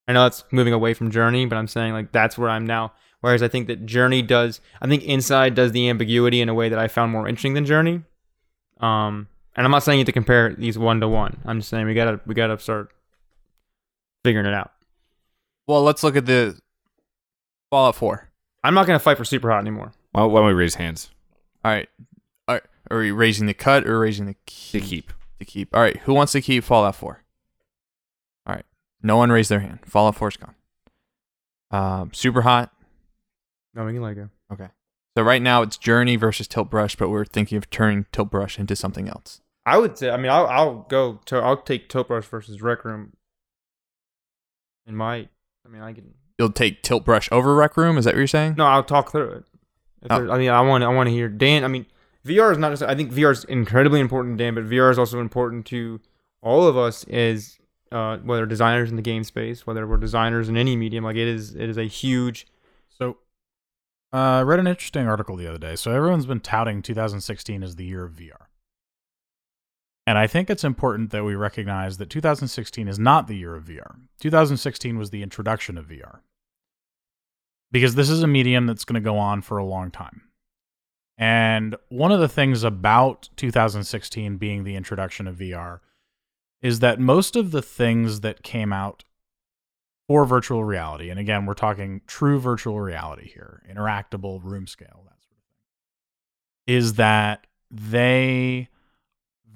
Speaker 1: I know that's moving away from Journey, but I'm saying like that's where I'm now. Whereas I think that Journey does, I think Inside does the ambiguity in a way that I found more interesting than Journey. Um, and I'm not saying you have to compare these one to one. I'm just saying we gotta we gotta start figuring it out.
Speaker 2: Well, let's look at the Fallout 4.
Speaker 1: I'm not gonna fight for Super Hot anymore.
Speaker 3: Why, why don't we raise hands
Speaker 2: All right. All right. Are we raising the cut or raising the key?
Speaker 3: to keep?
Speaker 2: To keep. All right. Who wants to keep Fallout 4? All right. No one raised their hand. Fallout 4 is gone. Um, super hot.
Speaker 1: No, we can let go.
Speaker 2: So right now it's Journey versus Tilt Brush, but we're thinking of turning Tilt Brush into something else.
Speaker 1: I would say. I mean, I'll, I'll go. To, I'll take Tote Brush versus Rec Room. In my, I mean, I can.
Speaker 2: You'll take Tilt Brush over Rec Room. Is that what you're saying?
Speaker 1: No, I'll talk through it. If
Speaker 2: Oh.
Speaker 1: there- I mean, I want. I want to hear Dan. I mean, VR is not. Just, I think VR is incredibly important, to Dan. But VR is also important to all of us as uh, whether designers in the game space, whether we're designers in any medium. Like it is. It is a huge.
Speaker 4: So, uh, I read an interesting article the other day. So, everyone's been touting 2016 as the year of VR. And I think it's important that we recognize that 2016 is not the year of VR. 2016 was the introduction of VR. Because this is a medium that's going to go on for a long time. And one of the things about 2016 being the introduction of VR is that most of the things that came out for virtual reality. And again, we're talking true virtual reality here, interactable room scale, that sort of thing. Is that they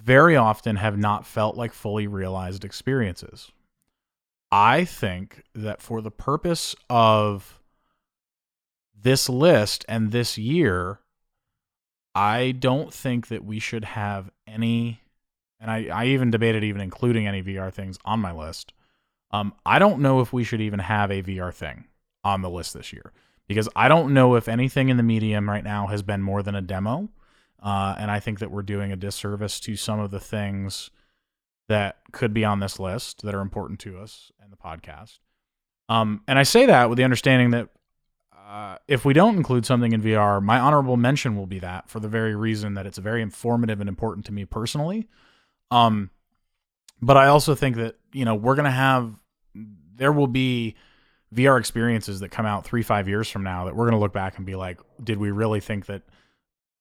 Speaker 4: very often have not felt like fully realized experiences. I think that for the purpose of this list and this year, I don't think that we should have any, and I, I even debated even including any VR things on my list. Um, I don't know if we should even have a VR thing on the list this year because I don't know if anything in the medium right now has been more than a demo. Uh, and I think that we're doing a disservice to some of the things that could be on this list that are important to us and the podcast. Um, and I say that with the understanding that uh, if we don't include something in VR, my honorable mention will be that for the very reason that it's very informative and important to me personally. Um, but I also think that you know we're gonna have there will be VR experiences that come out three, five years from now that we're going to look back and be like, did we really think that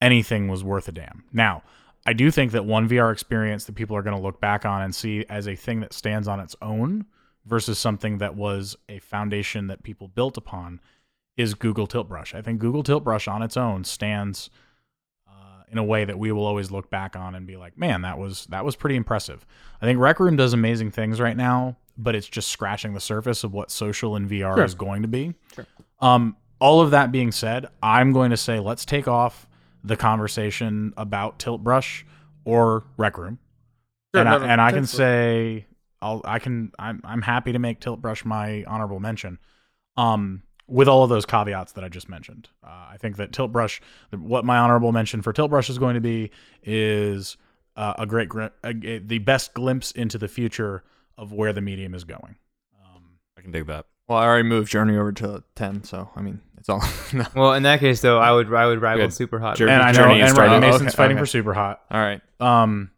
Speaker 4: anything was worth a damn? Now, I do think that one VR experience that people are going to look back on and see as a thing that stands on its own versus something that was a foundation that people built upon is Google Tilt Brush. I think Google Tilt Brush on its own stands uh, in a way that we will always look back on and be like, man, that was that was pretty impressive. I think Rec Room does amazing things right now, but it's just scratching the surface of what social and VR is going to be. Um, all of that being said, I'm going to say let's take off the conversation about Tilt Brush or Rec Room,
Speaker 1: Sure,
Speaker 4: and,
Speaker 1: no,
Speaker 4: I,
Speaker 1: no,
Speaker 4: and I can
Speaker 1: thanks.
Speaker 4: say I'll I can I'm I'm happy to make Tilt Brush my honorable mention. Um, with all of those caveats that I just mentioned, uh, I think that Tilt Brush, what my honorable mention for Tilt Brush is going to be is uh, a great gri- a, a- the best glimpse into the future of where the medium is going. Um,
Speaker 5: I can dig that.
Speaker 2: Well, I already moved Journey over to ten, so I mean it's all. no.
Speaker 1: Well, in that case, though, I would I would rival Super Hot.
Speaker 4: and I know,
Speaker 2: Journey is
Speaker 4: and Ryan
Speaker 2: starting. Oh,
Speaker 4: Mason's
Speaker 2: Okay,
Speaker 4: fighting
Speaker 2: okay.
Speaker 4: for Super Hot.
Speaker 2: All right.
Speaker 4: Um,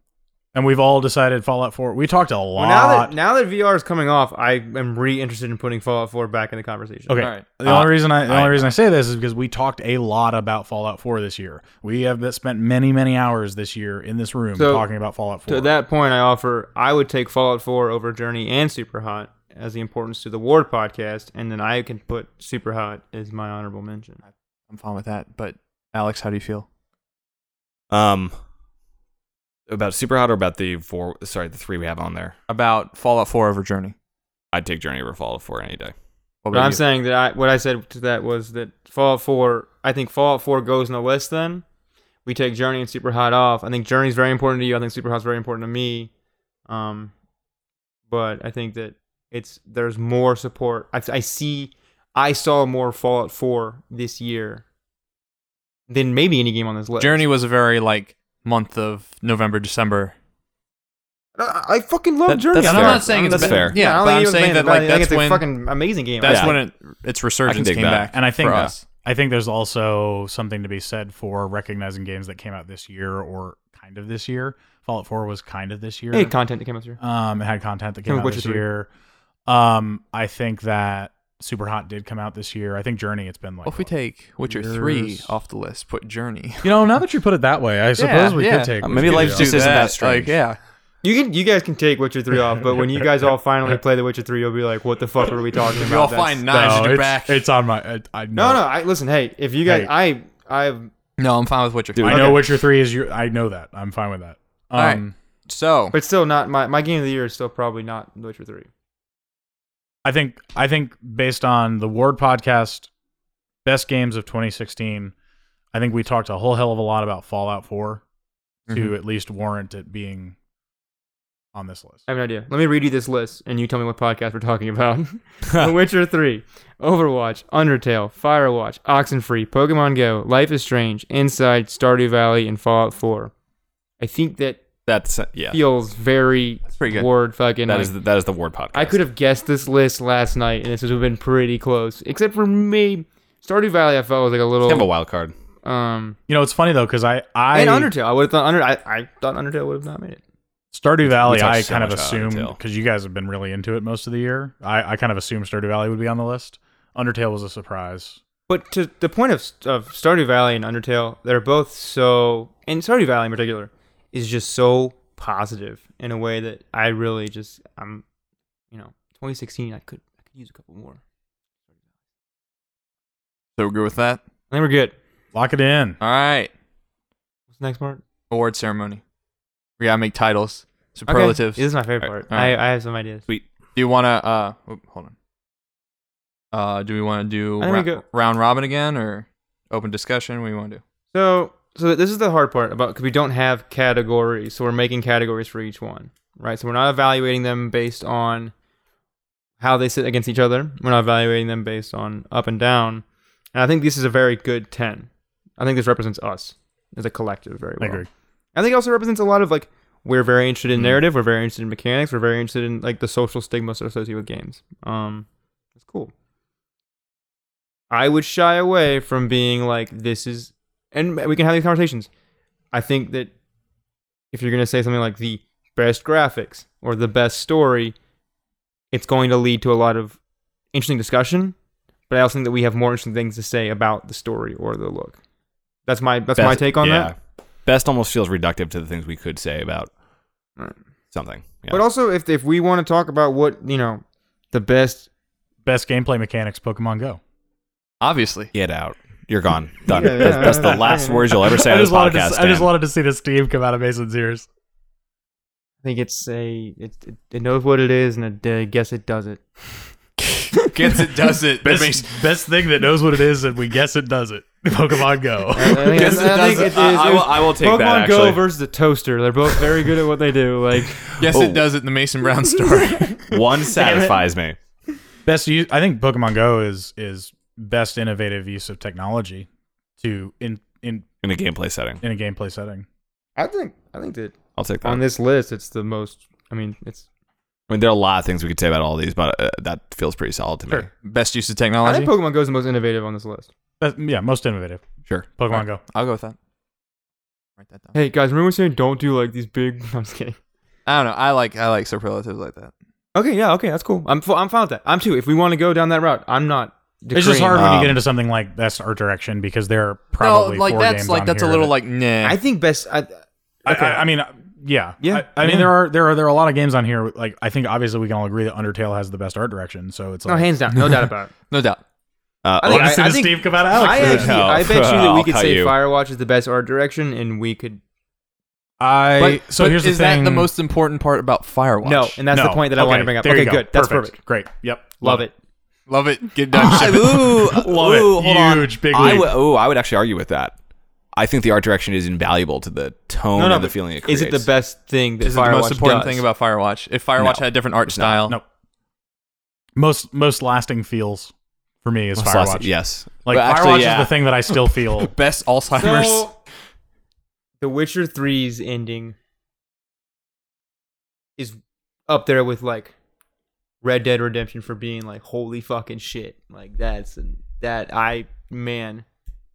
Speaker 4: and we've all decided Fallout 4. We talked a lot.
Speaker 1: Well, now that now that VR is coming off, I am re interested in putting Fallout 4 back in the conversation.
Speaker 4: Okay.
Speaker 2: All right.
Speaker 4: The only reason I the only reason I say this is because we talked a lot about Fallout 4 this year. We have been- spent many many hours this year in this room
Speaker 1: So,
Speaker 4: talking about Fallout 4.
Speaker 1: To that point, I offer I would take Fallout 4 over Journey and Super Hot as the importance to the Ward podcast, and then I can put Super Hot as my honorable mention.
Speaker 2: I'm fine with that. But Alex, how do you feel?
Speaker 5: Um, about super hot or about the four? Sorry, the three we have on there.
Speaker 2: About Fallout Four over Journey.
Speaker 5: I'd take Journey over Fallout Four any day.
Speaker 2: What
Speaker 1: But
Speaker 2: about
Speaker 1: I'm
Speaker 2: you?
Speaker 1: saying that I, what I said to that was that Fallout 4, I think Fallout 4 goes in the list then. We take Journey and Super Hot off. I think Journey's very important to you. I think Super Hot's very important to me. Um, but I think that it's there's more support. I, I see, I saw more Fallout 4 this year than maybe any game on this list.
Speaker 2: Journey was a very like month of November December.
Speaker 1: I, I fucking love
Speaker 5: That-
Speaker 1: Journey.
Speaker 5: that's
Speaker 1: I
Speaker 5: And
Speaker 1: don't
Speaker 5: fair.
Speaker 1: know-
Speaker 5: not saying it's
Speaker 2: that's
Speaker 5: bad.
Speaker 2: fair.
Speaker 5: Yeah,
Speaker 2: Yeah,
Speaker 1: I don't
Speaker 2: but
Speaker 1: think
Speaker 2: I'm
Speaker 1: anyone's
Speaker 2: saying
Speaker 1: made
Speaker 2: that
Speaker 1: it bad.
Speaker 2: like
Speaker 1: I think
Speaker 2: that's
Speaker 1: it's a
Speaker 2: when
Speaker 1: fucking amazing game.
Speaker 2: that's
Speaker 5: Yeah.
Speaker 2: when it, its resurgence
Speaker 5: dig
Speaker 2: came
Speaker 5: that.
Speaker 2: back.
Speaker 4: And I think
Speaker 2: for
Speaker 4: that-
Speaker 2: us.
Speaker 4: I think there's also something to be said for recognizing games that came out this year or kind of this year. Fallout 4 was kind of this year.
Speaker 1: Hey, content that came out through.
Speaker 4: Um, it had content that came
Speaker 1: Some
Speaker 4: out
Speaker 1: Witcher
Speaker 4: this
Speaker 1: three.
Speaker 4: year. Um, I think that Super Hot did come out this year. I think Journey. It's been like
Speaker 2: Well, if we
Speaker 4: what,
Speaker 2: take Witcher three
Speaker 4: years.
Speaker 2: off the list, put Journey.
Speaker 4: you know now that you put it that way, I suppose we could take.
Speaker 5: Uh, maybe life
Speaker 2: Do
Speaker 5: just isn't that strange.
Speaker 2: Like, yeah.
Speaker 1: You can, you guys can take Witcher Three off, but when you guys all finally play The Witcher Three, you'll be like, "What the fuck were we talking about?"
Speaker 2: We all
Speaker 1: That's-
Speaker 2: find knives in
Speaker 4: No,
Speaker 2: your
Speaker 4: it's,
Speaker 2: back.
Speaker 4: it's on my. I, I
Speaker 1: No,
Speaker 4: know.
Speaker 1: no. I listen. Hey, if you guys,
Speaker 4: Hey.
Speaker 1: I, I've
Speaker 2: no, I'm fine with Witcher three.
Speaker 4: I know Witcher Three is your. I know that. I'm fine with that. Um,
Speaker 2: All right. So
Speaker 1: but still not my my game of the year is still probably not The Witcher Three.
Speaker 4: I think I think based on the Ward podcast, best games of 2016. I think we talked a whole hell of a lot about Fallout 4 to
Speaker 3: Mm-hmm.
Speaker 2: Mhm.
Speaker 4: at least warrant it being on this list.
Speaker 1: I have an idea. Let me read you this list, and you tell me what podcast we're talking about. the Witcher Three, Overwatch, Undertale, Firewatch, Oxenfree, Pokemon Go, Life is Strange, Inside, Stardew Valley, and Fallout Four. I think that
Speaker 5: That's yeah.
Speaker 1: feels very
Speaker 2: that's pretty good.
Speaker 1: word fucking.
Speaker 5: That
Speaker 1: like,
Speaker 5: is the, that is the word podcast.
Speaker 1: I could have guessed this list last night, and this would have been pretty close. Except for me, Stardew Valley, I felt was like a little.
Speaker 5: have a wild card.
Speaker 1: Um,
Speaker 4: You know, it's funny though because I I
Speaker 1: and Undertale, I would have thought Under. I, I thought Undertale would have not made it.
Speaker 4: Stardew Valley,
Speaker 5: talked
Speaker 4: I
Speaker 5: so
Speaker 4: kind of
Speaker 5: much about
Speaker 4: assumed
Speaker 5: Undertale.
Speaker 4: because you guys have been really into it most of the year. I, I kind of assumed Stardew Valley would be on the list. Undertale was a surprise.
Speaker 1: But to the point of, of Stardew Valley and Undertale, they're both so, and Stardew Valley in particular, is just so positive in a way that I really just, I'm, you know, 2016, I could, I could use a couple more.
Speaker 2: So we're good with that.
Speaker 1: I think we're good.
Speaker 4: Lock it in.
Speaker 2: All right.
Speaker 1: What's next, Mark?
Speaker 2: Award ceremony. We gotta make titles.
Speaker 1: Okay,
Speaker 2: Superlatives.
Speaker 1: This is my favorite part.
Speaker 2: all right.
Speaker 1: I, I have some ideas.
Speaker 2: do you wanna uh oop, hold on. Uh do we wanna do
Speaker 1: I think we
Speaker 2: ra-
Speaker 1: go-
Speaker 2: round robin again or open discussion? What do you wanna do?
Speaker 1: So, so this is the hard part about because we don't have categories, so we're making categories for each one, right? So we're not evaluating them based on how they sit against each other. We're not evaluating them based on up and down. And I think this is a very good ten. I think this represents us as a collective very
Speaker 4: I
Speaker 1: well.
Speaker 4: agree.
Speaker 1: I think it also represents a lot of like we're very interested
Speaker 3: Hmm.
Speaker 1: in narrative, we're very interested in mechanics, we're very interested in like the social stigmas associated with games. Um, it's cool. I would shy away from being like this is, and we can have these conversations. I think that if you're gonna say something like the best graphics or the best story, it's going to lead to a lot of interesting discussion, but I also think that we have more interesting things to say about the story or the look. That's my that's my
Speaker 3: Best-
Speaker 1: take on
Speaker 3: yeah.
Speaker 1: that.
Speaker 3: Best almost feels reductive to the things we could say about
Speaker 1: Right.
Speaker 3: something. Yeah.
Speaker 1: But also, if if we want to talk about what you know, the best
Speaker 4: Best gameplay mechanics, Pokemon Go.
Speaker 2: Obviously.
Speaker 3: Get out. You're gone. Done.
Speaker 1: Yeah, yeah,
Speaker 3: that's, that's the
Speaker 1: yeah.
Speaker 3: last words you'll ever say
Speaker 4: I
Speaker 3: on this
Speaker 4: just, wanted to,
Speaker 3: podcast.
Speaker 4: s- I just
Speaker 3: Dan.
Speaker 4: wanted to see the steam come out of Mason's ears.
Speaker 1: I think it's a it, it, it knows what it is and it, I guess it does it.
Speaker 2: Gets it, does it.
Speaker 4: Best, best thing that knows what it is, and we guess it does it. Pokemon Go.
Speaker 1: I, I think-
Speaker 3: Guess it
Speaker 1: I think
Speaker 3: does it. I-
Speaker 1: is-
Speaker 3: I
Speaker 1: it
Speaker 3: will-
Speaker 1: was
Speaker 3: I will take
Speaker 1: Pokemon
Speaker 3: that.
Speaker 1: Go
Speaker 3: actually.
Speaker 1: versus the toaster. They're both very good at what they do. Like
Speaker 2: Yes,
Speaker 3: Oh.
Speaker 2: it does it. The Mason Brown story.
Speaker 3: One satisfies me.
Speaker 4: best use i think pokemon go is is best innovative use of technology to in in
Speaker 3: in a gameplay setting.
Speaker 4: in a gameplay setting
Speaker 1: I think I think that
Speaker 3: I'll take that.
Speaker 1: on this list, it's the most. I mean, it's
Speaker 3: I mean, there are a lot of things we could say about all these, but uh, that feels pretty solid to me.
Speaker 4: Sure.
Speaker 2: Best use of
Speaker 1: I
Speaker 2: technology.
Speaker 1: think Pokemon Go is the most innovative on this list.
Speaker 4: Best- yeah most innovative
Speaker 3: Sure.
Speaker 4: pokemon
Speaker 2: Right.
Speaker 4: go
Speaker 2: I'll go with that. Write that down.
Speaker 1: Hey guys, remember we were saying don't do like these big. I'm just kidding.
Speaker 2: I don't know. I like I like superlatives like that.
Speaker 1: Okay, yeah, okay, that's cool. I'm f- I'm fine with that. I'm too. If we want to go down that route, I'm not.
Speaker 4: it's just hard
Speaker 1: decreeing.
Speaker 4: when you
Speaker 3: Um,
Speaker 4: get into something like that's art direction because there are probably
Speaker 2: like
Speaker 4: four
Speaker 2: that's
Speaker 4: games
Speaker 2: like
Speaker 4: on
Speaker 2: that's a
Speaker 4: here
Speaker 2: little
Speaker 4: that-
Speaker 2: like nah.
Speaker 1: I think best. I,
Speaker 4: I-
Speaker 1: okay.
Speaker 4: I, I mean uh, yeah
Speaker 1: Yeah,
Speaker 4: i, I mean
Speaker 1: yeah.
Speaker 4: there are there are there are a lot of games on here like i think obviously we can all agree that undertale has the best art direction so it's
Speaker 1: no,
Speaker 4: like
Speaker 1: hands down, no doubt about it.
Speaker 2: no doubt.
Speaker 3: Uh,
Speaker 1: I
Speaker 3: oh,
Speaker 1: think-
Speaker 4: I, see
Speaker 1: I
Speaker 4: the
Speaker 1: think-
Speaker 4: Steve come out of
Speaker 1: I
Speaker 4: Alex.
Speaker 1: actually,
Speaker 3: No.
Speaker 1: I bet you that we
Speaker 3: I'll
Speaker 1: could
Speaker 3: cut
Speaker 1: say
Speaker 3: you.
Speaker 1: Firewatch is the best art direction, and we could
Speaker 4: I,
Speaker 2: But-
Speaker 4: so
Speaker 2: but
Speaker 4: here's
Speaker 2: is
Speaker 4: the thing.
Speaker 2: that the most important part about Firewatch?
Speaker 1: no, and that's the
Speaker 4: No.
Speaker 1: point that I
Speaker 4: Okay,
Speaker 1: wanted to bring up.
Speaker 4: there you
Speaker 1: Okay,
Speaker 4: go.
Speaker 1: good, that's perfect.
Speaker 4: Great. Yep.
Speaker 1: Love it.
Speaker 2: Love it. Get done. Ship it.
Speaker 3: ooh,
Speaker 4: Love it.
Speaker 3: ooh, hold on.
Speaker 4: Huge, big
Speaker 3: I
Speaker 4: leap.
Speaker 3: would- ooh, I would actually argue with that. I think the art direction is invaluable to the tone
Speaker 1: No, no,
Speaker 3: and the
Speaker 1: but
Speaker 3: feeling it
Speaker 1: Is
Speaker 3: creates.
Speaker 1: it the best thing that
Speaker 2: Is it the
Speaker 1: Firewatch
Speaker 2: most important
Speaker 1: does?
Speaker 2: thing about Firewatch? If Firewatch
Speaker 3: No.
Speaker 2: had a different art style,
Speaker 4: No. most most lasting feels for me is
Speaker 3: Most
Speaker 4: Firewatch.
Speaker 3: lasting- yes.
Speaker 4: Like
Speaker 3: But actually,
Speaker 4: Firewatch
Speaker 3: yeah.
Speaker 4: is the thing that I still feel.
Speaker 2: best Alzheimer's.
Speaker 1: So, The Witcher 3's ending is up there with like Red Dead Redemption for being like holy fucking shit. Like that's that I man,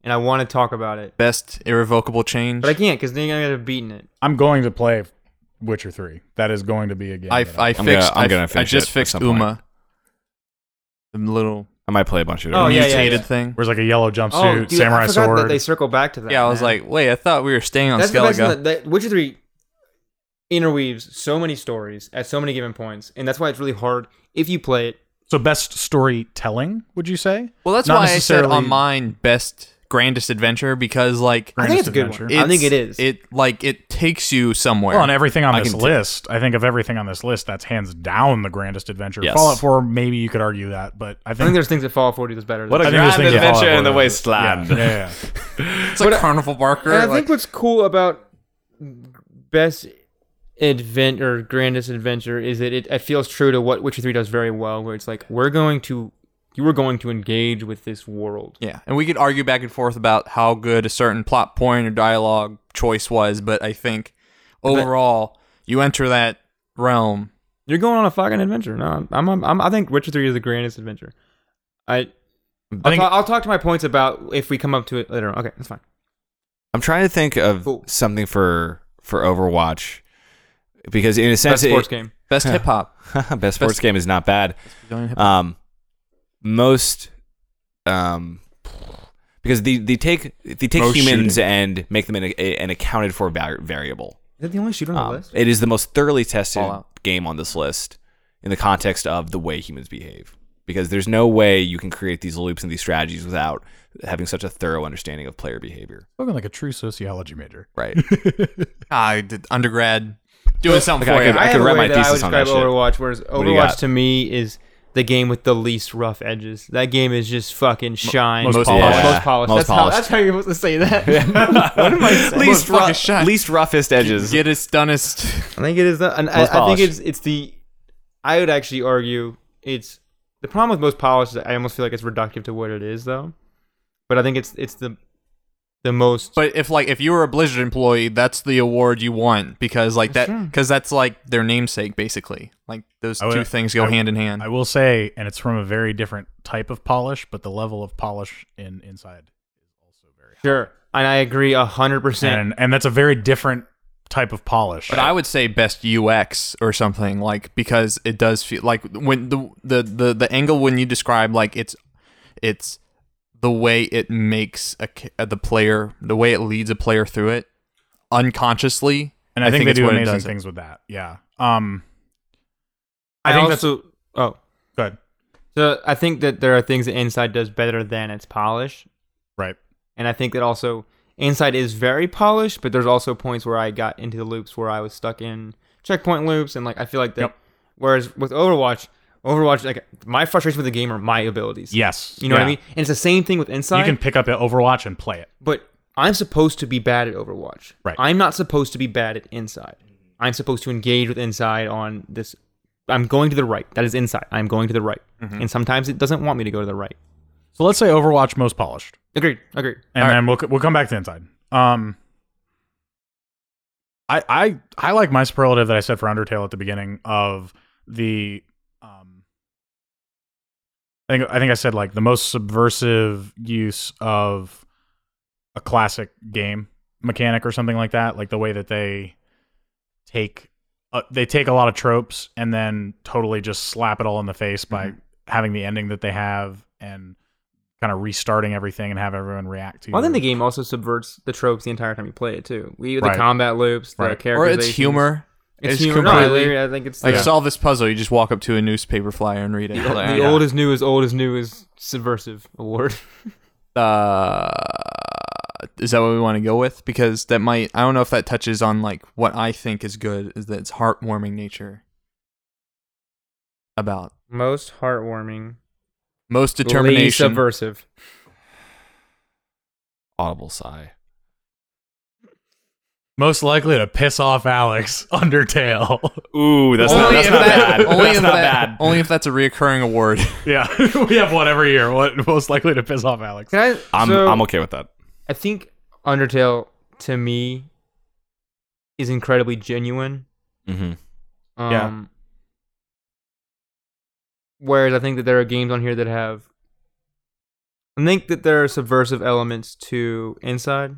Speaker 1: and I want to talk about it,
Speaker 2: best irrevocable change.
Speaker 1: but I can't because then I gotta have beaten it.
Speaker 4: I'm going to play Witcher Three. That is going to be a game.
Speaker 2: I, I,
Speaker 4: that I-
Speaker 2: fixed.
Speaker 3: gonna- I'm
Speaker 2: I-
Speaker 3: gonna
Speaker 2: I
Speaker 3: finish
Speaker 2: just
Speaker 3: it at
Speaker 2: fixed
Speaker 3: some point.
Speaker 2: Uma. The little
Speaker 3: I might play a bunch of it.
Speaker 1: Oh, yeah, yeah,
Speaker 2: mutated
Speaker 1: yeah.
Speaker 2: thing.
Speaker 4: where's like a yellow
Speaker 1: oh,
Speaker 4: jumpsuit,
Speaker 1: dude,
Speaker 4: samurai
Speaker 1: I forgot
Speaker 4: sword.
Speaker 1: That they circle back to that.
Speaker 2: Yeah, I was
Speaker 1: man.
Speaker 2: like, wait, I thought we were staying on
Speaker 1: That's the best.
Speaker 2: Skellige.
Speaker 1: That, that Witcher Three interweaves so many stories at so many given points, and that's why it's really hard if you play it.
Speaker 4: so best storytelling, would you say?
Speaker 2: Well, that's
Speaker 4: Not
Speaker 2: why I said on
Speaker 4: necessarily-
Speaker 2: mine best grandest adventure because like
Speaker 1: I think it's a good
Speaker 4: Grandest
Speaker 1: one.
Speaker 4: Adventure.
Speaker 1: I think it is.
Speaker 2: It like it takes you somewhere.
Speaker 4: Well, on everything on
Speaker 2: I
Speaker 4: this
Speaker 2: can t-
Speaker 4: list, I think of everything on this list, that's hands down the grandest adventure.
Speaker 3: Yes.
Speaker 4: Fallout Four, maybe you could argue that, but I
Speaker 1: I think
Speaker 4: think,
Speaker 1: there's things that Fallout 40 does better.
Speaker 3: What
Speaker 1: than-
Speaker 3: a
Speaker 4: I think there's
Speaker 3: grand
Speaker 4: things that Fallout
Speaker 3: adventure in the
Speaker 4: Four does.
Speaker 3: wasteland.
Speaker 4: yeah, yeah, yeah.
Speaker 2: it's like Carnival Barker.
Speaker 1: And I
Speaker 2: like-
Speaker 1: think what's cool about best advent or grandest adventure is that it, it feels true to what Witcher 3 does very well, where it's like we're going to you were going to engage with this world.
Speaker 2: yeah, and we could argue back and forth about how good a certain plot point or dialogue choice was, but I think overall you enter that realm.
Speaker 1: You're going on a fucking adventure. No, I'm, I'm, I'm I think Witcher 3 is the grandest adventure. I
Speaker 4: I
Speaker 1: I'll,
Speaker 4: think
Speaker 1: ta- I'll talk to my points about if we come up to it later on. Okay, that's fine.
Speaker 3: I'm trying to think of
Speaker 1: Cool.
Speaker 3: something for for Overwatch because in a sense,
Speaker 1: Best
Speaker 3: it-
Speaker 1: sports game.
Speaker 2: Best hip hop.
Speaker 3: best sports game is not bad.
Speaker 2: Don't hip-
Speaker 3: um, most um, because they, they take they take
Speaker 2: Most
Speaker 3: humans and make them an, an accounted for var- variable.
Speaker 1: Is that the only shooter on the
Speaker 3: Um,
Speaker 1: list?
Speaker 3: it is the most thoroughly tested
Speaker 2: Fallout.
Speaker 3: game on this list in the context of the way humans behave. Because there's no way you can create these loops and these strategies without having such a thorough understanding of player behavior.
Speaker 4: spoken like a true sociology major.
Speaker 3: Right.
Speaker 2: Ah, I did undergrad doing something
Speaker 3: Okay,
Speaker 2: for
Speaker 3: I
Speaker 2: you.
Speaker 3: could-
Speaker 1: I, have
Speaker 3: write
Speaker 1: a way
Speaker 3: my
Speaker 1: that I would
Speaker 3: thesis on that
Speaker 1: describe Overwatch, whereas
Speaker 3: do you got?
Speaker 1: Overwatch to me is the game with the least rough edges. That game is just fucking shine.
Speaker 4: most
Speaker 1: Yeah.
Speaker 4: polished.
Speaker 1: Most polished.
Speaker 3: Most
Speaker 1: that's, How,
Speaker 3: polished.
Speaker 1: that's how you're supposed to say that.
Speaker 3: least,
Speaker 2: Motherfucking
Speaker 3: rough-
Speaker 2: shot.
Speaker 3: least roughest edges.
Speaker 2: Get us dunnest.
Speaker 1: I think it is. The, and I,
Speaker 3: Most
Speaker 1: I think
Speaker 3: polished.
Speaker 1: it's it's the. I would actually argue it's the problem with most polished. Is I almost feel like it's reductive to what it is, though. But I think it's it's the the most.
Speaker 2: But if like if you were a Blizzard employee, that's the award you won because like
Speaker 1: That's
Speaker 2: that
Speaker 1: true.
Speaker 2: because that's like their namesake basically. Like those
Speaker 4: I would-
Speaker 2: two things go
Speaker 4: I-
Speaker 2: hand in hand.
Speaker 4: I will say, and it's from a very different type of polish, but the level of polish in inside is also very high.
Speaker 1: sure, and I agree hundred percent.
Speaker 4: And and that's a very different type of polish.
Speaker 2: But I would say best UX or something like because it does feel like when the the the, the angle when you describe like it's it's the way it makes a, ca- the player the way it leads a player through it unconsciously
Speaker 4: and I, think,
Speaker 2: it's
Speaker 4: they do
Speaker 2: what it
Speaker 4: amazing
Speaker 2: does it.
Speaker 4: things with that. Yeah. Um.
Speaker 1: I,
Speaker 4: I
Speaker 1: think
Speaker 4: also-
Speaker 1: that's a, oh
Speaker 4: Good.
Speaker 1: So I think that there are things that Inside does better than its polish,
Speaker 4: Right.
Speaker 1: and I think that also Inside is very polished, but there's also points where I got into the loops where I was stuck in checkpoint loops, and like I feel like that.
Speaker 4: Yep.
Speaker 1: Whereas with Overwatch, Overwatch like my frustration with the game are my abilities.
Speaker 4: Yes.
Speaker 1: You know what
Speaker 4: Yeah.
Speaker 1: I mean? And it's the same thing with Inside.
Speaker 4: You can pick up Overwatch and play it.
Speaker 1: but I'm supposed to be bad at Overwatch.
Speaker 4: Right.
Speaker 1: I'm not supposed to be bad at inside. I'm supposed to engage with inside on this. I'm going to the right. That is inside. I'm going to the right.
Speaker 4: Mm-hmm.
Speaker 1: And sometimes it doesn't want me to go to the right.
Speaker 4: So let's say Overwatch most polished,
Speaker 1: Agreed. Agreed.
Speaker 4: and then we'll we'll come back to inside. Um. I I I like my superlative that I said for Undertale at the beginning of the. Um, I think I think I said like the most subversive use of a classic game mechanic or something like that, like the way that they take uh, they take a lot of tropes and then totally just slap it all in the face by
Speaker 1: Mm-hmm.
Speaker 4: having the ending that they have and kind of restarting everything and have everyone react to.
Speaker 1: Well, then the
Speaker 4: your-
Speaker 1: game also subverts the tropes the entire time you play it too. We the
Speaker 4: Right.
Speaker 1: combat loops, the
Speaker 4: Right.
Speaker 1: character,
Speaker 2: or it's humor
Speaker 1: It's,
Speaker 2: It's
Speaker 1: humor. No, I,
Speaker 2: completely-
Speaker 1: agree. I think it's
Speaker 2: like
Speaker 1: the,
Speaker 2: solve this puzzle you just walk up to a newspaper flyer and read it
Speaker 1: the
Speaker 2: Like,
Speaker 1: old is new is old is new is subversive award.
Speaker 2: uh, is that what we want to go with because that might I don't know if that touches on like what I think is good is that it's heartwarming nature about
Speaker 1: Most heartwarming.
Speaker 2: most determination
Speaker 1: Subversive.
Speaker 5: Audible sigh.
Speaker 4: most likely to piss off Alex Undertale.
Speaker 3: Ooh, that's not, that's
Speaker 2: if
Speaker 3: not
Speaker 2: that-
Speaker 3: bad.
Speaker 2: Only
Speaker 3: that's
Speaker 2: if
Speaker 3: not
Speaker 2: that-
Speaker 3: bad.
Speaker 2: Only if that's a reoccurring award.
Speaker 4: yeah, we have one every year. What most likely to piss off Alex?
Speaker 1: Can I,
Speaker 3: I'm,
Speaker 1: so-
Speaker 3: I'm okay with that.
Speaker 1: I think Undertale to me is incredibly genuine.
Speaker 5: Mm-hmm.
Speaker 1: Um,
Speaker 4: Yeah.
Speaker 1: Whereas I think that there are games on here that have, I think that there are subversive elements to Inside,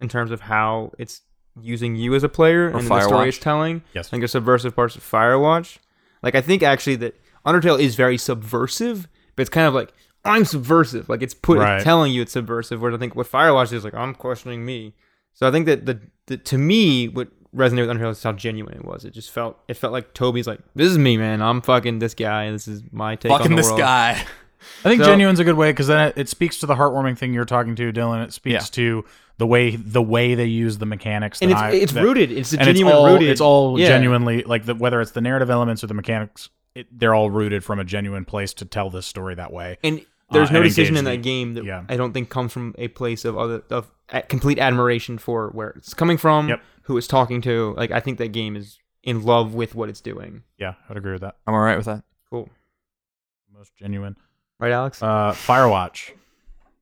Speaker 1: in terms of how it's using you as a player and the story it's telling.
Speaker 4: Yes.
Speaker 1: I think there's subversive parts of Firewatch. Like I think actually that Undertale is very subversive, but it's kind of like I'm subversive. Like it's put
Speaker 4: Right.
Speaker 1: it's telling you it's subversive. Whereas I think what Firewatch is like I'm questioning me. So I think that the, the to me what resonated with Undertale is how genuine it was. It just felt it felt like Toby's like this is me, man. I'm fucking this guy. and This is my take on
Speaker 2: Fucking
Speaker 1: the
Speaker 2: this
Speaker 1: world.
Speaker 2: guy.
Speaker 4: I think
Speaker 1: So-
Speaker 4: genuine's a good way because then it, it speaks to the heartwarming thing you're talking to, Dylan. It speaks
Speaker 2: Yeah.
Speaker 4: to the way the way they use the mechanics,
Speaker 1: And
Speaker 4: that
Speaker 1: it's
Speaker 4: I-
Speaker 1: it's
Speaker 4: that-
Speaker 1: rooted. It's a
Speaker 4: and
Speaker 1: genuine
Speaker 4: it's all,
Speaker 1: rooted.
Speaker 4: It's all
Speaker 1: Yeah.
Speaker 4: genuinely like the, whether it's the narrative elements or the mechanics, it, they're all rooted from a genuine place to tell this story that way.
Speaker 1: And there's
Speaker 4: uh,
Speaker 1: no
Speaker 4: and
Speaker 1: decision in
Speaker 4: engaged
Speaker 1: that game that
Speaker 4: Yeah.
Speaker 1: I don't think comes from a place of other of a- complete admiration for where it's coming from,
Speaker 4: Yep.
Speaker 1: who it's talking to. Like I think that game is in love with what it's doing.
Speaker 4: Yeah, I'd agree with that.
Speaker 2: I'm all right with that.
Speaker 1: Cool,
Speaker 4: Most genuine.
Speaker 1: right, Alex?
Speaker 4: Uh, Firewatch.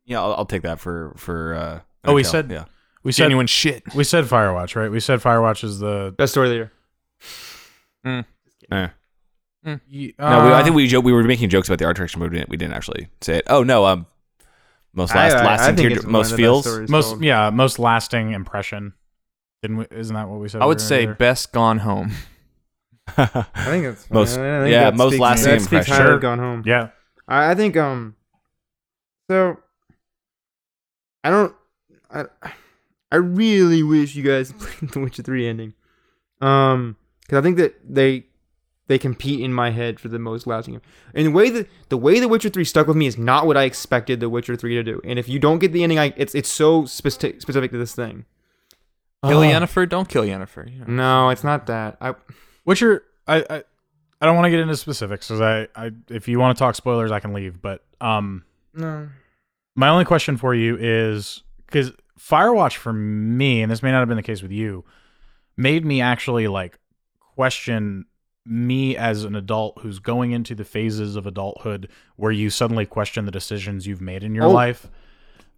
Speaker 5: Yeah, I'll, I'll take that for for. Uh,
Speaker 4: Oh, we
Speaker 5: Undertale.
Speaker 4: said-
Speaker 5: yeah.
Speaker 4: We said
Speaker 2: Genuine shit.
Speaker 4: we said Firewatch, right? We said Firewatch is the.
Speaker 1: Best story leader.
Speaker 5: no, we, I
Speaker 1: Um,
Speaker 5: think we jo- we were making jokes about the art direction, but we didn't, we didn't actually say it. Oh no, um, most last lasting tear, most feels.
Speaker 4: most yeah most lasting impression. Didn't we, isn't that what we said?
Speaker 2: I
Speaker 4: we
Speaker 2: would
Speaker 4: were gonna
Speaker 2: say
Speaker 4: do?
Speaker 2: best gone home.
Speaker 1: I think it's
Speaker 5: Most- yeah, most lasting
Speaker 1: that speaks
Speaker 5: impression.
Speaker 1: highly of
Speaker 4: Sure.
Speaker 1: Gone home.
Speaker 4: yeah.
Speaker 1: I, I think um so I don't I I really wish you guys played the Witcher 3 ending. Um cuz I think that they they compete in my head for the most lasting. And the way that the way the Witcher 3 stuck with me is not what I expected the Witcher 3 to do. And if you don't get the ending I it's it's so specific specific to this thing.
Speaker 2: Kill
Speaker 1: Ugh.
Speaker 2: Yennefer, don't kill Yennefer. You know.
Speaker 1: No, it's not that. I
Speaker 4: Witcher. I I, I don't want to get into specifics because I, I if you want to talk spoilers, I can leave. But um,
Speaker 1: no.
Speaker 4: my only question for you is because Firewatch for me, and this may not have been the case with you, made me actually like question me as an adult who's going into the phases of adulthood where you suddenly question the decisions you've made in your
Speaker 1: Oh,
Speaker 4: life.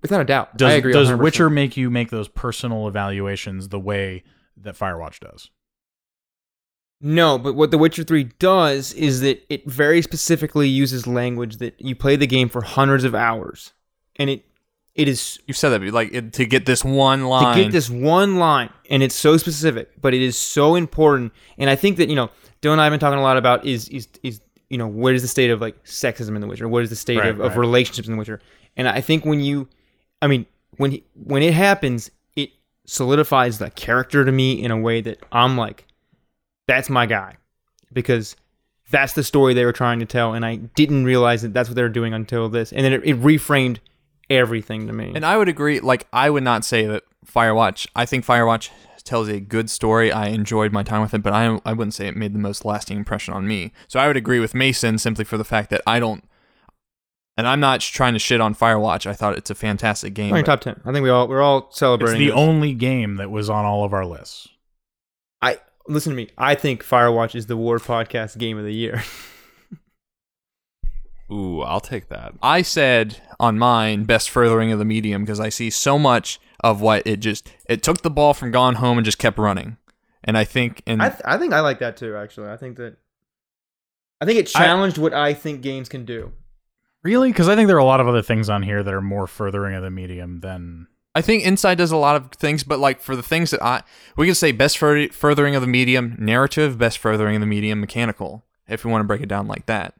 Speaker 1: It's not a doubt.
Speaker 4: Does
Speaker 1: I agree
Speaker 4: does
Speaker 1: 100%.
Speaker 4: Witcher make you make those personal evaluations the way that Firewatch does?
Speaker 1: No, but what The Witcher 3 does is that it very specifically uses language that you play the game for hundreds of hours and it It is
Speaker 2: You've said that but, like it, to get this one line.
Speaker 1: to get this one line, and it's so specific, but it is so important. And I think that you know, Dylan and I have been talking a lot about is is is you know, what is the state of like sexism in The Witcher? What is the state of, of relationships in The Witcher? And I think when you, I mean, when he, when it happens, it solidifies the character to me in a way that I'm like, that's my guy, because that's the story they were trying to tell, and I didn't realize that that's what they were doing until this, and then it, it reframed everything to me.
Speaker 2: And I would agree. Like I would not say that Firewatch. I think Firewatch tells a good story. I enjoyed my time with it, but I I wouldn't say it made the most lasting impression on me. So I would agree with Mason simply for the fact that I don't. And I'm not trying to shit on Firewatch. I thought it's a fantastic game.
Speaker 1: We're in
Speaker 2: but
Speaker 1: top ten. I think we all we're all
Speaker 4: It's
Speaker 1: celebrating.
Speaker 4: the
Speaker 1: this.
Speaker 4: only game that was on all of our lists.
Speaker 1: I listen to me. I think Firewatch is the War Podcast Game of the Year.
Speaker 5: Ooh, I'll take that.
Speaker 2: I said on mine best furthering of the medium because I see so much of what it just it took the ball from Gone Home and just kept running. And I think and
Speaker 1: I th- I think I like that too. Actually, I think that I think it challenged what I think games can do.
Speaker 4: Really? Because I think there are a lot of other things on here that are more furthering of the medium than
Speaker 2: I think Inside does a lot of things, but like for the things that I, we could say best fur- furthering of the medium narrative, best furthering of the medium mechanical, if we want to break it down like that.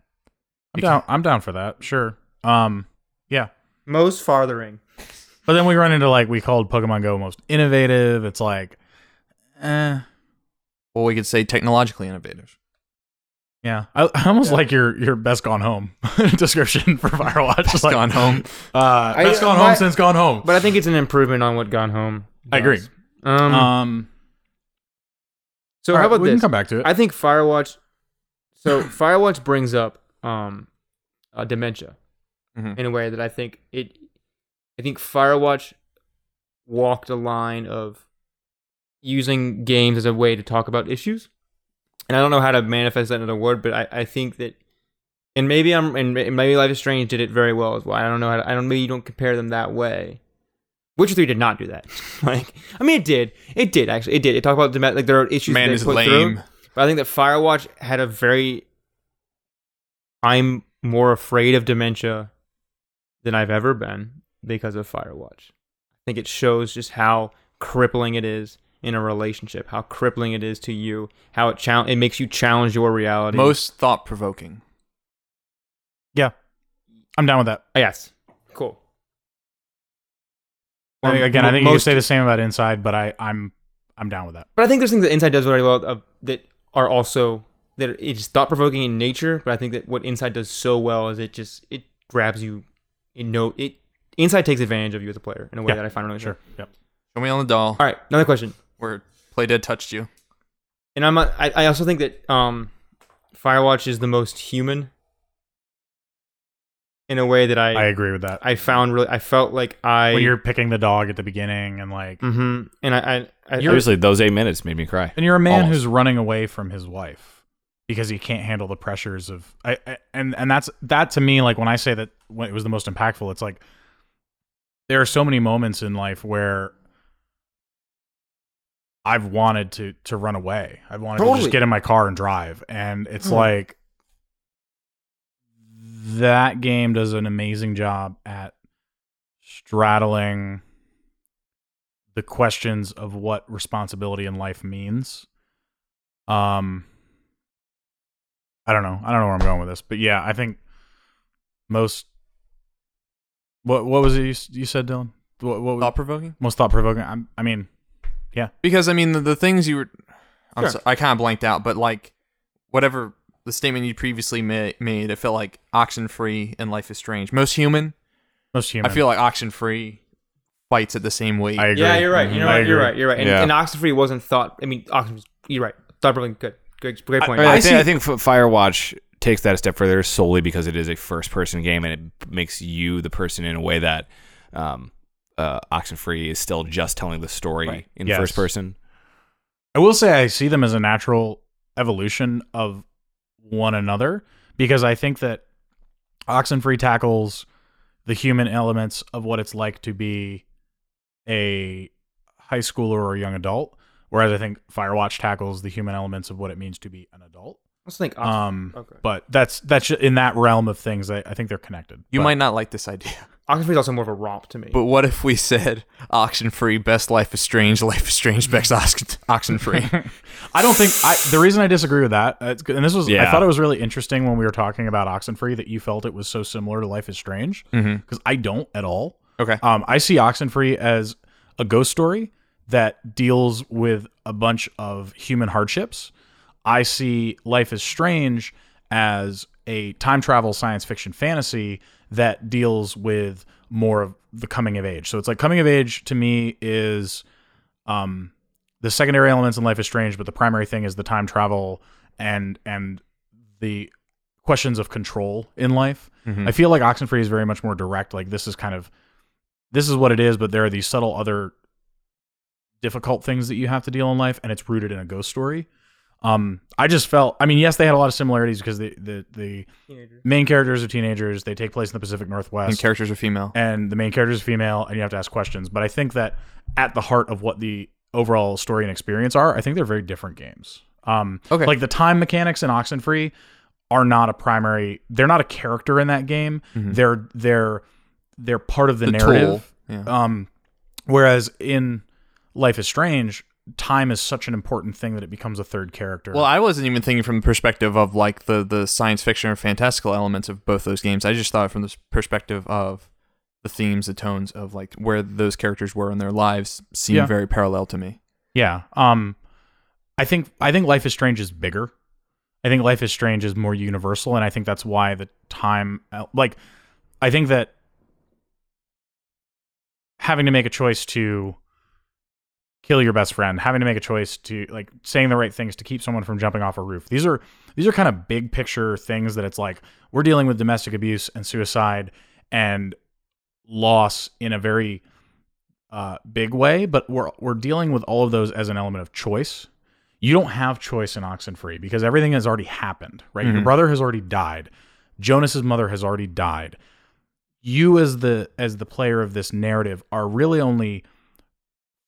Speaker 4: I'm down. I'm down for that. Sure. Um. Yeah.
Speaker 1: Most farthering.
Speaker 4: But then we run into like we called Pokemon Go most innovative. It's like, eh.
Speaker 2: Well, we could say technologically innovative.
Speaker 4: Yeah. I, I almost like your your best gone home description for Firewatch. Best like,
Speaker 2: Gone home.
Speaker 4: Uh,
Speaker 1: I-
Speaker 4: best gone
Speaker 1: my-
Speaker 4: home since gone home.
Speaker 1: But I think it's an improvement on what Gone Home.
Speaker 4: I agree.
Speaker 1: does. Um,
Speaker 4: Um.
Speaker 1: so
Speaker 4: all
Speaker 1: how
Speaker 4: right,
Speaker 1: about
Speaker 4: we
Speaker 1: this?
Speaker 4: can come back to it.
Speaker 1: I think Firewatch. So Firewatch brings up um, uh, dementia
Speaker 2: Mhm.
Speaker 1: in a way that I think it. I think Firewatch walked a line of using games as a way to talk about issues, and I don't know how to manifest that in a word, but I, I think that, and maybe I'm, and ma- maybe Life is Strange did it very well as well. I don't know how to, I don't maybe you don't compare them that way. Witcher Three did not do that. like, I mean, it did, it did actually, it did. It talked about the like there are issues.
Speaker 2: Man
Speaker 1: they
Speaker 2: is
Speaker 1: put
Speaker 2: lame.
Speaker 1: Through. But I think that Firewatch had a very I'm more afraid of dementia than I've ever been because of Firewatch. I think it shows just how crippling it is in a relationship, how crippling it is to you, how it chal- it makes you challenge your reality.
Speaker 2: Most thought provoking.
Speaker 4: yeah. I'm down with that.
Speaker 1: Oh, yes. Cool.
Speaker 4: I think,
Speaker 1: Um,
Speaker 4: again, I
Speaker 1: mo-
Speaker 4: think you could
Speaker 1: most-
Speaker 4: say the same about Inside, but I I'm I'm down with that.
Speaker 1: But I think there's things that Inside does very well of, that are also that are- it's thought provoking in nature. But I think that what Inside does so well is it just it grabs you. It no it Inside takes advantage of you as a player in a way
Speaker 4: Yeah,
Speaker 1: that I find really
Speaker 4: Sure.
Speaker 1: sure.
Speaker 4: Yep.
Speaker 2: Show me on the doll
Speaker 1: All right, another question.
Speaker 2: where Play Dead touched you.
Speaker 1: And I'm not- I, I also think that um, Firewatch is the most human in a way that
Speaker 4: I
Speaker 1: I I,
Speaker 4: agree with that.
Speaker 1: found really I felt like I
Speaker 4: when you're picking the dog at the beginning and like
Speaker 1: hmm and I I, I
Speaker 5: Seriously, those eight minutes made me cry.
Speaker 4: and you're a man
Speaker 5: Almost.
Speaker 4: who's running away from his wife because he can't handle the pressures of I, I and and that's that to me like when I say that when it was the most impactful it's like there are so many moments in life where I've wanted to to run away. I've wanted to
Speaker 1: Totally.
Speaker 4: just get in my car and drive and it's
Speaker 1: Hmm.
Speaker 4: like that game does an amazing job at straddling the questions of what responsibility in life means. Um I don't know. I don't know where I'm going with this, but yeah, I think most what what was it you, s- you said, Dylan? What, what was,
Speaker 2: Thought provoking?
Speaker 4: most thought provoking? I, I mean,
Speaker 2: Because I mean the, the things you were, I'm
Speaker 1: Sure.
Speaker 2: so, I kind of blanked out, but like whatever the statement you previously ma- made, it felt like oxen free and life is strange. Most human.
Speaker 4: most human.
Speaker 2: I feel like oxen free fights at the same weight.
Speaker 4: I agree. Mm-hmm.
Speaker 1: Yeah, you're right. You know
Speaker 4: I
Speaker 1: what? You're
Speaker 4: agree.
Speaker 1: right. You're right. And,
Speaker 5: Yeah.
Speaker 1: and Oxenfree wasn't thought. I mean, Oxenfree. You're right. Thought provoking. Good. Good. Great point.
Speaker 5: I,
Speaker 2: I
Speaker 5: think,
Speaker 2: see-
Speaker 5: I think F- Firewatch takes that a step further solely because it is a first-person game and it makes you the person in a way that um, uh, Oxenfree is still just telling the story
Speaker 2: Right.
Speaker 5: in
Speaker 4: Yes.
Speaker 5: first person.
Speaker 4: I will say I see them as a natural evolution of one another because I think that Oxenfree tackles the human elements of what it's like to be a high schooler or a young adult, whereas I think Firewatch tackles the human elements of what it means to be an adult.
Speaker 1: Let's think. Oc-
Speaker 4: Um,
Speaker 1: okay.
Speaker 4: but that's that's ju- in that realm of things. I, I think they're connected.
Speaker 2: You
Speaker 4: But-
Speaker 2: might not like this idea.
Speaker 4: um,
Speaker 1: Oxenfree is also more of a romp to me.
Speaker 2: But what if we said auction free, best life is strange, life is strange, best auction free?
Speaker 4: I don't think I, the reason I disagree with that, uh, it's good- and this was I
Speaker 3: Yeah.
Speaker 4: thought it was really interesting when we were talking about Oxenfree that you felt it was so similar to Life is Strange because I don't at all.
Speaker 2: Okay.
Speaker 4: um, I see Oxenfree as a ghost story that deals with a bunch of human hardships. I see Life is Strange as a time travel science fiction fantasy that deals with more of the coming of age. So it's like coming of age to me is um the secondary elements in life is strange but the primary thing is the time travel and and the questions of control in life i feel like oxenfree is very much more direct like this is kind of this is what it is but there are these subtle other difficult things that you have to deal in life and it's rooted in a ghost story um i just felt i mean yes they had a lot of similarities because the the, the main characters are teenagers they take place in the pacific northwest
Speaker 2: And characters are female.
Speaker 4: and the main character is female and you have to ask questions but i think that at the heart of what the overall story and experience are i think they're very different games um
Speaker 2: Okay.
Speaker 4: like the time mechanics in oxenfree are not a primary they're not a character in that game they're they're they're part of the, narrative
Speaker 2: Mm-hmm. tool,
Speaker 4: um whereas in life is strange time is such an important thing that it becomes a third character
Speaker 2: Well, I wasn't even thinking from the perspective of like the the science fiction or fantastical elements of both those games. I just thought from the perspective of the themes, the tones of like where those characters were in their lives seemed
Speaker 4: Yeah.
Speaker 2: very parallel to me.
Speaker 4: Yeah. Um I think I think Life is Strange is bigger. I think Life is Strange is more universal and I think that's why the time uh, like I think that having to make a choice to kill your best friend, having to make a choice to like saying the right things to keep someone from jumping off a roof. These are these are kind of big picture things that it's like we're dealing with domestic abuse and suicide and loss in a very uh, big way, but we're we're dealing with all of those as an element of choice. You don't have choice in Oxenfree because everything has already happened, right? Your brother has already died. Jonas's mother has already died. You as the as the player of this narrative are really only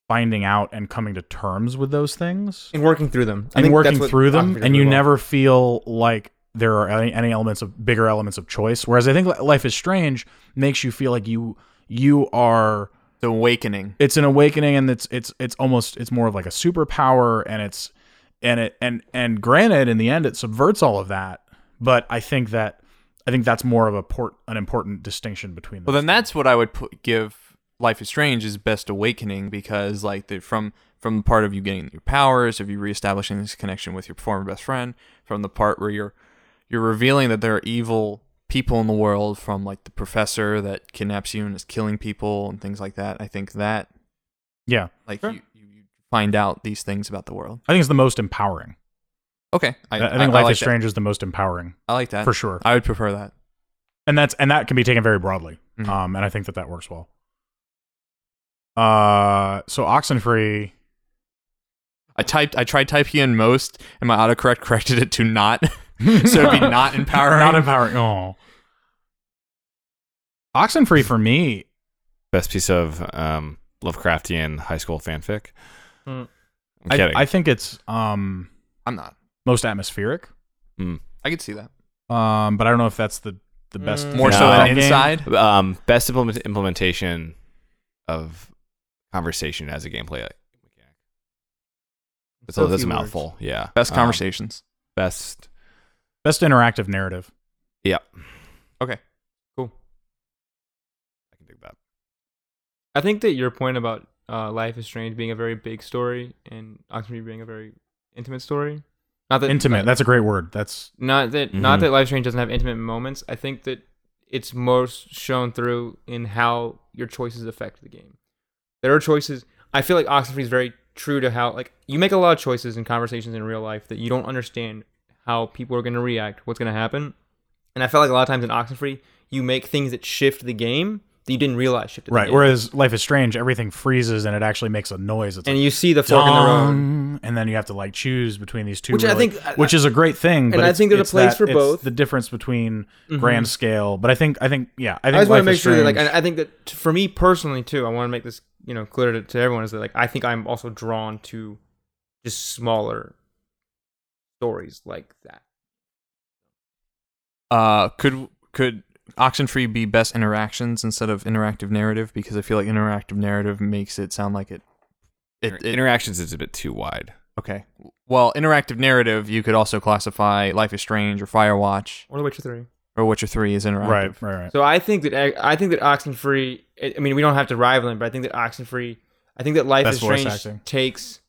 Speaker 4: finding out and coming to terms with those things
Speaker 1: and working through them. I
Speaker 4: and
Speaker 1: think
Speaker 4: working
Speaker 1: that's what
Speaker 4: through them,
Speaker 1: Oxenfree does
Speaker 4: and you
Speaker 1: really well.
Speaker 4: never feel like there are any, any elements of bigger elements of choice. Whereas I think Li- Life is Strange makes you feel like you you are
Speaker 2: The awakening.
Speaker 4: it's an awakening and it's it's it's almost it's more of like a superpower and it's and it and and granted in the end it subverts all of that but i think that i think that's more of a port an important distinction between
Speaker 2: Well,
Speaker 4: them
Speaker 2: then that's what I would put, give Life is Strange is best awakening because like the, from from the part of you getting your powers, of you reestablishing this connection with your former best friend, from the part where you're you're revealing that there are evil people in the world, from like the professor that kidnaps you and is killing people and things like that. I think that
Speaker 4: yeah
Speaker 2: like you, you you find out these things about the world.
Speaker 4: i think it's the most empowering
Speaker 2: Okay,
Speaker 4: i, I think life is strange is the most empowering
Speaker 2: I like that
Speaker 4: for sure
Speaker 2: I would prefer that.
Speaker 4: and that's and that can be taken very broadly
Speaker 2: Mhm.
Speaker 4: um and i think that that works well uh so oxenfree
Speaker 2: I typed I tried typing in most and my autocorrect corrected it to not. so it'd be not empowering.
Speaker 4: not empowering oh oxenfree for me
Speaker 3: Best piece of um, Lovecraftian high school fanfic.
Speaker 1: Hmm.
Speaker 3: I'm
Speaker 4: I,
Speaker 3: kidding.
Speaker 4: I think it's um
Speaker 2: I'm not.
Speaker 4: most atmospheric.
Speaker 2: I could see that.
Speaker 4: Um, but I don't know if that's the the best.
Speaker 1: Mm.
Speaker 4: thing
Speaker 2: More
Speaker 3: No.
Speaker 2: so
Speaker 4: about that
Speaker 2: than
Speaker 4: game.
Speaker 2: inside.
Speaker 3: um, best implement- implementation of conversation as a gameplay mechanic. So,
Speaker 1: So
Speaker 3: that's a
Speaker 1: few words.
Speaker 3: mouthful. Yeah.
Speaker 2: Best
Speaker 3: Um,
Speaker 2: conversations.
Speaker 3: best.
Speaker 4: Best interactive narrative.
Speaker 3: Yeah.
Speaker 2: Okay.
Speaker 3: Cool. I can dig that.
Speaker 1: I think that your point about uh, Life is Strange being a very big story and Oxenfree being a very intimate story. Not that
Speaker 4: Intimate. That's a great word. That's
Speaker 1: Not that
Speaker 4: Mm-hmm.
Speaker 1: not that Life is Strange doesn't have intimate moments. I think that it's most shown through in how your choices affect the game. There are choices. I feel like Oxenfree is very true to how like you make a lot of choices in conversations in real life that you don't understand how people are going to react, what's going to happen. And I felt like a lot of times in Oxenfree, you make things that shift the game that you didn't realize shifted.
Speaker 4: right.
Speaker 1: the game.
Speaker 4: Whereas Life is Strange, everything freezes and it actually makes a noise. It's
Speaker 1: and
Speaker 4: like,
Speaker 1: you see the fork in the road.
Speaker 4: "Dong," and then you have to like choose between these two.
Speaker 1: Which I
Speaker 4: really-
Speaker 1: think- uh,
Speaker 4: which is a great thing. But
Speaker 1: I
Speaker 4: it's-
Speaker 1: think there's a
Speaker 4: it's
Speaker 1: place
Speaker 4: that-
Speaker 1: for
Speaker 4: it's
Speaker 1: both. Mm-hmm.
Speaker 4: The difference between grand scale, but I think I think yeah, I think
Speaker 1: I just want
Speaker 4: Life
Speaker 1: to make
Speaker 4: is
Speaker 1: sure that, like,
Speaker 4: Strange-
Speaker 1: I, I think that t- for me personally too, I want to make this, you know, clear to, to everyone is that like I think I'm also drawn to just smaller stories like that.
Speaker 2: Uh, could could Oxenfree be best interactions instead of interactive narrative? Because I feel like interactive narrative makes it sound like it. It,
Speaker 5: Inter-
Speaker 2: it
Speaker 5: interactions is a bit too wide.
Speaker 2: okay. Well, interactive narrative you could also classify Life is Strange or Firewatch
Speaker 1: Or The Witcher Three.
Speaker 2: or Witcher Three is interactive.
Speaker 4: Right, right, right.
Speaker 1: So I think that eh, I think that Oxenfree. eh, I I mean, we don't have to rival him, but I think that Oxenfree. I think that Life
Speaker 4: Best
Speaker 1: is
Speaker 4: voice
Speaker 1: Strange
Speaker 4: acting.
Speaker 1: takes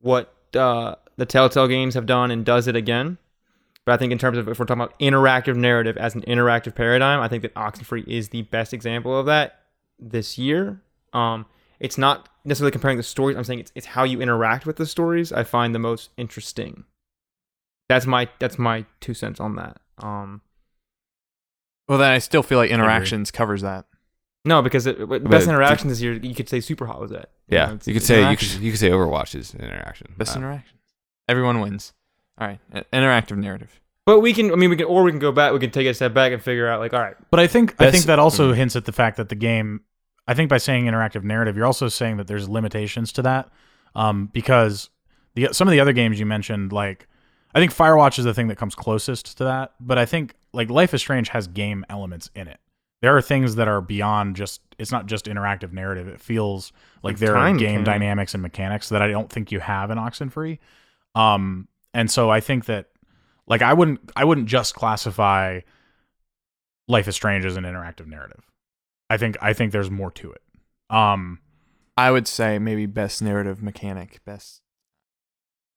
Speaker 1: what uh, the Telltale games have done and does it again. But I think in terms of if we're talking about interactive narrative as an interactive paradigm, I think that Oxenfree is the best example of that this year. Um, it's not necessarily comparing the stories. I'm saying it's, it's how you interact with the stories. I find the most interesting. That's my that's my two cents on that. Um,
Speaker 2: Well, then I still feel like interactions covers that.
Speaker 1: No, because it, w-
Speaker 5: But
Speaker 1: best
Speaker 5: the-
Speaker 1: interactions this year, you could say Super Hot was that.
Speaker 5: Yeah,
Speaker 1: know, it's-
Speaker 5: you could
Speaker 1: it's-
Speaker 5: say you could, you could say Overwatch is an interaction.
Speaker 2: Best
Speaker 5: Uh,
Speaker 2: interactions. Everyone wins. All right, uh, interactive narrative.
Speaker 1: But we can, I mean, we can, or we can go back. We can take a step back and figure out, like, all right,
Speaker 4: But I think I think
Speaker 5: That's-
Speaker 4: that also hints at the fact that the game. I think by saying interactive narrative, you're also saying that there's limitations to that, um, because the some of the other games you mentioned, like I think Firewatch is the thing that comes closest to that. But I think like Life is Strange has game elements in it. There are things that are beyond just it's not just interactive narrative. It feels like there are
Speaker 1: time
Speaker 4: game
Speaker 1: mechanic.
Speaker 4: dynamics and mechanics that I don't think you have in Oxenfree. Um, and so I think that like I wouldn't I wouldn't just classify Life is Strange as an interactive narrative. I think I think there's more to it. Um,
Speaker 2: I would say maybe best narrative mechanic, best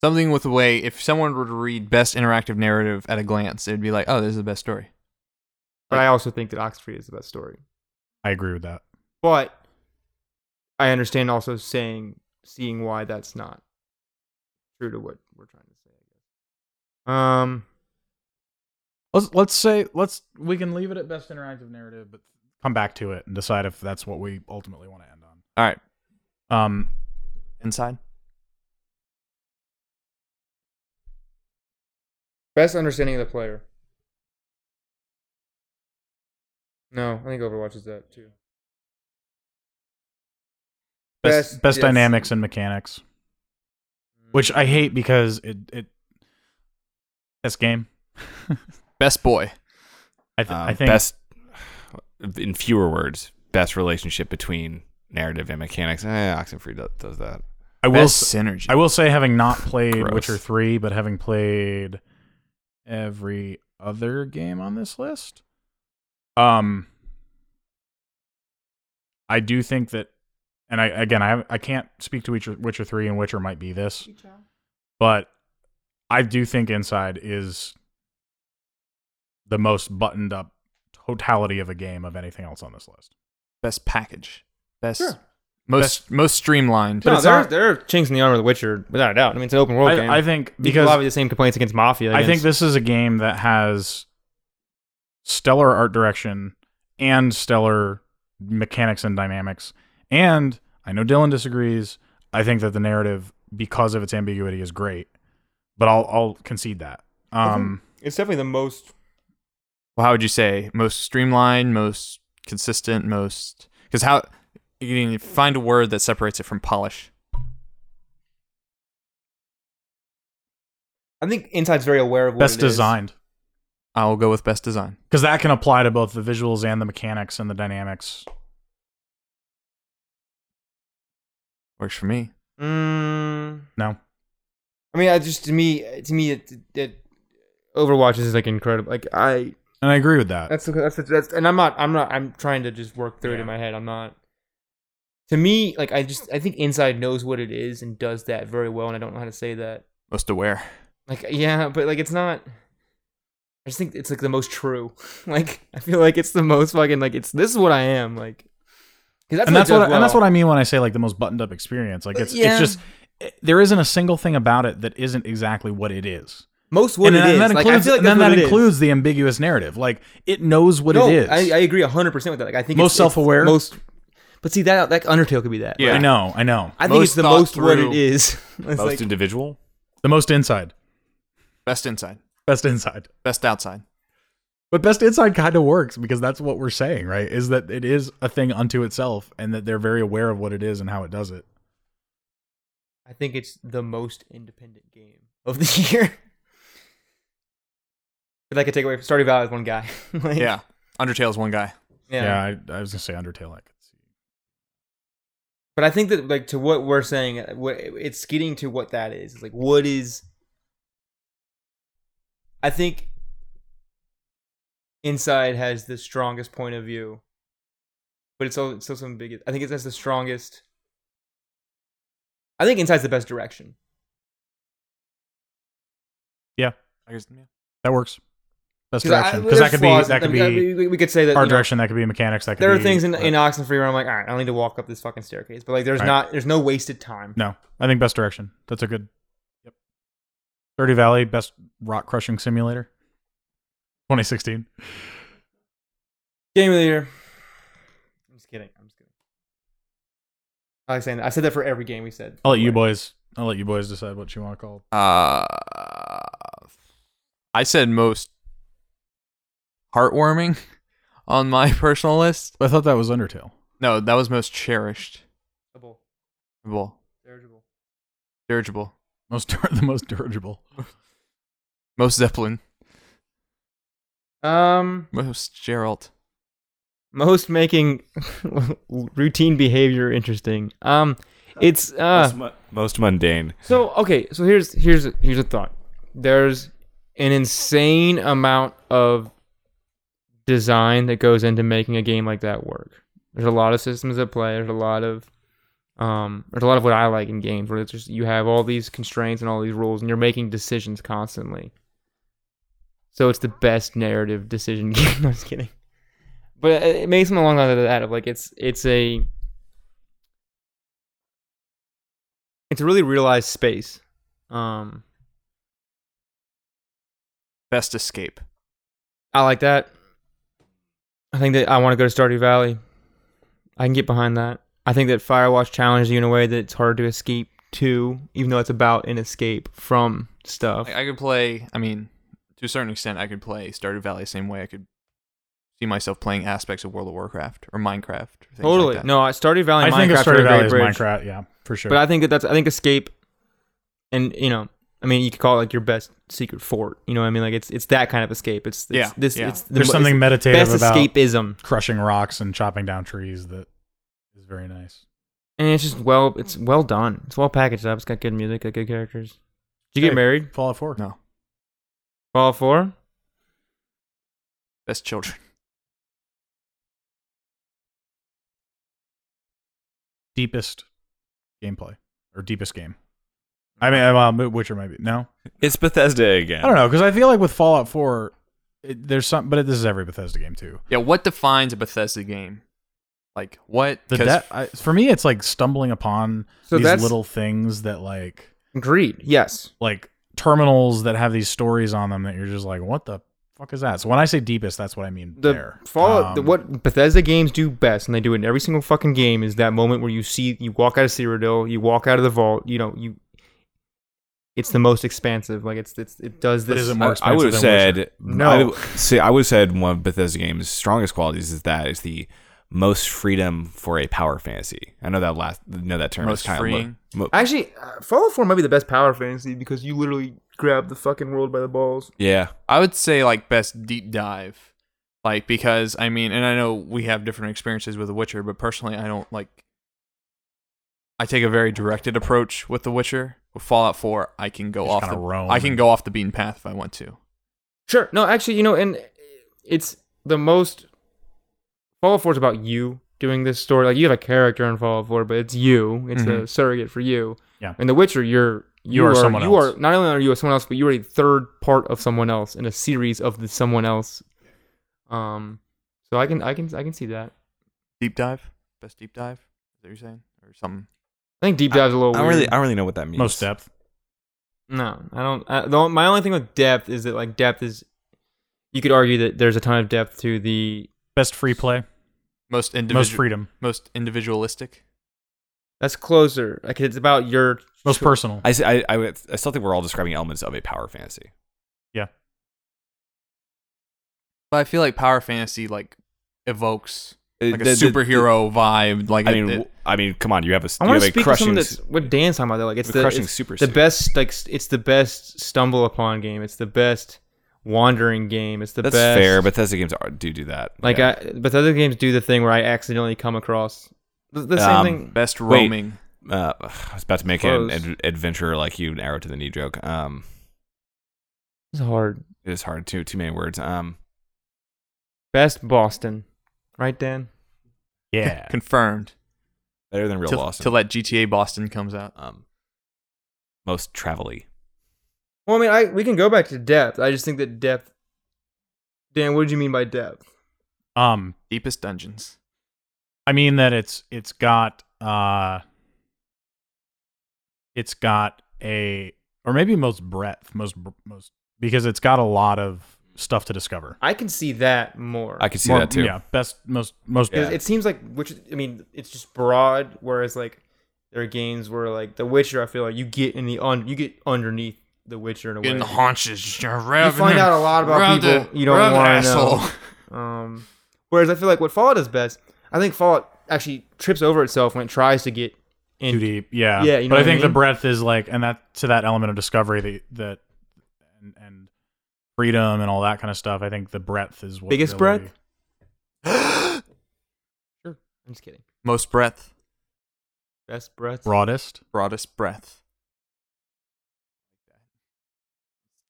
Speaker 2: something with a way. If someone were to read best interactive narrative at a glance, it'd be like, oh, this is the best story.
Speaker 1: but I also think that Oxfree is the best story.
Speaker 4: I agree with that.
Speaker 1: But I understand also saying, seeing why that's not true to what we're trying to say. I guess. Um,
Speaker 4: Let's let's say let's we can leave it at best interactive narrative, but come back to it and decide if that's what we ultimately want to end on.
Speaker 2: All right,
Speaker 4: Um,
Speaker 2: inside.
Speaker 1: best understanding of the player. No, I think Overwatch is that too.
Speaker 4: best
Speaker 1: Best-
Speaker 4: best,
Speaker 1: yes.
Speaker 4: dynamics and mechanics, which I hate because it it best game.
Speaker 2: Best boy.
Speaker 4: I, th-
Speaker 5: um,
Speaker 2: Uh,
Speaker 4: I think
Speaker 5: best in fewer words, best relationship between narrative and mechanics. Eh, Oxenfree does, does that.
Speaker 4: I will s-
Speaker 2: best synergy.
Speaker 4: I will say, having not played
Speaker 5: Gross.
Speaker 4: Witcher 3, but having played every other game on this list, um, I do think that, and I again, I haven't- I can't speak to Witcher, Witcher 3 and Witcher might be this, but I do think Inside is the most buttoned up totality of a game of anything else on this list.
Speaker 2: best package. Best
Speaker 1: Sure.
Speaker 2: most most streamlined.
Speaker 1: no,
Speaker 4: it's
Speaker 1: there,
Speaker 4: not-
Speaker 1: there are chinks in the armor of The Witcher, without a doubt. I mean, it's an open world game.
Speaker 4: I, I think
Speaker 1: You could
Speaker 4: because
Speaker 1: lobby the same complaints against Mafia.
Speaker 4: I think
Speaker 1: against-
Speaker 4: this is a game that has stellar art direction and stellar mechanics and dynamics. And I know Dylan disagrees. I think that the narrative, because of its ambiguity, is great. But I'll I'll concede that. Um,
Speaker 1: Mm-hmm. it's definitely the most
Speaker 2: well, how would you say most streamlined, most consistent, most because how you can find a word that separates it from polish.
Speaker 1: I think Inside's very aware of what
Speaker 4: best
Speaker 1: it is.
Speaker 4: designed
Speaker 2: I'll go with best design.
Speaker 4: because that can apply to both the visuals and the mechanics and the dynamics.
Speaker 2: Works for me.
Speaker 1: Mm,
Speaker 4: No,
Speaker 1: I mean, I just to me, to me, it, it Overwatch is like incredible. Like I,
Speaker 4: and I agree with that.
Speaker 1: that's that's that's, and I'm not, I'm not, I'm trying to just work through it in my head. I'm not. To me, like I just, I think Inside knows what it is and does that very well, and I don't know how to say that.
Speaker 2: Most aware.
Speaker 1: Like yeah, but like it's not. I just think it's like the most true. Like I feel like it's the most fucking like it's this is what I am like. 'Cause That's
Speaker 4: and that's
Speaker 1: it
Speaker 4: what
Speaker 1: does
Speaker 4: I, and that's
Speaker 1: well. Uh,
Speaker 4: what I mean when I say like the most buttoned up experience. Like it's
Speaker 1: Yeah.
Speaker 4: it's just it- there isn't a single thing about it that isn't exactly what it is.
Speaker 1: most what
Speaker 4: and
Speaker 1: it
Speaker 4: then,
Speaker 1: is.
Speaker 4: that
Speaker 1: Like, I
Speaker 4: includes,
Speaker 1: feel like
Speaker 4: and then
Speaker 1: that's
Speaker 4: that
Speaker 1: what it is.
Speaker 4: includes the ambiguous narrative. Like it knows what
Speaker 1: no,
Speaker 4: it is.
Speaker 1: I, I agree 100 percent with that. Like I think
Speaker 4: Most
Speaker 1: it's- it's
Speaker 4: self-aware.
Speaker 1: most. But see that that Undertale could be that.
Speaker 2: Yeah.
Speaker 1: Like,
Speaker 4: I know, I know.
Speaker 1: I think
Speaker 2: Most
Speaker 1: it's the
Speaker 2: thought
Speaker 1: most what
Speaker 2: through.
Speaker 1: it is. It's
Speaker 5: Most
Speaker 1: like,
Speaker 5: individual.
Speaker 4: The most inside,
Speaker 2: Best inside.
Speaker 4: best inside,
Speaker 2: Best outside.
Speaker 4: but best inside kind of works because that's what we're saying, right? Is that it is a thing unto itself, and that they're very aware of what it is and how it does it.
Speaker 1: I think it's the most independent game of the year. If I could take away Stardew Valley with one guy. Like,
Speaker 2: Yeah. Undertale's one guy.
Speaker 1: yeah.
Speaker 4: Yeah, I, I was gonna say Undertale. I could see.
Speaker 1: But I think that like to what we're saying, uh, what it's skating to what that is. It's like what is. I think. Inside has the strongest point of view. But it's still, it's still some big. I think it's has the strongest. I think Inside's the best direction.
Speaker 2: I guess, yeah.
Speaker 4: That works. Best
Speaker 1: 'Cause I-
Speaker 4: direction because that
Speaker 1: there's
Speaker 4: could be
Speaker 1: flaws.
Speaker 4: that could
Speaker 1: I mean,
Speaker 4: be
Speaker 1: we- we, we could say that
Speaker 4: art
Speaker 1: you know,
Speaker 4: direction. That could be mechanics. That could
Speaker 1: There are
Speaker 4: be-
Speaker 1: things in, in
Speaker 4: uh,
Speaker 1: Oxenfree where I'm like, all right, I don't need to walk up this fucking staircase. But like, there's
Speaker 4: Right.
Speaker 1: not, there's no wasted time.
Speaker 4: no, I think best direction. That's a good. Yep. Dirty Valley best rock crushing simulator. 2016.
Speaker 1: Game of the year. I'm just kidding. I'm just kidding. I like saying that. I said that for every game we said.
Speaker 4: I'll let you boys. I'll let you boys decide what you want to call. it.
Speaker 2: Uh, I said most heartwarming on my personal list.
Speaker 4: I thought that was Undertale.
Speaker 2: No, that was most cherished.
Speaker 1: Double.
Speaker 2: Well,
Speaker 1: Dirigible.
Speaker 2: dirigible.
Speaker 4: Most dur- the most dirigible.
Speaker 2: Most Zeppelin.
Speaker 1: Um,
Speaker 2: Most Gerald.
Speaker 1: most making routine behavior interesting. Um, it's uh,
Speaker 3: most, mu- most mundane.
Speaker 1: So okay, so here's here's here's a thought. There's an insane amount of design that goes into making a game like that work. There's a lot of systems at play. There's a lot of um, there's a lot of what I like in games where it's just you have all these constraints and all these rules, and you're making decisions constantly. So it's the best narrative decision game. I'm just kidding, but it it makes them along the lines of that of like it's it's a it's a really realized space. Um,
Speaker 2: Best escape.
Speaker 1: I like that. I think that I want to go to Stardew Valley. I can get behind that. I think that Firewatch challenges you in a way that it's hard to escape to, even though it's about an escape from stuff.
Speaker 2: I, I could play. I mean, to a certain extent, I could play Stardew Valley the same way I could see myself playing aspects of World of Warcraft or Minecraft. Or things
Speaker 1: Totally.
Speaker 2: Like that.
Speaker 1: no, I Stardew Valley.
Speaker 4: I
Speaker 1: and
Speaker 4: think
Speaker 1: Minecraft
Speaker 4: of
Speaker 1: are a
Speaker 4: Stardew
Speaker 1: great
Speaker 4: Valley is
Speaker 1: bridge.
Speaker 4: Minecraft. Yeah, for sure.
Speaker 1: But I think that that's I think escape, and you know, I mean, you could call it like your best secret fort. You know, what I mean, like it's it's that kind of escape. It's, it's
Speaker 2: Yeah,
Speaker 1: This
Speaker 2: yeah.
Speaker 1: it's the
Speaker 4: there's
Speaker 1: mo-
Speaker 4: something
Speaker 1: it's the
Speaker 4: meditative
Speaker 1: best
Speaker 4: about
Speaker 1: escapism,
Speaker 4: crushing rocks and chopping down trees that is very nice.
Speaker 1: and it's just well, it's well done. It's well packaged up. It's got good music, got good characters. Did you
Speaker 4: Hey.
Speaker 1: get married?
Speaker 4: Fallout 4.
Speaker 2: No.
Speaker 1: Fallout Four.
Speaker 2: Best children.
Speaker 4: Deepest gameplay or deepest game. I mean, uh, well, Witcher might be. No,
Speaker 3: It's Bethesda again.
Speaker 4: I don't know because I feel like with Fallout 4, it, there's some, but it, this is every Bethesda game too.
Speaker 2: Yeah. What defines a Bethesda game? Like what?
Speaker 4: The
Speaker 2: 'cause
Speaker 4: de- I, for me, it's like stumbling upon
Speaker 1: So
Speaker 4: these
Speaker 1: that's-
Speaker 4: little things that like
Speaker 1: Greed, yes.
Speaker 4: like terminals that have these stories on them that you're just like, what the fuck is that? So when I say deepest, that's what I mean.
Speaker 1: The
Speaker 4: there.
Speaker 1: Fallout, the,
Speaker 4: Um,
Speaker 1: what Bethesda games do best, and they do it in every single fucking game, is that moment where you see you walk out of Cyrodiil, you walk out of the vault. You know, you. It's the most expansive. Like it's it's it does
Speaker 4: But
Speaker 1: this.
Speaker 4: is it more
Speaker 3: I,
Speaker 4: expensive
Speaker 3: would have
Speaker 4: than
Speaker 3: said
Speaker 1: No.
Speaker 3: I would- see, I would have said one of Bethesda games' strongest qualities is that is the most freedom for a power fantasy. I know that last, know that term is
Speaker 2: Most
Speaker 3: kind
Speaker 2: freeing.
Speaker 3: of mo- mo-
Speaker 1: Actually, uh, Fallout Four might be the best power fantasy because you literally grab the fucking world by the balls.
Speaker 3: yeah.
Speaker 2: I would say like best deep dive. Like because I mean, and I know we have different experiences with The Witcher, but personally, I don't like. I take a very directed approach with The Witcher. With Fallout 4, I can go
Speaker 4: Just
Speaker 2: off
Speaker 4: kinda
Speaker 2: the
Speaker 4: roam
Speaker 2: I can
Speaker 4: and-
Speaker 2: go off the beaten path if I want to.
Speaker 1: Sure. No, actually, you know, and it's the most Fallout 4 is about you doing this story. Like you have a character in Fallout 4, but it's you. It's a surrogate for you.
Speaker 4: Yeah.
Speaker 1: In The Witcher, you're you,
Speaker 4: are
Speaker 1: are,
Speaker 4: someone
Speaker 1: you
Speaker 4: else.
Speaker 1: are not only are you someone else, but you are a third part of someone else in a series of the someone else. Um, so I can I can I can see that.
Speaker 2: Deep dive, best deep dive. Is that what you're saying, or something?
Speaker 1: I think deep dive's a little.
Speaker 3: I don't
Speaker 1: weird.
Speaker 3: really, I don't really know what that means.
Speaker 4: most depth.
Speaker 1: No, I don't. I, the, my only thing with depth is that like depth is, you could argue that there's a ton of depth to the.
Speaker 4: Best free play,
Speaker 2: Most individual,
Speaker 4: most
Speaker 2: most,
Speaker 4: freedom,
Speaker 2: individualistic.
Speaker 1: That's closer. Like it's about your
Speaker 4: most
Speaker 1: personal.
Speaker 4: personal.
Speaker 3: I, s- I, I would- I still think we're all describing elements of a power fantasy.
Speaker 2: But I feel like power fantasy like evokes
Speaker 3: It-
Speaker 2: like a
Speaker 3: the- the-
Speaker 2: superhero vibe. Like
Speaker 3: I
Speaker 2: it-
Speaker 3: mean,
Speaker 2: it-
Speaker 3: w- I mean, come on, you have a,
Speaker 1: I
Speaker 3: you
Speaker 1: want
Speaker 3: have
Speaker 1: to
Speaker 3: a
Speaker 1: speak to something
Speaker 3: crushing,
Speaker 1: that's
Speaker 3: s-
Speaker 1: what Dan's talking about though. Like it's
Speaker 3: a
Speaker 1: the,
Speaker 3: crushing
Speaker 1: it's
Speaker 3: super
Speaker 1: the
Speaker 3: suit.
Speaker 1: best like s- it's the best stumble upon game. It's the best wandering game. It's the
Speaker 3: That's
Speaker 1: best.
Speaker 3: fair. Bethesda games are, do do that.
Speaker 1: Like
Speaker 3: Yeah.
Speaker 1: I, but the other games do the thing where I accidentally come across the, the same
Speaker 3: Um,
Speaker 1: thing.
Speaker 2: Best
Speaker 3: Wait.
Speaker 2: roaming.
Speaker 3: uh, I was about to make an
Speaker 1: Close.
Speaker 3: ad- adventure like you an arrow to the knee joke. Um,
Speaker 1: It's hard.
Speaker 3: it is hard too. Too many words. Um,
Speaker 1: Best Boston, right, Dan?
Speaker 4: Yeah.
Speaker 2: Confirmed.
Speaker 3: better than real
Speaker 2: Till,
Speaker 3: Boston.
Speaker 2: till that GTA Boston comes out.
Speaker 3: um, most travel-y.
Speaker 1: Well, I mean, I we can go back to depth. I just think that depth. Dan, what did you mean by depth?
Speaker 4: um,
Speaker 2: Deepest dungeons.
Speaker 4: I mean that it's it's got uh, it's got a or maybe most breadth, most br- most because it's got a lot of stuff to discover.
Speaker 1: I can see that more.
Speaker 3: I could see
Speaker 4: More-
Speaker 3: that too.
Speaker 4: Yeah, best most most.
Speaker 1: 'Cause It seems like which I mean, it's just broad. Whereas like there are games where like The Witcher, I feel like you get in the un, you get underneath The Witcher in a way.
Speaker 6: In the
Speaker 1: you
Speaker 6: haunches. You
Speaker 1: find out a lot about people you don't want to know.
Speaker 6: asshole.
Speaker 1: Um, whereas I feel like what Fallout is best, I think Fallout actually trips over itself when it tries to get in.
Speaker 4: too deep. Yeah,
Speaker 1: Yeah, you know
Speaker 4: but
Speaker 1: what
Speaker 4: I
Speaker 1: I
Speaker 4: think the
Speaker 1: mean?
Speaker 4: breadth is like, and that to that element of discovery that that and, and freedom and all that kind of stuff. I think the breadth is what
Speaker 1: Biggest
Speaker 4: really-
Speaker 1: breadth? I'm just kidding.
Speaker 2: Most breadth.
Speaker 1: Best breath.
Speaker 4: broadest.
Speaker 2: Broadest breadth.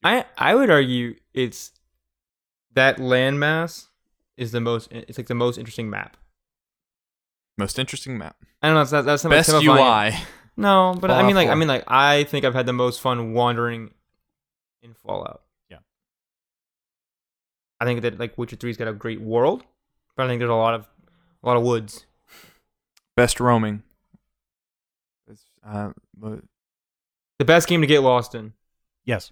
Speaker 1: I I would argue it's that landmass is the most. It's like the most interesting map.
Speaker 2: Most interesting map.
Speaker 1: I don't know. It's not, that's not
Speaker 2: Best
Speaker 1: like simplifying it.
Speaker 2: UI.
Speaker 1: No, but I
Speaker 2: Fallout
Speaker 1: mean like I
Speaker 2: 4.
Speaker 1: mean like I think I've had the most fun wandering in Fallout.
Speaker 4: Yeah.
Speaker 1: I think that like Witcher Three's got a great world, but I think there's a lot of a lot of woods.
Speaker 2: Best roaming. It's, uh, mo-
Speaker 1: The best game to get lost in.
Speaker 4: Yes,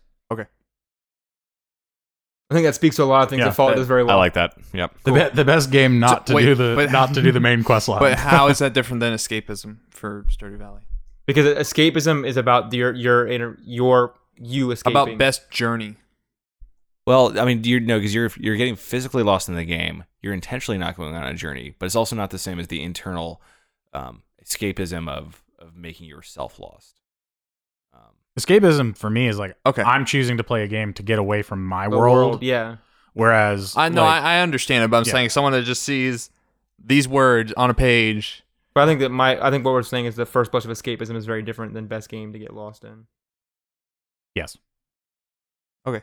Speaker 1: I think that speaks to a lot of things
Speaker 4: Yeah,
Speaker 1: that Fallout
Speaker 2: that-
Speaker 1: does very well.
Speaker 3: I like that. Yep.
Speaker 4: the be- the best game not
Speaker 2: So-
Speaker 4: to
Speaker 2: wait,
Speaker 4: do the
Speaker 2: but-
Speaker 4: not to do the main quest line.
Speaker 2: but how is that different than escapism for Sturdy Valley?
Speaker 1: because escapism is about your your inner your you escaping.
Speaker 2: About best journey.
Speaker 3: Well, I mean, you know, because you're you're getting physically lost in the game. You're intentionally not going on a journey, but it's also not the same as the internal um, escapism of of making yourself lost. Um,
Speaker 4: escapism for me is like
Speaker 2: Okay.
Speaker 4: I'm choosing to play a game to get away from my
Speaker 1: the
Speaker 4: world,
Speaker 1: Yeah,
Speaker 4: Whereas
Speaker 2: I know.
Speaker 4: like,
Speaker 2: I, I understand it, but I'm
Speaker 4: Yeah.
Speaker 2: saying someone that just sees these words on a page.
Speaker 1: but I think that my I think what we're saying is the first blush of escapism is very different than best game to get lost in.
Speaker 4: yes,
Speaker 1: To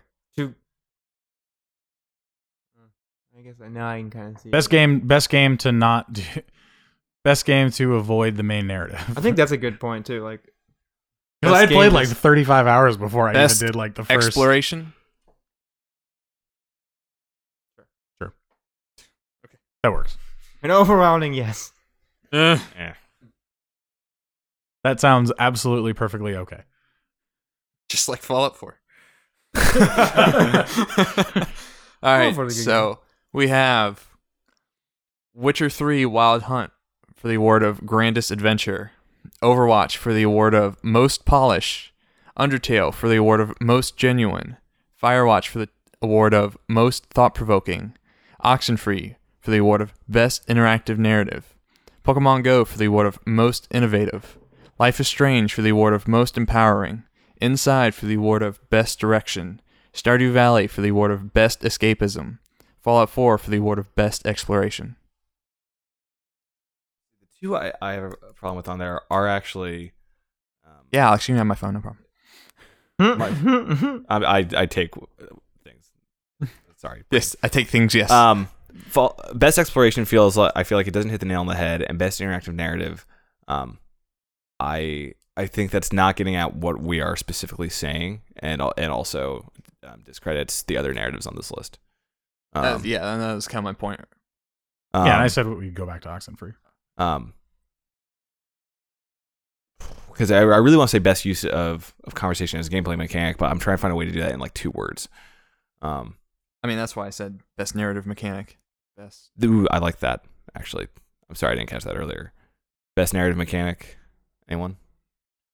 Speaker 1: I guess now I can kind of see.
Speaker 4: best game best game to not do, best game to avoid the main narrative.
Speaker 1: I think that's a good point too. Like
Speaker 4: Because I
Speaker 1: Best
Speaker 4: had played
Speaker 1: game
Speaker 4: like
Speaker 1: is-
Speaker 4: 35 hours before I even
Speaker 2: Best
Speaker 4: did like the first.
Speaker 2: Exploration.
Speaker 4: That works.
Speaker 1: an overwhelming yes.
Speaker 3: eh.
Speaker 4: That sounds absolutely perfectly okay.
Speaker 2: just like Fallout 4.
Speaker 5: Hmm?
Speaker 2: All
Speaker 1: Fallout 4
Speaker 2: right,
Speaker 1: is a good
Speaker 2: so we have Witcher 3 Wild Hunt for the award of Grandest Adventure, Overwatch for the award of Most Polish, Undertale for the award of Most Genuine, Firewatch for the award of Most Thought Provoking, Oxenfree for the award of Best Interactive Narrative, Pokemon Go for the award of Most Innovative, Life is Strange for the award of Most Empowering, Inside for the award of Best Direction, Stardew Valley for the award of Best Escapism, Fallout 4 for the award of Best Exploration.
Speaker 3: The two I, I have a problem with on there are actually. Um,
Speaker 2: Yeah, Alex, you can have my phone, no problem.
Speaker 3: I, I I take uh, things. Sorry.
Speaker 2: Yes, I take things, yes.
Speaker 4: Uh,
Speaker 3: Um, fall, best exploration feels like I feel like it doesn't hit the nail on the head, and best interactive narrative. Um, I I think that's not getting at what we are specifically saying, and al- and also um, discredits the other narratives on this list. Um,
Speaker 2: That- yeah, that was kind of my point.
Speaker 3: um,
Speaker 4: yeah, and I said we'd go back to Oxenfree.
Speaker 3: um, because I, I really want to say best use of of conversation as a gameplay mechanic, but I'm trying to find a way to do that in like two words. Um,
Speaker 2: I mean, that's why I said Best Narrative Mechanic. Best.
Speaker 3: Ooh, I like that actually. I'm sorry I didn't catch that earlier. Best narrative mechanic. Anyone?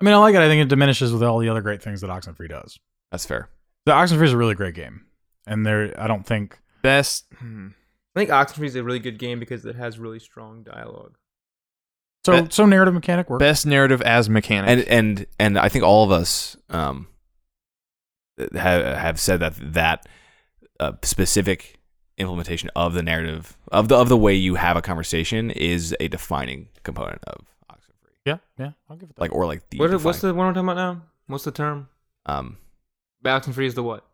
Speaker 4: I mean, I like it. I think it diminishes with all the other great things that Oxenfree does.
Speaker 3: That's fair.
Speaker 4: The Oxenfree is a really great game, and there I don't think
Speaker 2: Best. Hmm.
Speaker 1: I think Oxenfree is a really good game because it has really strong dialogue.
Speaker 4: so.
Speaker 2: Be-
Speaker 4: so narrative mechanic works.
Speaker 2: Best Narrative as Mechanic.
Speaker 3: And and and I think all of us um have have said that that
Speaker 5: a uh, specific implementation of the narrative of the of the way you have a conversation is a defining component of Oxenfree.
Speaker 2: Yeah, yeah, I'll give it that.
Speaker 5: Like or like the
Speaker 1: What,
Speaker 5: defining-
Speaker 1: what's the one we're talking about now? What's the term?
Speaker 5: um
Speaker 1: Box and free is the what?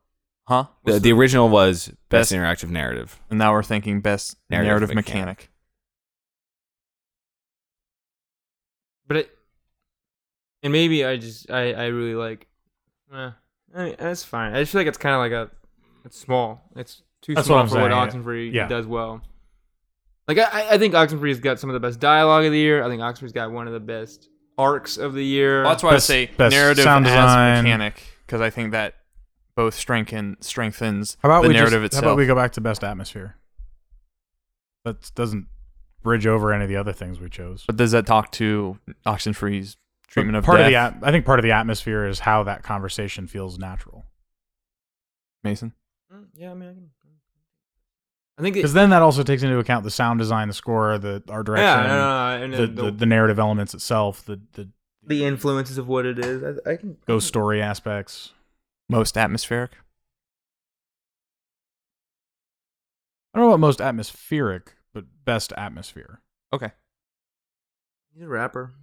Speaker 2: huh?
Speaker 5: the,
Speaker 1: What's
Speaker 5: the original was best,
Speaker 2: Best-
Speaker 5: interactive narrative.
Speaker 2: And now we're thinking best
Speaker 5: Narrative
Speaker 2: narrative,
Speaker 5: mechanic.
Speaker 2: mechanic.
Speaker 1: But it, and maybe I just I I really like. Eh, I mean, that's fine. I just feel like it's kind of like a, it's small. It's too
Speaker 4: That's
Speaker 1: small
Speaker 4: what I'm
Speaker 1: for what
Speaker 4: saying,
Speaker 1: Oxenfree
Speaker 4: yeah.
Speaker 1: does well. Like I I- I think Oxenfree's got some of the best dialogue of the year. I think Oxenfree's got one of the best arcs of the year.
Speaker 2: Well, that's why
Speaker 4: Best-
Speaker 2: I say
Speaker 4: best
Speaker 2: narrative
Speaker 4: sound
Speaker 2: as
Speaker 4: design.
Speaker 2: mechanic because I think that both strengthen strengthens
Speaker 4: How about
Speaker 2: the
Speaker 4: we
Speaker 2: narrative
Speaker 4: just,
Speaker 2: itself.
Speaker 4: How about we go back to best atmosphere? That doesn't bridge over any of the other things we chose.
Speaker 2: but does that talk to Oxenfree's treatment of
Speaker 4: part
Speaker 2: death,
Speaker 4: of the at- I think part of the atmosphere is how that conversation feels natural.
Speaker 2: Mason?
Speaker 1: Mm, yeah, I mean, I, can, I think it,
Speaker 4: Because then that also takes into account the sound design, the score, the art direction,
Speaker 1: yeah, no, no, no, and
Speaker 4: the,
Speaker 1: then
Speaker 4: the, the, narrative elements itself, the the
Speaker 1: the influences of what it is. I, I can
Speaker 4: ghost story aspects.
Speaker 2: Most atmospheric.
Speaker 4: I don't know about most atmospheric, but best atmosphere.
Speaker 1: He's a rapper.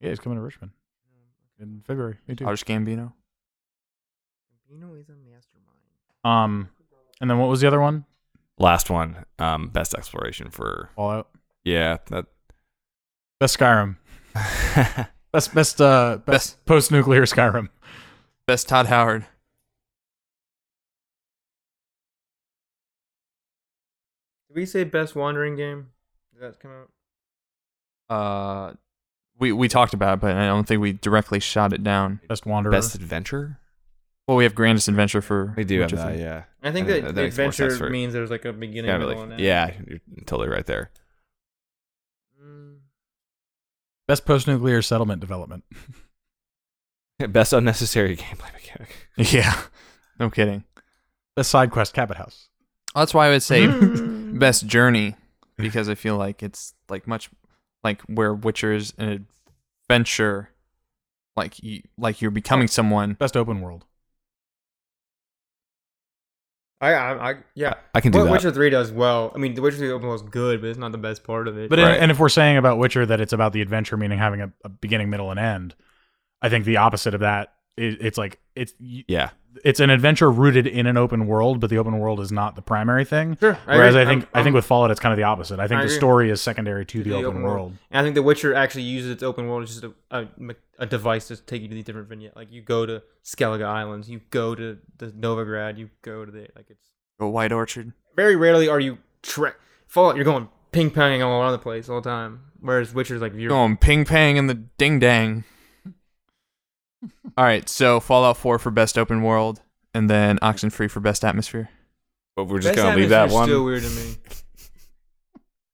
Speaker 4: Yeah, he's coming to Richmond in February. Me too.
Speaker 2: Arch Gambino.
Speaker 1: Gambino is a mastermind.
Speaker 4: Um, and then what was the other one?
Speaker 5: Last one, um, best exploration for
Speaker 4: Fallout.
Speaker 5: yeah that
Speaker 4: Best Skyrim. Best best uh best, post nuclear Skyrim.
Speaker 2: Best Todd Howard.
Speaker 1: Did we say best wandering game? Did that come out?
Speaker 2: Uh, we we talked about it, but I don't think we directly shot it down.
Speaker 4: Best Wanderer.
Speaker 5: best adventure.
Speaker 2: Well, we have Grandest Adventure for
Speaker 5: We do have
Speaker 2: which I
Speaker 5: that,
Speaker 2: think-
Speaker 5: yeah.
Speaker 1: I think
Speaker 5: I
Speaker 1: that,
Speaker 5: think that
Speaker 1: the
Speaker 5: makes more sense
Speaker 1: adventure
Speaker 5: for-
Speaker 1: means there's like a beginning,
Speaker 5: Yeah,
Speaker 1: middle,
Speaker 5: like-
Speaker 1: and end.
Speaker 5: yeah, you're totally right there.
Speaker 1: Mm,
Speaker 4: Best post nuclear settlement development.
Speaker 5: Best unnecessary gameplay mechanic.
Speaker 2: Yeah. No kidding.
Speaker 4: Best side quest Cabot House.
Speaker 2: That's why I would say
Speaker 4: Mm.
Speaker 2: best journey because I feel like it's like much like where Witcher is an adventure, like you like you're becoming someone.
Speaker 4: Best open world.
Speaker 1: I, I, I, yeah.
Speaker 5: I can do
Speaker 1: What
Speaker 5: that.
Speaker 1: Witcher Three does well. I mean, The Witcher Three open world is good, but it's not the best part of it.
Speaker 4: But
Speaker 5: Right.
Speaker 4: and if we're saying about Witcher that it's about the adventure, meaning having a, a beginning, middle, and end, I think the opposite of that is it's like it's y-
Speaker 5: yeah,
Speaker 4: it's an adventure rooted in an open world, but the open world is not the primary thing.
Speaker 1: sure.
Speaker 4: Whereas I
Speaker 1: agree.
Speaker 4: think
Speaker 1: I'm-
Speaker 4: I think
Speaker 1: I'm-
Speaker 4: with Fallout it's kind of the opposite. I think
Speaker 1: I
Speaker 4: the
Speaker 1: agree.
Speaker 4: story is secondary to the, open, world.
Speaker 1: And I think The Witcher actually uses its open world as just a, a, me- a device to take you to these different vignettes. Like you go to Skellige Islands, you go to the Novigrad, you go to the like it's
Speaker 2: Go White Orchard.
Speaker 1: very rarely are you tre- Fallout. You're going ping ponging all around the place all the time. Whereas Witcher's like you're
Speaker 2: Going ping pang in the ding dang. All right, so Fallout 4 for best open world, and then Oxenfree for best atmosphere.
Speaker 5: but we're just
Speaker 1: Best
Speaker 5: gonna leave
Speaker 1: atmosphere
Speaker 5: that
Speaker 1: is
Speaker 5: one.
Speaker 1: Still weird to me.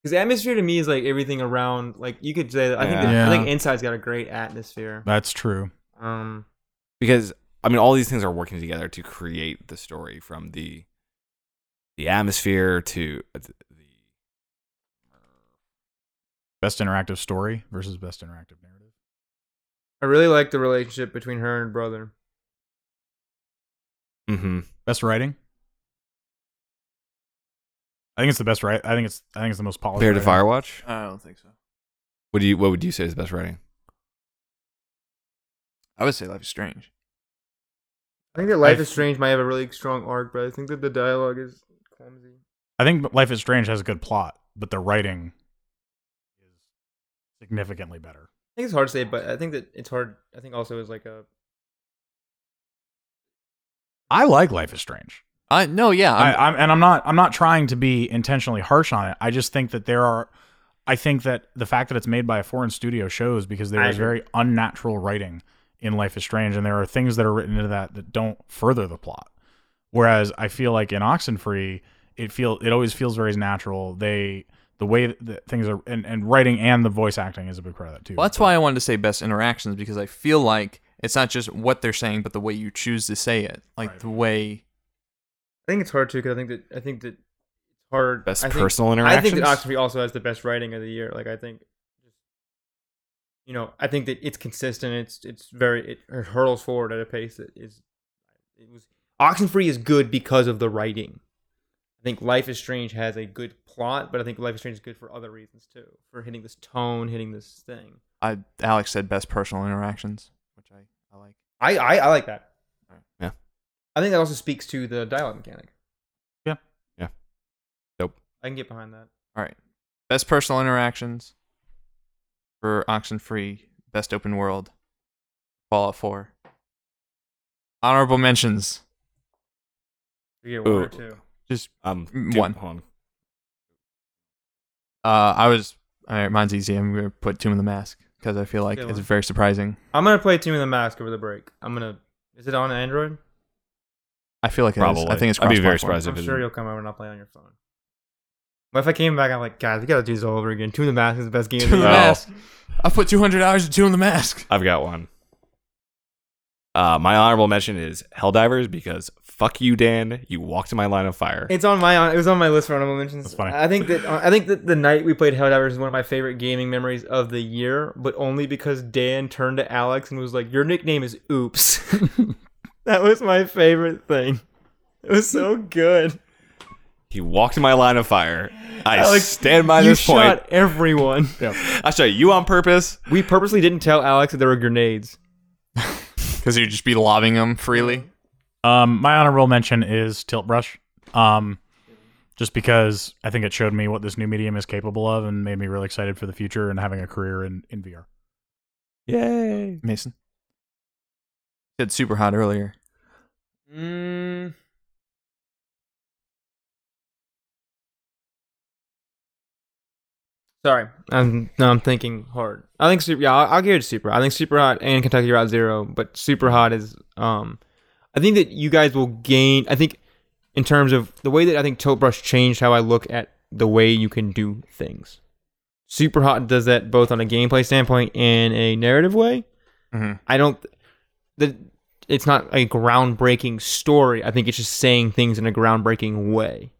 Speaker 1: Because atmosphere to me is like everything around. Like you could say, that, I think
Speaker 5: Yeah.
Speaker 1: that, I think
Speaker 4: Yeah.
Speaker 1: Inside's got a great atmosphere.
Speaker 4: That's true.
Speaker 1: Um,
Speaker 5: because I mean, all these things are working together to create the story from the the atmosphere to uh, the
Speaker 4: Best interactive story versus best interactive narrative.
Speaker 1: I really like the relationship between her and brother.
Speaker 5: mm-hmm.
Speaker 4: Best writing. I think it's the best right. I think it's I think it's the most polished.
Speaker 5: compared to
Speaker 4: writing.
Speaker 5: Firewatch.
Speaker 2: I don't think so.
Speaker 5: What do you What would you say is best writing?
Speaker 2: I would say Life is Strange.
Speaker 1: I think that Life
Speaker 4: I've-
Speaker 1: is Strange might have a really strong arc, but I think that the dialogue is clumsy.
Speaker 4: I think Life is Strange has a good plot, but the writing is significantly better.
Speaker 1: I think it's hard to say, but I think that it's hard. I think also is like a
Speaker 4: I like Life is Strange.
Speaker 2: I no, yeah,
Speaker 4: I,
Speaker 2: I'm,
Speaker 4: I'm and I'm not I'm not trying to be intentionally harsh on it. I just think that there are I think that the fact that it's made by a foreign studio shows because there
Speaker 1: I
Speaker 4: is
Speaker 1: agree.
Speaker 4: very unnatural writing in Life is Strange and there are things that are written into that that don't further the plot. Whereas I feel like in Oxenfree, it feel it always feels very natural. They the way that- that things are and, and writing and the voice acting is a big part of that too.
Speaker 2: Well, that's why I wanted to say best interactions because I feel like it's not just what they're saying, but the way you choose to say it, like
Speaker 4: Right.
Speaker 2: the way.
Speaker 1: I think it's hard too because I think that I think that it's hard.
Speaker 5: Best
Speaker 1: I think-
Speaker 5: personal
Speaker 1: I think
Speaker 5: interactions.
Speaker 1: that Oxenfree also has the best writing of the year. Like I think, you know, I think that it's consistent. It's it's very it, it hurdles forward at a pace that is. It was Oxenfree is good because of the writing. I think Life is Strange has a good plot, but I think Life is Strange is good for other reasons too, for hitting this tone, hitting this thing.
Speaker 2: I Alex said best personal interactions, which I, I like.
Speaker 1: I I, I like that.
Speaker 5: Yeah.
Speaker 1: I think that also speaks to the dialogue mechanic.
Speaker 4: Yeah.
Speaker 5: Yeah. Dope.
Speaker 1: I can get behind that.
Speaker 2: All right, best personal interactions for Oxenfree, best open world, Fallout Four. Honorable mentions.
Speaker 1: You get one or
Speaker 5: Ooh.
Speaker 1: two.
Speaker 5: Um,
Speaker 2: Mm,
Speaker 5: dude,
Speaker 2: one.
Speaker 5: hold on.
Speaker 2: Uh, I was. All right, mine's easy. I'm gonna put Tomb of the Mask because I feel like
Speaker 1: Good
Speaker 2: it's
Speaker 1: one.
Speaker 2: very surprising.
Speaker 1: I'm gonna play Tomb of the Mask over the break. I'm gonna. Is it on Android?
Speaker 2: I feel like it is.
Speaker 5: Probably.
Speaker 2: I think it's.
Speaker 5: I'd be very
Speaker 2: cross-platform.
Speaker 5: surprised if
Speaker 1: I'm
Speaker 5: it.
Speaker 1: sure you'll come over and I'll play on your phone. But if I came back, I'm like, guys, we gotta do this all over again. Tomb of the Mask is the best game. of
Speaker 2: Tomb
Speaker 1: the
Speaker 2: of the
Speaker 1: year. Oh.
Speaker 2: Mask. I put 200 hours to Tomb of the Mask.
Speaker 5: I've got one. Uh, my honorable mention is Helldivers because fuck you, Dan. You walked in my line of fire.
Speaker 1: It's on my. It was on my list for honorable mentions.
Speaker 4: That's funny.
Speaker 1: I think that I think that the night we played Helldivers is one of my favorite gaming memories of the year, but only because Dan turned to Alex and was like, "Your nickname is Oops." that was my favorite thing. It was so good.
Speaker 5: he walked in my line of fire. I
Speaker 1: Alex,
Speaker 5: stand by
Speaker 1: you
Speaker 5: this
Speaker 1: shot everyone.
Speaker 5: point. I shot you on purpose.
Speaker 1: We purposely didn't tell Alex that there were grenades.
Speaker 2: Because you'd just be lobbing them freely.
Speaker 4: Um, my honorable mention is Tilt Brush. Um, just because I think it showed me what this new medium is capable of and made me really excited for the future and having a career in, in VR.
Speaker 5: Yay!
Speaker 2: Mason. Said super hot earlier.
Speaker 1: Mm. Sorry, I'm no, I'm thinking hard. I think super. Yeah, I'll, I'll give it to super. I think super hot and Kentucky Route Zero, but super hot is. Um, I think that you guys will gain. I think in terms of the way that I think Tilt Brush changed how I look at the way you can do things. Super hot does that both on a gameplay standpoint and a narrative way.
Speaker 2: Mhm.
Speaker 1: I don't. The it's not a groundbreaking story. I think it's just saying things in a groundbreaking way.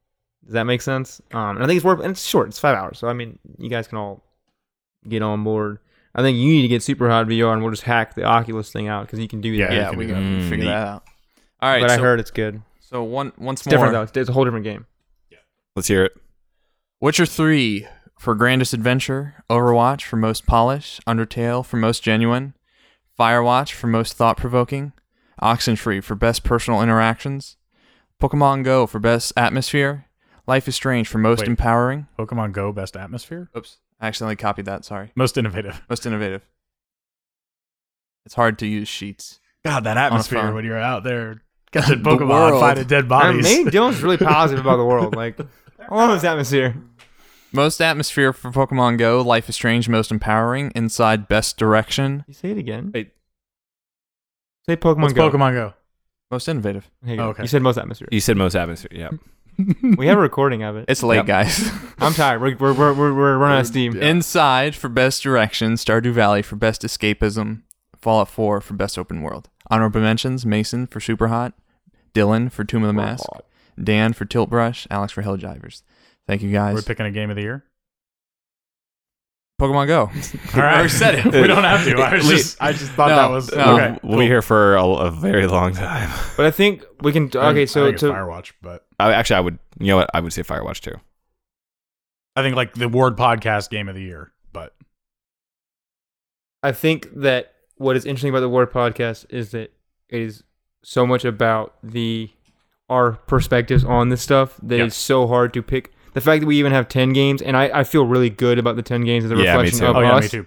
Speaker 1: Does that make sense? Um, and I think it's worth. And it's short. It's five hours. So I mean, you guys can all get on board. I think you need to get super hot VR, and we'll just hack the Oculus thing out because you can do that.
Speaker 2: Yeah, we gotta
Speaker 5: Mm,
Speaker 2: figure
Speaker 5: neat.
Speaker 2: that out. All right,
Speaker 1: but
Speaker 2: so,
Speaker 1: I heard it's good.
Speaker 2: so one once
Speaker 1: It's different though.
Speaker 2: more.
Speaker 1: It's, it's a whole different game.
Speaker 5: Let's hear it.
Speaker 2: Witcher three for grandest adventure, Overwatch for most polish, Undertale for most genuine, Firewatch for most thought provoking, Oxenfree for best personal interactions, Pokemon Go for best atmosphere, Life is Strange for most
Speaker 4: Wait.
Speaker 2: empowering.
Speaker 4: Pokemon Go best atmosphere,
Speaker 2: Oops, I accidentally copied that. Sorry.
Speaker 4: most innovative.
Speaker 2: Most innovative. It's hard to use sheets.
Speaker 4: God, that
Speaker 2: atmosphere
Speaker 4: atmosphere
Speaker 2: phone.
Speaker 4: when
Speaker 2: when
Speaker 4: you're out there catching
Speaker 2: The
Speaker 4: Pokemon
Speaker 2: world.
Speaker 4: fighting dead
Speaker 1: I mean,
Speaker 4: bodies.
Speaker 1: maybe Dylan's really positive about the world. Like, I love this atmosphere.
Speaker 2: Most atmosphere for Pokemon Go, Life is Strange, most empowering, Inside Best Direction,
Speaker 1: You say it again.
Speaker 5: Wait.
Speaker 1: Say Pokemon
Speaker 4: What's
Speaker 1: Go.
Speaker 4: Pokemon Go?
Speaker 2: most innovative.
Speaker 1: Here you go.
Speaker 4: Okay.
Speaker 1: You said most atmosphere.
Speaker 5: You said most atmosphere. Yeah.
Speaker 1: we have a recording of it.
Speaker 2: It's late,
Speaker 5: Yep.
Speaker 2: guys.
Speaker 1: I'm tired. We're we're we're, we're, we're running out of steam.
Speaker 2: Inside for Best Direction, Stardew Valley for Best Escapism, Fallout 4 for Best Open World. Honorable mentions Mason for Superhot, Dylan for Tomb of the Mask, Dan for Tilt Brush, Alex for Helldivers. Thank you
Speaker 4: We're
Speaker 2: guys.
Speaker 4: picking a game of the year.
Speaker 2: Pokemon Go.
Speaker 4: All right,
Speaker 2: already said it.
Speaker 4: we don't have to. I was
Speaker 5: Wait. um,
Speaker 4: just, I just thought
Speaker 2: No,
Speaker 4: that was
Speaker 2: no.
Speaker 4: okay.
Speaker 5: We'll be here for a, a very long time.
Speaker 1: But I think we can. Okay,
Speaker 4: I
Speaker 1: so
Speaker 4: think it's
Speaker 1: to
Speaker 4: Firewatch, but
Speaker 5: I, actually, I would. You know what? I would say Firewatch too.
Speaker 4: I think like the Word Podcast Game of the Year, but
Speaker 1: I think that what is interesting about the Word Podcast is that it is so much about the our perspectives on this stuff that is
Speaker 4: Yeah.
Speaker 1: so hard to pick. The fact that we even have ten games, and I, I feel really good about the ten games as a
Speaker 5: Yeah, me
Speaker 1: reflection
Speaker 5: too.
Speaker 1: of
Speaker 4: oh yeah,
Speaker 1: us.
Speaker 4: me too.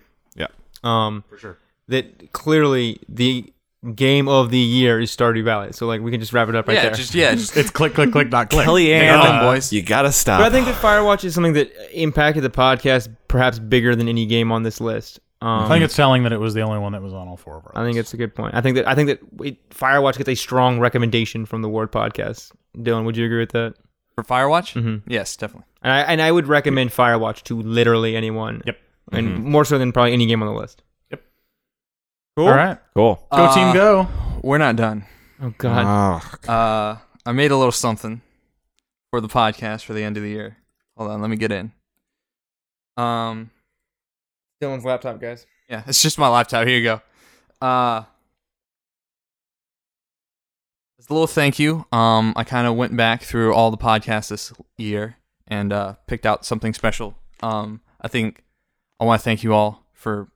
Speaker 1: Um,
Speaker 4: For sure.
Speaker 1: that clearly the game of the year is Stardew Valley. So like we can just wrap it up right there.
Speaker 2: yeah, just
Speaker 4: It's click, click, click, not click.
Speaker 5: Kellyanne,
Speaker 4: Come on,
Speaker 2: boys.
Speaker 5: You gotta stop.
Speaker 1: But I think that Firewatch is something that impacted the podcast perhaps bigger than any game on this list. Um,
Speaker 4: I think it's telling that it was the only one that was on all four of our.
Speaker 1: I think
Speaker 4: lists.
Speaker 1: it's a good point. I think that I think that it, Firewatch gets a strong recommendation from the Word Podcast. Dylan, would you agree with that?
Speaker 2: For Firewatch?
Speaker 4: Mm-hmm.
Speaker 1: Mhm.
Speaker 2: Yes, definitely.
Speaker 1: And I and I would recommend Firewatch to literally anyone.
Speaker 4: Yep.
Speaker 1: And more so than probably any game on the list.
Speaker 4: Yep.
Speaker 1: Cool.
Speaker 4: all right.
Speaker 5: cool.
Speaker 2: Uh,
Speaker 4: Go team, go!
Speaker 2: We're not done.
Speaker 1: Oh God.
Speaker 2: Uh, I made a little something for the podcast for the end of the year. Hold on, let me get in. Um,
Speaker 1: Dylan's laptop, guys.
Speaker 2: yeah, it's just my laptop. Here you go. Uh, As a little thank you, um, I kind of went back through all the podcasts this year and uh, picked out something special. Um, I think I want to thank you all for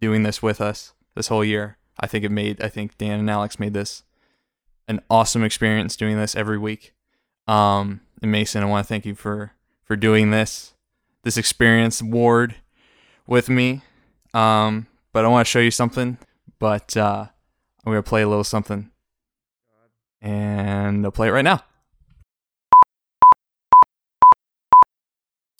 Speaker 2: doing this with us this whole year. I think it made, I think Dan and Alex made this an awesome experience doing this every week. Um, and Mason, I want to thank you for for doing this this experience ward with me. Um, but I want to show you something. But uh, I'm gonna play a little something, and I'll play it right now.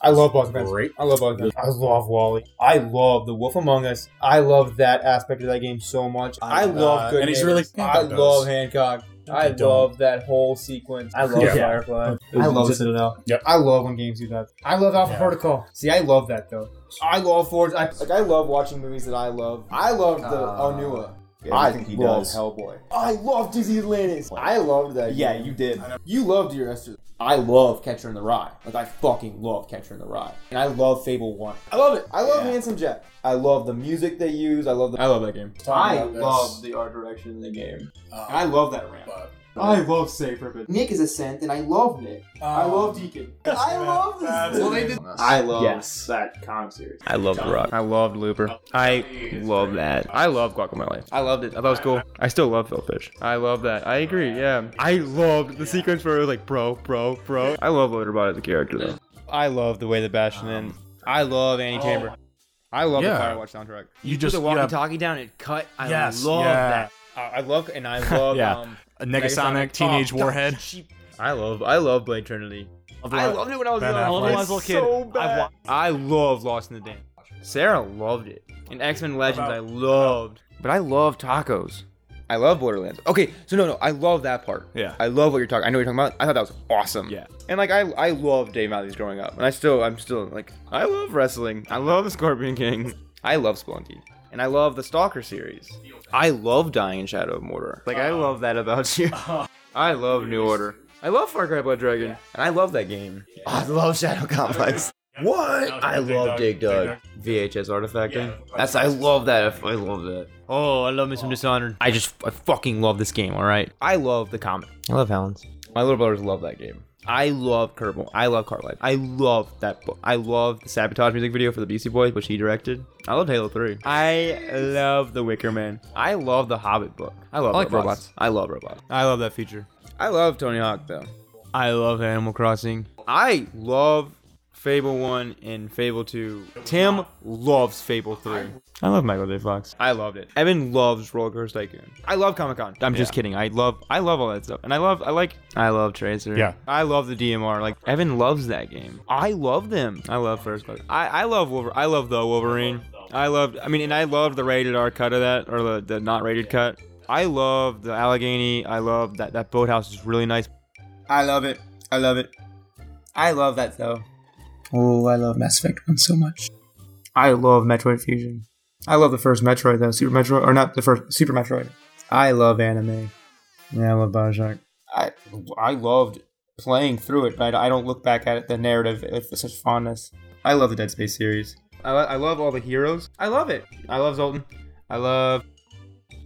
Speaker 1: I love Bugs Bunny. I love Bugs Bunny. I love Wally. I love The Wolf Among Us. I love that aspect of that game so much. I love
Speaker 7: uh,
Speaker 1: Good
Speaker 7: and he's
Speaker 1: Neighbors.
Speaker 7: really-
Speaker 1: I
Speaker 7: Hancock
Speaker 1: love
Speaker 7: does.
Speaker 1: Hancock. I
Speaker 7: don't.
Speaker 1: love that whole sequence. I love
Speaker 7: Yeah.
Speaker 1: Firefly. I love Citadel.
Speaker 7: Yep.
Speaker 1: I love when games do that. I love Alpha
Speaker 7: Yeah.
Speaker 1: Protocol. See, I love that though. I love Forge. I, like, I love watching movies that I love. I love the Onua. Uh, I think he does. Hellboy. I love Dizzy Atlantis. I loved that. Yeah, you did. You loved your Esther. I love Catcher in the Rye. Like I fucking love Catcher in the Rye, and I love Fable One. I love it. I love Handsome Jack. I love the music they use. I love. The- I love that game.
Speaker 7: Talking about this.
Speaker 1: the art direction in the game.
Speaker 7: Um,
Speaker 1: I love that ramp.
Speaker 7: but-
Speaker 1: I love Safer, but Nick is a synth, and I love Nick. I
Speaker 4: Um,
Speaker 1: love Deacon. I love this.
Speaker 7: Well, they did-
Speaker 1: I love that comic series.
Speaker 8: I love The Rock. I loved Looper.
Speaker 4: Oh,
Speaker 8: I love that. I love Guacamole. I loved it. I thought it was cool. I still love Philfish. I love that. I agree. Yeah. I loved the sequence where it was like, bro, bro, bro. I love Loaderbot as a character though.
Speaker 1: I love the way the Bastion in. I love Annie Chamber. I love
Speaker 4: Um, oh. Yeah.
Speaker 1: the Firewatch soundtrack.
Speaker 4: You just-
Speaker 1: put the
Speaker 4: you have-
Speaker 1: walkie-talkie down and it cut. I
Speaker 4: Yes,
Speaker 1: love
Speaker 4: yeah.
Speaker 1: that. I I love and I love
Speaker 2: Yeah.
Speaker 1: um, Oh,
Speaker 2: A Negasonic
Speaker 4: Oh,
Speaker 2: Teenage Warhead.
Speaker 1: I love I love Blade Trinity. I loved it when I was
Speaker 4: Ben
Speaker 1: young. I
Speaker 4: Affleck.
Speaker 1: loved it when I was a little kid. I, wa- I love Lost in the Damned. Sarah loved it. And X Men Legends, I loved. But I love tacos. I love Borderlands. Okay, so no, no, I love that part.
Speaker 3: Yeah.
Speaker 1: I love what you're talking. I know what you're talking about. I thought that was awesome. Yeah. And like I, I love Dave Matthews growing up, and I still, I'm still like, I love wrestling. I love the Scorpion King. I love Spelunky, and I love the Stalker series. I love Dying in Shadow of Mordor. Like I love that about you. I love New Order. I love Far Cry Blood Dragon, and I love that game. I love Shadow Complex. What? I love Dig Dug. VHS artifacting. That's I love that. I love that. Oh, I love me some Dishonored. I just I fucking love this game. All right. I love the comic. I love Helens. My little brothers love that game. I love Kerbal. I love Cartwright. I love that book. I love the Sabotage music video for the Beastie Boys, which he directed. I love Halo 3. I love The Wicker Man. I love The Hobbit book. I love
Speaker 2: like
Speaker 1: robots.
Speaker 2: robots.
Speaker 1: I love robots. I love that feature. I love Tony Hawk though. I love Animal Crossing. I love Fable 1 and Fable 2. Tim loves Fable 3. I love Michael J. Fox. I loved it. Evan loves Roller Coaster Tycoon. I love Comic Con. I'm just kidding. I love I love all that stuff. And I love I like I love Tracer.
Speaker 4: Yeah.
Speaker 1: I love the DMR. Like Evan loves that game. I love them. I love First Class. I, I love Wolver- I love the Wolverine. I loved I mean and I loved the rated R cut of that or the, the not rated cut. I love the Allegheny. I love that that boathouse is really nice. I love it. I love it. I love that though. Oh, I love Mass Effect 1 so much. I love Metroid Fusion. I love the first Metroid though, Super Metroid or not the first Super Metroid. I love anime. Yeah, I love Bioshock. I I loved playing through it, but I don't look back at it, the narrative with such fondness. I love the Dead Space series. I, lo- I love all the heroes. I love it. I love Zoltan. I love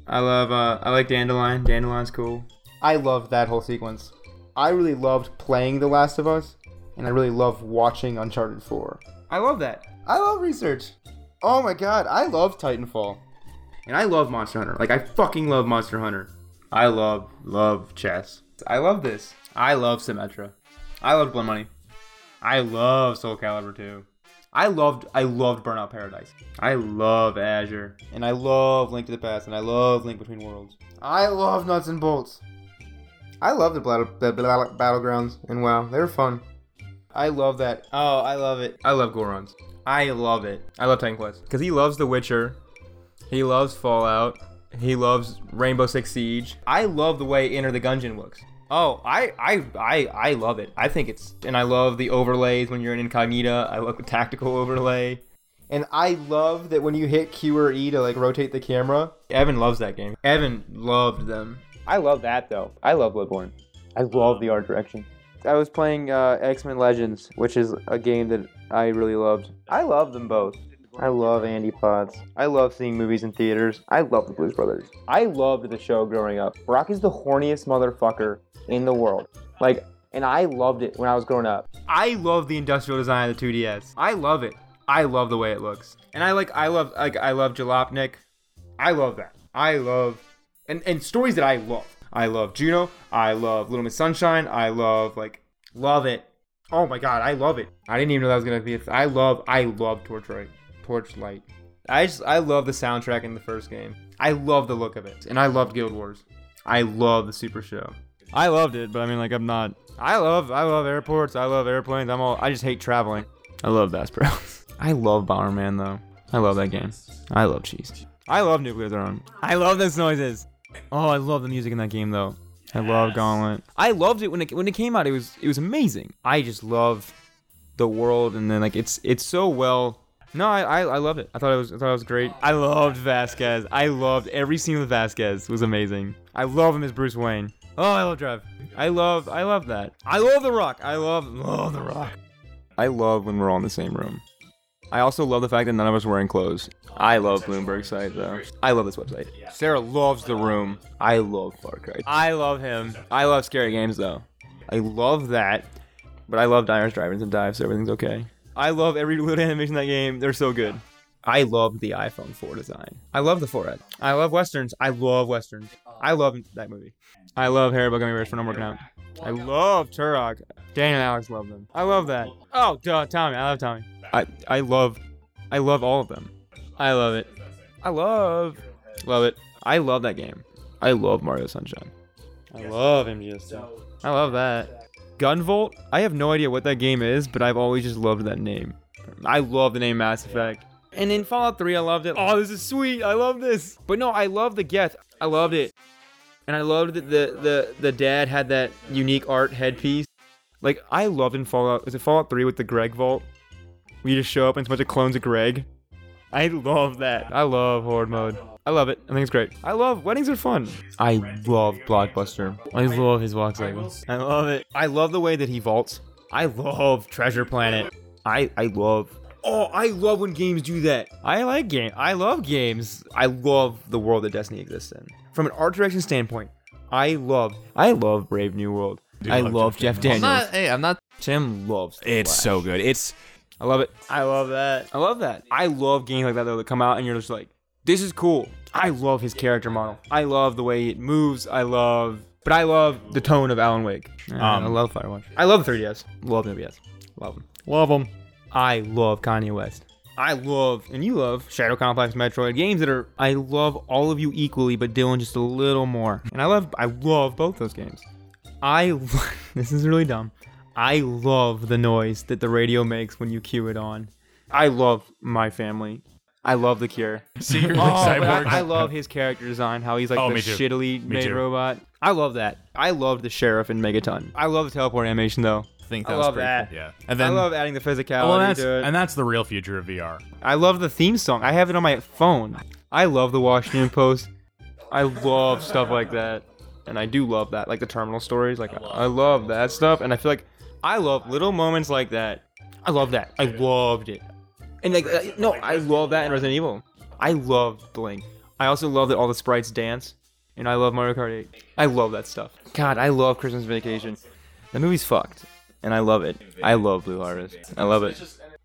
Speaker 1: I love uh I like Dandelion. Dandelion's cool. I love that whole sequence. I really loved playing The Last of Us, and I really love watching Uncharted 4. I love that. I love research. Oh my god, I love Titanfall. And I love Monster Hunter. Like I fucking love Monster Hunter. I love love chess. I love this. I love Symmetra. I love Blood Money. I love Soul Calibur 2. I loved I loved Burnout Paradise. I love Azure. And I love Link to the Past and I love Link Between Worlds. I love Nuts and Bolts. I love the, battle, the battle, battlegrounds and wow, they were fun. I love that. Oh, I love it. I love Gorons. I love it. I love Titan Quest because he loves The Witcher, he loves Fallout, he loves Rainbow Six Siege. I love the way Enter the Gungeon looks. Oh, I, I, I, I love it. I think it's, and I love the overlays when you're in Incognita. I love the tactical overlay. And I love that when you hit Q or E to like rotate the camera. Evan loves that game. Evan loved them. I love that though. I love Bloodborne. I love the art direction. I was playing uh, X Men Legends, which is a game that I really loved. I love them both.
Speaker 8: I love Andy Potts. I love seeing movies in theaters. I love the Blues Brothers. I loved the show growing up. Brock is the horniest motherfucker in the world. Like, and I loved it when I was growing up.
Speaker 1: I love the industrial design of the 2DS. I love it. I love the way it looks. And I like I love like I love Jalopnik. I love that. I love and and stories that I love. I love Juno. I love Little Miss Sunshine. I love like love it. Oh my god, I love it. I didn't even know that was gonna be. A th- I love I love Torchlight. Torchlight. I just I love the soundtrack in the first game. I love the look of it, and I loved Guild Wars. I love the Super Show. I loved it, but I mean, like, I'm not. I love, I love airports. I love airplanes. I'm all. I just hate traveling. I love that, bro. I love Bomberman though. I love that game. I love cheese. I love Nuclear Throne. I love those noises. Oh, I love the music in that game though. I love Gauntlet. I loved it when it when it came out. It was it was amazing. I just love the world and then like it's it's so well. No, I, I I loved it. I thought it was I thought it was great. I loved Vasquez. I loved every scene with Vasquez was amazing. I love him as Bruce Wayne. Oh, I love Drive. I love I love that. I love The Rock. I love love The Rock. I love when we're all in the same room. I also love the fact that none of us wearing clothes. I love Bloomberg site though. I love this website. Sarah loves the room. I love Far Cry. I love him. I love scary games though. I love that. But I love diners, drivers, and dives, so everything's okay. I love every little animation in that game. They're so good. I love the iPhone 4 design. I love the 4 I love westerns. I love westerns. I love that movie. I love Haribo Gummy Bears for no more count. I love Turok. Dan and Alex love them. I love that. Oh, duh, Tommy. I love Tommy. I, I love, I love all of them. I love it. I love, love it. I love that game. I love Mario Sunshine. I love MGS2. I love that. Gunvolt. I have no idea what that game is, but I've always just loved that name. I love the name Mass Effect. And in Fallout 3, I loved it. Oh, this is sweet. I love this. But no, I love the Geth. I loved it. And I loved that the, the, the dad had that unique art headpiece. Like, I loved in Fallout. Is it Fallout 3 with the Greg Vault? We just show up and it's a bunch of clones of Greg. I love that. I love Horde mode. I love it. I think it's great. I love weddings are fun. I love Blockbuster. I love his walk cycle. I love it. I love the way that he vaults. I love Treasure Planet. I I love. Oh, I love when games do that. I like game. I love games. I love the world that Destiny exists in. From an art direction standpoint, I love. I love Brave New World. I love, Jeff Daniels.
Speaker 2: hey, I'm not.
Speaker 1: Tim loves.
Speaker 3: It's
Speaker 1: Flash.
Speaker 3: so good. It's
Speaker 1: I love it. I love that. I love that. I love games like that though that come out and you're just like, this is cool. I love his character model. I love the way it moves. I love, but I love the tone of Alan Wake. I love Firewatch. I love 3DS. Love NBS. Love them. Love them. I love Kanye West. I love, and you love Shadow Complex, Metroid games that are. I love all of you equally, but Dylan just a little more. And I love, I love both those games. I this is really dumb. I love the noise that the radio makes when you cue it on. I love my family. I love the Cure.
Speaker 2: Secretly
Speaker 1: Oh, but
Speaker 2: cyborg.
Speaker 1: I, I love his character design. How he's like
Speaker 4: Oh,
Speaker 1: the
Speaker 4: me too.
Speaker 1: shittily made
Speaker 4: too.
Speaker 1: robot. I love that. I love the sheriff in Megaton. I love the teleport animation though.
Speaker 2: I think
Speaker 1: I
Speaker 2: that
Speaker 1: love
Speaker 2: was pretty
Speaker 1: that.
Speaker 2: Cool. Yeah. And then
Speaker 1: I love adding the physicality
Speaker 4: Well, that's,
Speaker 1: to it.
Speaker 4: and that's the real future of VR.
Speaker 1: I love the theme song. I have it on my phone. I love the Washington Post. I love stuff like that. And I do love that. Like the terminal stories. Like I love that stuff. And I feel like I love little moments like that. I love that. I loved it. And like uh, no, I love that in Resident Evil. I love Blink. I also love that all the sprites dance. And I love Mario Kart 8. I love that stuff. God, I love Christmas Vacation. The movie's fucked. And I love it. I love Blue Harvest. I love it.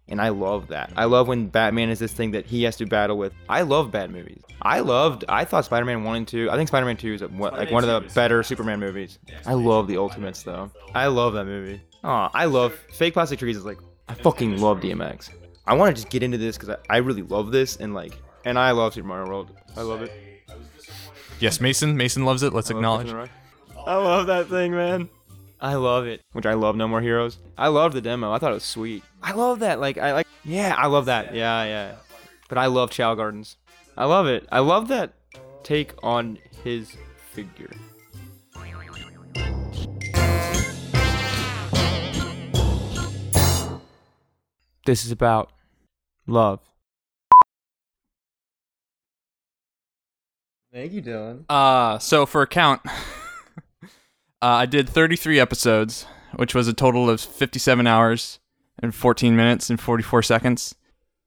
Speaker 1: And I love that. I love when Batman is this thing that he has to battle with. I love bad movies. I loved. I thought Spider-Man one and two. I think Spider-Man two is a- what- like one of the better Superman movies. I love the Ultimates though. I love that movie. Oh, I love Fake Plastic Trees. Is like I fucking love DMX. I want to just get into this because I, I really love this and like and I love Super Mario World. I love it.
Speaker 2: yes, Mason. Mason loves it. Let's acknowledge.
Speaker 1: I love that thing, man. I love it. Which I love No More Heroes. I loved the demo. I thought it was sweet. I love that. Like I like Yeah, I love that. Yeah, yeah. But I love Chow Gardens. I love it. I love that take on his figure. This is about love. Thank you, Dylan.
Speaker 2: Uh, so for a count, uh, I did 33 episodes, which was a total of 57 hours and 14 minutes and 44 seconds.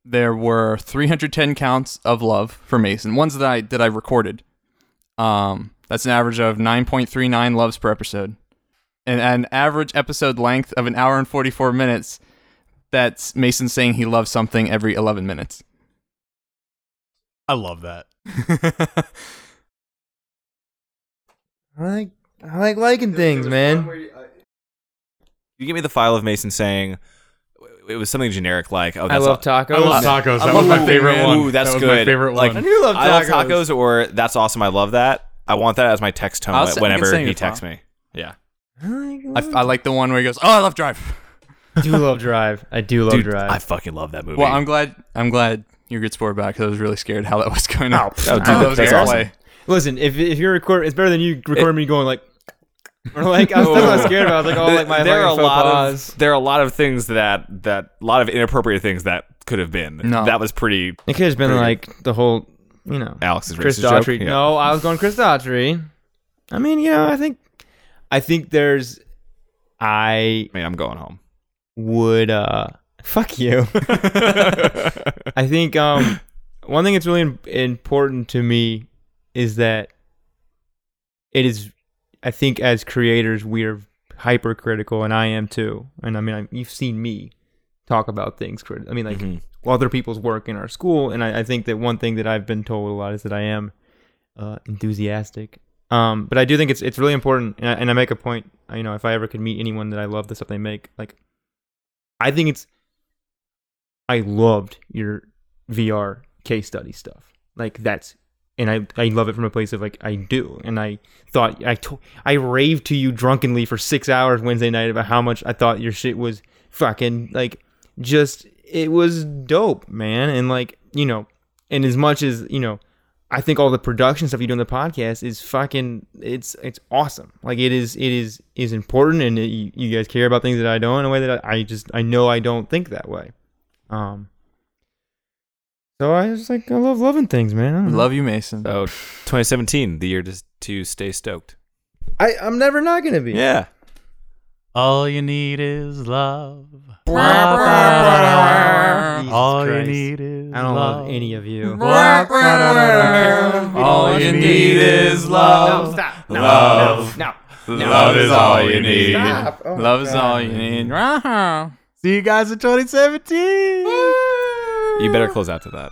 Speaker 2: there were 310 counts of love for Mason. Ones that I that I recorded. Um, that's an average of 9.39 loves per episode, and an average episode length of an hour and 44 minutes. That's Mason saying he loves something every 11 minutes.
Speaker 4: I love that.
Speaker 1: I like I like liking things, man.
Speaker 3: You give me the file of Mason saying it was something generic like, "Oh,
Speaker 1: I
Speaker 3: that's
Speaker 1: love tacos.
Speaker 4: I love tacos. That
Speaker 3: I
Speaker 4: was my
Speaker 3: love-
Speaker 4: favorite
Speaker 3: Ooh,
Speaker 4: one.
Speaker 3: that's
Speaker 4: that was My
Speaker 3: good.
Speaker 4: favorite
Speaker 3: Like-
Speaker 1: I
Speaker 4: one.
Speaker 1: do love tacos.
Speaker 3: I love tacos or that's awesome. I love that. I want that as my text tone
Speaker 2: I'll s- I can
Speaker 3: whenever
Speaker 2: send you
Speaker 3: he
Speaker 2: the file.
Speaker 3: texts me. Yeah.
Speaker 1: I, like-
Speaker 2: I, I like the one where he goes, "Oh, I love Drive."
Speaker 1: I do love Drive. I do love
Speaker 3: Dude,
Speaker 1: Drive.
Speaker 3: I fucking love that movie.
Speaker 2: Well, I'm glad. I'm glad you're a good sport back because I was really scared how that was going out.
Speaker 3: Oh, dude, that's awesome.
Speaker 1: Listen, if if you're recording, it's better than you recording me going like. Or like I was that's what I was scared about. I was like, oh, like my
Speaker 3: there are a
Speaker 1: fucking faux
Speaker 3: lot
Speaker 1: pas.
Speaker 3: of there are a lot of things that that a lot of inappropriate things that could have been.
Speaker 2: No.
Speaker 3: That was pretty
Speaker 1: It could have been like the whole, you know,
Speaker 3: Alex's
Speaker 1: Chris
Speaker 3: racist joke.
Speaker 1: Daughtry.
Speaker 3: Yeah.
Speaker 1: No, I was going Chris Daughtry. I mean, you know, I think, I think there's, I
Speaker 3: I mean, I'm going home.
Speaker 1: would uh fuck you i think um one thing that's really im- important to me is that it is i think as creators we are hypercritical and i am too and i mean I, you've seen me talk about things crit- i mean like other people's work in our school and I, I think that one thing that i've been told a lot is that i am uh enthusiastic um but i do think it's it's really important and I, and I make a point you know if i ever could meet anyone that i love the stuff they make like I think it's I loved your VR case study stuff. Like that's and I I love it from a place of like I do and I thought I to, I raved to you drunkenly for 6 hours Wednesday night about how much I thought your shit was fucking like just it was dope, man. And like, you know, and as much as, you know, I think all the production stuff you do on the podcast is fucking it's it's awesome. Like it is it is is important, and it, you, you guys care about things that I don't in a way that I, I just I know I don't think that way. Um. So I was like I love loving things, man. I don't know.
Speaker 2: Love you, Mason.
Speaker 3: So 2017, the year to, to stay stoked.
Speaker 1: I I'm never not gonna be.
Speaker 3: Yeah.
Speaker 4: All you need is love.
Speaker 1: Oh, Jesus
Speaker 4: All you
Speaker 1: Christ.
Speaker 4: need is
Speaker 1: I don't love any of you.
Speaker 2: All you need is love.
Speaker 1: Stop. No,
Speaker 2: Love.
Speaker 1: No.
Speaker 2: Love is all you need.
Speaker 1: Stop. Oh,
Speaker 2: Love is
Speaker 1: God.
Speaker 2: all you need.
Speaker 4: See you guys in 2017.
Speaker 3: You better close out to that.